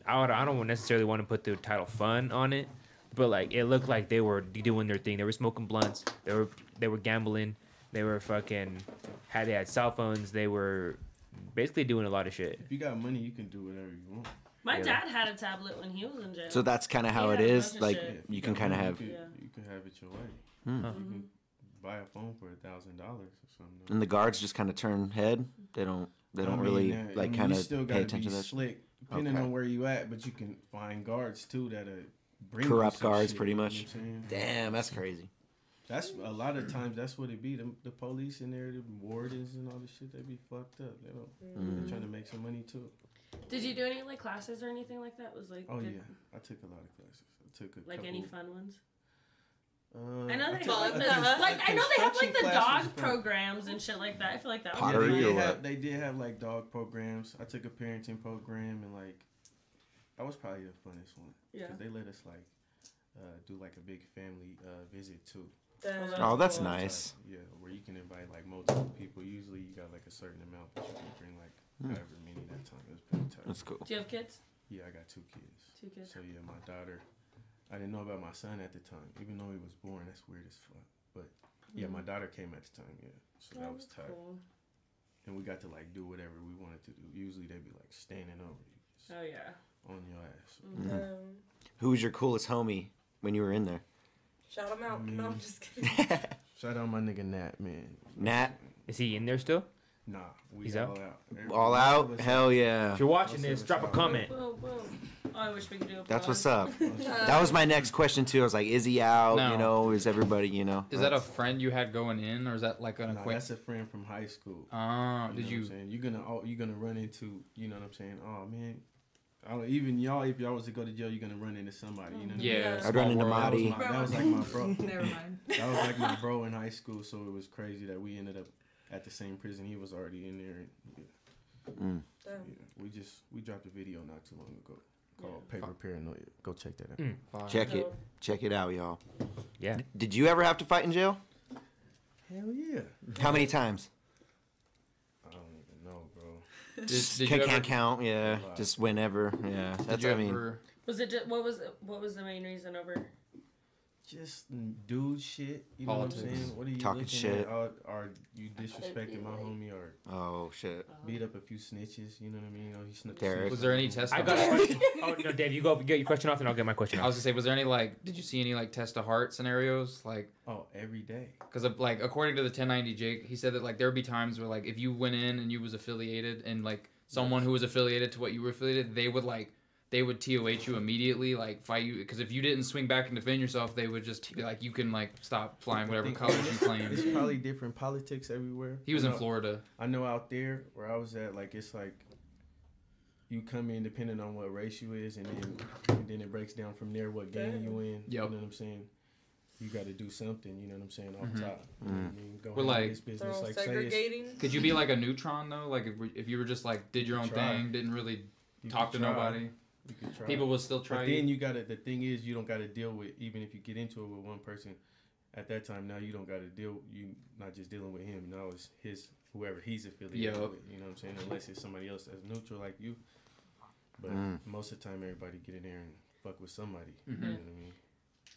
Speaker 4: I don't, I don't necessarily want to put the title fun on it but like it looked like they were doing their thing they were smoking blunts they were they were gambling they were fucking had they had cell phones they were basically doing a lot of shit
Speaker 7: If you got money, you can do whatever you want.
Speaker 2: My
Speaker 4: Yeah.
Speaker 2: dad had a tablet when he was in jail.
Speaker 5: So that's kind of how it
Speaker 2: Yeah,
Speaker 5: is.
Speaker 2: that's
Speaker 5: Like,
Speaker 2: shit.
Speaker 7: Yeah, if
Speaker 5: you
Speaker 7: got
Speaker 5: can kind of
Speaker 7: money,
Speaker 5: have.
Speaker 7: You
Speaker 2: Yeah.
Speaker 7: could, you could have it your way.
Speaker 5: Hmm.
Speaker 7: You can buy a phone for a thousand dollars or something.
Speaker 5: And the guards just kind of turn head. They don't. They
Speaker 7: I
Speaker 5: don't
Speaker 7: mean,
Speaker 5: really
Speaker 7: uh, I
Speaker 5: like
Speaker 7: mean,
Speaker 5: kind
Speaker 7: you
Speaker 5: of
Speaker 7: still
Speaker 5: pay
Speaker 7: gotta
Speaker 5: attention
Speaker 7: be
Speaker 5: to that.
Speaker 7: Slick, depending
Speaker 5: Okay.
Speaker 7: on where you at, but you can find guards too that are bring you
Speaker 5: Corrupt
Speaker 7: some
Speaker 5: guards,
Speaker 7: shit,
Speaker 5: pretty
Speaker 7: you know
Speaker 5: much.
Speaker 7: what I'm saying?
Speaker 5: Damn, that's crazy.
Speaker 7: That's a lot of times. That's what it be. The, the police in there, the wardens and all the shit, they be fucked up. They don't.
Speaker 2: Mm.
Speaker 7: They're trying to make some money too.
Speaker 2: Did you do any like classes or anything like that? Was like
Speaker 7: Oh
Speaker 2: did-
Speaker 7: yeah, I took a lot of classes. I took a
Speaker 2: like
Speaker 7: couple,
Speaker 2: any fun ones?
Speaker 7: Uh,
Speaker 2: I know they
Speaker 7: took-
Speaker 2: have like
Speaker 7: took
Speaker 2: the
Speaker 7: cons-
Speaker 2: like I know they have like
Speaker 7: construction
Speaker 2: the
Speaker 7: classes
Speaker 2: dog
Speaker 7: from-
Speaker 2: programs and shit like that. I feel like that. would be
Speaker 7: Yeah,
Speaker 5: Pottery
Speaker 7: they,
Speaker 5: or
Speaker 7: did
Speaker 5: what?
Speaker 7: have, they did have like dog programs. I took a parenting program and like that was probably the funnest one.
Speaker 2: Yeah.
Speaker 7: Cause they let us like uh, do like a big family uh, visit too.
Speaker 5: Oh, that's
Speaker 2: cool.
Speaker 5: nice.
Speaker 7: Yeah, where you can invite like multiple people. Usually you got like a certain amount, but you can bring like however many that time. It was pretty tight.
Speaker 5: Hmm. That's cool.
Speaker 2: Do you have kids?
Speaker 7: Yeah, I got two kids.
Speaker 2: Two kids.
Speaker 7: So yeah, my daughter. I didn't know about my son at the time, even though he was born. That's weird as fuck. But yeah, my daughter came at the time. Yeah, so
Speaker 2: Oh,
Speaker 7: that was tight.
Speaker 2: Cool.
Speaker 7: And we got to like do whatever we wanted to do. Usually they'd be like standing over you, just
Speaker 2: Oh yeah. Uh,
Speaker 7: on your ass.
Speaker 5: Mm-hmm.
Speaker 9: Um,
Speaker 5: Who was your coolest homie when you were in
Speaker 7: [LAUGHS]
Speaker 5: there?
Speaker 9: shout him out. No,
Speaker 5: Mm.
Speaker 9: I'm just kidding.
Speaker 7: Shout out my nigga Nat, man.
Speaker 5: Nat,
Speaker 4: is he in there still
Speaker 7: Nah, we
Speaker 4: He's
Speaker 7: all
Speaker 4: out?
Speaker 7: out.
Speaker 5: all out. Hell yeah.
Speaker 4: if you're watching
Speaker 7: Most
Speaker 4: this
Speaker 7: of us
Speaker 4: drop a
Speaker 7: are.
Speaker 4: comment
Speaker 2: Whoa, whoa. Oh, I wish we could do a.
Speaker 5: That's
Speaker 2: pause.
Speaker 5: what's up. [LAUGHS]
Speaker 9: Uh,
Speaker 5: That was my next question too. I was like, is he out?
Speaker 6: No.
Speaker 5: You know, is everybody? You know.
Speaker 6: Is that a friend you had going in, or is that like an
Speaker 7: Nah, that's
Speaker 6: acquaintance?
Speaker 7: a friend from high school. You
Speaker 6: Oh, did
Speaker 7: know what I'm
Speaker 6: you?
Speaker 7: saying? You're gonna all, you're gonna run into you know what I'm saying? Oh man, I don't, even y'all if y'all was to go to jail, you're gonna run into somebody. You know what
Speaker 6: Yeah.
Speaker 7: I mean?
Speaker 5: I'd run into
Speaker 7: That was
Speaker 5: Marty.
Speaker 7: my- That was like my bro.
Speaker 3: [LAUGHS] Never mind.
Speaker 7: That was like my bro in high school, so it was crazy that we ended up at the same prison. He was already in there. Yeah,
Speaker 5: Mm.
Speaker 7: yeah.
Speaker 9: Damn.
Speaker 7: We just we dropped a video not too long ago called Paper Paranoia. Go check that out.
Speaker 6: Fuck.
Speaker 5: Check it. Check it out, y'all.
Speaker 4: yeah
Speaker 5: Did you ever have to fight in jail?
Speaker 7: Hell yeah.
Speaker 5: How many times?
Speaker 7: I don't even know, bro.
Speaker 6: Did,
Speaker 5: Just
Speaker 6: did
Speaker 5: can,
Speaker 6: you
Speaker 5: can't
Speaker 6: ever?
Speaker 5: count. Yeah. Just whenever. Yeah.
Speaker 6: Did
Speaker 5: That's
Speaker 6: you
Speaker 5: I mean.
Speaker 6: ever?
Speaker 2: Was it just what was what was the main reason over?
Speaker 7: Just dude shit. You know what I'm
Speaker 6: Politics.
Speaker 7: saying? What are you
Speaker 5: Talking
Speaker 7: looking
Speaker 5: shit.
Speaker 7: at? Are, are you disrespecting my homie or
Speaker 5: Oh shit.
Speaker 7: beat up a few snitches? You know what I mean? Or he snuck
Speaker 5: Derek.
Speaker 6: Was there any test?
Speaker 4: I
Speaker 6: of-
Speaker 4: got a [LAUGHS] question. oh no, Dave, you go get your question off, and I'll get my question
Speaker 6: I
Speaker 4: off.
Speaker 6: was gonna say, was there any like? Did you see any like test of heart scenarios? Like,
Speaker 7: Oh, every day.
Speaker 6: because like according to the 1090 Jake, he said that like there would be times where like if you went in and you was affiliated and like someone who was affiliated to what you were affiliated, they would like they would TOH you immediately, like fight you because if you didn't swing back and defend yourself, they would just be like you can like stop flying whatever
Speaker 7: Think-
Speaker 6: colors you
Speaker 7: It's
Speaker 6: claim.
Speaker 7: probably different politics everywhere.
Speaker 6: He was
Speaker 7: I
Speaker 6: in
Speaker 7: know-
Speaker 6: Florida.
Speaker 7: I know out there where I was at, like it's like you come in depending on what race you is, and then and then it breaks down from there what gang you in. You know
Speaker 6: Yep.
Speaker 7: what I'm saying? You got to do something. You know what I'm saying? Off top. You know what I mean? Go
Speaker 6: Mm-hmm. We're
Speaker 7: handle
Speaker 6: like-
Speaker 7: this
Speaker 9: They're
Speaker 7: business
Speaker 9: all
Speaker 7: like say it's-
Speaker 9: segregating.
Speaker 6: Could you be like a neutron though? Like if, if you were just like did your own
Speaker 7: Try.
Speaker 6: thing, didn't really
Speaker 7: you
Speaker 6: talk to
Speaker 7: try.
Speaker 6: nobody.
Speaker 7: You could try.
Speaker 6: People will still
Speaker 7: But
Speaker 6: try.
Speaker 7: then
Speaker 6: you.
Speaker 7: you gotta. The thing is, you don't gotta deal with even if you get into it with one person. At that time, now you don't gotta deal. You not just dealing with him. Now it's his whoever he's affiliated
Speaker 6: Yup.
Speaker 7: with. You know what I'm saying? Unless it's somebody else that's neutral like you. But
Speaker 4: Mm.
Speaker 7: most of the time, everybody get in there and fuck with somebody.
Speaker 2: Mm.
Speaker 7: You know
Speaker 2: Mm-hmm.
Speaker 7: what I mean?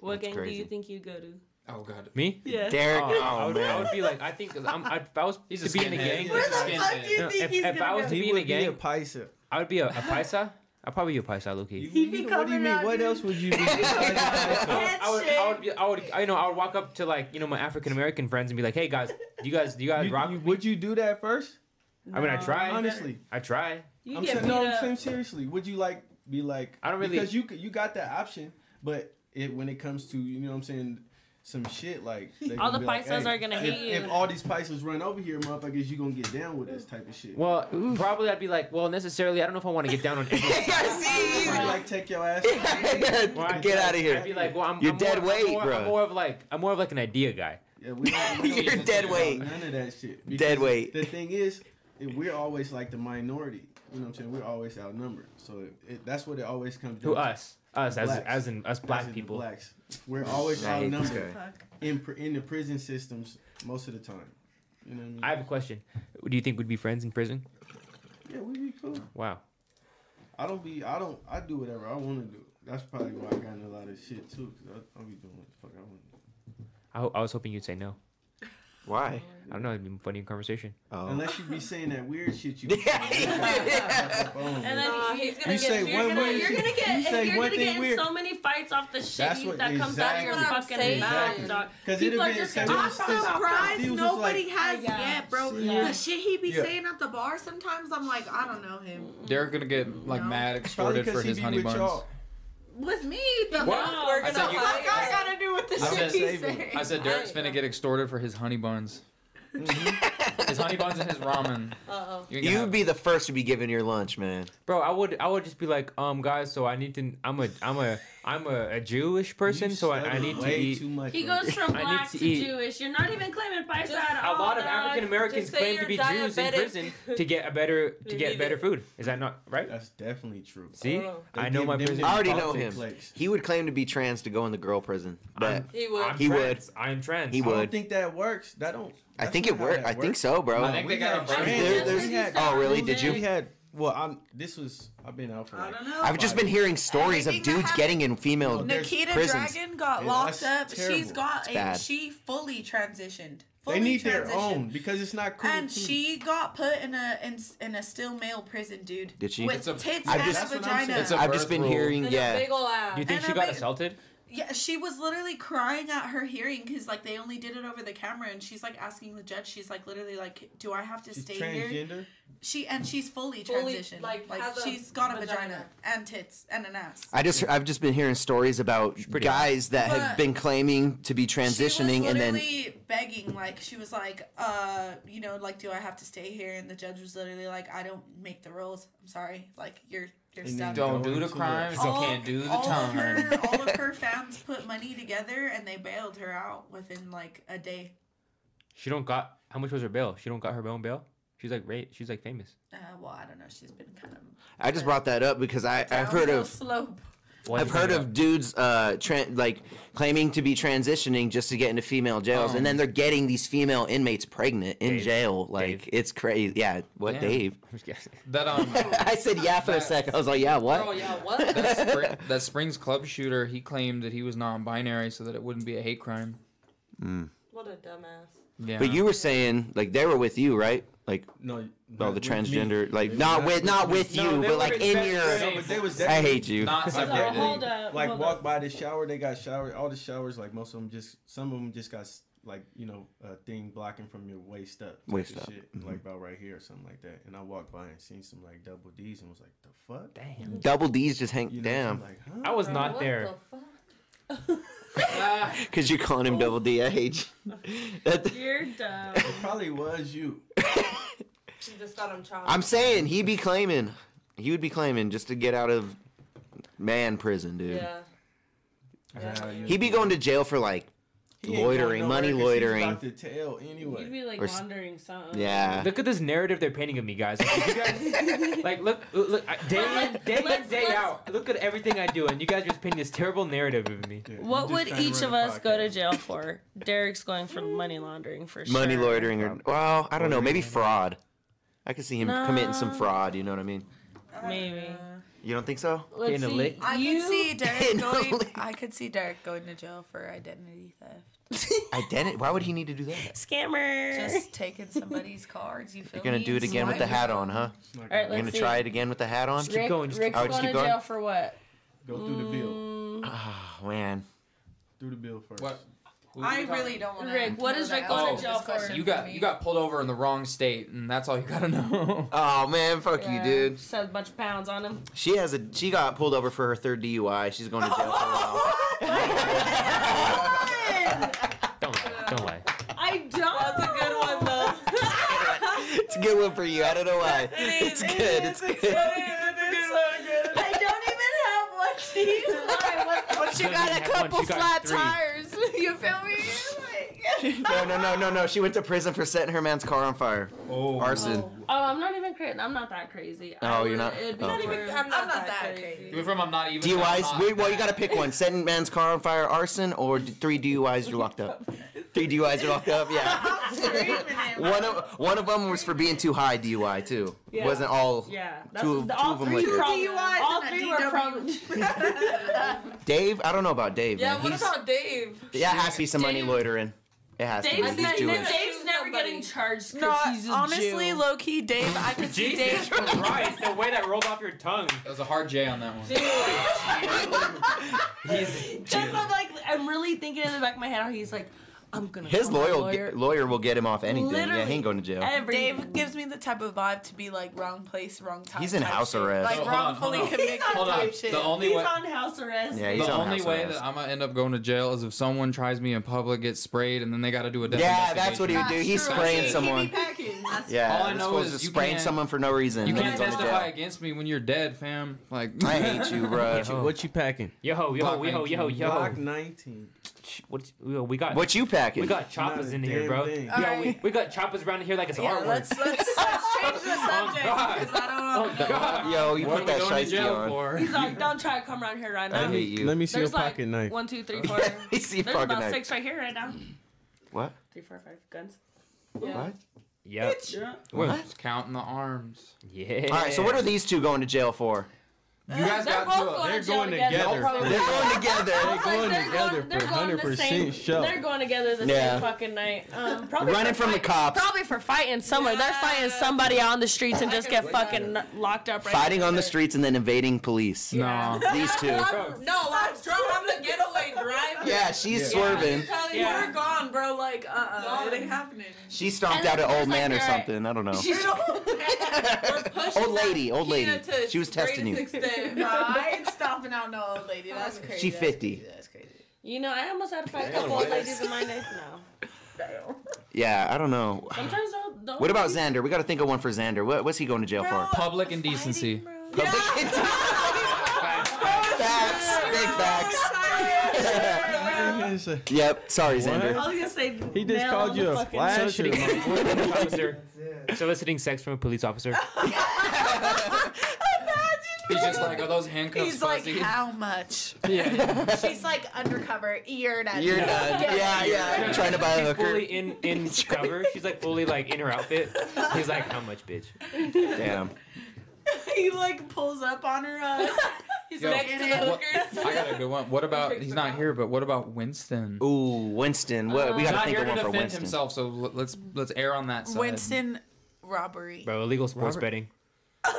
Speaker 2: What
Speaker 5: That's
Speaker 2: gang do
Speaker 5: crazy.
Speaker 2: you think you go to?
Speaker 6: Oh god.
Speaker 4: Me?
Speaker 2: Yeah.
Speaker 5: Derek,
Speaker 4: Oh,
Speaker 5: oh,
Speaker 4: I, would, I
Speaker 5: man.
Speaker 4: would be like, I think 'cause I'm, I, if I was
Speaker 6: He's
Speaker 4: to
Speaker 6: a
Speaker 4: be in a
Speaker 6: skinhead.
Speaker 4: gang,
Speaker 6: He's a
Speaker 3: fuck do
Speaker 6: skinhead.
Speaker 3: you
Speaker 4: No,
Speaker 3: think
Speaker 4: if,
Speaker 3: he's
Speaker 4: if I
Speaker 3: gonna
Speaker 4: was
Speaker 3: go?
Speaker 4: to be in a gang,
Speaker 7: paisa.
Speaker 4: I would be a, a paisa. I'd probably be a paisa, Loki.
Speaker 3: He be
Speaker 7: What do you
Speaker 3: coming
Speaker 7: mean?
Speaker 3: out,
Speaker 7: What
Speaker 3: dude.
Speaker 7: else would you be?
Speaker 4: [LAUGHS]
Speaker 7: Besides paisa?
Speaker 3: That
Speaker 4: I would,
Speaker 3: shit.
Speaker 4: I would, be, I would, I, you know, I would walk up to like, you know, my African American friends and be like, "Hey guys, do you guys, do you guys
Speaker 7: [LAUGHS] You-
Speaker 4: rock?"
Speaker 7: you-
Speaker 4: with me?"
Speaker 7: would you do that first?
Speaker 4: I mean, I
Speaker 2: No.
Speaker 4: try.
Speaker 7: Honestly,
Speaker 4: I try.
Speaker 2: You
Speaker 7: I'm
Speaker 2: get
Speaker 7: saying,
Speaker 2: beat
Speaker 7: no, I'm
Speaker 2: up.
Speaker 7: saying seriously. Would you like be like?
Speaker 4: I don't really-
Speaker 7: because you c- you got that option, but it when it comes to you know what I'm saying some shit like they
Speaker 2: All
Speaker 7: gonna
Speaker 2: the
Speaker 7: be like,
Speaker 2: Pisces
Speaker 7: "Hey,
Speaker 2: are gonna
Speaker 7: if,
Speaker 2: hate you."
Speaker 7: If all these Pisces run over here, motherfuckers, you gonna get down with us type of shit.
Speaker 4: Well, probably I'd be like, well, necessarily, I don't know if I want to get down on everyone.
Speaker 7: Like,
Speaker 5: [LAUGHS] I
Speaker 7: like take your
Speaker 2: [LAUGHS]
Speaker 5: [LAUGHS]
Speaker 7: ass.
Speaker 5: see. Get out of
Speaker 4: I'd be
Speaker 5: here.
Speaker 4: like, well, I'm,
Speaker 5: You're
Speaker 4: I'm
Speaker 5: dead
Speaker 4: more, I'm
Speaker 5: weight,
Speaker 4: more-
Speaker 5: bro.
Speaker 4: I'm more of like, I'm more of like an idea guy.
Speaker 7: Yeah, we don't, we
Speaker 5: You're
Speaker 7: don't give a
Speaker 5: dead
Speaker 7: shit about
Speaker 5: weight.
Speaker 7: None of that shit. Because
Speaker 5: Dead weight.
Speaker 7: The thing is, if we're always like the minority. You know what I'm saying? We're always outnumbered. So it, it, that's what it always comes down
Speaker 4: Who
Speaker 7: to.
Speaker 4: us? Us as
Speaker 7: Blacks.
Speaker 4: as in us
Speaker 7: Us
Speaker 4: black
Speaker 7: and the
Speaker 4: people.
Speaker 7: Blacks. We're always
Speaker 5: I hate this
Speaker 7: outnumbered.
Speaker 5: guy.
Speaker 3: Fuck.
Speaker 7: in pr- in the prison systems most of the time. You know what I mean?
Speaker 4: I have a question. Do you think we'd be friends in prison?
Speaker 7: yeah, we be cool.
Speaker 4: Wow.
Speaker 7: I don't be. I don't. I do whatever I want to do. That's probably why I got in a lot of shit too. Cause I, I be doing what the fuck I want. to do.
Speaker 4: I, ho- I was hoping you'd say no.
Speaker 5: Why?
Speaker 4: I don't know. It'd be funny in conversation.
Speaker 5: Oh.
Speaker 7: Unless you be saying that weird
Speaker 5: [LAUGHS]
Speaker 7: shit [LAUGHS] you.
Speaker 2: And
Speaker 7: and
Speaker 2: then
Speaker 1: Nah,
Speaker 2: you-
Speaker 1: he's
Speaker 2: you're
Speaker 1: gonna
Speaker 7: You say
Speaker 2: get, you're
Speaker 7: one
Speaker 2: gonna,
Speaker 7: weird
Speaker 2: you're gonna
Speaker 7: shit.
Speaker 2: get,
Speaker 7: You say
Speaker 2: you're
Speaker 7: one
Speaker 2: gonna
Speaker 7: thing
Speaker 2: get in
Speaker 7: weird.
Speaker 2: so many fights off the shit
Speaker 7: That's
Speaker 2: you,
Speaker 7: what-
Speaker 2: that comes out of your
Speaker 7: exactly.
Speaker 2: fucking
Speaker 1: That's what I'm
Speaker 2: mouth,
Speaker 1: saying.
Speaker 2: dog.
Speaker 7: Because
Speaker 2: People
Speaker 7: it'd
Speaker 2: are
Speaker 7: have been.
Speaker 2: just
Speaker 7: cause it
Speaker 3: I'm
Speaker 7: was since-
Speaker 3: surprised
Speaker 7: he was just
Speaker 3: nobody
Speaker 7: like-
Speaker 3: has
Speaker 9: Yeah.
Speaker 3: yet, bro.
Speaker 7: Yeah.
Speaker 3: The shit he be
Speaker 6: Yeah.
Speaker 3: saying at the bar sometimes, I'm like, I don't know him.
Speaker 6: Derek gonna get like
Speaker 3: No.
Speaker 6: mad
Speaker 7: Probably
Speaker 6: extorted for
Speaker 7: because he
Speaker 6: his
Speaker 7: be
Speaker 6: honey
Speaker 7: with
Speaker 6: buns.
Speaker 7: y'all.
Speaker 3: With me, the
Speaker 6: What?
Speaker 3: fuck,
Speaker 2: We're
Speaker 3: the
Speaker 2: gonna
Speaker 3: fuck
Speaker 2: fight.
Speaker 3: I gotta do with the
Speaker 6: I
Speaker 3: shit he's
Speaker 6: said-
Speaker 7: Saving.
Speaker 3: saying?
Speaker 6: I said Derek's finna get extorted for his honey buns.
Speaker 7: Mm-hmm.
Speaker 5: [LAUGHS]
Speaker 6: his honey buns and his ramen.
Speaker 1: Uh-oh.
Speaker 6: You can
Speaker 5: You'd
Speaker 6: have-
Speaker 5: be the first to be giving your lunch, man.
Speaker 4: Bro, I would I would just be like, um, guys, so I need to. I'm a I'm a I'm a, a Jewish person,
Speaker 7: You
Speaker 4: so I,
Speaker 7: stutter
Speaker 4: I need to
Speaker 7: way
Speaker 4: eat.
Speaker 7: Too much,
Speaker 2: He
Speaker 7: bro.
Speaker 2: goes from
Speaker 4: I need
Speaker 2: black
Speaker 4: to
Speaker 2: to,
Speaker 4: eat.
Speaker 2: Jewish. You're not even claiming paisa
Speaker 1: Just
Speaker 2: at
Speaker 4: A
Speaker 2: all.
Speaker 4: lot of
Speaker 2: dog.
Speaker 4: African Americans
Speaker 1: Just say
Speaker 4: claim to
Speaker 1: you're
Speaker 4: be Jews in
Speaker 1: diabetic.
Speaker 4: prison to get a better to
Speaker 1: You
Speaker 4: get
Speaker 1: need [LAUGHS]
Speaker 4: better
Speaker 1: it.
Speaker 4: food. Is that not right?
Speaker 7: That's definitely true.
Speaker 4: See,
Speaker 1: Oh.
Speaker 4: I know
Speaker 7: They
Speaker 4: my
Speaker 7: give them
Speaker 4: prison.
Speaker 5: I
Speaker 7: their
Speaker 5: already know him.
Speaker 7: politics legs.
Speaker 5: He would claim to be trans to go in the girl prison. But
Speaker 1: He would.
Speaker 4: I'm
Speaker 5: He would.
Speaker 4: trans. I'm trans.
Speaker 5: He
Speaker 7: I
Speaker 5: would.
Speaker 7: don't think that works. That don't.
Speaker 5: I
Speaker 7: that's
Speaker 5: think
Speaker 7: not
Speaker 5: it
Speaker 7: how
Speaker 5: worked.
Speaker 7: that
Speaker 5: I think
Speaker 7: works.
Speaker 5: so, bro.
Speaker 6: I think they
Speaker 7: We
Speaker 6: got a
Speaker 7: had
Speaker 6: brand.
Speaker 7: brand.
Speaker 5: There-
Speaker 7: Just
Speaker 5: there's-
Speaker 7: because he's
Speaker 5: oh, really? Did
Speaker 7: We
Speaker 5: you?
Speaker 7: had. Well, I'm. This was. I've been out for.
Speaker 3: I
Speaker 7: Like,
Speaker 3: don't know.
Speaker 5: I've just been hearing stories of
Speaker 3: Everything that
Speaker 5: dudes getting in female
Speaker 7: Oh, there's
Speaker 3: Nikita
Speaker 5: prisons.
Speaker 3: Dragon got
Speaker 7: Yeah,
Speaker 3: locked up.
Speaker 7: that's
Speaker 3: She's
Speaker 7: terrible.
Speaker 3: got a,
Speaker 5: bad.
Speaker 3: she fully transitioned. Fully
Speaker 7: They need
Speaker 3: transitioned.
Speaker 7: their own because it's not cool.
Speaker 3: And
Speaker 7: to-
Speaker 3: she got put in a in, in a still male prison, dude.
Speaker 5: Did she?
Speaker 3: With
Speaker 5: It's
Speaker 6: a-
Speaker 3: tits
Speaker 5: I've
Speaker 3: and
Speaker 5: just-
Speaker 3: a
Speaker 7: That's what I'm
Speaker 3: vagina.
Speaker 7: saying.
Speaker 6: It's a
Speaker 5: I've
Speaker 6: birth
Speaker 5: just been
Speaker 6: rule.
Speaker 5: hearing,
Speaker 1: And a
Speaker 5: yeah.
Speaker 1: big ol' ass.
Speaker 4: Do you think
Speaker 3: And
Speaker 4: she
Speaker 3: I
Speaker 4: got
Speaker 3: made-
Speaker 4: assaulted?
Speaker 3: Yeah, she was literally crying at her hearing because like they only did it over the camera, and she's like asking the judge. She's like literally like, "Do I have to
Speaker 7: She's
Speaker 3: stay here?"
Speaker 7: transgender.
Speaker 3: She and she's fully,
Speaker 1: Fully,
Speaker 3: transitioned. Like,
Speaker 1: like, has a
Speaker 3: she's got a vagina.
Speaker 1: vagina.
Speaker 3: and tits and an ass.
Speaker 5: I just I've just been hearing stories about
Speaker 4: pretty
Speaker 5: guys that
Speaker 3: But-
Speaker 5: have been claiming to be transitioning and then
Speaker 3: literally begging, like she was like, uh, you know, like, do I have to stay here? And the judge was literally like, I don't make the rules. I'm sorry, like you're you're
Speaker 7: And
Speaker 3: stuck.
Speaker 7: then
Speaker 6: Don't do the crimes.
Speaker 3: All-
Speaker 6: Can't do the
Speaker 3: all of
Speaker 6: time.
Speaker 3: her,
Speaker 5: [LAUGHS]
Speaker 3: all of her fans put money together and they bailed her out within like a day.
Speaker 4: She don't got how much was her bail? She don't got her own bail. She's like right. She's like famous.
Speaker 3: Uh, well, I don't know. She's been kind of.
Speaker 5: I just brought that up because I I've heard
Speaker 3: downhill
Speaker 5: of
Speaker 3: slope.
Speaker 4: Why
Speaker 5: I've
Speaker 4: do you
Speaker 5: heard
Speaker 4: think
Speaker 5: of dudes uh tran like claiming to be transitioning just to get into female jails and then they're getting these female inmates pregnant in
Speaker 4: Dave.
Speaker 5: jail like
Speaker 4: Dave.
Speaker 5: it's crazy yeah what
Speaker 6: Damn.
Speaker 5: Dave [LAUGHS]
Speaker 4: that?
Speaker 6: That
Speaker 3: [LAUGHS]
Speaker 6: um
Speaker 5: I said yeah for a sec I was like yeah what
Speaker 9: Oh,
Speaker 1: Girl, yeah, what?
Speaker 5: [LAUGHS]
Speaker 6: that, spring, that Springs Club shooter, he claimed that he was non-binary so that it wouldn't be a hate crime.
Speaker 1: what a dumbass.
Speaker 6: Yeah.
Speaker 5: but you were saying like they were with you right like
Speaker 7: No.
Speaker 5: well
Speaker 7: not
Speaker 5: the
Speaker 7: with
Speaker 5: transgender
Speaker 7: me.
Speaker 5: like
Speaker 7: They
Speaker 5: not
Speaker 7: were
Speaker 5: with not with
Speaker 4: No,
Speaker 5: you
Speaker 4: they
Speaker 5: but
Speaker 4: were
Speaker 5: like
Speaker 4: his
Speaker 5: in
Speaker 4: best
Speaker 5: your
Speaker 4: friend.
Speaker 7: No, but they was
Speaker 5: I
Speaker 7: definitely-
Speaker 5: hate you
Speaker 6: not
Speaker 7: Like,
Speaker 2: So,
Speaker 6: separately.
Speaker 2: hold up.
Speaker 7: like
Speaker 2: hold
Speaker 7: walk
Speaker 2: up.
Speaker 7: by the shower, they got showered. All the showers, like most of them, just some of them just got s- like you know a thing blocking from your waist up, type
Speaker 5: Waist
Speaker 7: of
Speaker 5: up, Mm-hmm.
Speaker 7: shit, like about right here or something like that. And I walked by and seen some like double D's and was like, the fuck,
Speaker 4: Damn.
Speaker 5: double D's just hang
Speaker 7: you know, so I'm
Speaker 5: damn
Speaker 7: like,
Speaker 4: I
Speaker 7: huh?
Speaker 4: was
Speaker 1: Bro,
Speaker 4: not
Speaker 1: what
Speaker 4: there.
Speaker 1: the fuck?
Speaker 4: [LAUGHS]
Speaker 5: because you're calling him double D I hate you [LAUGHS] That-
Speaker 2: You're dumb.
Speaker 7: It probably was you.
Speaker 1: She just thought I'm trying.
Speaker 5: I'm saying he'd be claiming, he would be claiming just to get out of man prison, dude.
Speaker 1: Yeah.
Speaker 7: Yeah, you-
Speaker 5: He'd be going to jail for like
Speaker 7: He ain't
Speaker 5: Loitering,
Speaker 7: going nowhere
Speaker 5: money
Speaker 7: 'cause he's
Speaker 5: loitering.
Speaker 7: About to tell
Speaker 2: You'd
Speaker 7: anyway.
Speaker 2: be like
Speaker 5: Or s-
Speaker 2: wandering something.
Speaker 5: Yeah.
Speaker 4: [LAUGHS] Look at this narrative they're painting of me, guys. Like, you guys- [LAUGHS] like, look, look, I- day in, day in,
Speaker 2: Let's-
Speaker 4: day
Speaker 2: let's-
Speaker 4: out. Look at everything I do, and you guys are just painting this terrible narrative of me.
Speaker 7: Yeah, you
Speaker 2: What
Speaker 7: just
Speaker 2: would
Speaker 7: trying to
Speaker 2: each of
Speaker 7: run a
Speaker 2: us go to
Speaker 7: podcast.
Speaker 2: jail for? Derek's going for money laundering for sure.
Speaker 5: Money loitering or well, I don't know, maybe fraud. I could see him committing some
Speaker 2: Nah.
Speaker 5: fraud. You know what I mean?
Speaker 2: Maybe.
Speaker 5: You don't think so?
Speaker 2: Let's
Speaker 4: Getting a
Speaker 2: see.
Speaker 4: lick?
Speaker 3: I
Speaker 2: you,
Speaker 3: could see Derek
Speaker 5: Getting [LAUGHS] a
Speaker 3: going.
Speaker 5: lick.
Speaker 3: I could see Derek going to jail for identity theft.
Speaker 5: Identity? Why would he need to do that?
Speaker 2: scammer.
Speaker 3: Just taking somebody's cards. You feel
Speaker 5: You're gonna
Speaker 3: me?
Speaker 5: do it again with the
Speaker 3: Swipe.
Speaker 5: hat on, huh?
Speaker 2: All right,
Speaker 5: You're
Speaker 2: let's
Speaker 5: gonna
Speaker 2: see.
Speaker 5: try it again with the hat on?
Speaker 2: Rick,
Speaker 4: going, just keep
Speaker 2: Rick's
Speaker 5: going. Oh,
Speaker 2: going
Speaker 5: just
Speaker 2: to
Speaker 5: keep going?
Speaker 2: jail for what?
Speaker 7: Go through the
Speaker 2: Mm.
Speaker 7: bill.
Speaker 5: Oh man,
Speaker 7: Through the bill first.
Speaker 6: What? who
Speaker 3: I
Speaker 6: we talking-
Speaker 3: really don't want to.
Speaker 2: Rick, what is Rick going
Speaker 5: Oh,
Speaker 6: to
Speaker 2: jail for?
Speaker 6: You got you got pulled over in the wrong state, and that's all you
Speaker 3: [LAUGHS]
Speaker 6: gotta know.
Speaker 5: oh man, fuck you,
Speaker 2: Yeah,
Speaker 5: dude.
Speaker 2: Just had a bunch of pounds on
Speaker 5: [LAUGHS]
Speaker 2: him.
Speaker 5: She has a she got pulled over for her third DUI. She's going to jail for a while.
Speaker 4: Don't lie. Don't lie.
Speaker 2: I don't. That's a good one though.
Speaker 5: It's a good one for you. I don't know why. It's good. It's good.
Speaker 3: I don't even have one team.
Speaker 9: Once you got
Speaker 4: She got
Speaker 9: a couple
Speaker 4: three.
Speaker 9: flat tires, you feel me? Like,
Speaker 5: No, no, no, no, no. She went to prison for setting her man's car on fire.
Speaker 7: Oh,
Speaker 5: Arson.
Speaker 2: Oh, I'm not even crazy. I'm not that crazy. I
Speaker 5: Oh, you're
Speaker 2: would-
Speaker 5: not-
Speaker 2: it'd be
Speaker 5: oh,
Speaker 2: for-
Speaker 5: okay.
Speaker 9: I'm
Speaker 3: not that
Speaker 6: You went from I'm not even. to
Speaker 5: DUIs.
Speaker 6: I'm not.
Speaker 5: Wait, well, you got to pick one: setting man's car on fire, arson, or d- three DUIs. You're locked up. Three DUIs. You're locked up. Yeah.
Speaker 3: [LAUGHS]
Speaker 5: one of one of them was for being too high DUI too. It
Speaker 2: Yeah.
Speaker 5: Wasn't all.
Speaker 2: Yeah, that's
Speaker 5: Two of-
Speaker 2: the,
Speaker 5: two
Speaker 2: all
Speaker 5: of 'em
Speaker 2: three
Speaker 5: liquor.
Speaker 2: were
Speaker 3: Two
Speaker 2: probably
Speaker 3: DUIs
Speaker 2: all
Speaker 3: and a
Speaker 2: three were
Speaker 3: DW.
Speaker 2: probably [LAUGHS]
Speaker 5: Dave, I don't know about Dave.
Speaker 9: yeah,
Speaker 5: man.
Speaker 9: what
Speaker 5: He's,
Speaker 9: about Dave?
Speaker 5: yeah, it has to be some money
Speaker 2: Dave-
Speaker 5: loitering. It has to be.
Speaker 2: Dave's,
Speaker 5: He's
Speaker 2: ne-
Speaker 5: Jewish.
Speaker 2: Dave's never getting charged because
Speaker 3: [LAUGHS] No,
Speaker 2: he's a
Speaker 3: honestly,
Speaker 2: Jew.
Speaker 3: low key, Dave. I could see
Speaker 4: Jesus
Speaker 3: Dave.
Speaker 4: Christ! The way that rolled off your tongue.
Speaker 6: That was a hard J on that one.
Speaker 2: Just I'm like I'm really thinking in the back of my head how he's like, I'm gonna.
Speaker 5: His
Speaker 2: call my
Speaker 5: lawyer,
Speaker 2: lawyer
Speaker 5: lawyer will get him off anything. Yeah, he
Speaker 2: Literally
Speaker 5: ain't going to jail.
Speaker 2: every
Speaker 3: Dave gives me the type of vibe to be like wrong place, wrong time.
Speaker 5: He's in
Speaker 3: type
Speaker 5: house
Speaker 3: shit.
Speaker 5: arrest.
Speaker 3: Like
Speaker 6: Oh, hold on, hold
Speaker 3: wrongfully
Speaker 6: on.
Speaker 3: convicted
Speaker 6: Hold on.
Speaker 3: type shit.
Speaker 6: The only
Speaker 2: he's
Speaker 6: way.
Speaker 2: on house arrest.
Speaker 5: Yeah, he's
Speaker 6: the
Speaker 5: on
Speaker 6: only
Speaker 5: house
Speaker 6: way
Speaker 5: arrest.
Speaker 6: that I'm gonna end up going to jail is if someone tries me in public, gets sprayed, and then they gotta do a death
Speaker 5: yeah, that's what he would do.
Speaker 9: That's
Speaker 5: He's
Speaker 9: true.
Speaker 5: spraying
Speaker 9: He- He
Speaker 5: someone.
Speaker 9: be packing.
Speaker 5: [LAUGHS]
Speaker 9: That's
Speaker 5: Yeah,
Speaker 6: All I
Speaker 5: this
Speaker 6: know
Speaker 5: fool's
Speaker 6: is
Speaker 5: just
Speaker 6: you
Speaker 5: spraying
Speaker 6: can't-
Speaker 5: someone for no reason.
Speaker 6: You
Speaker 5: and
Speaker 6: can't
Speaker 5: he's going to
Speaker 6: testify
Speaker 5: jail.
Speaker 6: against me when you're dead, fam. Like
Speaker 5: I hate you,
Speaker 6: [LAUGHS]
Speaker 5: bro.
Speaker 7: What you packing?
Speaker 4: Yo, yo, yo, yo, yo.
Speaker 7: Block 19.
Speaker 4: What? yo, We got.
Speaker 5: What you packing?
Speaker 4: We got
Speaker 7: Not
Speaker 4: choppers
Speaker 7: a
Speaker 4: in here,
Speaker 7: damn
Speaker 4: bro.
Speaker 7: thing.
Speaker 4: Yo, we,
Speaker 3: Alright.
Speaker 4: we got choppers around here like it's
Speaker 3: Yeah,
Speaker 4: artwork.
Speaker 3: let's,
Speaker 5: [LAUGHS]
Speaker 3: let's, let's change
Speaker 5: Oh,
Speaker 3: the subject
Speaker 4: God.
Speaker 3: because I don't know.
Speaker 4: God.
Speaker 5: Yo, you
Speaker 6: what
Speaker 5: put
Speaker 6: are
Speaker 5: that
Speaker 6: we going to
Speaker 5: shiesty
Speaker 6: jail
Speaker 5: [LAUGHS] on.
Speaker 6: for?
Speaker 2: He's like, don't try to come around here right
Speaker 5: I
Speaker 2: now.
Speaker 5: hate you.
Speaker 7: Let me see
Speaker 2: There's
Speaker 7: your
Speaker 2: like
Speaker 7: pocket knife.
Speaker 2: one, two,
Speaker 5: [LAUGHS]
Speaker 2: three, four.
Speaker 5: I see
Speaker 2: There's
Speaker 5: fucking
Speaker 2: about
Speaker 5: knife.
Speaker 2: six right here right now.
Speaker 5: What?
Speaker 2: Three, four, five guns.
Speaker 5: What?
Speaker 4: Yep.
Speaker 5: What?
Speaker 6: Counting the arms.
Speaker 4: Yeah.
Speaker 5: All right, so what are these two going to jail for?
Speaker 3: Uh,
Speaker 6: You guys
Speaker 2: They're
Speaker 6: got
Speaker 2: both
Speaker 6: to.
Speaker 2: going
Speaker 7: They're
Speaker 2: to jail together. They'll
Speaker 7: going together.
Speaker 2: probably-
Speaker 5: They're going together.
Speaker 6: [LAUGHS]
Speaker 2: Like,
Speaker 7: going together
Speaker 2: they're
Speaker 7: for
Speaker 2: going the
Speaker 7: 100%
Speaker 2: same-
Speaker 7: show.
Speaker 2: They're going together the
Speaker 5: Yeah.
Speaker 2: same fucking night. Um, probably
Speaker 5: Running
Speaker 2: for
Speaker 5: from the
Speaker 2: fight-
Speaker 5: cops.
Speaker 2: Probably for fighting somewhere. They're fighting somebody out on the streets and just get fucking locked up. Right
Speaker 5: Fighting
Speaker 2: there.
Speaker 5: on the streets and then invading
Speaker 3: [LAUGHS]
Speaker 5: police.
Speaker 6: No.
Speaker 5: These two.
Speaker 9: I'm,
Speaker 5: Oh,
Speaker 9: no, I'm drunk. I'm the getaway driver.
Speaker 5: Yeah, she's swerving.
Speaker 9: Telling you,
Speaker 2: Yeah.
Speaker 9: We're gone, bro. Like, uh, uh
Speaker 3: It ain't happening.
Speaker 5: She stomped
Speaker 2: And
Speaker 5: out an
Speaker 2: there's
Speaker 5: old
Speaker 2: like
Speaker 5: man or
Speaker 2: your-
Speaker 5: something. I don't know. [LAUGHS]
Speaker 2: She's
Speaker 9: We're pushing
Speaker 5: Old lady,
Speaker 9: that
Speaker 5: old lady.
Speaker 9: Kia to its
Speaker 5: She was testing you.
Speaker 3: [LAUGHS]
Speaker 9: greatest extent.
Speaker 3: No, I ain't stopping out no old lady. That's crazy.
Speaker 5: She
Speaker 3: That's
Speaker 5: 50.
Speaker 3: crazy. That's crazy.
Speaker 2: You know, I almost had to fight a couple of ladies in my night. No.
Speaker 5: Yeah, I don't know.
Speaker 2: Sometimes they'll, they'll
Speaker 5: What about Xander? We got to think of one for Xander. What, what's he going to jail [LAUGHS] for?
Speaker 6: Public indecency.
Speaker 5: Facts, big facts. yep. Sorry,
Speaker 6: [LAUGHS]
Speaker 5: Xander.
Speaker 2: I was gonna say
Speaker 7: He just
Speaker 2: nail
Speaker 7: called
Speaker 2: on
Speaker 7: you
Speaker 2: the
Speaker 7: a
Speaker 2: fucking-
Speaker 7: flasher.
Speaker 2: [LAUGHS]
Speaker 4: officer. Soliciting sex from a police officer.
Speaker 6: He's just like, are those handcuffs
Speaker 3: He's like,
Speaker 6: fuzzy?"
Speaker 3: how much?
Speaker 9: She's like undercover, ear and
Speaker 5: You're done. Yeah, yeah. I'm [LAUGHS] trying to buy a
Speaker 4: She's
Speaker 5: hooker.
Speaker 4: fully in
Speaker 5: [LAUGHS]
Speaker 4: in cover. She's like fully like in her outfit. He's like, how much, bitch?
Speaker 5: Damn.
Speaker 3: [LAUGHS] he like pulls up on her. Uh, he's
Speaker 6: Yo,
Speaker 3: next to the
Speaker 6: what-
Speaker 3: hookers.
Speaker 6: I got a good one. What about? He's not here, but what about Winston?
Speaker 5: Ooh, Winston. What? We
Speaker 6: He's
Speaker 5: got to
Speaker 6: not
Speaker 5: think
Speaker 6: here
Speaker 5: of
Speaker 6: to
Speaker 5: one for
Speaker 6: defend
Speaker 5: Winston.
Speaker 6: himself, so l- let's let's err on that side.
Speaker 3: Winston robbery.
Speaker 4: Bro, illegal sports
Speaker 6: Robert-
Speaker 4: betting.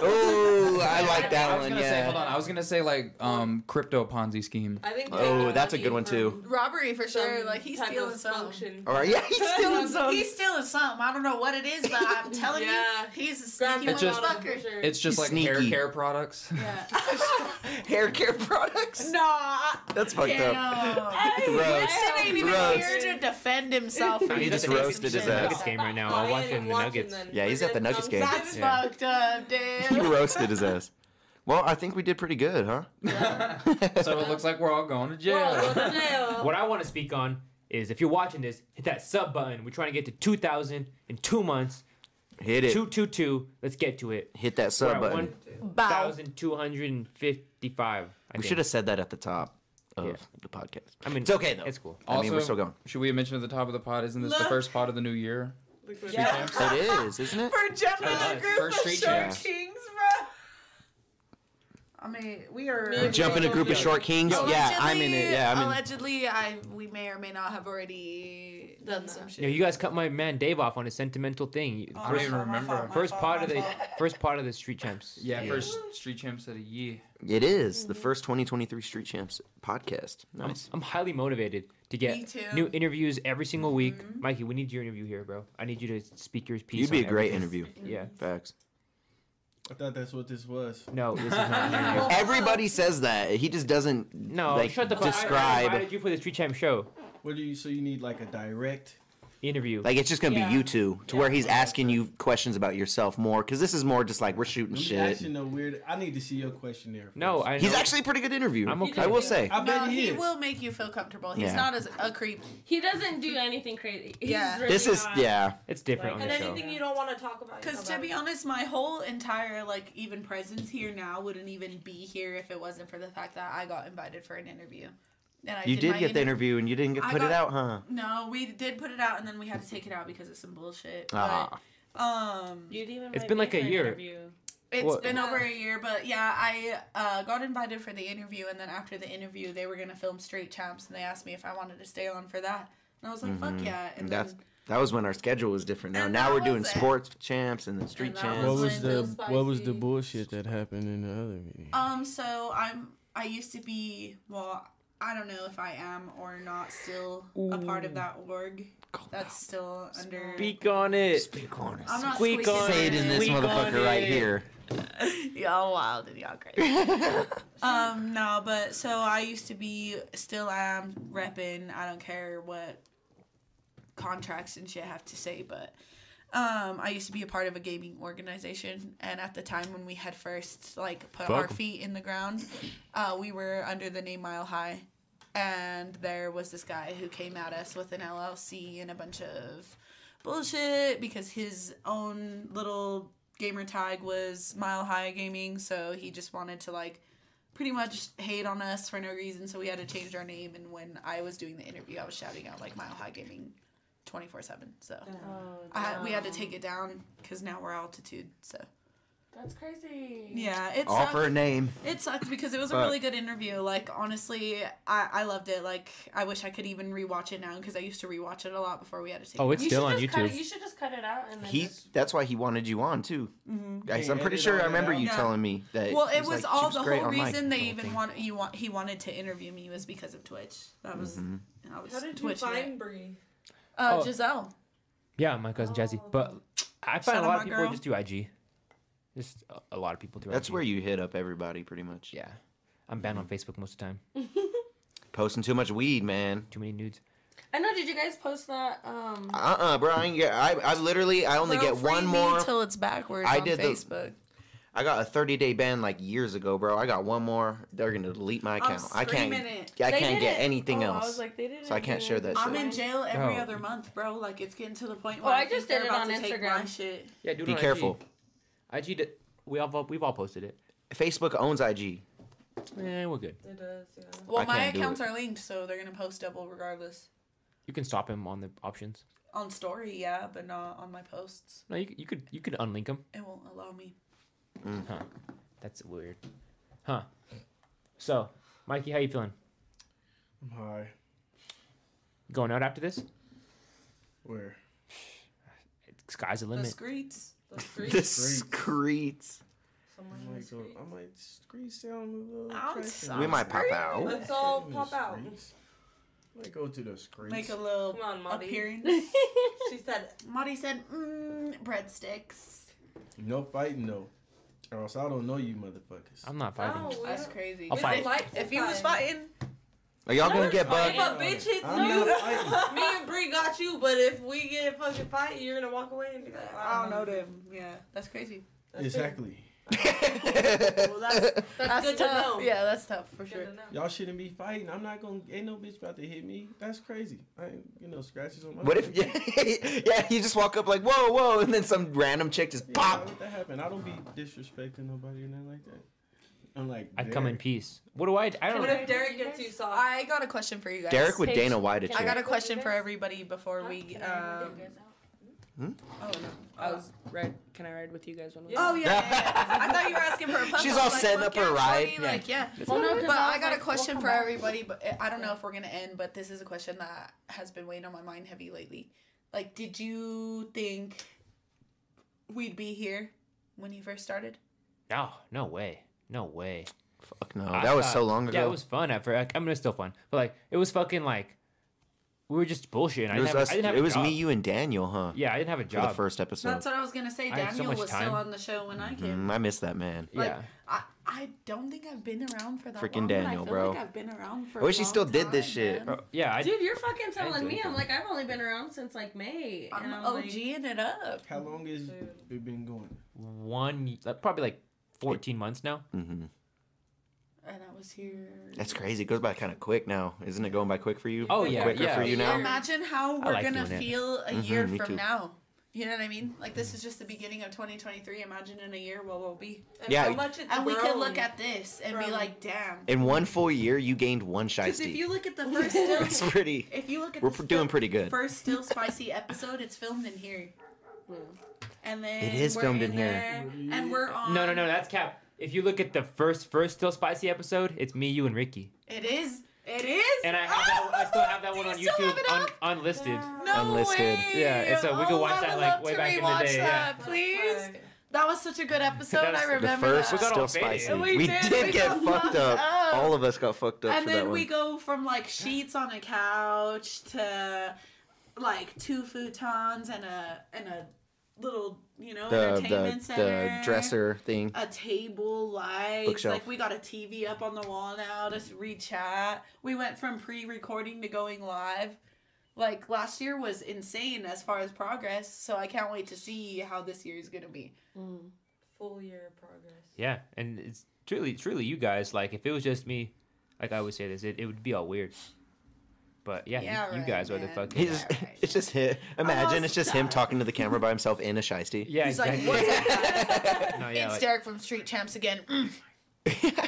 Speaker 5: Ooh, I like
Speaker 6: I
Speaker 5: that
Speaker 6: was
Speaker 5: one.
Speaker 6: gonna say, hold
Speaker 5: Yeah.
Speaker 6: on. I was gonna say like um crypto Ponzi scheme.
Speaker 9: [LAUGHS] I think.
Speaker 5: Oh, that's a good one too.
Speaker 3: Robbery for sure. Like he's stealing some.
Speaker 9: function.
Speaker 5: All right. Yeah, he's
Speaker 9: [LAUGHS]
Speaker 3: [LAUGHS]
Speaker 5: stealing some.
Speaker 3: He's stealing something. I don't know what it is, but I'm telling
Speaker 9: Yeah.
Speaker 3: you, he's a
Speaker 9: Grab
Speaker 3: sneaky
Speaker 9: the
Speaker 6: It's just-
Speaker 9: bottle for
Speaker 3: motherfucker.
Speaker 9: sure.
Speaker 6: It's just
Speaker 5: He's
Speaker 6: like hair
Speaker 5: sneaky.
Speaker 6: care products.
Speaker 3: [LAUGHS]
Speaker 5: Hair care products.
Speaker 3: No, I-
Speaker 5: That's fucked up.
Speaker 3: damn.
Speaker 5: Gross.
Speaker 3: Winston ain't even
Speaker 5: Gross.
Speaker 3: here to defend himself. for
Speaker 5: He
Speaker 3: you
Speaker 5: just
Speaker 3: to say some
Speaker 5: roasted
Speaker 3: shit
Speaker 5: his ass.
Speaker 3: about
Speaker 4: Nuggets game right now. I'm watching the Nuggets.
Speaker 5: Yeah, he's at the Nuggets game.
Speaker 3: That's
Speaker 4: Yeah.
Speaker 3: fucked up,
Speaker 5: He
Speaker 3: damn.
Speaker 5: roasted his ass. Well, I think we did pretty good, huh? [LAUGHS]
Speaker 6: so it looks like we're all going to
Speaker 9: Well,
Speaker 6: jail.
Speaker 9: go to jail.
Speaker 4: What I want to speak on is if you're watching this, hit that sub button. We're trying to get to 2,000 in two months.
Speaker 5: Hit it.
Speaker 4: 222. Let's get to it.
Speaker 5: Hit that
Speaker 4: We're
Speaker 5: sub
Speaker 4: at
Speaker 5: button.
Speaker 4: 1,255. I
Speaker 5: we
Speaker 4: think.
Speaker 5: should have said that at the top of
Speaker 4: Yeah.
Speaker 5: the podcast.
Speaker 4: I mean,
Speaker 5: It's okay, though.
Speaker 4: It's cool.
Speaker 5: I mean, we're still [LAUGHS] going.
Speaker 6: Should we have mentioned at the top of the pod? Isn't this the
Speaker 3: Look.
Speaker 6: first pod of the new year?
Speaker 3: Yeah.
Speaker 5: It is, isn't it?
Speaker 3: For jumping
Speaker 6: Yeah,
Speaker 3: the group
Speaker 6: first
Speaker 3: of
Speaker 6: street
Speaker 3: Short
Speaker 6: jacks.
Speaker 3: Kings, bro. I mean, we are.
Speaker 5: We're jumping a group of short kings. yeah, I'm in it. Yeah, I'm in.
Speaker 3: allegedly, I we may or may not have already done some shit.
Speaker 4: Yeah, you guys cut my man Dave off on a sentimental thing. You-
Speaker 3: Oh,
Speaker 6: I don't
Speaker 3: my
Speaker 6: even
Speaker 3: fault, my
Speaker 6: remember.
Speaker 3: fault, my
Speaker 4: First
Speaker 3: fault,
Speaker 4: part
Speaker 3: my
Speaker 4: of the
Speaker 3: fault.
Speaker 4: first part of the Street Champs.
Speaker 6: Yeah, first Street Champs of the year.
Speaker 5: It is the first 2023 Street Champs podcast.
Speaker 4: I'm,
Speaker 5: Nice.
Speaker 4: I'm highly motivated to
Speaker 3: Me
Speaker 4: get
Speaker 3: too.
Speaker 4: new interviews every single week. Mikey, we need your interview here, bro. I need you to speak your piece.
Speaker 5: You'd be a
Speaker 4: on
Speaker 5: great
Speaker 4: everything.
Speaker 5: interview.
Speaker 4: Yeah.
Speaker 5: Facts.
Speaker 7: I thought that's what this was.
Speaker 4: No, this is not. an
Speaker 5: Oh. [LAUGHS]
Speaker 4: interview.
Speaker 5: Everybody says that. He just doesn't
Speaker 4: No,
Speaker 5: like
Speaker 4: shut the fuck up. I
Speaker 5: describe.
Speaker 4: invited you for the Street Champ show
Speaker 7: What do you? So you need like a direct.
Speaker 4: interview.
Speaker 5: Like it's just gonna
Speaker 2: Yeah.
Speaker 5: be you two to where he's asking you questions about yourself more because this is more just like we're shooting
Speaker 7: Let me
Speaker 5: shit.
Speaker 7: ask you no weird. I need to see your questionnaire. First.
Speaker 4: no, I.
Speaker 5: He's
Speaker 4: know.
Speaker 5: actually a pretty good interview.
Speaker 4: I'm okay.
Speaker 5: I will say.
Speaker 7: I bet
Speaker 3: No,
Speaker 7: he,
Speaker 3: he
Speaker 7: is.
Speaker 3: will make you feel comfortable. He's
Speaker 5: Yeah.
Speaker 3: not as a creep.
Speaker 2: He doesn't do anything crazy. He's
Speaker 3: Yeah.
Speaker 2: really
Speaker 5: This is
Speaker 4: uh,
Speaker 2: not-
Speaker 5: yeah.
Speaker 4: It's different
Speaker 2: Like-
Speaker 4: on
Speaker 9: And
Speaker 4: the show.
Speaker 9: anything you don't want to talk about.
Speaker 3: Because to be honest, my whole entire like even presence here now wouldn't even be here if it wasn't for the fact that I got invited for an interview. And I
Speaker 5: You did
Speaker 3: my
Speaker 5: get the
Speaker 3: inter-
Speaker 5: interview and you didn't get
Speaker 3: I
Speaker 5: put it
Speaker 3: got-
Speaker 5: out, huh?
Speaker 3: No, we did put it out, and then we had to take it out because of some bullshit. But,
Speaker 5: Ah.
Speaker 3: um,
Speaker 2: You'd even
Speaker 4: It's
Speaker 2: invite
Speaker 4: been
Speaker 2: me
Speaker 4: like a
Speaker 2: for an
Speaker 4: year.
Speaker 2: interview.
Speaker 3: It's
Speaker 4: Well-
Speaker 3: been over a year, but yeah, I uh, got invited for the interview, and then after the interview, they were gonna film Straight Champs, and they asked me if I wanted to stay on for that, and I was like, "Fuck yeah!" And
Speaker 5: Mm-hmm. That's
Speaker 3: then,
Speaker 5: that was when our schedule was different. Now
Speaker 3: And
Speaker 5: now
Speaker 3: that
Speaker 5: we're doing
Speaker 3: was it.
Speaker 5: sports champs and then street
Speaker 3: And that
Speaker 5: champs.
Speaker 3: was-
Speaker 7: What was
Speaker 3: Explain
Speaker 7: the
Speaker 9: the
Speaker 7: What was the
Speaker 9: spicy-
Speaker 7: bullshit that happened in the other video?
Speaker 3: um, so I'm I used to be well, I don't know if I am or not still a part of that org. That's still under.
Speaker 4: Speak on it.
Speaker 5: Speak on it.
Speaker 3: I'm not
Speaker 4: squeak
Speaker 3: squeaking
Speaker 4: on
Speaker 5: Say it in this
Speaker 4: Speak on
Speaker 5: motherfucker right
Speaker 4: it.
Speaker 5: here.
Speaker 3: y'all wild and y'all crazy. um, no, but so I used to be, still am repping. I don't care what contracts and shit have to say, but um, I used to be a part of a gaming organization, and at the time when we had first like put our feet in the ground, uh, we were under the name Mile High. And there was this guy who came at us with an LLC and a bunch of bullshit because his own little gamer tag was Mile High Gaming, so he just wanted to like pretty much hate on us for no reason. So we had to change our name. And when I was doing the interview, I was shouting out like Mile High Gaming, twenty four seven. So
Speaker 2: Oh,
Speaker 3: I had, we had to take it down because now we're altitude. So
Speaker 2: That's crazy.
Speaker 3: yeah, it's
Speaker 5: Offer a name.
Speaker 3: it sucked because it was a
Speaker 5: But-
Speaker 3: really good interview. Like honestly, I, I loved it. Like I wish I could even rewatch it now because I used to rewatch it a lot before we had to take.
Speaker 4: Oh,
Speaker 3: it.
Speaker 4: it's still on YouTube.
Speaker 2: you should just cut it out and then
Speaker 5: He
Speaker 2: just-
Speaker 5: that's why he wanted you on too. Guys,
Speaker 7: Hey,
Speaker 5: I'm pretty
Speaker 7: edit
Speaker 5: sure
Speaker 7: all
Speaker 5: I
Speaker 7: that
Speaker 5: remember
Speaker 7: out.
Speaker 5: you
Speaker 3: Yeah.
Speaker 5: telling me that.
Speaker 3: Mm-hmm. well,
Speaker 5: he
Speaker 3: it was,
Speaker 5: like, she
Speaker 3: all the
Speaker 5: great
Speaker 3: whole
Speaker 5: on mic,
Speaker 3: reason they
Speaker 5: the whole
Speaker 3: even
Speaker 5: thing.
Speaker 3: want you want he wanted to interview me was because of Twitch. That was
Speaker 5: Mm-hmm.
Speaker 3: I was
Speaker 9: How did you
Speaker 3: twitching it.
Speaker 9: find Bree?
Speaker 3: Uh,
Speaker 4: Oh.
Speaker 3: Giselle.
Speaker 4: Yeah, my cousin Jazzy. But I
Speaker 3: Shout
Speaker 4: find a
Speaker 3: out
Speaker 4: lot
Speaker 3: my
Speaker 4: of people
Speaker 3: girl.
Speaker 4: just do IG. Just a- a lot of people do.
Speaker 5: That's
Speaker 4: IG.
Speaker 5: where you hit up everybody pretty much.
Speaker 4: Yeah, I'm banned on Facebook most of the time.
Speaker 5: Posting too much weed, man.
Speaker 4: Too many nudes.
Speaker 2: I know. Did you guys post that? Um,
Speaker 5: Uh uh bro. I, ain't get, I, I literally, I only get one more.
Speaker 3: until it's backwards
Speaker 5: I
Speaker 3: on
Speaker 5: did the-
Speaker 3: Facebook.
Speaker 5: I got a 30 day ban like years ago, bro. I got one more. They're going to delete my account. I can't,
Speaker 3: screaming it.
Speaker 5: I
Speaker 2: They
Speaker 5: can't
Speaker 2: didn't-
Speaker 5: get anything
Speaker 2: oh,
Speaker 5: else.
Speaker 2: I was like, they didn't.
Speaker 5: So I can't
Speaker 2: do
Speaker 5: share that
Speaker 2: anything.
Speaker 3: I'm in jail every
Speaker 4: Oh.
Speaker 3: other month, bro. Like it's getting to the point
Speaker 2: Oh,
Speaker 3: where
Speaker 2: I
Speaker 3: think
Speaker 2: just did
Speaker 3: they're
Speaker 2: it
Speaker 3: about
Speaker 2: on
Speaker 3: to take my
Speaker 2: Instagram.
Speaker 3: shit.
Speaker 4: Yeah, do it
Speaker 5: Be
Speaker 4: on IG.
Speaker 5: careful.
Speaker 4: IG. Did, we all we've all posted it.
Speaker 5: Facebook owns IG.
Speaker 4: Yeah, we're good.
Speaker 9: It does, yeah.
Speaker 3: Well,
Speaker 5: I
Speaker 3: my
Speaker 5: can't do
Speaker 3: accounts
Speaker 5: it.
Speaker 3: are linked, so they're gonna post double regardless.
Speaker 4: You can stop him on the options.
Speaker 3: On story, yeah, but not on my posts.
Speaker 4: No, you, c- you could you could unlink him.
Speaker 3: It won't allow me.
Speaker 4: Huh. That's weird. Huh. So, Mikey, how you feeling?
Speaker 7: Hi.
Speaker 4: Going out after this?
Speaker 7: Where?
Speaker 4: Sky's the
Speaker 3: The
Speaker 4: limit.
Speaker 3: screets.
Speaker 9: The
Speaker 3: [LAUGHS]
Speaker 5: The
Speaker 9: street.
Speaker 5: screets.
Speaker 9: Someone
Speaker 7: I
Speaker 9: in the
Speaker 7: might go.
Speaker 9: street.
Speaker 7: I might screech down a little.
Speaker 3: I'm
Speaker 7: crack
Speaker 3: so-
Speaker 7: in
Speaker 5: We
Speaker 7: the
Speaker 5: might pop
Speaker 9: Screech.
Speaker 5: out.
Speaker 9: Let's all
Speaker 7: screech.
Speaker 9: pop out.
Speaker 7: Might go to the screech.
Speaker 3: Make a little
Speaker 9: Come on, Maudie.
Speaker 3: appearance.
Speaker 9: She said,
Speaker 3: [LAUGHS] Marty said, mm, breadsticks.
Speaker 7: No fighting though, or else I don't know you motherfuckers.
Speaker 4: I'm not fighting.
Speaker 9: "No, "Oh, we
Speaker 3: That's
Speaker 9: don't-
Speaker 3: crazy.
Speaker 4: I'll
Speaker 9: we
Speaker 4: fight.
Speaker 9: don't like
Speaker 3: If you was
Speaker 9: fighting.
Speaker 3: fighting,
Speaker 5: Are y'all
Speaker 9: No,
Speaker 5: going to
Speaker 9: it's
Speaker 5: get
Speaker 9: fine.
Speaker 5: bugged?
Speaker 7: [LAUGHS]
Speaker 9: But bitch, it's
Speaker 7: I'm
Speaker 9: you.
Speaker 7: not
Speaker 9: [LAUGHS]
Speaker 7: fighting.
Speaker 9: Me and Bree got you, but if we get in a fucking fight, you're gonna walk away and be like,
Speaker 3: I don't know them. Yeah, that's crazy.
Speaker 9: That's it.
Speaker 7: Exactly.
Speaker 9: I
Speaker 3: Well, that's,
Speaker 9: That's good to
Speaker 3: tough.
Speaker 9: know.
Speaker 3: Yeah, that's tough for sure.
Speaker 7: Y'all shouldn't be fighting. I'm not gonna. Ain't no bitch about to hit me. That's crazy. I ain't, you know, scratches on my.
Speaker 5: [LAUGHS] What if [LAUGHS] yeah, yeah, you just walk up like whoa, whoa, and then some random chick just
Speaker 7: Yeah,
Speaker 5: pop.
Speaker 7: What that happened? I don't be disrespecting nobody or nothing like that. I'm like.
Speaker 4: I come in
Speaker 7: Derek.
Speaker 4: peace. What do I? I don't.
Speaker 9: What if Derek gets you soft?
Speaker 3: I got a question for you guys.
Speaker 5: Derek would
Speaker 2: Paige,
Speaker 5: Dana White a
Speaker 2: can I
Speaker 3: I got
Speaker 5: chick.
Speaker 3: a question for everybody before we. Um,
Speaker 5: Hmm?
Speaker 3: oh no.
Speaker 2: I was right. Can I ride with you guys one week?
Speaker 3: Oh yeah, yeah, yeah.
Speaker 5: [LAUGHS]
Speaker 3: I thought you were asking for a pump.
Speaker 5: She's
Speaker 3: I was
Speaker 5: all
Speaker 3: like,
Speaker 5: setting
Speaker 3: look
Speaker 5: up her
Speaker 3: out,
Speaker 5: ride.
Speaker 3: buddy,
Speaker 5: Yeah.
Speaker 3: Like yeah.
Speaker 2: Well, no, 'cause
Speaker 3: But I
Speaker 2: was
Speaker 3: got a
Speaker 2: like,
Speaker 3: question
Speaker 2: welcome
Speaker 3: for
Speaker 2: back.
Speaker 3: everybody, but I don't know if we're gonna end. But this is a question that has been weighing on my mind heavy lately. Like, did you think we'd be here when you first started?
Speaker 4: No, no way, no way.
Speaker 5: Fuck no,
Speaker 4: I
Speaker 5: Oh, that was
Speaker 4: thought-
Speaker 5: so long ago.
Speaker 4: Yeah, it was fun. At first. Like, I mean, it's still fun, but like it was fucking like we were just bullshitting. I
Speaker 5: It
Speaker 4: didn't
Speaker 5: was
Speaker 4: have,
Speaker 5: us.
Speaker 4: I didn't have
Speaker 5: It
Speaker 4: a
Speaker 5: was
Speaker 4: job.
Speaker 5: me, you, and Daniel, huh?
Speaker 4: Yeah, I didn't have a
Speaker 5: For the
Speaker 4: job.
Speaker 5: first episode.
Speaker 3: That's what I was gonna say.
Speaker 4: I had so
Speaker 3: Daniel
Speaker 4: much
Speaker 3: was
Speaker 4: time.
Speaker 3: still on the show when I came.
Speaker 5: Mm, I missed that man.
Speaker 4: yeah,
Speaker 3: Like, I, I don't think I've been around for that
Speaker 5: Freaking
Speaker 3: long. but
Speaker 5: Daniel,
Speaker 3: I feel
Speaker 5: bro.
Speaker 3: Like I've been around for.
Speaker 5: I wish
Speaker 3: a
Speaker 5: he
Speaker 3: long
Speaker 5: still did this
Speaker 3: time,
Speaker 5: shit.
Speaker 3: man.
Speaker 4: yeah. I,
Speaker 2: Dude, you're fucking telling
Speaker 4: do
Speaker 2: me.
Speaker 4: it.
Speaker 2: I'm like, I've only been around since like May.
Speaker 3: I'm
Speaker 2: and I'm like,
Speaker 3: OGing it up.
Speaker 7: How long has it been going?
Speaker 4: one like, probably like fourteen months now.
Speaker 5: hmm
Speaker 3: And I was here.
Speaker 5: That's crazy. It goes by kind of quick now, isn't it? Going by quick for you?
Speaker 4: Oh, yeah,
Speaker 5: quicker
Speaker 4: yeah.
Speaker 5: for you now.
Speaker 3: Imagine how we're
Speaker 4: like
Speaker 3: gonna
Speaker 4: doing it.
Speaker 3: feel a
Speaker 5: Mhm,
Speaker 3: year
Speaker 5: me
Speaker 3: from
Speaker 5: too.
Speaker 3: now. You know what I mean? Like this is just the beginning of 2023. Imagine in a year what we'll be,
Speaker 9: And
Speaker 5: Yeah.
Speaker 9: how much it's
Speaker 3: and we can
Speaker 9: grown.
Speaker 3: look at this and be
Speaker 9: Grown.
Speaker 3: like, "Damn!"
Speaker 5: In one full year, you gained one
Speaker 3: Because if
Speaker 5: shiesty.
Speaker 3: you
Speaker 5: [LAUGHS]
Speaker 3: look at the first still,
Speaker 5: It's pretty.
Speaker 3: if you look at [LAUGHS]
Speaker 5: We're
Speaker 3: the
Speaker 5: pr-
Speaker 3: still-
Speaker 5: doing pretty good.
Speaker 3: first still spicy episode, it's filmed in here, and then
Speaker 5: It is
Speaker 3: we're
Speaker 5: filmed in here.
Speaker 3: there, and we're on.
Speaker 4: No, no, no. That's cap. If you look at the first, first still spicy episode, it's me, you, and Ricky.
Speaker 3: It is. It is.
Speaker 4: And I, have that, I still have
Speaker 3: [LAUGHS]
Speaker 4: that
Speaker 3: Do
Speaker 4: one
Speaker 3: you
Speaker 4: on
Speaker 3: still have
Speaker 4: YouTube,
Speaker 3: it up?
Speaker 4: un- unlisted.
Speaker 3: No
Speaker 5: Unlisted.
Speaker 3: Way. Oh,
Speaker 4: Yeah, and so we could watch
Speaker 3: I
Speaker 4: that,
Speaker 3: would
Speaker 4: like,
Speaker 3: love
Speaker 4: way
Speaker 3: to
Speaker 4: back in the
Speaker 3: rewatch
Speaker 4: day,
Speaker 3: That,
Speaker 4: yeah.
Speaker 3: please. That was such a
Speaker 5: [LAUGHS]
Speaker 3: good episode.
Speaker 4: That was
Speaker 3: I
Speaker 4: the
Speaker 5: The
Speaker 3: remember
Speaker 5: first
Speaker 3: that.
Speaker 4: got
Speaker 5: still
Speaker 4: all faded.
Speaker 5: spicy.
Speaker 3: We
Speaker 5: We
Speaker 3: did,
Speaker 5: did
Speaker 3: we
Speaker 5: get
Speaker 3: got
Speaker 5: fucked
Speaker 3: fucked
Speaker 5: up.
Speaker 3: up.
Speaker 5: All of us got fucked up
Speaker 3: and
Speaker 5: for that
Speaker 3: then
Speaker 5: one.
Speaker 3: we go from like sheets on a couch to like two futons and a and a little you know
Speaker 5: the,
Speaker 3: entertainment
Speaker 5: the,
Speaker 3: center.
Speaker 5: the dresser thing.
Speaker 3: A table, lights,
Speaker 5: Bookshelf.
Speaker 3: like we got a TV up on the wall now to rechat. We went from pre-recording to going live. Like last year was insane as far as progress, so I can't wait to see how this year is gonna be.
Speaker 9: Full year of progress.
Speaker 4: Yeah, and it's truly, truly, you guys. Like, if it was just me, like I always say this, it, it would be all weird. But yeah, you-
Speaker 3: Yeah,
Speaker 4: you,
Speaker 3: right,
Speaker 4: guys are the
Speaker 3: man.
Speaker 4: fucking.
Speaker 5: He's,
Speaker 3: Yeah, right.
Speaker 5: It's just [LAUGHS] him. Imagine it's just him
Speaker 3: Almost.
Speaker 5: talking to the camera by
Speaker 3: [LAUGHS]
Speaker 5: himself in a shiesty.
Speaker 4: yeah,
Speaker 3: He's
Speaker 4: exactly.
Speaker 3: like, "What's up, guys?"
Speaker 4: [LAUGHS] no, yeah,
Speaker 3: it's
Speaker 4: like,
Speaker 3: Derek from Street Champs again. Mm.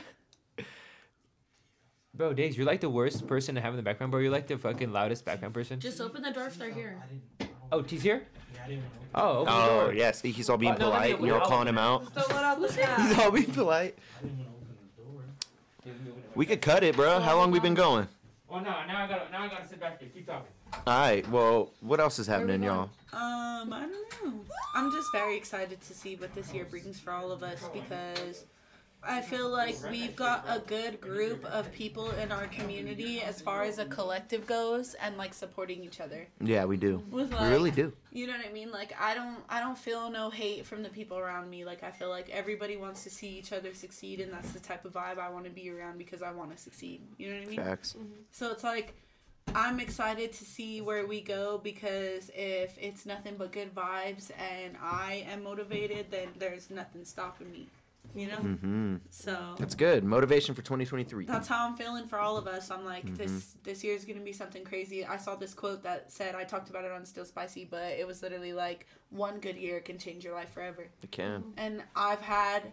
Speaker 4: bro, Diggs, you're like the worst person to have in the background, bro. You're like the fucking loudest background person.
Speaker 2: Just open the door if they're here.
Speaker 10: I didn't.
Speaker 4: oh, T's here.
Speaker 10: Yeah, I didn't want to.
Speaker 4: Oh, open the
Speaker 5: Oh
Speaker 4: door.
Speaker 5: yes, he's all
Speaker 4: Oh,
Speaker 3: Uh,
Speaker 5: being
Speaker 4: no, that'd be
Speaker 5: polite.
Speaker 4: a
Speaker 5: and You're all
Speaker 4: weird-
Speaker 5: calling him out.
Speaker 9: Just don't let out the
Speaker 5: He's
Speaker 9: cat.
Speaker 5: all being polite.
Speaker 10: I didn't want to open the door. Didn't open it.
Speaker 5: We could cut it, bro. How long we been going?
Speaker 4: Oh no, now I gotta, now I gotta sit back here. Keep talking.
Speaker 5: All right. Well, what else is happening,
Speaker 2: we going?
Speaker 5: y'all?
Speaker 3: Um, I don't know. I'm just very excited to see what this year brings for all of us because I feel like we've got a good group of people in our community as far as a collective goes and like supporting each other.
Speaker 5: Yeah, we do.
Speaker 3: With
Speaker 5: We
Speaker 3: like,
Speaker 5: really do.
Speaker 3: you know what I mean? Like I don't I don't feel no hate from the people around me. Like I feel like everybody wants to see each other succeed and that's the type of vibe I want to be around because I want to succeed. You know what I mean?
Speaker 5: Facts.
Speaker 3: So it's like I'm excited to see where we go because if it's nothing but good vibes and I am motivated, then there's nothing stopping me. You know?
Speaker 5: Mm-hmm.
Speaker 3: So
Speaker 5: That's good. Motivation for 2023.
Speaker 3: that's how I'm feeling for all of us. I'm like this this year is going to be something crazy. I saw this quote that said I talked about it on Still Spicy, but it was literally like one good year can change your life forever
Speaker 5: We can.
Speaker 3: and I've had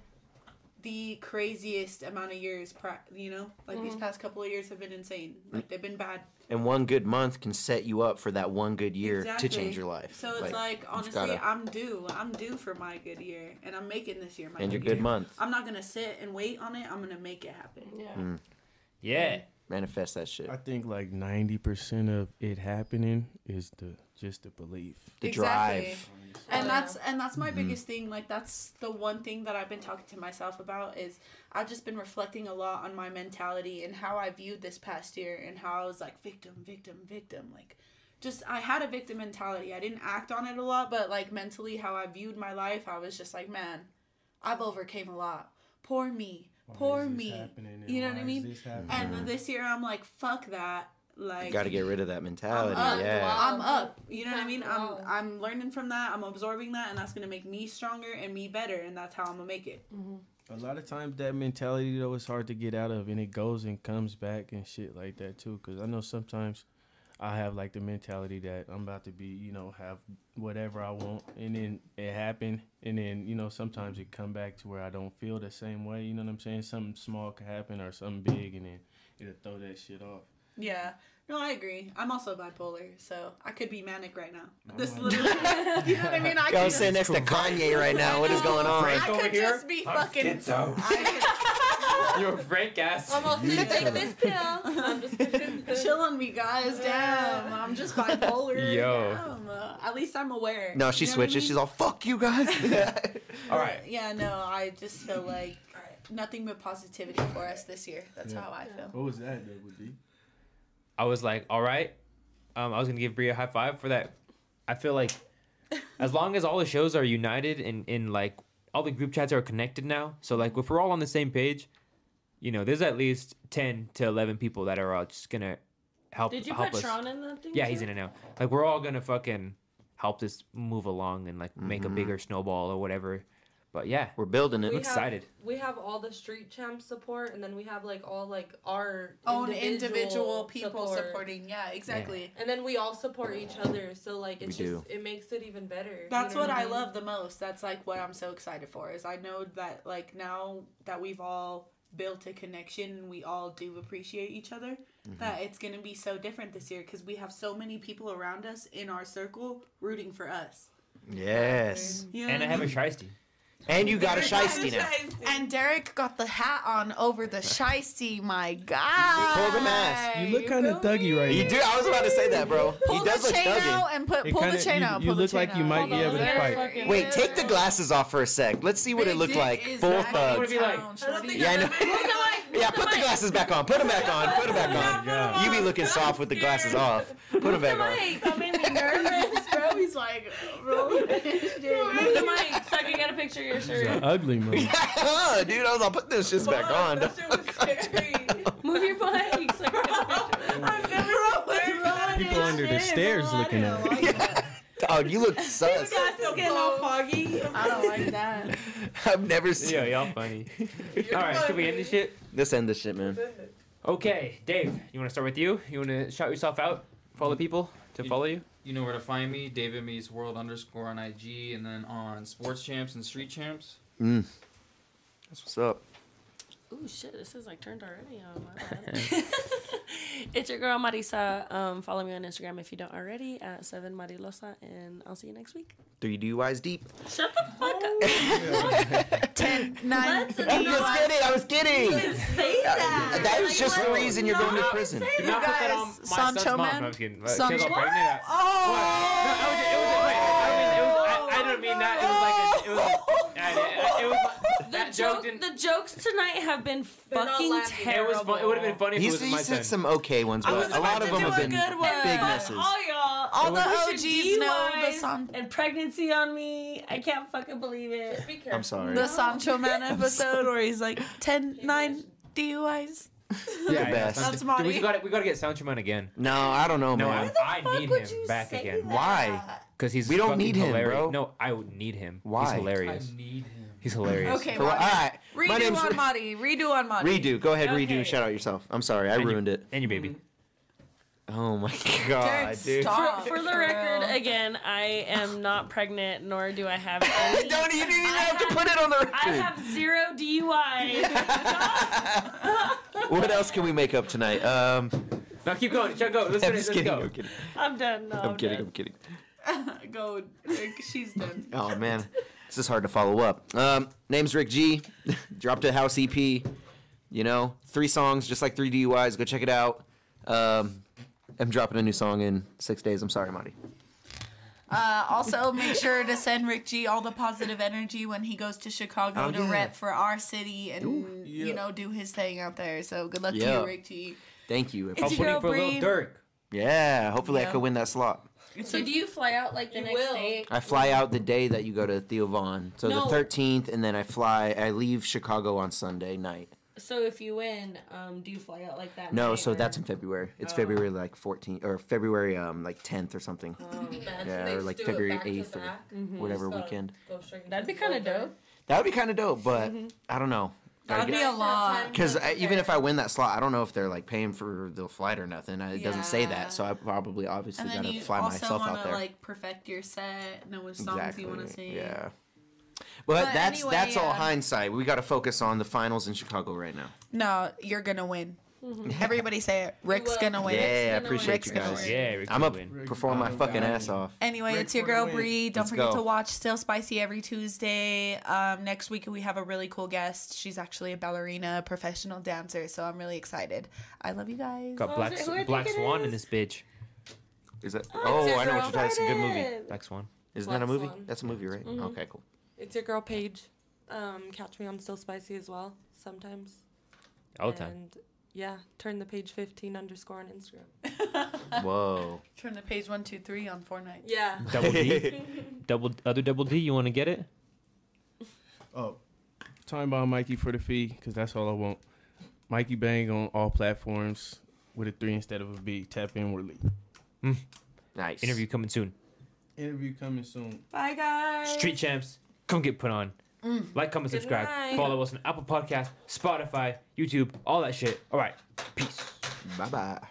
Speaker 3: the craziest amount of years. Pri- you know, like these past couple of years have been insane. Like they've been bad.
Speaker 5: And one good month can set you up for that one good year
Speaker 3: Exactly.
Speaker 5: to change your life.
Speaker 3: So it's like, honestly,
Speaker 5: gotta-
Speaker 3: I'm due. I'm due for my good year, and I'm making this year my
Speaker 5: and your
Speaker 3: good
Speaker 5: good
Speaker 3: year.
Speaker 5: month.
Speaker 3: I'm not gonna sit and wait on it. I'm gonna make it happen.
Speaker 4: Yeah.
Speaker 5: Manifest that shit.
Speaker 7: I think like 90% of it happening is the just the belief.
Speaker 5: The
Speaker 3: Exactly.
Speaker 5: drive.
Speaker 3: and
Speaker 9: Yeah.
Speaker 3: that's and that's my
Speaker 5: Mm-hmm.
Speaker 3: biggest thing like that's the one thing that i've been talking to myself about is i've just been reflecting a lot on my mentality and how i viewed this past year and how i was like victim victim victim like just i had a victim mentality i didn't act on it a lot but like mentally how i viewed my life i was just like man i've overcame a lot poor me
Speaker 7: Why
Speaker 3: poor
Speaker 7: is this
Speaker 3: me
Speaker 7: happening and
Speaker 3: you know
Speaker 7: why
Speaker 3: what i
Speaker 7: is
Speaker 3: mean
Speaker 7: this happening?
Speaker 3: and this year i'm like fuck that Like
Speaker 5: Got to get rid of that mentality.
Speaker 3: I'm up.
Speaker 5: yeah.
Speaker 3: I'm up. You know what I
Speaker 9: Yeah,
Speaker 3: mean? I'm
Speaker 9: wow.
Speaker 3: I'm learning from that. I'm absorbing that, and that's gonna make me stronger and me better, and that's how I'm gonna make it.
Speaker 7: A lot of times that mentality though is hard to get out of, and it goes and comes back and shit like that too. Cause I know sometimes I have like the mentality that I'm about to be, you know, have whatever I want, and then it happened, and then you know sometimes it come back to where I don't feel the same way. You know what I'm saying? Something small could happen or something big, and then it'll throw that shit off.
Speaker 3: Yeah. No, I agree. I'm also bipolar, so I could be manic right now.
Speaker 7: No,
Speaker 3: This
Speaker 7: I'm-
Speaker 3: little, you know what I mean?
Speaker 4: [LAUGHS]
Speaker 3: I
Speaker 5: Yo, I'm
Speaker 3: could
Speaker 5: sitting next to Kanye right now. What is going on?
Speaker 3: [LAUGHS] I could just be fucking. I
Speaker 4: You're a Frank ass.
Speaker 9: I'm gonna sit take this pill. I'm
Speaker 3: [LAUGHS]
Speaker 9: just
Speaker 3: could- Chill on me, guys. Damn, I'm just bipolar.
Speaker 6: Yo.
Speaker 3: Damn. Uh, at least I'm aware.
Speaker 5: No, she
Speaker 3: You know what I
Speaker 5: switches.
Speaker 3: mean?
Speaker 5: She's all, fuck you guys.
Speaker 3: [LAUGHS]
Speaker 5: [LAUGHS]
Speaker 6: All right.
Speaker 3: Yeah, no, I just feel like nothing but positivity for us this year. That's
Speaker 7: Yeah.
Speaker 3: how I feel.
Speaker 7: What was that? That would be.
Speaker 4: I was like, all right. Um, I was gonna give Bria a high five for that. I feel like as long as all the shows are united and in like all the group chats are connected now, so like if we're all on the same page, you know, there's at least ten to eleven people that are all just gonna help.
Speaker 2: Did you
Speaker 4: help
Speaker 2: put
Speaker 4: us.
Speaker 2: Tron in that thing?
Speaker 4: Yeah, he's
Speaker 2: too?
Speaker 4: in it now. Like we're all gonna fucking help this move along and like make a bigger snowball or whatever. But yeah,
Speaker 5: We're building it.
Speaker 4: I'm excited.
Speaker 9: Have, we have all the street champ support, and then we have like all like our
Speaker 3: Own individual people
Speaker 9: support.
Speaker 3: supporting. Yeah, exactly.
Speaker 9: and then we all support each other. So like it's
Speaker 5: We
Speaker 9: just it makes it even better. you
Speaker 3: That's
Speaker 9: know
Speaker 3: what I
Speaker 9: mean?
Speaker 3: love the most. That's like what I'm so excited for is I know that like now that we've all built a connection and we all do appreciate each other
Speaker 7: Mm-hmm.
Speaker 3: that it's going to be so different this year cuz we have so many people around us in our circle rooting for us.
Speaker 5: Yes.
Speaker 3: You know
Speaker 4: And I
Speaker 3: what
Speaker 4: have a shiesty.
Speaker 5: And you got a
Speaker 3: Derek got
Speaker 5: shiesty now.
Speaker 3: mean? and Derek got the hat on over the shiesty, my god.
Speaker 5: Pull the mask.
Speaker 7: You look kind of thuggy right
Speaker 5: You
Speaker 7: now.
Speaker 5: do. I was about to say that, bro.
Speaker 3: Pull
Speaker 5: he does
Speaker 3: the
Speaker 5: look
Speaker 3: chain
Speaker 5: thuggy.
Speaker 3: out and put
Speaker 7: It
Speaker 3: pull
Speaker 7: kinda-
Speaker 3: the chain
Speaker 7: you-
Speaker 3: out.
Speaker 7: you
Speaker 3: pull the
Speaker 7: look
Speaker 3: chain
Speaker 7: like you
Speaker 3: out.
Speaker 7: might be able to fight.
Speaker 2: Fucking-
Speaker 5: Wait, take the glasses off for a sec. Let's see what it looked like.
Speaker 3: [LAUGHS]
Speaker 5: Full thug. Yeah, I know. [LAUGHS] yeah, put the glasses back on. Put them back on. Put them back on. You be looking soft with the glasses off. Put them back [LAUGHS] on.
Speaker 2: Mike, that made me
Speaker 5: [LAUGHS]
Speaker 3: nervous, bro. He's [LAUGHS] like, bro.
Speaker 2: Move the mic so I can get a picture of
Speaker 5: [LAUGHS]
Speaker 2: your shirt.
Speaker 7: Ugly man.
Speaker 5: Dude, I was all put this shit back on. [LAUGHS]
Speaker 2: Move your mic so I can get a picture.
Speaker 3: I've never rolled
Speaker 7: People under the stairs looking at
Speaker 3: [LAUGHS]
Speaker 7: it.
Speaker 5: Oh, you look sus. [LAUGHS]
Speaker 3: getting all foggy. I [LAUGHS] don't like that.
Speaker 5: I've never seen.
Speaker 4: Yeah, y'all funny. all right, should we end this shit?
Speaker 5: Let's end this shit, man.
Speaker 4: Okay, Dave, you want to start with you? You want to shout yourself out for all the people to follow you?
Speaker 6: You know where to find me, David Meets World underscore on IG, and then on Sports Champs and Street Champs.
Speaker 5: Mm. That's what's up.
Speaker 2: Ooh, shit, this is like turned already on. My bad. [LAUGHS] it's your girl, Marisa. Um, follow me on Instagram if you don't already at 7 Marilosa, and I'll see you next week.
Speaker 5: Three DUIs deep.
Speaker 2: Shut the fuck
Speaker 4: Oh.
Speaker 2: up.
Speaker 3: Ten, nine.
Speaker 9: Let's
Speaker 5: I was
Speaker 9: not
Speaker 5: kidding. I was kidding.
Speaker 9: say that.
Speaker 5: That was just the reason you're going to prison.
Speaker 4: Do not put that
Speaker 3: guys,
Speaker 4: on my
Speaker 3: Sancho
Speaker 4: son's mom.
Speaker 3: man?
Speaker 4: No, I'm just kidding. Uh,
Speaker 3: Sancho-
Speaker 4: Kids all pregnant.
Speaker 3: Oh!
Speaker 4: No, I was- it was- wait, I mean, it was- I- I didn't mean that. It was like a- it was- I- it- it was-
Speaker 2: The,
Speaker 4: that joke
Speaker 2: joke,
Speaker 4: didn't-
Speaker 2: the jokes tonight have been
Speaker 9: They're not
Speaker 2: fucking
Speaker 9: laughing.
Speaker 4: It
Speaker 2: terrible.
Speaker 4: was fun. It would have been funny if it
Speaker 5: He's,
Speaker 4: was
Speaker 5: he
Speaker 4: my
Speaker 5: said
Speaker 4: son.
Speaker 5: some okay ones, but
Speaker 4: was
Speaker 5: a lot
Speaker 3: about
Speaker 5: of
Speaker 3: to
Speaker 5: them
Speaker 3: do
Speaker 5: have
Speaker 3: a
Speaker 5: been
Speaker 3: good one.
Speaker 5: big
Speaker 3: Fuck
Speaker 5: misses.
Speaker 2: All y'all.
Speaker 3: All the
Speaker 2: We should
Speaker 3: OGs know the
Speaker 2: DUIs
Speaker 3: song.
Speaker 2: and pregnancy on me. I can't fucking believe it.
Speaker 9: Be careful.
Speaker 5: I'm sorry.
Speaker 3: The [LAUGHS] Sancho Man episode where he's [LAUGHS] like 10, 9 DUIs.
Speaker 4: Yeah, yeah,
Speaker 5: best.
Speaker 4: Sancho-
Speaker 3: That's
Speaker 4: Dude,
Speaker 3: Marty.
Speaker 4: We got we got to get Sancho Man again.
Speaker 5: No, I don't know,
Speaker 4: No,
Speaker 5: man.
Speaker 4: I, I need him back again
Speaker 5: Why?
Speaker 4: because he's
Speaker 5: We don't
Speaker 4: fucking
Speaker 5: need him,
Speaker 4: hilarious.
Speaker 5: bro.
Speaker 4: No, I would need him.
Speaker 5: Why?
Speaker 4: He's hilarious.
Speaker 10: need him.
Speaker 4: He's hilarious.
Speaker 3: Okay,
Speaker 5: For, all right. My
Speaker 3: redo
Speaker 5: name's
Speaker 3: on Madi. Redo on Madi.
Speaker 5: Redo. Go ahead, redo.
Speaker 2: Okay.
Speaker 5: Shout out yourself. I'm sorry, I
Speaker 4: And you-
Speaker 5: ruined it.
Speaker 4: And your baby.
Speaker 5: Oh my god,
Speaker 3: Derek,
Speaker 5: dude.
Speaker 3: stop.
Speaker 2: For the
Speaker 3: For
Speaker 2: record,
Speaker 3: real.
Speaker 2: again, I am not pregnant, nor do I have any.
Speaker 5: [LAUGHS] don't you didn't even
Speaker 2: I
Speaker 5: have to
Speaker 2: have-
Speaker 5: put it on the record.
Speaker 2: I have zero DUIs.
Speaker 5: What else can we make up tonight? Um,
Speaker 4: No, keep going. Chuck, go. Let's
Speaker 5: I'm
Speaker 4: finish.
Speaker 5: just
Speaker 4: Let's
Speaker 5: kidding.
Speaker 4: go.
Speaker 5: I'm kidding.
Speaker 2: I'm done. Oh, No,
Speaker 5: I'm kidding.
Speaker 2: done.
Speaker 5: I'm kidding.
Speaker 3: Go. Rick, She's done.
Speaker 5: Oh man, this is hard to follow up. Um, name's Rick G. [LAUGHS] Dropped a house EP. You know, three songs, just like three DUIs. Go check it out. Um, I'm dropping a new song in six days. I'm sorry, Monty.
Speaker 3: [LAUGHS] Uh, also, make sure to send Rick G all the positive energy when he goes to Chicago
Speaker 5: Oh,
Speaker 3: to
Speaker 5: yeah.
Speaker 3: rep for our city and
Speaker 7: yeah.
Speaker 3: you know do his thing out there. So good luck to
Speaker 5: Yeah.
Speaker 3: you, Rick G.
Speaker 5: Thank you.
Speaker 3: It's-
Speaker 4: I'm putting for a little
Speaker 3: Bree.
Speaker 4: Dirk.
Speaker 5: Yeah, hopefully I
Speaker 3: Yeah.
Speaker 5: could win that slot.
Speaker 2: So do you fly out like the
Speaker 9: You
Speaker 2: next
Speaker 9: will.
Speaker 2: day?
Speaker 5: I fly out the day that you go to Theo Vaughn. So
Speaker 2: No.
Speaker 5: the 13th, and then I fly, I leave Chicago on Sunday night.
Speaker 2: So if you win, um, do you fly out like that?
Speaker 5: No,
Speaker 2: night,
Speaker 5: so
Speaker 2: or-
Speaker 9: um,
Speaker 5: that's in February. It's
Speaker 2: Oh.
Speaker 5: February like 14th or February um like 10th or something.
Speaker 9: Oh,
Speaker 5: Yeah,
Speaker 9: They
Speaker 5: or like
Speaker 9: just do it
Speaker 5: February
Speaker 9: back to
Speaker 5: 8th or
Speaker 9: back.
Speaker 5: whatever
Speaker 9: Just gotta
Speaker 5: weekend.
Speaker 9: go straight into
Speaker 2: That'd be
Speaker 9: the
Speaker 2: kind of
Speaker 9: building.
Speaker 2: dope.
Speaker 5: That would be kind of dope, but I don't know.
Speaker 3: That'd Mm-hmm. be a lot.
Speaker 5: Because uh, even if I win that slot, I don't know if they're like paying for the flight or nothing. I, it doesn't say
Speaker 3: Yeah.
Speaker 5: that, so I probably obviously
Speaker 3: And then
Speaker 5: gotta
Speaker 3: you
Speaker 5: fly
Speaker 3: also
Speaker 5: myself
Speaker 3: want
Speaker 5: out
Speaker 3: to
Speaker 5: there.
Speaker 3: like perfect your set, know which songs you want to sing.
Speaker 5: Yeah. But,
Speaker 3: But
Speaker 5: that's
Speaker 3: anyway,
Speaker 5: that's all
Speaker 3: uh,
Speaker 5: hindsight. We got to focus on the finals in Chicago right now.
Speaker 3: No, you're gonna
Speaker 5: [LAUGHS]
Speaker 3: win.
Speaker 9: Mm-hmm.
Speaker 3: Everybody say it. Rick's gonna win.
Speaker 5: yeah, I
Speaker 9: gonna
Speaker 5: appreciate
Speaker 3: Rick's
Speaker 5: you
Speaker 3: gonna
Speaker 5: guys.
Speaker 3: win.
Speaker 4: Yeah, we could
Speaker 5: I'm gonna
Speaker 4: win.
Speaker 5: [LAUGHS]
Speaker 7: Rick
Speaker 5: perform my
Speaker 7: Bobby
Speaker 5: fucking
Speaker 7: Bobby.
Speaker 5: ass off.
Speaker 3: Anyway,
Speaker 7: Rick
Speaker 3: it's your
Speaker 7: for the
Speaker 3: girl
Speaker 7: win.
Speaker 3: Bree. Don't
Speaker 5: Let's
Speaker 3: forget
Speaker 5: go.
Speaker 3: to watch Still Spicy every Tuesday. Um, next week we have a really cool guest. She's actually a ballerina, professional dancer, so I'm really excited. I love you guys.
Speaker 4: Got
Speaker 2: Oh,
Speaker 4: Black,
Speaker 2: is it who I
Speaker 4: Black
Speaker 2: think it
Speaker 4: Swan in
Speaker 2: is?
Speaker 4: this bitch.
Speaker 5: Is that?
Speaker 2: Oh,
Speaker 5: Oh,
Speaker 2: it's
Speaker 5: I know
Speaker 2: your
Speaker 5: what you're talking. It's a good movie.
Speaker 2: girlfriend.
Speaker 4: Black Swan.
Speaker 5: Isn't that a
Speaker 1: Black
Speaker 5: movie?
Speaker 1: Swan.
Speaker 5: That's a movie, right?
Speaker 3: Mm-hmm.
Speaker 5: Okay,
Speaker 3: [LAUGHS]
Speaker 5: cool.
Speaker 1: It's your girl Paige. Um, catch me on Still Spicy as well sometimes.
Speaker 4: All the time.
Speaker 1: And yeah, turn the page 15 underscore on Instagram.
Speaker 5: Whoa.
Speaker 3: [LAUGHS] Turn to page one, two, three on Fortnite.
Speaker 1: Yeah.
Speaker 2: Uh,
Speaker 4: Double D.
Speaker 2: [LAUGHS]
Speaker 4: double other double D. You want to get it?
Speaker 7: Oh, time bomb Mikey for the fee because that's all I want. Mikey Bang on all platforms with a three instead of a B. Tap in with Lee.
Speaker 5: nice
Speaker 4: Interview coming soon.
Speaker 7: Interview coming soon.
Speaker 3: Bye
Speaker 2: Uh,
Speaker 3: guys.
Speaker 4: Street Champs, come get put on.
Speaker 2: mm.
Speaker 4: Like, comment,
Speaker 1: Good
Speaker 4: subscribe.
Speaker 1: night.
Speaker 4: Follow us on Apple Podcasts, Spotify, YouTube, all that shit. All right. Peace.
Speaker 5: Bye bye.